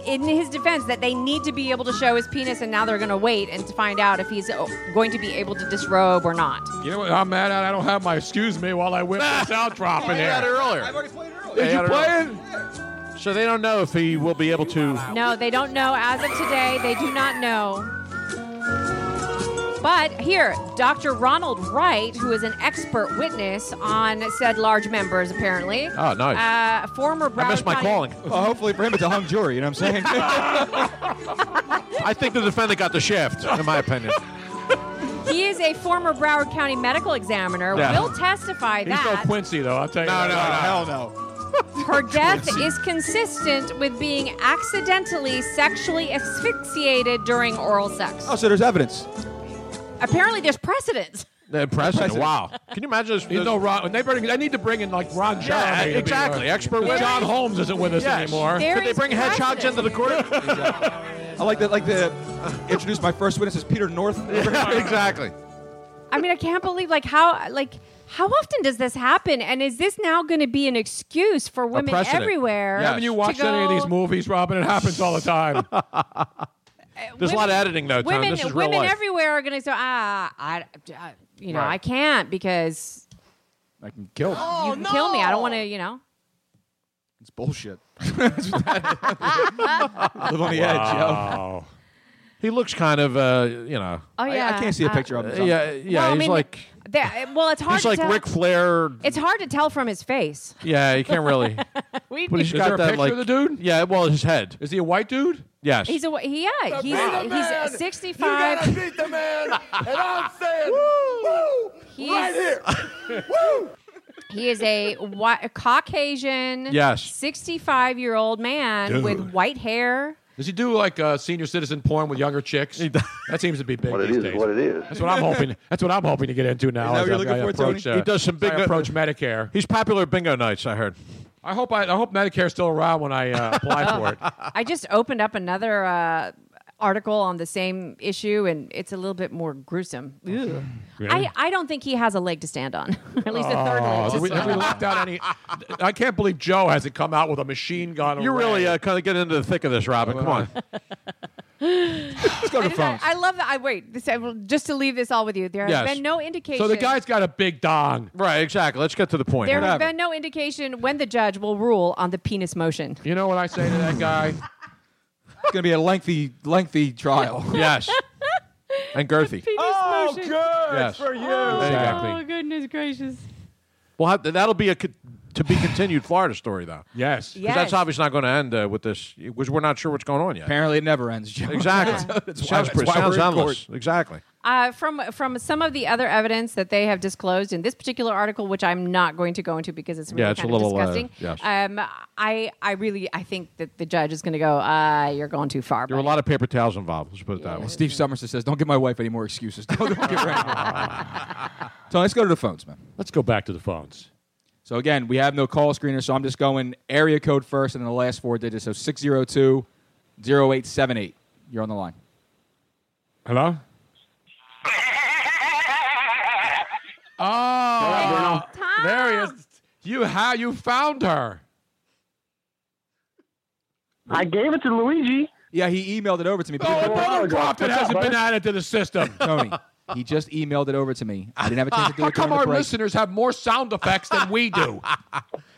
[SPEAKER 10] in his defense, that they need to be able to show his penis, and now they're going to wait and to find out if he's uh, going to be able to disrobe or not.
[SPEAKER 5] You know what? I'm mad at I don't have my excuse me while I whip this out drop in
[SPEAKER 3] They had it
[SPEAKER 5] here.
[SPEAKER 3] earlier.
[SPEAKER 14] already played earlier.
[SPEAKER 3] They
[SPEAKER 5] Did
[SPEAKER 3] had
[SPEAKER 5] you
[SPEAKER 3] it
[SPEAKER 5] play
[SPEAKER 3] earlier.
[SPEAKER 5] it?
[SPEAKER 3] So they don't know if he will be able to.
[SPEAKER 10] No, they don't know. As of today, they do not know. But here, Dr. Ronald Wright, who is an expert witness on said large members, apparently.
[SPEAKER 3] Oh, nice.
[SPEAKER 10] Uh, former Broward
[SPEAKER 3] I missed my
[SPEAKER 10] County-
[SPEAKER 3] calling.
[SPEAKER 14] Well, hopefully for him, it's a hung jury. You know what I'm saying?
[SPEAKER 3] I think the defendant got the shaft, in my opinion.
[SPEAKER 10] He is a former Broward County medical examiner.
[SPEAKER 3] Yeah.
[SPEAKER 10] Will testify
[SPEAKER 5] He's no
[SPEAKER 10] that
[SPEAKER 5] Quincy, though. I'll tell you.
[SPEAKER 3] No,
[SPEAKER 5] that.
[SPEAKER 3] no, no. Hell
[SPEAKER 14] no.
[SPEAKER 10] her death
[SPEAKER 5] Quincy.
[SPEAKER 10] is consistent with being accidentally sexually asphyxiated during oral sex.
[SPEAKER 14] Oh, so there's evidence.
[SPEAKER 10] Apparently, there's precedence.
[SPEAKER 3] The president. Wow. Can you imagine this?
[SPEAKER 5] You know, Ron, they, bring, they need to bring in like Ron Jeremy.
[SPEAKER 3] Yeah,
[SPEAKER 5] to be
[SPEAKER 3] exactly.
[SPEAKER 5] our-
[SPEAKER 3] Expert
[SPEAKER 5] John
[SPEAKER 3] witness.
[SPEAKER 5] Holmes isn't with us
[SPEAKER 3] Yes.
[SPEAKER 5] anymore.
[SPEAKER 3] There Could they is bring hedgehogs
[SPEAKER 10] precedent.
[SPEAKER 3] into the court?
[SPEAKER 14] I like that. Like the introduce my first witness as Peter North.
[SPEAKER 3] exactly.
[SPEAKER 10] I mean, I can't believe like how like how often does this happen? And is this now going to be an excuse for women
[SPEAKER 5] precedent.
[SPEAKER 10] everywhere?
[SPEAKER 5] Haven't you
[SPEAKER 10] to
[SPEAKER 5] watched any of
[SPEAKER 10] go-
[SPEAKER 5] these movies, Robin? It happens all the time.
[SPEAKER 3] There's a lot of editing, though, Tom.
[SPEAKER 10] Women,
[SPEAKER 3] This is real
[SPEAKER 10] women
[SPEAKER 3] life.
[SPEAKER 10] everywhere are going to say, ah, I, I- you know,
[SPEAKER 3] Right.
[SPEAKER 10] I can't because
[SPEAKER 14] I can kill. them.
[SPEAKER 26] Oh,
[SPEAKER 10] you can kill me. I don't want to, you know.
[SPEAKER 14] It's bullshit. Live on the edge, yo.
[SPEAKER 3] Wow. He looks kind of, uh, you know.
[SPEAKER 10] Oh, yeah.
[SPEAKER 14] I, I can't see a picture of him.
[SPEAKER 3] Uh, yeah, yeah.
[SPEAKER 10] Well, I
[SPEAKER 3] he's
[SPEAKER 10] mean,
[SPEAKER 3] like
[SPEAKER 10] There- well, it's hard.
[SPEAKER 3] he's
[SPEAKER 10] to
[SPEAKER 3] like
[SPEAKER 10] tell.
[SPEAKER 3] Ric Flair.
[SPEAKER 10] It's hard to tell from his face.
[SPEAKER 3] Yeah, you can't really.
[SPEAKER 10] We,
[SPEAKER 3] But he's
[SPEAKER 5] Is
[SPEAKER 3] got
[SPEAKER 5] there a
[SPEAKER 3] that
[SPEAKER 5] picture
[SPEAKER 3] like
[SPEAKER 5] of the dude?
[SPEAKER 3] Yeah, well, his head.
[SPEAKER 5] Is he a white dude?
[SPEAKER 3] Yes.
[SPEAKER 10] he's a he, yeah. He's
[SPEAKER 26] man.
[SPEAKER 10] he's 65.
[SPEAKER 26] You gotta beat the man, and I'm saying, woo,
[SPEAKER 10] He's-
[SPEAKER 26] right here, woo.
[SPEAKER 10] He is a, whi- a Caucasian,
[SPEAKER 5] Yes.
[SPEAKER 10] 65 year old man
[SPEAKER 5] Dude.
[SPEAKER 10] with white hair.
[SPEAKER 5] Does he do like uh, senior citizen porn with younger chicks? That seems to be big.
[SPEAKER 6] What it
[SPEAKER 5] these
[SPEAKER 6] is is
[SPEAKER 5] days.
[SPEAKER 6] what it is.
[SPEAKER 5] That's what I'm hoping. That's what I'm hoping to get into now.
[SPEAKER 3] that
[SPEAKER 5] as
[SPEAKER 3] what you're
[SPEAKER 5] I-
[SPEAKER 3] looking
[SPEAKER 5] I
[SPEAKER 3] for,
[SPEAKER 5] approach, uh,
[SPEAKER 3] Tony? He does some
[SPEAKER 5] as
[SPEAKER 3] big-
[SPEAKER 5] I approach Medicare.
[SPEAKER 3] He's popular at bingo nights. I heard.
[SPEAKER 5] I hope I, I hope Medicare's still around when I uh, apply for it.
[SPEAKER 10] I just opened up another uh, article on the same issue, and it's a little bit more gruesome. Ew.
[SPEAKER 5] Really?
[SPEAKER 10] I, I don't think he has a leg to stand on, or at least a third
[SPEAKER 5] Oh,
[SPEAKER 10] leg. to
[SPEAKER 5] have we, have
[SPEAKER 10] stand
[SPEAKER 5] we
[SPEAKER 10] on.
[SPEAKER 5] left out any? I can't believe Joe hasn't come out with a machine gun.
[SPEAKER 3] You're
[SPEAKER 5] already.
[SPEAKER 3] really uh, kind of getting into the thick of this, Robin. Come on.
[SPEAKER 10] Let's
[SPEAKER 14] go
[SPEAKER 10] I, just- I, I love that. I wait. This, I, will- just to leave this all with you, there
[SPEAKER 3] Yes.
[SPEAKER 10] has been no indication.
[SPEAKER 5] So the guy's got a big dong.
[SPEAKER 3] Right, exactly. Let's get to the point.
[SPEAKER 10] there has been no indication when the judge will rule on the penis motion.
[SPEAKER 5] You know what I say to that guy?
[SPEAKER 14] It's gonna be a lengthy, lengthy trial.
[SPEAKER 3] yes. And girthy.
[SPEAKER 26] Oh, good
[SPEAKER 3] Yes.
[SPEAKER 26] for you.
[SPEAKER 3] Exactly.
[SPEAKER 10] Oh goodness gracious!
[SPEAKER 3] Well, have, that'll be a co- to be continued Florida story, though.
[SPEAKER 5] Yes.
[SPEAKER 3] Because that's obviously not going to end uh, with this, because we're not sure what's going on yet.
[SPEAKER 14] Apparently, it never ends. Joe.
[SPEAKER 3] Exactly.
[SPEAKER 14] That's why-
[SPEAKER 3] sounds
[SPEAKER 14] that's
[SPEAKER 3] pretty-
[SPEAKER 14] why we're
[SPEAKER 3] sounds
[SPEAKER 14] in court.
[SPEAKER 3] endless. Exactly.
[SPEAKER 10] Uh, from from some of the other evidence that they have disclosed in this particular article, which I'm not going to go into because it's really
[SPEAKER 3] Yeah, it's
[SPEAKER 10] kind
[SPEAKER 3] a
[SPEAKER 10] of
[SPEAKER 3] little, uh,
[SPEAKER 10] disgusting.
[SPEAKER 3] yes.
[SPEAKER 10] Um, I I really I think that the judge is going to go. Uh, you're going too far.
[SPEAKER 3] There were a lot of paper towels involved. Let's put it that way.
[SPEAKER 14] Steve Somerset says, "Don't give my wife any more excuses." Don't, don't get around. so let's go to the phones, man.
[SPEAKER 5] Let's go back to the phones.
[SPEAKER 14] So again, we have no call screener, so I'm just going area code first and then the last four digits. So 602 0878. You're on the line.
[SPEAKER 5] Hello? Oh, there he is. You how you found her?
[SPEAKER 14] I gave it to Luigi. Yeah, he emailed it over to me.
[SPEAKER 5] Oh, another drop that
[SPEAKER 14] What's up,
[SPEAKER 5] hasn't been
[SPEAKER 14] brother?
[SPEAKER 5] added to the system.
[SPEAKER 14] Tony, he just emailed it over to me. I didn't have a chance to do
[SPEAKER 5] How
[SPEAKER 14] it during
[SPEAKER 5] come
[SPEAKER 14] the
[SPEAKER 5] our
[SPEAKER 14] break.
[SPEAKER 5] listeners have more sound effects than we do?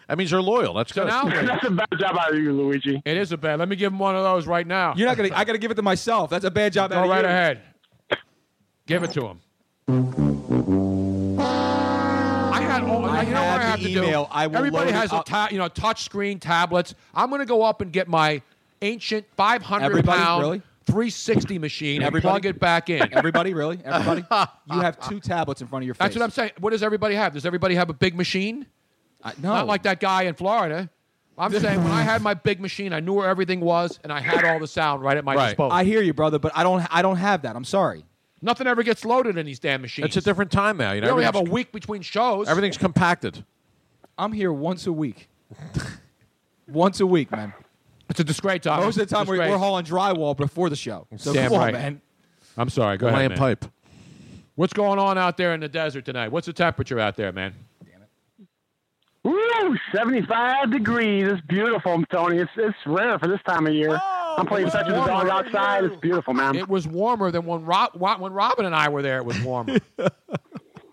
[SPEAKER 3] That means they're loyal. That's
[SPEAKER 5] So
[SPEAKER 3] good.
[SPEAKER 5] now
[SPEAKER 14] That's
[SPEAKER 5] a bad job out of you, Luigi. It is a bad. Let me give him one of those right now.
[SPEAKER 14] You're not gonna. I gotta give it to myself. That's a bad job.
[SPEAKER 5] Go
[SPEAKER 14] out of
[SPEAKER 5] right
[SPEAKER 14] you.
[SPEAKER 5] ahead. Give it to him. I had all.
[SPEAKER 14] I
[SPEAKER 5] you know
[SPEAKER 14] have
[SPEAKER 5] what I
[SPEAKER 14] the
[SPEAKER 5] have to
[SPEAKER 14] email.
[SPEAKER 5] do.
[SPEAKER 14] I will
[SPEAKER 5] Everybody
[SPEAKER 14] load it
[SPEAKER 5] has a
[SPEAKER 14] up.
[SPEAKER 5] ta- you know touch screen tablets. I'm going to go up and get my ancient 500
[SPEAKER 14] Everybody?
[SPEAKER 5] pound
[SPEAKER 14] Really?
[SPEAKER 5] 360 machine
[SPEAKER 14] Everybody?
[SPEAKER 5] and plug it back in.
[SPEAKER 14] Everybody, really? Everybody? you have two tablets in front of your face.
[SPEAKER 5] That's what I'm saying. What does everybody have? Does everybody have a big machine?
[SPEAKER 14] no.
[SPEAKER 5] Not like that guy in Florida. I'm saying when I had my big machine, I knew where everything was, and I had all the sound right at my disposal.
[SPEAKER 14] I hear you, brother, but I don't. I don't have that. I'm sorry.
[SPEAKER 5] Nothing ever gets loaded in these damn machines.
[SPEAKER 3] It's a different time now. You know,
[SPEAKER 5] we only have a
[SPEAKER 3] everything's-
[SPEAKER 5] week between shows.
[SPEAKER 3] Everything's compacted.
[SPEAKER 14] I'm here once a week. once a week, man.
[SPEAKER 5] It's a disgrace. Tom.
[SPEAKER 14] Most of the time, we're,
[SPEAKER 5] Disgrace.
[SPEAKER 14] we're hauling drywall before the show. So
[SPEAKER 5] Damn
[SPEAKER 14] come on,
[SPEAKER 5] right.
[SPEAKER 14] man.
[SPEAKER 5] I'm sorry. Go
[SPEAKER 3] Laying
[SPEAKER 5] ahead, man.
[SPEAKER 3] pipe.
[SPEAKER 5] What's going on out there in the desert tonight? What's the temperature out there, man?
[SPEAKER 27] Woo, 75 degrees. It's beautiful, Tony. It's, it's rare for this time of year.
[SPEAKER 14] Oh,
[SPEAKER 27] I'm playing such a dog outside. It's beautiful, man.
[SPEAKER 5] It was warmer than when Rob, when Robin and I were there. It was warmer, but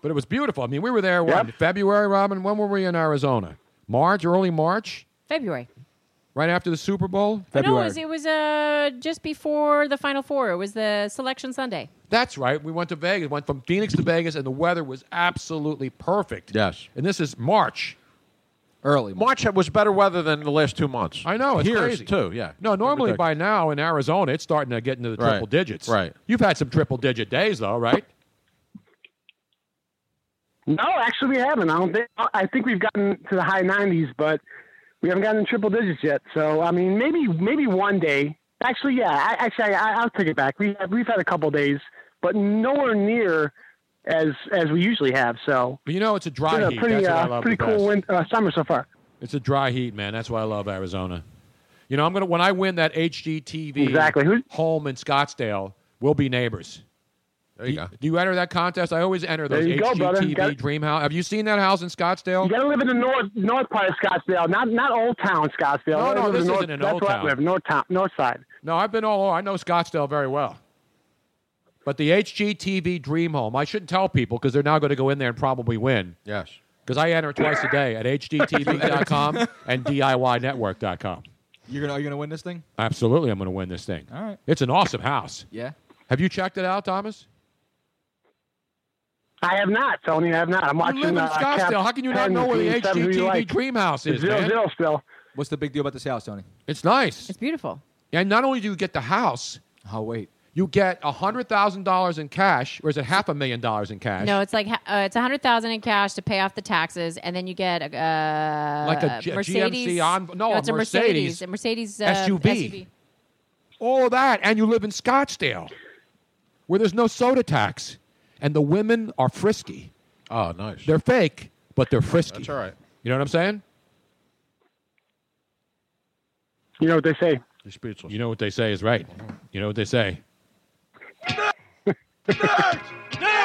[SPEAKER 5] it was beautiful. I mean, we were there when February, Robin. When were we in Arizona? March, early March.
[SPEAKER 10] February.
[SPEAKER 5] Right after the Super Bowl?
[SPEAKER 15] No, it was, it was uh, just before the Final Four. It was the Selection Sunday.
[SPEAKER 5] That's right. We went to Vegas, went from Phoenix to Vegas, and the weather was absolutely perfect.
[SPEAKER 3] Yes.
[SPEAKER 5] And this is March.
[SPEAKER 14] Early
[SPEAKER 3] March was better weather than the last two months.
[SPEAKER 5] I know. It's
[SPEAKER 3] Here
[SPEAKER 5] crazy.
[SPEAKER 3] too. Yeah.
[SPEAKER 5] No, normally
[SPEAKER 3] Ridiculous.
[SPEAKER 5] by now in Arizona, it's starting to get into the
[SPEAKER 3] Right.
[SPEAKER 5] triple digits.
[SPEAKER 3] Right.
[SPEAKER 5] You've had some triple digit days, though, right?
[SPEAKER 10] No, actually, we haven't. I don't think. I think we've gotten to the high 90s, but we haven't gotten triple digits yet. So, I mean, maybe maybe one day. Actually, yeah. I, actually, I, I'll take it back. We have, we've had a couple days, but nowhere near as as we usually have. So,
[SPEAKER 5] But you know, it's a dry
[SPEAKER 10] been a
[SPEAKER 5] heat.
[SPEAKER 10] pretty
[SPEAKER 5] That's what I
[SPEAKER 10] uh,
[SPEAKER 5] love
[SPEAKER 10] pretty
[SPEAKER 5] the
[SPEAKER 10] cool
[SPEAKER 5] best.
[SPEAKER 10] win, uh, summer so far.
[SPEAKER 5] It's a dry heat, man. That's why I love Arizona. You know, I'm gonna when I win that HGTV
[SPEAKER 10] Exactly.
[SPEAKER 5] home in Scottsdale, we'll be neighbors. There you do, go. Do you enter that contest? I always enter
[SPEAKER 10] There
[SPEAKER 5] those
[SPEAKER 10] you go, brother.
[SPEAKER 5] HGTV
[SPEAKER 10] Gotta-
[SPEAKER 5] dream house. Have you seen that house in Scottsdale?
[SPEAKER 10] You got to live in the north north part of Scottsdale, not not old town
[SPEAKER 5] No,
[SPEAKER 10] Scottsdale. I
[SPEAKER 5] no,
[SPEAKER 10] live in
[SPEAKER 5] this
[SPEAKER 10] the north,
[SPEAKER 5] isn't an
[SPEAKER 10] that's
[SPEAKER 5] old
[SPEAKER 10] where
[SPEAKER 5] town.
[SPEAKER 10] I live, north town, north side.
[SPEAKER 5] No, I've been all over. I know Scottsdale very well. But the HGTV Dream Home, I shouldn't tell people because they're now going to go in there and probably win.
[SPEAKER 3] Yes.
[SPEAKER 5] Because I enter twice a day at HGTV.com and DIYnetwork.com.
[SPEAKER 14] You're gonna are you gonna win this thing?
[SPEAKER 5] Absolutely, I'm going to win this thing.
[SPEAKER 14] All right.
[SPEAKER 5] It's an awesome house.
[SPEAKER 14] Yeah.
[SPEAKER 5] Have you checked it out, Thomas?
[SPEAKER 10] I have not, Tony. I have not. I'm watching.
[SPEAKER 5] live in
[SPEAKER 10] uh,
[SPEAKER 5] Scottsdale.
[SPEAKER 10] Cap
[SPEAKER 5] How can you not
[SPEAKER 10] 10,
[SPEAKER 5] know where the
[SPEAKER 10] Game seven, who you
[SPEAKER 5] HGTV
[SPEAKER 10] like.
[SPEAKER 5] Dream House is,
[SPEAKER 10] Zero
[SPEAKER 5] man?
[SPEAKER 10] zero still.
[SPEAKER 14] What's the big deal about this house, Tony?
[SPEAKER 5] It's nice.
[SPEAKER 15] It's beautiful.
[SPEAKER 5] And not only do you get the house,
[SPEAKER 14] oh wait,
[SPEAKER 5] you get hundred thousand dollars in cash, or is it half a million dollars in cash?
[SPEAKER 15] No, it's like ha- uh, it's a hundred thousand in cash to pay off the taxes, and then you get a uh,
[SPEAKER 5] Like a G- a
[SPEAKER 15] Mercedes.
[SPEAKER 5] GMC env- no, a
[SPEAKER 15] it's a
[SPEAKER 5] Mercedes
[SPEAKER 15] Mercedes. A Mercedes uh,
[SPEAKER 5] SUV. All of that, and you live in Scottsdale, where there's no soda tax, and the women are frisky.
[SPEAKER 3] Oh, nice.
[SPEAKER 5] They're fake, but they're frisky.
[SPEAKER 3] That's all right.
[SPEAKER 5] You know what I'm saying?
[SPEAKER 10] You know what they say.
[SPEAKER 3] You're speechless.
[SPEAKER 5] You know what they say is right. You know what they say.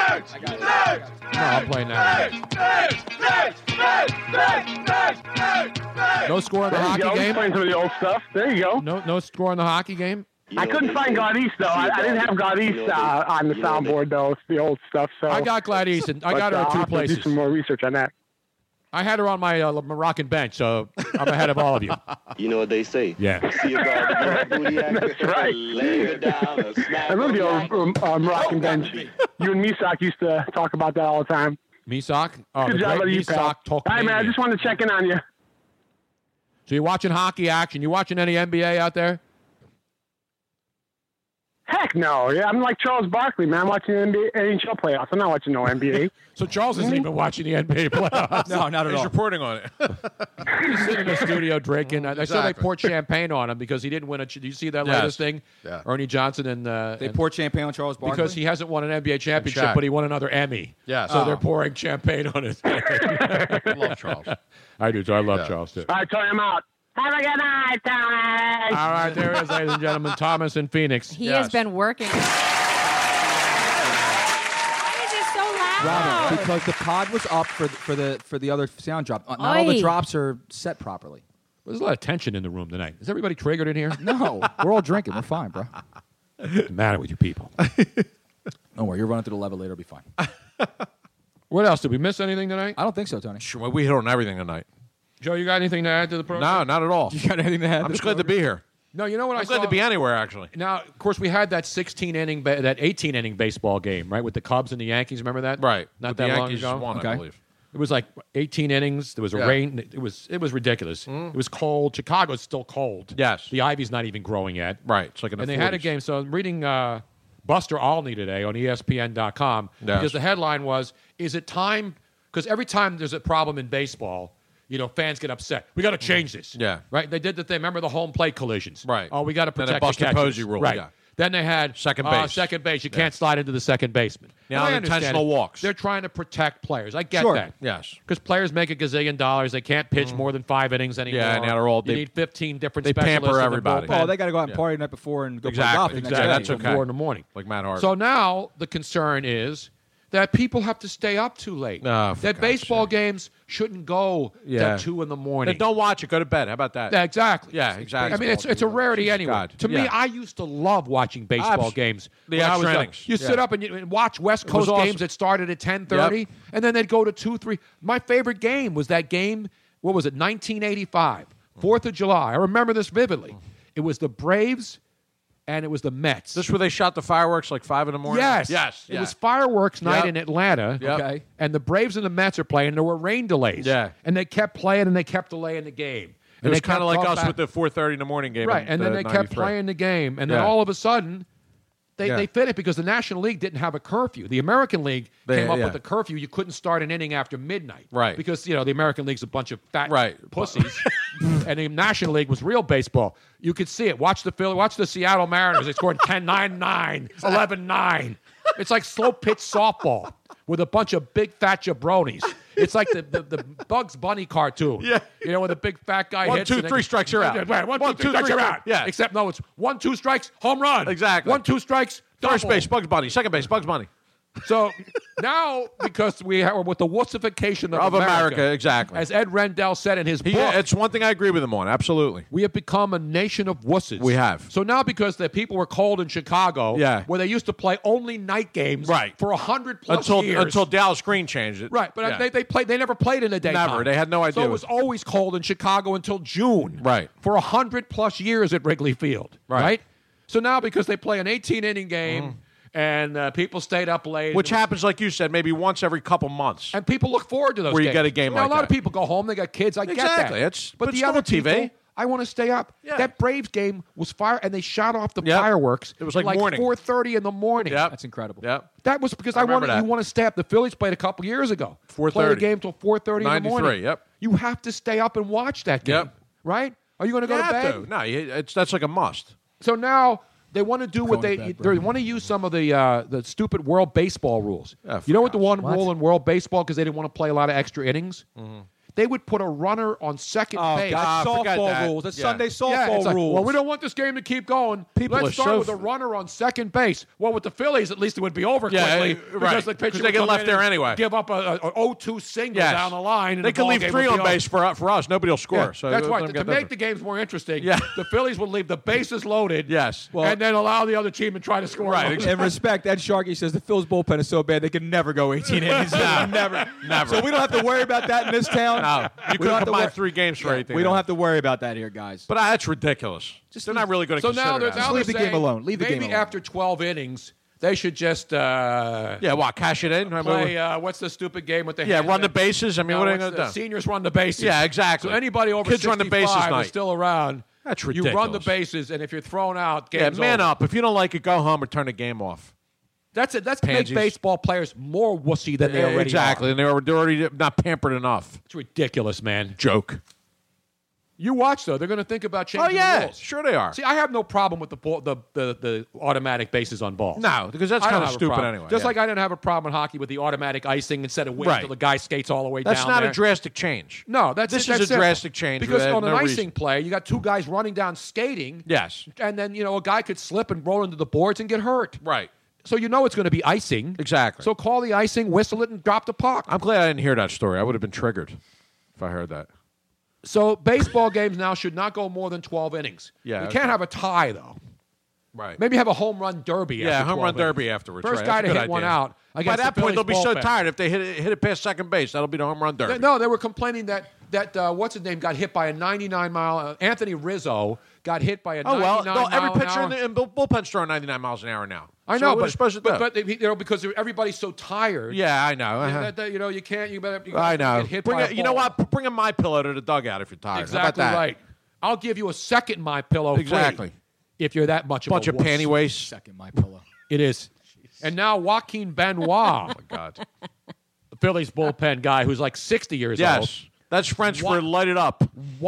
[SPEAKER 5] No, I'll play now. No score in the
[SPEAKER 10] There you
[SPEAKER 5] hockey
[SPEAKER 10] go. He's
[SPEAKER 5] game.
[SPEAKER 10] playing some of the old stuff. There you go.
[SPEAKER 5] No, no score in the hockey game.
[SPEAKER 10] I couldn't find God East though. I, I didn't have God East uh, on the soundboard though. It's the old stuff. So
[SPEAKER 5] I got Glad East, and I
[SPEAKER 10] But,
[SPEAKER 5] got her
[SPEAKER 10] uh,
[SPEAKER 5] in
[SPEAKER 10] I'll
[SPEAKER 5] two
[SPEAKER 10] have to Do
[SPEAKER 5] places.
[SPEAKER 10] some more research on that.
[SPEAKER 5] I had her on my uh, Moroccan bench, so I'm ahead of all of you.
[SPEAKER 28] You know what they say.
[SPEAKER 5] Yeah.
[SPEAKER 28] See about the booty actor.
[SPEAKER 10] That's right.
[SPEAKER 28] Lay her down and
[SPEAKER 10] I
[SPEAKER 28] smack
[SPEAKER 10] remember
[SPEAKER 28] her
[SPEAKER 10] the
[SPEAKER 28] back.
[SPEAKER 10] old um, uh, Moroccan bench. You and Misak used to talk about that all the time.
[SPEAKER 5] Misak? Oh, the
[SPEAKER 10] Good job
[SPEAKER 5] great
[SPEAKER 10] out of you,
[SPEAKER 5] Misak
[SPEAKER 10] pal. All right, man. I
[SPEAKER 5] Turkmanian.
[SPEAKER 10] just wanted to check in on you.
[SPEAKER 5] So you're watching hockey action. You watching any NBA out there?
[SPEAKER 10] Heck no. Yeah, I'm like Charles Barkley, man. I'm watching NBA, NHL playoffs. I'm not watching no NBA.
[SPEAKER 5] so Charles isn't even watching the NBA playoffs.
[SPEAKER 14] No, not at
[SPEAKER 3] He's
[SPEAKER 14] all.
[SPEAKER 3] reporting on it.
[SPEAKER 5] He's sitting in the studio drinking. I, I saw they
[SPEAKER 3] Exactly.
[SPEAKER 5] poured champagne on him because he didn't win a. ch- Do you see that
[SPEAKER 3] Yes.
[SPEAKER 5] latest thing?
[SPEAKER 3] Yeah.
[SPEAKER 5] Ernie Johnson and uh,
[SPEAKER 14] They
[SPEAKER 5] and-
[SPEAKER 14] poured champagne on Charles Barkley
[SPEAKER 5] because he hasn't won an NBA
[SPEAKER 14] Shaq.
[SPEAKER 5] championship, but he won another Emmy.
[SPEAKER 14] Yeah.
[SPEAKER 5] So
[SPEAKER 14] Oh.
[SPEAKER 5] they're pouring champagne on his. love Charles. I do. too. I love Charles too.
[SPEAKER 10] all right, Tony, I'm out. Have a good night, Tony.
[SPEAKER 5] All right, there is, ladies and gentlemen, Thomas in Phoenix.
[SPEAKER 15] He has been working. Why is it so loud?
[SPEAKER 14] Robin, because the pod was up for the, for the for the other sound drop. Uh, Not all
[SPEAKER 15] Oi.
[SPEAKER 14] the drops are set properly.
[SPEAKER 5] There's a lot of tension in the room tonight. Is everybody triggered in here?
[SPEAKER 14] No, we're all drinking. We're fine, bro.
[SPEAKER 5] What's the matter with you people?
[SPEAKER 14] Don't worry, you're running through the level later. It'll be fine.
[SPEAKER 5] What else? Did we miss anything tonight?
[SPEAKER 14] I don't think so, Tony.
[SPEAKER 3] Sure, we hit on everything tonight.
[SPEAKER 5] Joe, you got anything to add to the
[SPEAKER 3] No,
[SPEAKER 5] program?
[SPEAKER 3] not at all.
[SPEAKER 14] You got anything to add?
[SPEAKER 3] I'm just glad to be here.
[SPEAKER 5] No, you know what
[SPEAKER 3] I'm
[SPEAKER 5] I
[SPEAKER 3] glad
[SPEAKER 5] saw?
[SPEAKER 3] to be anywhere, actually.
[SPEAKER 5] Now, of course, we had that 16 inning, ba- that 18 inning baseball game, right, with the Cubs and the Yankees. Remember that? Right. Not
[SPEAKER 3] the
[SPEAKER 5] that long
[SPEAKER 3] Yankees
[SPEAKER 5] ago.
[SPEAKER 3] won, I believe.
[SPEAKER 5] It was like 18 innings. There was a
[SPEAKER 3] Yeah. Mm.
[SPEAKER 5] rain. It was it was ridiculous. It was cold. Chicago's still cold. Yes. The ivy's not even growing yet. Right. It's like
[SPEAKER 3] in
[SPEAKER 5] and
[SPEAKER 3] the
[SPEAKER 5] they had a
[SPEAKER 3] 40s.
[SPEAKER 5] game. So I'm reading uh, Buster Olney today on E ESPN.com
[SPEAKER 3] Yes.
[SPEAKER 5] because the headline was, "Is it time?" Because every time there's a problem in baseball, you know, fans get upset. We got to change this.
[SPEAKER 3] Mm-hmm. Yeah.
[SPEAKER 5] Right. They did the thing. Remember the home plate collisions. Right. Oh, we got to
[SPEAKER 3] Then
[SPEAKER 5] protect
[SPEAKER 3] they bust
[SPEAKER 5] the
[SPEAKER 3] the
[SPEAKER 5] catchers.
[SPEAKER 3] Posey rule,
[SPEAKER 5] Right.
[SPEAKER 3] yeah.
[SPEAKER 5] Then they had
[SPEAKER 3] Second
[SPEAKER 5] uh,
[SPEAKER 3] base.
[SPEAKER 5] second base. You
[SPEAKER 3] Yeah.
[SPEAKER 5] can't slide into the second baseman.
[SPEAKER 3] Now,
[SPEAKER 5] And I understand
[SPEAKER 3] intentional
[SPEAKER 5] it.
[SPEAKER 3] walks.
[SPEAKER 5] They're trying to protect players. I get
[SPEAKER 3] Sure.
[SPEAKER 5] that.
[SPEAKER 3] Yes. Mm.
[SPEAKER 5] Because players make a gazillion dollars. They can't pitch more than five innings anymore.
[SPEAKER 3] and now they're all-
[SPEAKER 5] You
[SPEAKER 3] they-
[SPEAKER 5] need fifteen different.
[SPEAKER 3] they pamper
[SPEAKER 5] specialists in the
[SPEAKER 3] everybody.
[SPEAKER 5] bullpen.
[SPEAKER 14] Oh, they got to go out and party the night before and go play golf.
[SPEAKER 3] Exactly.
[SPEAKER 14] the next
[SPEAKER 3] exactly.
[SPEAKER 14] day.
[SPEAKER 3] That's okay.
[SPEAKER 5] Four in the morning.
[SPEAKER 3] Like Matt Harvey.
[SPEAKER 5] So now the concern is that people have to stay up too late.
[SPEAKER 3] No, Oh, for
[SPEAKER 5] that baseball games shouldn't go
[SPEAKER 3] Yeah.
[SPEAKER 5] till two in the morning.
[SPEAKER 3] Then don't watch it. Go to bed. How about that?
[SPEAKER 5] Yeah, exactly.
[SPEAKER 3] Yeah, exactly.
[SPEAKER 5] I mean, it's, it's a rarity anyway. To me,
[SPEAKER 3] Yeah.
[SPEAKER 5] I used to love watching baseball
[SPEAKER 3] Abs-
[SPEAKER 5] games.
[SPEAKER 3] the
[SPEAKER 5] when I was
[SPEAKER 3] extra
[SPEAKER 5] young.
[SPEAKER 3] innings.
[SPEAKER 5] You
[SPEAKER 3] Yeah.
[SPEAKER 5] sit up and, you, and watch West
[SPEAKER 3] It was
[SPEAKER 5] Coast
[SPEAKER 3] awesome.
[SPEAKER 5] games that started at ten thirty,
[SPEAKER 3] Yep.
[SPEAKER 5] and then they'd go to two, three. My favorite game was that game. What was it? Nineteen eighty five. Fourth of July. I remember this vividly. It was the Braves and it was the Mets.
[SPEAKER 3] This where they shot the fireworks like five in the morning.
[SPEAKER 5] Yes.
[SPEAKER 3] Yes.
[SPEAKER 5] It was fireworks night
[SPEAKER 3] Yep.
[SPEAKER 5] in Atlanta.
[SPEAKER 3] Yep.
[SPEAKER 5] Okay. And the Braves and the Mets are playing. There were rain delays.
[SPEAKER 3] Yeah.
[SPEAKER 5] And they kept playing and they kept delaying the game.
[SPEAKER 3] It
[SPEAKER 5] And
[SPEAKER 3] was
[SPEAKER 5] they
[SPEAKER 3] kind
[SPEAKER 5] kept
[SPEAKER 3] of like
[SPEAKER 5] going
[SPEAKER 3] us
[SPEAKER 5] back-
[SPEAKER 3] with the 4:30 in the morning game,
[SPEAKER 5] Right.
[SPEAKER 3] in
[SPEAKER 5] And then
[SPEAKER 3] the
[SPEAKER 5] they kept
[SPEAKER 3] 93.
[SPEAKER 5] playing the game. And then
[SPEAKER 3] Yeah.
[SPEAKER 5] all of a sudden, they,
[SPEAKER 3] Yeah.
[SPEAKER 5] they fit it because the National League didn't have a curfew. The American League
[SPEAKER 3] They-
[SPEAKER 5] came up
[SPEAKER 3] yeah.
[SPEAKER 5] with a curfew. You couldn't start an inning after midnight.
[SPEAKER 3] Right.
[SPEAKER 5] Because, you know, the American League's a bunch of fat pussies. and the National League was real baseball. You could see it. Watch the Philly, watch the Seattle Mariners. They scored 10 9 9, 11 9. It's like slow pitch softball with a bunch of big fat jabronis. It's like the, the, the Bugs Bunny cartoon.
[SPEAKER 3] Yeah.
[SPEAKER 5] You know, when the big fat guy
[SPEAKER 3] One,
[SPEAKER 5] hits.
[SPEAKER 3] two,
[SPEAKER 5] and then-
[SPEAKER 3] three strikes, you're out.
[SPEAKER 5] Yeah, right. One, two,
[SPEAKER 3] One,
[SPEAKER 5] three
[SPEAKER 3] two,
[SPEAKER 5] strikes,
[SPEAKER 3] three,
[SPEAKER 5] you're out.
[SPEAKER 3] yeah.
[SPEAKER 5] Except, no, it's one, two strikes, home run.
[SPEAKER 3] Exactly.
[SPEAKER 5] One, two strikes, double.
[SPEAKER 3] First base, Bugs Bunny. Second base, Bugs Bunny.
[SPEAKER 5] So now, because we are with the wussification
[SPEAKER 3] Of
[SPEAKER 5] of,
[SPEAKER 3] America, exactly.
[SPEAKER 5] As Ed Rendell said in his book,
[SPEAKER 3] Yeah, it's one thing I agree with him on. Absolutely.
[SPEAKER 5] we have become a nation of wusses.
[SPEAKER 3] We have.
[SPEAKER 5] So now, because the people were cold in Chicago,
[SPEAKER 3] Yeah.
[SPEAKER 5] where they used to play only night games,
[SPEAKER 3] Right.
[SPEAKER 5] for hundred plus
[SPEAKER 3] until
[SPEAKER 5] years,
[SPEAKER 3] until Dallas Green changed it.
[SPEAKER 5] right? But
[SPEAKER 3] Yeah.
[SPEAKER 5] they, they played. They never played in the daytime.
[SPEAKER 3] Never. They had no
[SPEAKER 5] So
[SPEAKER 3] idea.
[SPEAKER 5] it was always cold in Chicago until June,
[SPEAKER 3] Right.
[SPEAKER 5] For hundred plus years at Wrigley Field, right? So now, because they play an eighteen inning game, and uh, people stayed up late,
[SPEAKER 3] Mm. which happens, like you said, maybe once every couple months.
[SPEAKER 5] And people look forward to those
[SPEAKER 3] Where you
[SPEAKER 5] games.
[SPEAKER 3] get a game
[SPEAKER 5] now,
[SPEAKER 3] like
[SPEAKER 5] a lot of
[SPEAKER 3] that.
[SPEAKER 5] people go home. They got kids. I get that.
[SPEAKER 3] Exactly. It's-
[SPEAKER 5] but
[SPEAKER 3] but
[SPEAKER 5] the
[SPEAKER 3] still
[SPEAKER 5] other
[SPEAKER 3] on TV.
[SPEAKER 5] people, I want to stay up. That Braves game was fire, and they shot off the fireworks. It
[SPEAKER 3] was like morning.
[SPEAKER 5] four thirty in the morning.
[SPEAKER 14] That's incredible.
[SPEAKER 3] Yep.
[SPEAKER 5] That was because
[SPEAKER 3] I
[SPEAKER 5] I, wanted
[SPEAKER 3] remember that.
[SPEAKER 5] you want to stay up. The Phillies played a couple years ago. Played
[SPEAKER 3] 4:30.
[SPEAKER 5] the game till four thirty in the morning.
[SPEAKER 3] 93, yep.
[SPEAKER 5] You have to stay up and watch that game.
[SPEAKER 3] Yep.
[SPEAKER 5] Right? Are you going
[SPEAKER 3] You
[SPEAKER 5] go to
[SPEAKER 3] have
[SPEAKER 5] bed?
[SPEAKER 3] No, you- it's that's like a must.
[SPEAKER 5] So now they want to do what they
[SPEAKER 3] Going to bed, bro.
[SPEAKER 5] they want to use some of the uh, the stupid World Baseball rules. you know what the one
[SPEAKER 3] What?
[SPEAKER 5] rule in World Baseball because they didn't want to play a lot of extra innings.
[SPEAKER 3] Mm-hmm.
[SPEAKER 5] They would put a runner on second
[SPEAKER 14] Oh,
[SPEAKER 5] base.
[SPEAKER 14] God, That's I forgot softball that. rules. That's Sunday
[SPEAKER 5] yeah,
[SPEAKER 14] softball
[SPEAKER 5] it's like,
[SPEAKER 14] rules.
[SPEAKER 5] Well, we don't want this game to keep going.
[SPEAKER 3] People
[SPEAKER 5] Let's
[SPEAKER 3] are
[SPEAKER 5] start
[SPEAKER 3] so
[SPEAKER 5] with a
[SPEAKER 3] f-
[SPEAKER 5] runner on second base. Well, with the Phillies, at least it would be over
[SPEAKER 3] Yeah,
[SPEAKER 5] quickly
[SPEAKER 3] eh,
[SPEAKER 5] because
[SPEAKER 3] right.
[SPEAKER 5] the
[SPEAKER 3] 'Cause
[SPEAKER 5] pitcher
[SPEAKER 3] they
[SPEAKER 5] would
[SPEAKER 3] get
[SPEAKER 5] come
[SPEAKER 3] left
[SPEAKER 5] in
[SPEAKER 3] there
[SPEAKER 5] and
[SPEAKER 3] anyway.
[SPEAKER 5] Give up a, a, a 0-2 single
[SPEAKER 3] Yes.
[SPEAKER 5] down the line. and
[SPEAKER 3] They
[SPEAKER 5] the
[SPEAKER 3] can
[SPEAKER 5] ball
[SPEAKER 3] leave
[SPEAKER 5] game
[SPEAKER 3] three
[SPEAKER 5] would be
[SPEAKER 3] on
[SPEAKER 5] over.
[SPEAKER 3] base for, for us. Nobody will score.
[SPEAKER 5] Yeah,
[SPEAKER 3] so uh,
[SPEAKER 5] that's
[SPEAKER 3] let
[SPEAKER 5] right.
[SPEAKER 3] them
[SPEAKER 5] To,
[SPEAKER 3] get that
[SPEAKER 5] make the games more interesting,
[SPEAKER 3] Yeah.
[SPEAKER 5] the Phillies would leave the bases loaded. Yes.
[SPEAKER 14] Well-
[SPEAKER 5] and then allow the other team and try to score. on them.
[SPEAKER 14] In respect, Ed Sharkey says the Phil's bullpen is so bad they can never go 18 innings. never,
[SPEAKER 3] Never.
[SPEAKER 14] So we don't have to worry about that in this town.
[SPEAKER 3] No.
[SPEAKER 14] We
[SPEAKER 3] You
[SPEAKER 14] don't
[SPEAKER 3] could
[SPEAKER 14] have to
[SPEAKER 3] combine
[SPEAKER 14] wor-
[SPEAKER 3] three games for
[SPEAKER 14] Yeah,
[SPEAKER 3] anything.
[SPEAKER 14] We don't have to worry about that here, guys.
[SPEAKER 3] But uh, that's ridiculous. they're not really going to
[SPEAKER 5] so
[SPEAKER 3] consider
[SPEAKER 5] now they're,
[SPEAKER 3] that.
[SPEAKER 5] now
[SPEAKER 14] Leave
[SPEAKER 5] they're
[SPEAKER 14] the game
[SPEAKER 5] saying
[SPEAKER 14] alone. Leave the game
[SPEAKER 5] maybe
[SPEAKER 14] alone.
[SPEAKER 5] after 12 innings, they should just uh,
[SPEAKER 3] yeah, what? Cash it in. I mean,
[SPEAKER 5] play uh, what's the stupid game with the
[SPEAKER 3] Yeah,
[SPEAKER 5] hand-
[SPEAKER 3] run the bases. I mean,
[SPEAKER 5] No,
[SPEAKER 3] what are they
[SPEAKER 5] what's
[SPEAKER 3] going to
[SPEAKER 5] the-
[SPEAKER 3] do?
[SPEAKER 5] Seniors run the bases.
[SPEAKER 3] Yeah, exactly.
[SPEAKER 5] So anybody over
[SPEAKER 3] Kids run the bases
[SPEAKER 5] 65
[SPEAKER 3] night.
[SPEAKER 5] is still around.
[SPEAKER 3] That's
[SPEAKER 5] You run the
[SPEAKER 3] ridiculous.
[SPEAKER 5] bases, and if you're thrown out,
[SPEAKER 3] yeah,
[SPEAKER 5] game's
[SPEAKER 3] man
[SPEAKER 5] over.
[SPEAKER 3] up. If you don't like it, go home or turn the game off.
[SPEAKER 5] That's it. That's
[SPEAKER 3] Pansies.
[SPEAKER 5] make baseball players more wussy than they
[SPEAKER 3] Yeah,
[SPEAKER 5] already
[SPEAKER 3] exactly,
[SPEAKER 5] are.
[SPEAKER 3] and they were, they're already not pampered enough.
[SPEAKER 5] It's ridiculous, man.
[SPEAKER 3] Joke. Oh,
[SPEAKER 5] You watch though; they're going to think about changing
[SPEAKER 3] yeah.
[SPEAKER 5] the rules.
[SPEAKER 3] Sure they are.
[SPEAKER 5] See, I have no problem with the ball, the, the the automatic bases on balls.
[SPEAKER 3] No, because that's
[SPEAKER 5] I don't
[SPEAKER 3] kinda
[SPEAKER 5] have a
[SPEAKER 3] stupid
[SPEAKER 5] problem.
[SPEAKER 3] anyway,
[SPEAKER 5] Just
[SPEAKER 3] yeah.
[SPEAKER 5] like I didn't have a problem in hockey with the automatic icing instead of waiting
[SPEAKER 3] Right.
[SPEAKER 5] until the guy skates all the way
[SPEAKER 3] That's
[SPEAKER 5] down.
[SPEAKER 3] not
[SPEAKER 5] there.
[SPEAKER 3] a drastic change.
[SPEAKER 5] No, that's
[SPEAKER 3] This
[SPEAKER 5] it,
[SPEAKER 3] is
[SPEAKER 5] that's
[SPEAKER 3] a
[SPEAKER 5] it.
[SPEAKER 3] drastic change.
[SPEAKER 5] because
[SPEAKER 3] without
[SPEAKER 5] on an
[SPEAKER 3] no
[SPEAKER 5] icing
[SPEAKER 3] reason.
[SPEAKER 5] play, you got two guys running down skating.
[SPEAKER 3] Yes.
[SPEAKER 5] and then you know a guy could slip and roll into the boards and get hurt.
[SPEAKER 3] Right.
[SPEAKER 5] So you know it's going to be icing.
[SPEAKER 3] Exactly.
[SPEAKER 5] So call the icing, whistle it, and drop the puck.
[SPEAKER 3] I'm glad I didn't hear that story. I would have been triggered if I heard that.
[SPEAKER 5] So baseball games now should not go more than 12 innings.
[SPEAKER 3] Yeah,
[SPEAKER 5] you
[SPEAKER 3] okay.
[SPEAKER 5] can't have a tie though.
[SPEAKER 3] Right.
[SPEAKER 5] Maybe have a home run derby.
[SPEAKER 3] Yeah,
[SPEAKER 5] after
[SPEAKER 3] home run
[SPEAKER 5] 12 innings.
[SPEAKER 3] derby afterwards.
[SPEAKER 5] First
[SPEAKER 3] right.
[SPEAKER 5] guy
[SPEAKER 3] That's
[SPEAKER 5] to
[SPEAKER 3] a
[SPEAKER 5] hit
[SPEAKER 3] good
[SPEAKER 5] one
[SPEAKER 3] idea.
[SPEAKER 5] out.
[SPEAKER 3] By
[SPEAKER 5] against
[SPEAKER 3] that
[SPEAKER 5] the
[SPEAKER 3] point, they'll be
[SPEAKER 5] Phillies
[SPEAKER 3] so
[SPEAKER 5] bullpen.
[SPEAKER 3] tired if they hit it, hit it past second base. That'll be the home run derby.
[SPEAKER 5] They- no, they were complaining that that uh, what's his name got hit by a 99 mile. Uh, Anthony Rizzo got hit by a
[SPEAKER 3] oh
[SPEAKER 5] 99
[SPEAKER 3] well, no,
[SPEAKER 5] mile
[SPEAKER 3] every
[SPEAKER 5] an
[SPEAKER 3] pitcher in
[SPEAKER 5] hour.
[SPEAKER 3] the in bull- bullpen's throwing 99 miles an hour now.
[SPEAKER 5] I
[SPEAKER 3] So
[SPEAKER 5] know,
[SPEAKER 3] what are
[SPEAKER 5] but,
[SPEAKER 3] they supposed to
[SPEAKER 5] but,
[SPEAKER 3] do?
[SPEAKER 5] but you know because everybody's so tired.
[SPEAKER 3] yeah, I know.
[SPEAKER 5] that-
[SPEAKER 3] Uh-huh.
[SPEAKER 5] that- that, you know you can't. You better. You
[SPEAKER 3] I
[SPEAKER 5] gotta
[SPEAKER 3] know.
[SPEAKER 5] Get hit
[SPEAKER 3] Bring
[SPEAKER 5] by
[SPEAKER 3] a,
[SPEAKER 5] a
[SPEAKER 3] you know
[SPEAKER 5] ball.
[SPEAKER 3] what? P- Bring a my pillow to the dugout if you're tired. How about
[SPEAKER 5] Exactly
[SPEAKER 3] that?
[SPEAKER 5] right. I'll give you a second my pillow. free
[SPEAKER 3] Exactly.
[SPEAKER 5] if you're that much
[SPEAKER 3] Bunch
[SPEAKER 5] of
[SPEAKER 3] of
[SPEAKER 5] a wuss.
[SPEAKER 3] panty waste.
[SPEAKER 14] Second my pillow.
[SPEAKER 5] It is. And now Joaquin Benoit. oh my
[SPEAKER 3] God.
[SPEAKER 5] The Phillies bullpen guy who's like 60 years
[SPEAKER 3] Yes.
[SPEAKER 5] old.
[SPEAKER 3] That's French for light it up.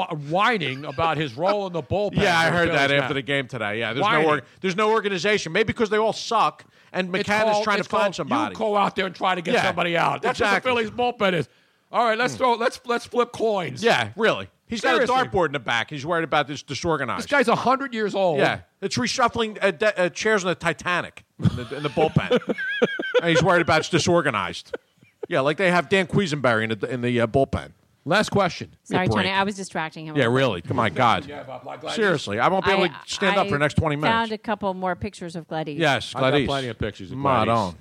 [SPEAKER 5] whining about his role in the bullpen.
[SPEAKER 3] Yeah, I
[SPEAKER 5] for the
[SPEAKER 3] heard that
[SPEAKER 5] Phillies
[SPEAKER 3] after
[SPEAKER 5] now.
[SPEAKER 3] the game today. Yeah, there's
[SPEAKER 5] Whining.
[SPEAKER 3] no org- there's no organization. Maybe because they all suck, and
[SPEAKER 5] It's
[SPEAKER 3] McCann is
[SPEAKER 5] called-
[SPEAKER 3] trying to
[SPEAKER 5] it's called,
[SPEAKER 3] find somebody.
[SPEAKER 5] You go out there and try to get
[SPEAKER 3] Yeah,
[SPEAKER 5] somebody out. That's
[SPEAKER 3] exactly. Hmm.
[SPEAKER 5] what the Phillies bullpen is. All right, let's throw. Let's let's flip coins.
[SPEAKER 3] yeah, really. He's
[SPEAKER 5] Seriously.
[SPEAKER 3] got a dartboard in the back. He's worried about this disorganized.
[SPEAKER 5] This guy's hundred years old.
[SPEAKER 3] yeah, it's reshuffling uh, de- uh, chairs on the Titanic in the, in the bullpen, and he's worried about it's disorganized. Yeah, like they have Dan Quisenberry in the in the uh, bullpen.
[SPEAKER 5] Last question.
[SPEAKER 10] Sorry,
[SPEAKER 3] Good break.
[SPEAKER 10] Tony. I was distracting him. a
[SPEAKER 3] Yeah,
[SPEAKER 10] little bit.
[SPEAKER 3] really. Come on, God. Seriously, I won't be able to stand up for the next twenty minutes.
[SPEAKER 10] Found a couple more pictures of Gladys.
[SPEAKER 3] Yes,
[SPEAKER 5] I've got
[SPEAKER 3] Gladys.
[SPEAKER 5] plenty of pictures of
[SPEAKER 3] Mod
[SPEAKER 5] Gladys.
[SPEAKER 3] on.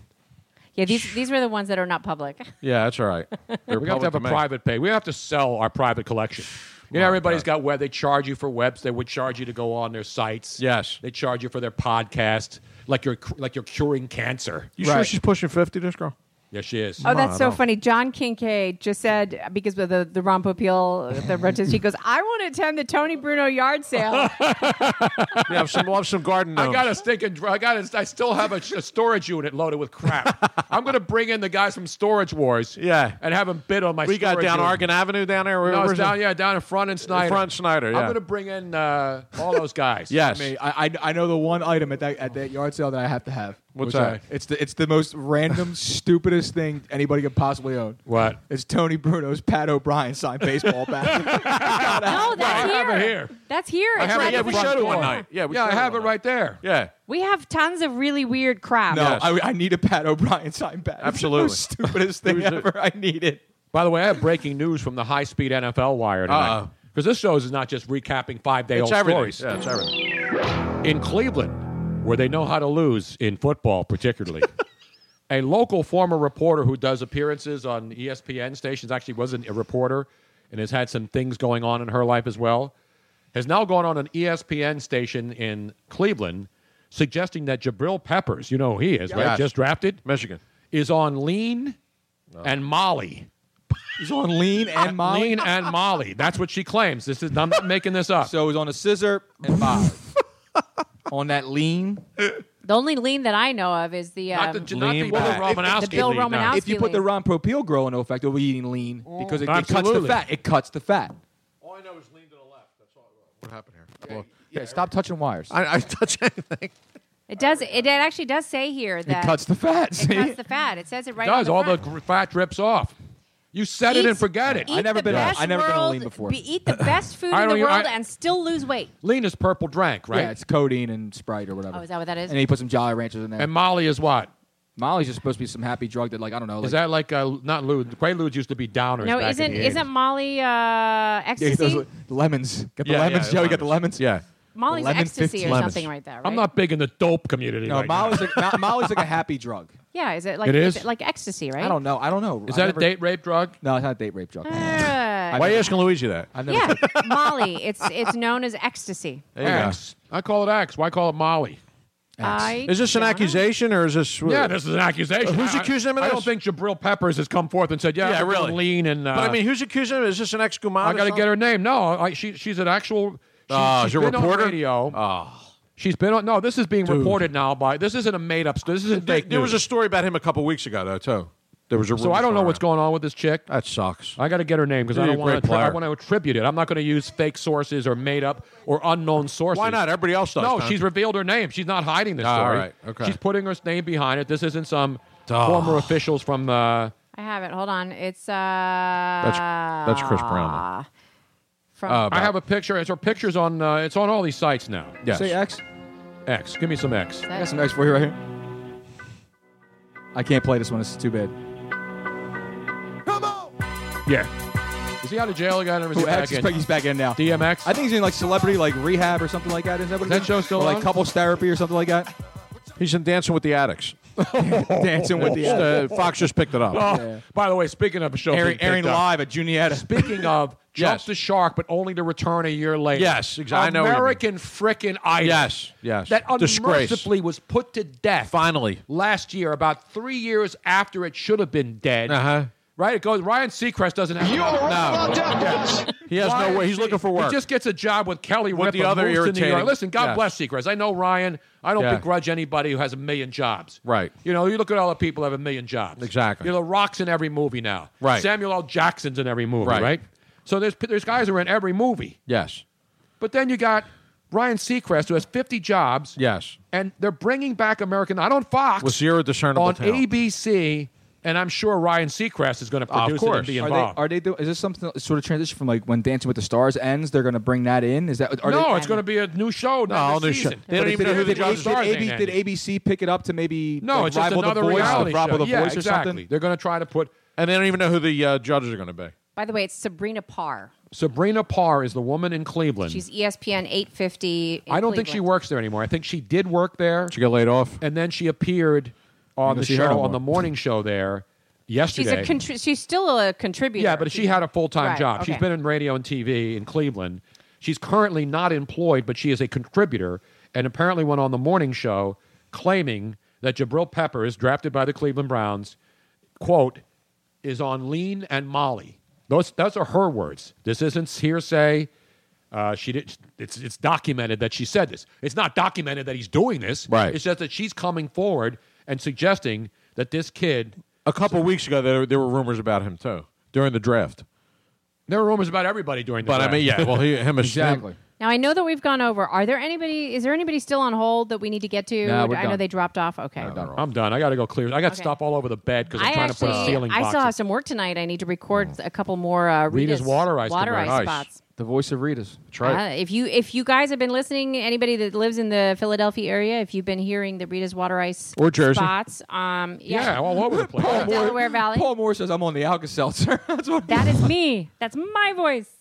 [SPEAKER 10] Yeah, these these were the ones that are not public.
[SPEAKER 3] Yeah, that's all right. They're
[SPEAKER 5] we have
[SPEAKER 3] public
[SPEAKER 5] to have a
[SPEAKER 3] domain.
[SPEAKER 5] private pay. We have to sell our private collection. You know, everybody's got web. They charge you for webs. They would charge you to go on their sites.
[SPEAKER 3] Yes.
[SPEAKER 5] They charge you for their podcast, like you're like you're curing cancer.
[SPEAKER 3] You sure she's pushing 50, this girl?
[SPEAKER 5] Yes, she is.
[SPEAKER 12] Oh, that's so funny. John Kincaid just said because with the the Ron Popeil, the protest, he goes, "I want to attend the Tony Bruno yard sale."
[SPEAKER 3] We have some, we'll have some garden
[SPEAKER 5] I
[SPEAKER 3] gnomes.
[SPEAKER 5] got a stinking. dr- I got. A, I still have a, a storage unit loaded with crap. I'm gonna bring in the guys from Storage Wars.
[SPEAKER 3] Yeah.
[SPEAKER 5] and have them bid on my.
[SPEAKER 3] we got
[SPEAKER 5] storage
[SPEAKER 3] down
[SPEAKER 5] unit.
[SPEAKER 3] Argan Avenue down there. Where,
[SPEAKER 5] No,
[SPEAKER 3] where's
[SPEAKER 5] it's down.
[SPEAKER 3] it?
[SPEAKER 5] Yeah, down in front and Snyder.
[SPEAKER 3] front and Snyder, yeah.
[SPEAKER 5] I'm gonna bring in uh, all those guys.
[SPEAKER 3] Yes.
[SPEAKER 14] I, mean, I, I I know the one item at that at that yard sale that I have to have.
[SPEAKER 5] What's
[SPEAKER 14] which
[SPEAKER 5] that?
[SPEAKER 14] I- it's the it's the most random, stupidest thing anybody could possibly own.
[SPEAKER 5] What?
[SPEAKER 14] It's Tony Bruno's Pat O'Brien signed baseball bat.
[SPEAKER 12] no, that's
[SPEAKER 5] I
[SPEAKER 12] here.
[SPEAKER 5] have it here.
[SPEAKER 12] That's here.
[SPEAKER 5] I
[SPEAKER 12] It's
[SPEAKER 5] have it.
[SPEAKER 12] right
[SPEAKER 5] Yeah,
[SPEAKER 12] at
[SPEAKER 5] we
[SPEAKER 12] the front
[SPEAKER 5] showed it one
[SPEAKER 12] door.
[SPEAKER 5] night. Yeah, we yeah, I have it right there.
[SPEAKER 3] Yeah.
[SPEAKER 12] We have tons of really weird crap.
[SPEAKER 14] No, I, I need a Pat O'Brien signed bat.
[SPEAKER 5] Absolutely.
[SPEAKER 14] It's the most stupidest thing
[SPEAKER 5] Who's it?
[SPEAKER 14] ever. I need it.
[SPEAKER 5] By the way, I have breaking news from the high speed NFL wire tonight.
[SPEAKER 3] Uh-oh.
[SPEAKER 5] Because this show is not just recapping five day old
[SPEAKER 3] It's everything.
[SPEAKER 5] stories.
[SPEAKER 3] Yeah, it's everything.
[SPEAKER 5] In Cleveland, where they know how to lose in football, particularly. A local former reporter who does appearances on E ESPN stations actually wasn't a reporter and has had some things going on in her life as well. Has now gone on an E ESPN station in Cleveland suggesting that Jabril Peppers, you know who he is, right?
[SPEAKER 3] Yes.
[SPEAKER 5] Just drafted,
[SPEAKER 3] Michigan.
[SPEAKER 5] is on lean and Molly.
[SPEAKER 14] Oh. He's on lean and Molly.
[SPEAKER 5] Lean and Molly. That's what she claims. This is I'm not making this up.
[SPEAKER 14] So he's on a scissor and Molly. on that lean.
[SPEAKER 12] The only lean that I know of is the um,
[SPEAKER 5] lean
[SPEAKER 14] Well,
[SPEAKER 5] back.
[SPEAKER 14] if-
[SPEAKER 12] The Bill lean, no. Romanowski
[SPEAKER 14] If you put the
[SPEAKER 12] lean.
[SPEAKER 14] Ron Popeil grill in effect, it'll be eating lean because it, it cuts the
[SPEAKER 5] Mm. Absolutely.
[SPEAKER 14] fat. It cuts the fat.
[SPEAKER 5] All I know is lean to the left. That's all.
[SPEAKER 3] What happened here?
[SPEAKER 14] Yeah, stop touching wires.
[SPEAKER 3] I, I touch anything.
[SPEAKER 12] It does. It, it actually does say here that
[SPEAKER 5] cuts the fat,
[SPEAKER 12] It
[SPEAKER 5] see?
[SPEAKER 12] cuts the fat. It says it right.
[SPEAKER 5] does
[SPEAKER 12] on
[SPEAKER 5] all
[SPEAKER 12] the, front.
[SPEAKER 5] the gr- fat drips off? You said it
[SPEAKER 12] Eat-
[SPEAKER 5] and forget it.
[SPEAKER 12] eat the best world- Be, e eat the best food
[SPEAKER 5] I
[SPEAKER 12] in the
[SPEAKER 5] don't even-
[SPEAKER 12] world
[SPEAKER 5] I-
[SPEAKER 12] and still lose weight.
[SPEAKER 5] Lean is purple drank, right?
[SPEAKER 14] Yeah, it's codeine and Sprite or whatever.
[SPEAKER 12] Oh, is that what that is?
[SPEAKER 14] And then you put some Jolly Ranchers in there.
[SPEAKER 5] And Molly is what?
[SPEAKER 14] Molly's just supposed to be some happy drug that, like, I don't know. Like,
[SPEAKER 5] is that like uh, not lewd? Quaaludes used to be downers.
[SPEAKER 12] No,
[SPEAKER 5] back
[SPEAKER 12] isn't
[SPEAKER 5] in the
[SPEAKER 12] isn't
[SPEAKER 5] 80s.
[SPEAKER 12] Molly uh,
[SPEAKER 14] Yeah,
[SPEAKER 12] ecstasy?
[SPEAKER 14] those li- lemons. Get the
[SPEAKER 5] Yeah,
[SPEAKER 14] lemons,
[SPEAKER 5] yeah,
[SPEAKER 14] Joe. You got the lemons.
[SPEAKER 3] Yeah.
[SPEAKER 12] Molly's ecstasy or something like that, right?
[SPEAKER 5] I'm not big in the dope community.
[SPEAKER 14] No,
[SPEAKER 5] right
[SPEAKER 14] Molly's
[SPEAKER 5] now.
[SPEAKER 14] like Mo- Molly's like a happy drug.
[SPEAKER 12] yeah, is it like
[SPEAKER 5] It is?
[SPEAKER 12] like ecstasy, right?
[SPEAKER 14] I don't know. I don't know.
[SPEAKER 5] Is
[SPEAKER 14] I
[SPEAKER 5] that
[SPEAKER 14] never-
[SPEAKER 5] a date rape drug?
[SPEAKER 14] No, it's not a date rape drug.
[SPEAKER 12] Uh,
[SPEAKER 3] Why are you asking Luigi that?
[SPEAKER 14] I never.
[SPEAKER 12] yeah, Molly. It's it's known as ecstasy.
[SPEAKER 3] There you go.
[SPEAKER 5] Axe. I call it axe. Why call it Molly?
[SPEAKER 12] I
[SPEAKER 3] Is this an accusation or is this?
[SPEAKER 5] Yeah, this is an accusation.
[SPEAKER 3] Who's
[SPEAKER 5] I-
[SPEAKER 3] accusing him of
[SPEAKER 5] I
[SPEAKER 3] this?
[SPEAKER 5] don't think Jabril Peppers has come forth and said, "Yeah,
[SPEAKER 3] Yeah,
[SPEAKER 5] I'm
[SPEAKER 3] really.
[SPEAKER 5] lean and." Uh,
[SPEAKER 3] but I mean, who's accusing him? Is this an ex Gumon?
[SPEAKER 5] I got to get her name. No, I, she, she's an actual. She,
[SPEAKER 3] Oh,
[SPEAKER 5] she's
[SPEAKER 3] she's a
[SPEAKER 5] been on
[SPEAKER 3] reporter? Oh.
[SPEAKER 5] radio. She's been on. No, this is being reported now by. This isn't a made up story. This isn't
[SPEAKER 3] There,
[SPEAKER 5] fake
[SPEAKER 3] there was a
[SPEAKER 5] news.
[SPEAKER 3] story about him a couple weeks ago though too. There was a.
[SPEAKER 5] so I don't know what's going on with this chick.
[SPEAKER 3] That sucks.
[SPEAKER 5] I got to get her name because
[SPEAKER 3] She's
[SPEAKER 5] I
[SPEAKER 3] a
[SPEAKER 5] don't
[SPEAKER 3] great
[SPEAKER 5] want to. I
[SPEAKER 3] player.
[SPEAKER 5] want to attribute it. I'm not going to use fake sources or made up or unknown sources.
[SPEAKER 3] Why not? Everybody else does.
[SPEAKER 5] No,
[SPEAKER 3] Tom.
[SPEAKER 5] she's revealed her name. She's not hiding this
[SPEAKER 3] Ah, all
[SPEAKER 5] story.
[SPEAKER 3] right. Okay.
[SPEAKER 5] She's putting her name behind it. This isn't some
[SPEAKER 3] Duh.
[SPEAKER 5] former officials from. Uh,
[SPEAKER 12] I have it. Hold on. It's uh. That's
[SPEAKER 3] that's Chris Brown.
[SPEAKER 12] From
[SPEAKER 3] Uh,
[SPEAKER 5] I have a picture. It's her pictures on. Uh, it's on all these sites now.
[SPEAKER 3] Yes.
[SPEAKER 14] Say uh, X.
[SPEAKER 5] X. Give me some X.
[SPEAKER 14] I got some X for you right here. I can't play this one. It's too bad.
[SPEAKER 5] Yeah. Is he out of jail again or is
[SPEAKER 14] Who
[SPEAKER 5] he back
[SPEAKER 14] X is
[SPEAKER 5] in?
[SPEAKER 14] back- he's back in now.
[SPEAKER 5] DMX.
[SPEAKER 14] I think he's in like celebrity like rehab or something like that. Is that what
[SPEAKER 5] Is
[SPEAKER 14] it's
[SPEAKER 5] that show
[SPEAKER 14] in?
[SPEAKER 5] still
[SPEAKER 14] or, like
[SPEAKER 5] on?
[SPEAKER 14] couples therapy or something like that?
[SPEAKER 3] He's in Dancing with the Addicts.
[SPEAKER 14] Dancing with the
[SPEAKER 3] Just,
[SPEAKER 14] Addicts.
[SPEAKER 3] uh, Fox just picked it up.
[SPEAKER 5] Oh, By the way, speaking of a show
[SPEAKER 14] airing,
[SPEAKER 5] being
[SPEAKER 14] airing
[SPEAKER 5] picked up,
[SPEAKER 14] live at Junietta.
[SPEAKER 5] Speaking of jump the shark, but only to return a year later.
[SPEAKER 3] Yes, exactly. I know what you mean.
[SPEAKER 5] American frickin' Idol.
[SPEAKER 3] Yes, yes.
[SPEAKER 5] That
[SPEAKER 3] Disgrace.
[SPEAKER 5] unmercifully was put to death.
[SPEAKER 3] Finally.
[SPEAKER 5] last year, about three years after it should have been dead.
[SPEAKER 3] Uh huh.
[SPEAKER 5] Right? It goes. Ryan Seacrest doesn't have. You're
[SPEAKER 3] He has
[SPEAKER 5] Ryan
[SPEAKER 3] no way. He's looking for work.
[SPEAKER 5] He just gets a job with Kelly
[SPEAKER 3] With
[SPEAKER 5] Ripa.
[SPEAKER 3] the other
[SPEAKER 5] moves to New
[SPEAKER 3] irritating-
[SPEAKER 5] York. Listen, God
[SPEAKER 3] Yes.
[SPEAKER 5] bless Seacrest. I know Ryan. I don't
[SPEAKER 3] Yeah.
[SPEAKER 5] begrudge anybody who has a million jobs.
[SPEAKER 3] Right.
[SPEAKER 5] You know, you look at all the people who have a million jobs.
[SPEAKER 3] Exactly.
[SPEAKER 5] You know, The Rock's in every movie now.
[SPEAKER 3] Right.
[SPEAKER 5] Samuel L. Jackson's in every movie.
[SPEAKER 3] Right.
[SPEAKER 5] Right. So there's there's guys who are in every movie,
[SPEAKER 3] Yes.
[SPEAKER 5] but then you got Ryan Seacrest who has 50 jobs.
[SPEAKER 3] Yes.
[SPEAKER 5] And they're bringing back American Idol on Fox
[SPEAKER 3] With zero discernible
[SPEAKER 5] on
[SPEAKER 3] talent.
[SPEAKER 5] ABC, and I'm sure Ryan Seacrest is going to
[SPEAKER 3] of
[SPEAKER 5] produce it
[SPEAKER 3] course.
[SPEAKER 5] and be
[SPEAKER 14] Are
[SPEAKER 5] involved.
[SPEAKER 14] they, are they do, is this something sort of transition from like when Dancing with the Stars ends? They're going to bring that in. Is that are
[SPEAKER 5] no,
[SPEAKER 14] They,
[SPEAKER 5] it's going to be a new show.
[SPEAKER 3] No,
[SPEAKER 5] another
[SPEAKER 3] all new show.
[SPEAKER 5] season.
[SPEAKER 3] They don't
[SPEAKER 5] But
[SPEAKER 3] even
[SPEAKER 5] did-
[SPEAKER 3] know who the
[SPEAKER 5] did
[SPEAKER 3] judges
[SPEAKER 5] ABC
[SPEAKER 3] are.
[SPEAKER 5] ain't
[SPEAKER 14] AB, did
[SPEAKER 5] ending.
[SPEAKER 14] ABC pick it up to maybe
[SPEAKER 5] No,
[SPEAKER 14] like,
[SPEAKER 5] it's just
[SPEAKER 14] rival
[SPEAKER 5] another
[SPEAKER 14] the voice,
[SPEAKER 5] reality
[SPEAKER 14] rival
[SPEAKER 5] show.
[SPEAKER 14] the
[SPEAKER 5] yeah,
[SPEAKER 14] voice or
[SPEAKER 5] exactly.
[SPEAKER 14] something?
[SPEAKER 5] They're going to try to put
[SPEAKER 3] And they don't even know who the uh, judges are going to be.
[SPEAKER 12] By the way, it's Sabrina Parr.
[SPEAKER 5] Sabrina Parr is the woman in Cleveland.
[SPEAKER 12] She's E ESPN 850. in
[SPEAKER 5] I don't think she
[SPEAKER 12] Cleveland.
[SPEAKER 5] works there anymore. I think she did work there,
[SPEAKER 3] She got laid off.
[SPEAKER 5] and then she appeared on
[SPEAKER 14] gonna
[SPEAKER 5] the
[SPEAKER 14] see her no
[SPEAKER 5] show
[SPEAKER 14] more.
[SPEAKER 5] on the morning show there.
[SPEAKER 12] She's,
[SPEAKER 5] yesterday.
[SPEAKER 12] a contri- she's still a contributor.
[SPEAKER 5] Yeah, but she had a full time
[SPEAKER 12] Right,
[SPEAKER 5] job. She's
[SPEAKER 12] okay.
[SPEAKER 5] been in radio and TV in Cleveland. She's currently not employed, but she is a contributor and apparently went on the morning show claiming that Jabril Pepper is drafted by the Cleveland Browns, quote, is on lean and Molly. Those, those are her words. This isn't hearsay. Uh, she did, it's, it's documented that she said this. It's not documented that he's doing this. Right. It's just that she's coming forward and suggesting that this kid.
[SPEAKER 3] A couple weeks ago, there, there were rumors about him too during the draft.
[SPEAKER 5] There were rumors about everybody during the
[SPEAKER 3] But
[SPEAKER 5] draft.
[SPEAKER 3] I mean, yeah. Well, he, him
[SPEAKER 5] Exactly.
[SPEAKER 12] Now
[SPEAKER 10] I know that we've gone over. Are there anybody? Is there anybody still on hold that we need to get to?
[SPEAKER 5] No, we're
[SPEAKER 10] I know
[SPEAKER 5] done.
[SPEAKER 10] they dropped off. Okay.
[SPEAKER 5] I'm done. I got to go clear. I got stuff all over the bed because I'm
[SPEAKER 10] I
[SPEAKER 5] trying
[SPEAKER 10] actually,
[SPEAKER 5] to put ceiling
[SPEAKER 10] I
[SPEAKER 5] boxes.
[SPEAKER 10] still have some work tonight. I need to record a couple more uh,
[SPEAKER 5] Rita's
[SPEAKER 10] Rita's
[SPEAKER 5] water ice
[SPEAKER 10] water
[SPEAKER 5] tonight. Nice.
[SPEAKER 10] ice spots.
[SPEAKER 14] The voice of Rita's. That's
[SPEAKER 10] Uh, if you if you guys have been listening, anybody that lives in the Philadelphia area, if you've been hearing the Rita's water ice
[SPEAKER 14] Or Jersey.
[SPEAKER 10] spots, um, yeah,
[SPEAKER 14] Yeah, all over the place. Paul Moore-
[SPEAKER 10] Delaware Valley.
[SPEAKER 14] Paul Moore says I'm on the Alka Seltzer.
[SPEAKER 10] That is me. That's my voice.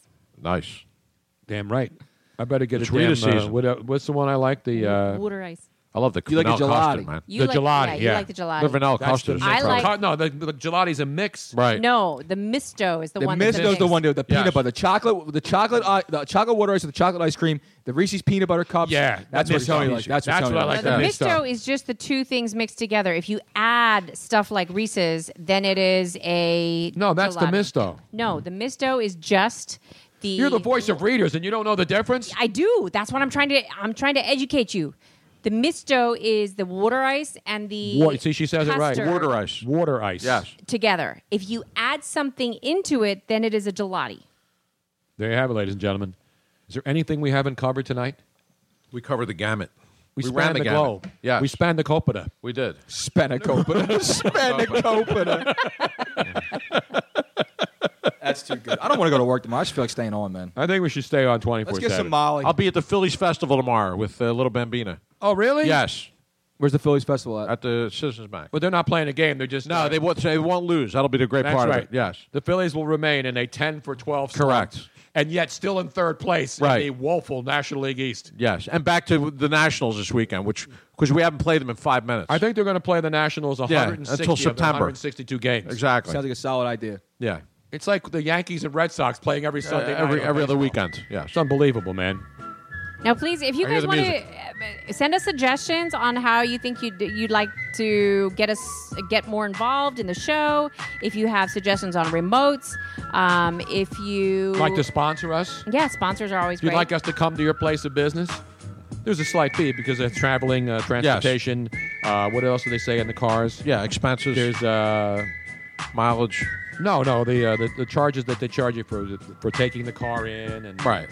[SPEAKER 5] nice. Damn right. I better get
[SPEAKER 3] It's
[SPEAKER 5] a damn,
[SPEAKER 3] Rita
[SPEAKER 5] uh,
[SPEAKER 3] season.
[SPEAKER 5] what, uh, what's the one I like? The uh,
[SPEAKER 10] Water ice.
[SPEAKER 5] I love the
[SPEAKER 3] You like a
[SPEAKER 5] vanilla
[SPEAKER 3] gelati.
[SPEAKER 5] custard, man.
[SPEAKER 10] You
[SPEAKER 5] the
[SPEAKER 10] like-
[SPEAKER 5] gelati,
[SPEAKER 10] yeah,
[SPEAKER 5] yeah,
[SPEAKER 10] you like the gelati.
[SPEAKER 3] The vanilla
[SPEAKER 5] That's the
[SPEAKER 3] custard.
[SPEAKER 5] mix.
[SPEAKER 10] I like-
[SPEAKER 5] Cu- no, the, the gelati's a mix.
[SPEAKER 10] No, the Misto is the,
[SPEAKER 14] The
[SPEAKER 10] one.
[SPEAKER 14] Misto's
[SPEAKER 10] that's
[SPEAKER 14] the
[SPEAKER 10] mix.
[SPEAKER 14] one with the peanut butter, the chocolate, the chocolate, i- the chocolate water ice with the chocolate ice cream, the Reese's peanut butter cups.
[SPEAKER 5] Yeah,
[SPEAKER 14] that's what
[SPEAKER 5] that Misto.
[SPEAKER 14] Tony likes. That's what
[SPEAKER 5] That's
[SPEAKER 14] Tony
[SPEAKER 5] what I
[SPEAKER 14] likes.
[SPEAKER 5] like uh,
[SPEAKER 10] The Misto is just the two things mixed together. If you add stuff like Reese's, then it is a
[SPEAKER 5] No, that's the
[SPEAKER 10] gelato.
[SPEAKER 5] Misto.
[SPEAKER 10] No, the Misto is just the.
[SPEAKER 5] You're the voice of readers, and you don't know the difference.
[SPEAKER 10] I do. That's what I'm trying to. I'm trying to educate you. The Misto is the water ice and the
[SPEAKER 5] Wa- see, she says it
[SPEAKER 10] custard
[SPEAKER 5] right. ice. Water ice. Yes.
[SPEAKER 10] together. If you add something into it, then it is a gelati.
[SPEAKER 5] There you have it, ladies and gentlemen. Is there anything we haven't covered tonight? We covered the gamut. We,
[SPEAKER 3] We ran
[SPEAKER 5] span
[SPEAKER 3] the
[SPEAKER 5] the,
[SPEAKER 3] gamut.
[SPEAKER 5] globe.
[SPEAKER 3] Yes.
[SPEAKER 5] We span the copita.
[SPEAKER 3] We did.
[SPEAKER 14] Spanakopita. Spanakopita. That's too good. I don't want to go to work tomorrow. I just feel like staying on, man.
[SPEAKER 5] I think we should stay on 24
[SPEAKER 14] Let's get some Molly.
[SPEAKER 3] I'll be at the Phillies Festival tomorrow with uh, Little Bambina.
[SPEAKER 5] Oh, really?
[SPEAKER 3] Yes.
[SPEAKER 14] Where's the Phillies Festival at?
[SPEAKER 3] At the Citizens Bank.
[SPEAKER 5] But they're not playing a game. They're just
[SPEAKER 3] No, they won't. They won't lose. That'll be the great
[SPEAKER 5] That's
[SPEAKER 3] part of
[SPEAKER 5] right.
[SPEAKER 3] it. Yes.
[SPEAKER 5] The Phillies will remain in a 10 for 12 slump,
[SPEAKER 3] Correct.
[SPEAKER 5] and yet still in third place
[SPEAKER 3] Right.
[SPEAKER 5] in the woeful National League East.
[SPEAKER 3] Yes. And back to the Nationals this weekend, which because we haven't played them in five minutes.
[SPEAKER 5] I think they're going to play the Nationals 160
[SPEAKER 3] until
[SPEAKER 5] of their
[SPEAKER 3] September.
[SPEAKER 5] 162 games.
[SPEAKER 3] Exactly.
[SPEAKER 14] Sounds like a solid idea.
[SPEAKER 3] yeah. Uh,
[SPEAKER 5] It's like the Yankees and Red Sox playing every Sunday night
[SPEAKER 3] every
[SPEAKER 5] on
[SPEAKER 3] every other
[SPEAKER 5] baseball.
[SPEAKER 3] weekend. Yeah.
[SPEAKER 5] It's unbelievable, man.
[SPEAKER 10] Now, please, if you
[SPEAKER 5] I hear
[SPEAKER 10] guys
[SPEAKER 5] the
[SPEAKER 10] want
[SPEAKER 5] music.
[SPEAKER 10] to send us suggestions on how you think you'd, you'd like to get us get more involved in the show, if you have suggestions on remotes, um, if you
[SPEAKER 5] Like to sponsor us?
[SPEAKER 10] yeah, sponsors are always
[SPEAKER 5] If you'd
[SPEAKER 10] great.
[SPEAKER 5] like us to come to your place of business, there's a slight fee because of traveling, uh, transportation. Uh, what else do they say in the cars?
[SPEAKER 3] Yeah, expenses.
[SPEAKER 5] There's uh,
[SPEAKER 3] mileage.
[SPEAKER 5] No, no, the, uh, the the charges that they charge you for for taking the car in and
[SPEAKER 3] Right.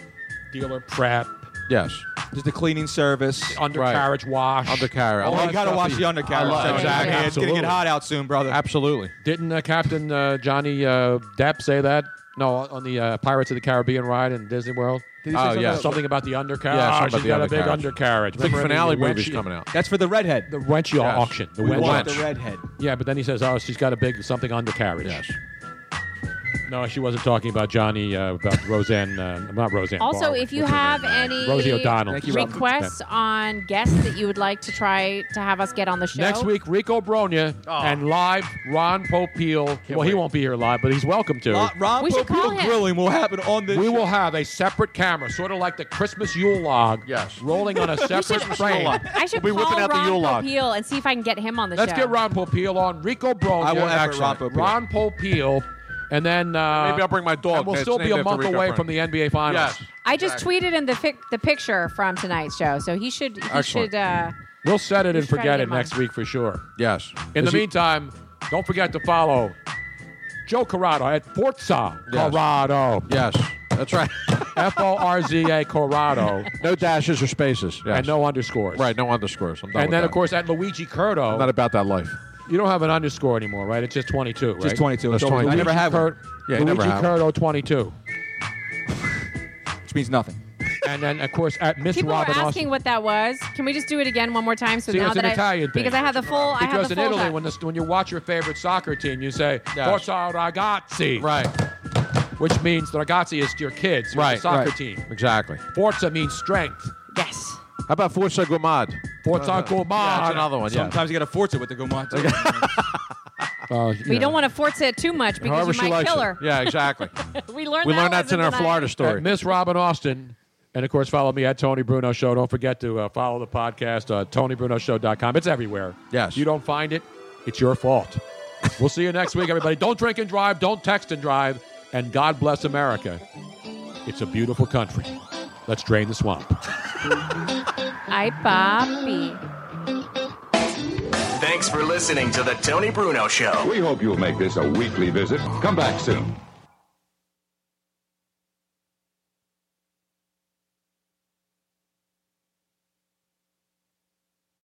[SPEAKER 5] dealer prep,
[SPEAKER 3] Yes.
[SPEAKER 14] There's the cleaning service,
[SPEAKER 5] undercarriage wash,
[SPEAKER 3] undercarriage.
[SPEAKER 5] All
[SPEAKER 14] Oh,
[SPEAKER 5] that
[SPEAKER 14] you got to
[SPEAKER 5] stuff
[SPEAKER 14] watch
[SPEAKER 5] that
[SPEAKER 14] the
[SPEAKER 5] you-
[SPEAKER 14] undercarriage.
[SPEAKER 5] I love-
[SPEAKER 14] section.
[SPEAKER 5] Exactly.
[SPEAKER 14] Yeah, It's going to get
[SPEAKER 5] Absolutely.
[SPEAKER 14] hot out soon, brother.
[SPEAKER 3] Absolutely.
[SPEAKER 5] Didn't uh, Captain uh, Johnny uh, Depp say that? No, on the uh, Pirates of the Caribbean ride in Disney World.
[SPEAKER 14] Did he say Oh, something yeah. about-
[SPEAKER 5] something about the undercarriage.
[SPEAKER 3] Yeah, something
[SPEAKER 5] She's
[SPEAKER 3] about the
[SPEAKER 5] got a big
[SPEAKER 3] undercarriage.
[SPEAKER 5] undercarriage.
[SPEAKER 3] Big finale movie's coming out.
[SPEAKER 14] That's for the redhead.
[SPEAKER 5] The wench you auction. The
[SPEAKER 14] We
[SPEAKER 5] wench
[SPEAKER 14] want
[SPEAKER 5] auction.
[SPEAKER 14] the redhead.
[SPEAKER 5] Yeah, but then he says, "Oh, she's got a big something undercarriage." Yes. No, she wasn't talking about Johnny. Uh, about Roseanne. Uh, not Roseanne.
[SPEAKER 10] also,
[SPEAKER 5] Barr,
[SPEAKER 10] if you
[SPEAKER 5] what's her
[SPEAKER 10] have
[SPEAKER 5] name?
[SPEAKER 10] any
[SPEAKER 5] Rosie O'Donnell. Thank you, Robin.
[SPEAKER 10] requests on guests that you would like to try to have us get on the show
[SPEAKER 5] Next week, Rico Bronya
[SPEAKER 3] Ah.
[SPEAKER 5] and live Ron Popeil. well, he won't be here live, but he's welcome to.
[SPEAKER 14] Ron- Ron We should Popeil call him. grilling will happen on this
[SPEAKER 5] We
[SPEAKER 14] show.
[SPEAKER 5] will have a separate camera, sort of like the Christmas Yule log. Yes. Rolling on a
[SPEAKER 10] You should-
[SPEAKER 5] separate frame.
[SPEAKER 10] I should call Ron Popeil and see if I can get him on the
[SPEAKER 5] Let's
[SPEAKER 10] show.
[SPEAKER 5] get Ron Popeil on. Rico Bronya.
[SPEAKER 3] I will effort Ron
[SPEAKER 5] Excellent.
[SPEAKER 3] Popeil.
[SPEAKER 5] Ron Popeil, And then uh,
[SPEAKER 3] Maybe I'll bring my dog.
[SPEAKER 5] And we'll
[SPEAKER 3] It's
[SPEAKER 5] still be
[SPEAKER 3] named
[SPEAKER 5] a
[SPEAKER 3] after
[SPEAKER 5] month
[SPEAKER 3] Rico
[SPEAKER 5] away
[SPEAKER 3] Bronya.
[SPEAKER 5] from the NBA Finals.
[SPEAKER 3] Yes.
[SPEAKER 10] I just tweeted in the fic- the picture from tonight's show, so he should he
[SPEAKER 5] Excellent.
[SPEAKER 10] should. Uh,
[SPEAKER 5] We'll set it
[SPEAKER 10] We
[SPEAKER 5] and
[SPEAKER 10] should try to
[SPEAKER 5] forget
[SPEAKER 10] get
[SPEAKER 5] it
[SPEAKER 10] him on.
[SPEAKER 5] next week for sure.
[SPEAKER 3] Yes.
[SPEAKER 5] In
[SPEAKER 3] Is
[SPEAKER 5] the
[SPEAKER 3] he-
[SPEAKER 5] meantime, don't forget to follow Joe Corrado at Forza Corrado.
[SPEAKER 3] Yes. That's right.
[SPEAKER 5] F O R Z A Corrado.
[SPEAKER 3] No dashes or spaces. Yes.
[SPEAKER 5] And no underscores.
[SPEAKER 3] Right. No underscores. I'm done
[SPEAKER 5] And
[SPEAKER 3] with
[SPEAKER 5] then,
[SPEAKER 3] that.
[SPEAKER 5] of course, at Luigi Curto.
[SPEAKER 3] I'm not about that life.
[SPEAKER 5] you don't have an underscore anymore, right? It's just 22, right?
[SPEAKER 3] Just 22. It's
[SPEAKER 5] It's
[SPEAKER 3] over. I never
[SPEAKER 5] Luigi
[SPEAKER 3] have
[SPEAKER 5] Cur-
[SPEAKER 3] one. Yeah, you
[SPEAKER 5] Luigi
[SPEAKER 3] never have one.
[SPEAKER 5] Curto 22.
[SPEAKER 14] Which means nothing.
[SPEAKER 5] And then, of course, at Miss
[SPEAKER 10] people
[SPEAKER 5] Robin
[SPEAKER 10] were asking what that was. Can we just do it again one more time? So
[SPEAKER 5] See,
[SPEAKER 10] now
[SPEAKER 5] it's
[SPEAKER 10] that
[SPEAKER 5] an
[SPEAKER 10] I
[SPEAKER 5] Italian thing.
[SPEAKER 10] because I have the full I have
[SPEAKER 5] because
[SPEAKER 10] the
[SPEAKER 5] in
[SPEAKER 10] full.
[SPEAKER 5] Italy,
[SPEAKER 10] time.
[SPEAKER 5] when, this, when you watch your favorite soccer team, you say
[SPEAKER 3] Yes.
[SPEAKER 5] "Forza ragazzi,"
[SPEAKER 3] Right.
[SPEAKER 5] Which means the ragazzi is your kids, your
[SPEAKER 3] Right.
[SPEAKER 5] Soccer
[SPEAKER 3] right.
[SPEAKER 5] team.
[SPEAKER 3] Exactly.
[SPEAKER 5] Forza means strength.
[SPEAKER 10] Yes.
[SPEAKER 3] How about Forza Gomad?
[SPEAKER 5] Forza
[SPEAKER 3] Yeah,
[SPEAKER 5] Gomad.
[SPEAKER 3] that's another one. Yeah.
[SPEAKER 14] Sometimes you got to force it with the Gomata.
[SPEAKER 5] Uh,
[SPEAKER 10] We don't want to force it too much because
[SPEAKER 5] However she
[SPEAKER 10] you might
[SPEAKER 5] likes
[SPEAKER 10] kill
[SPEAKER 5] it.
[SPEAKER 10] her.
[SPEAKER 5] Yeah, exactly.
[SPEAKER 10] we learned
[SPEAKER 5] we
[SPEAKER 10] that
[SPEAKER 5] learned that's in
[SPEAKER 10] lesson
[SPEAKER 5] our
[SPEAKER 10] tonight.
[SPEAKER 5] Florida story. Miss Robin Austin. And of course, follow me at Tony Bruno Show. Don't forget to uh, follow the podcast, uh, TonyBrunoShow.com. It's everywhere. Yes. You don't find it, it's your fault. we'll see you next week, everybody. Don't drink and drive. Don't text and drive. And God bless America. It's a beautiful country. Let's drain the swamp.
[SPEAKER 10] Ay, papi.
[SPEAKER 21] Thanks for listening to The Tony Bruno Show.
[SPEAKER 29] We hope you'll make this a weekly visit. Come back soon.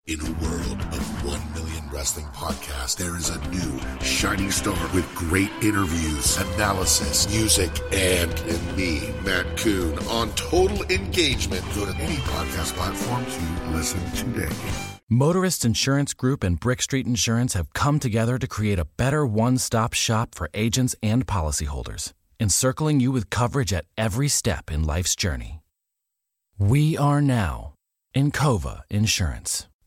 [SPEAKER 6] In a world of 1 million wrestling podcasts, there is a new shining star with great interviews, analysis, music, and, and me, Matt Coon, on total engagement. Go to any podcast platform to listen today.
[SPEAKER 2] Motorist Insurance Group and Brick Street Insurance have come together to create a better one stop shop for agents and policyholders, encircling you with coverage at every step in life's journey. We are now Encova Insurance.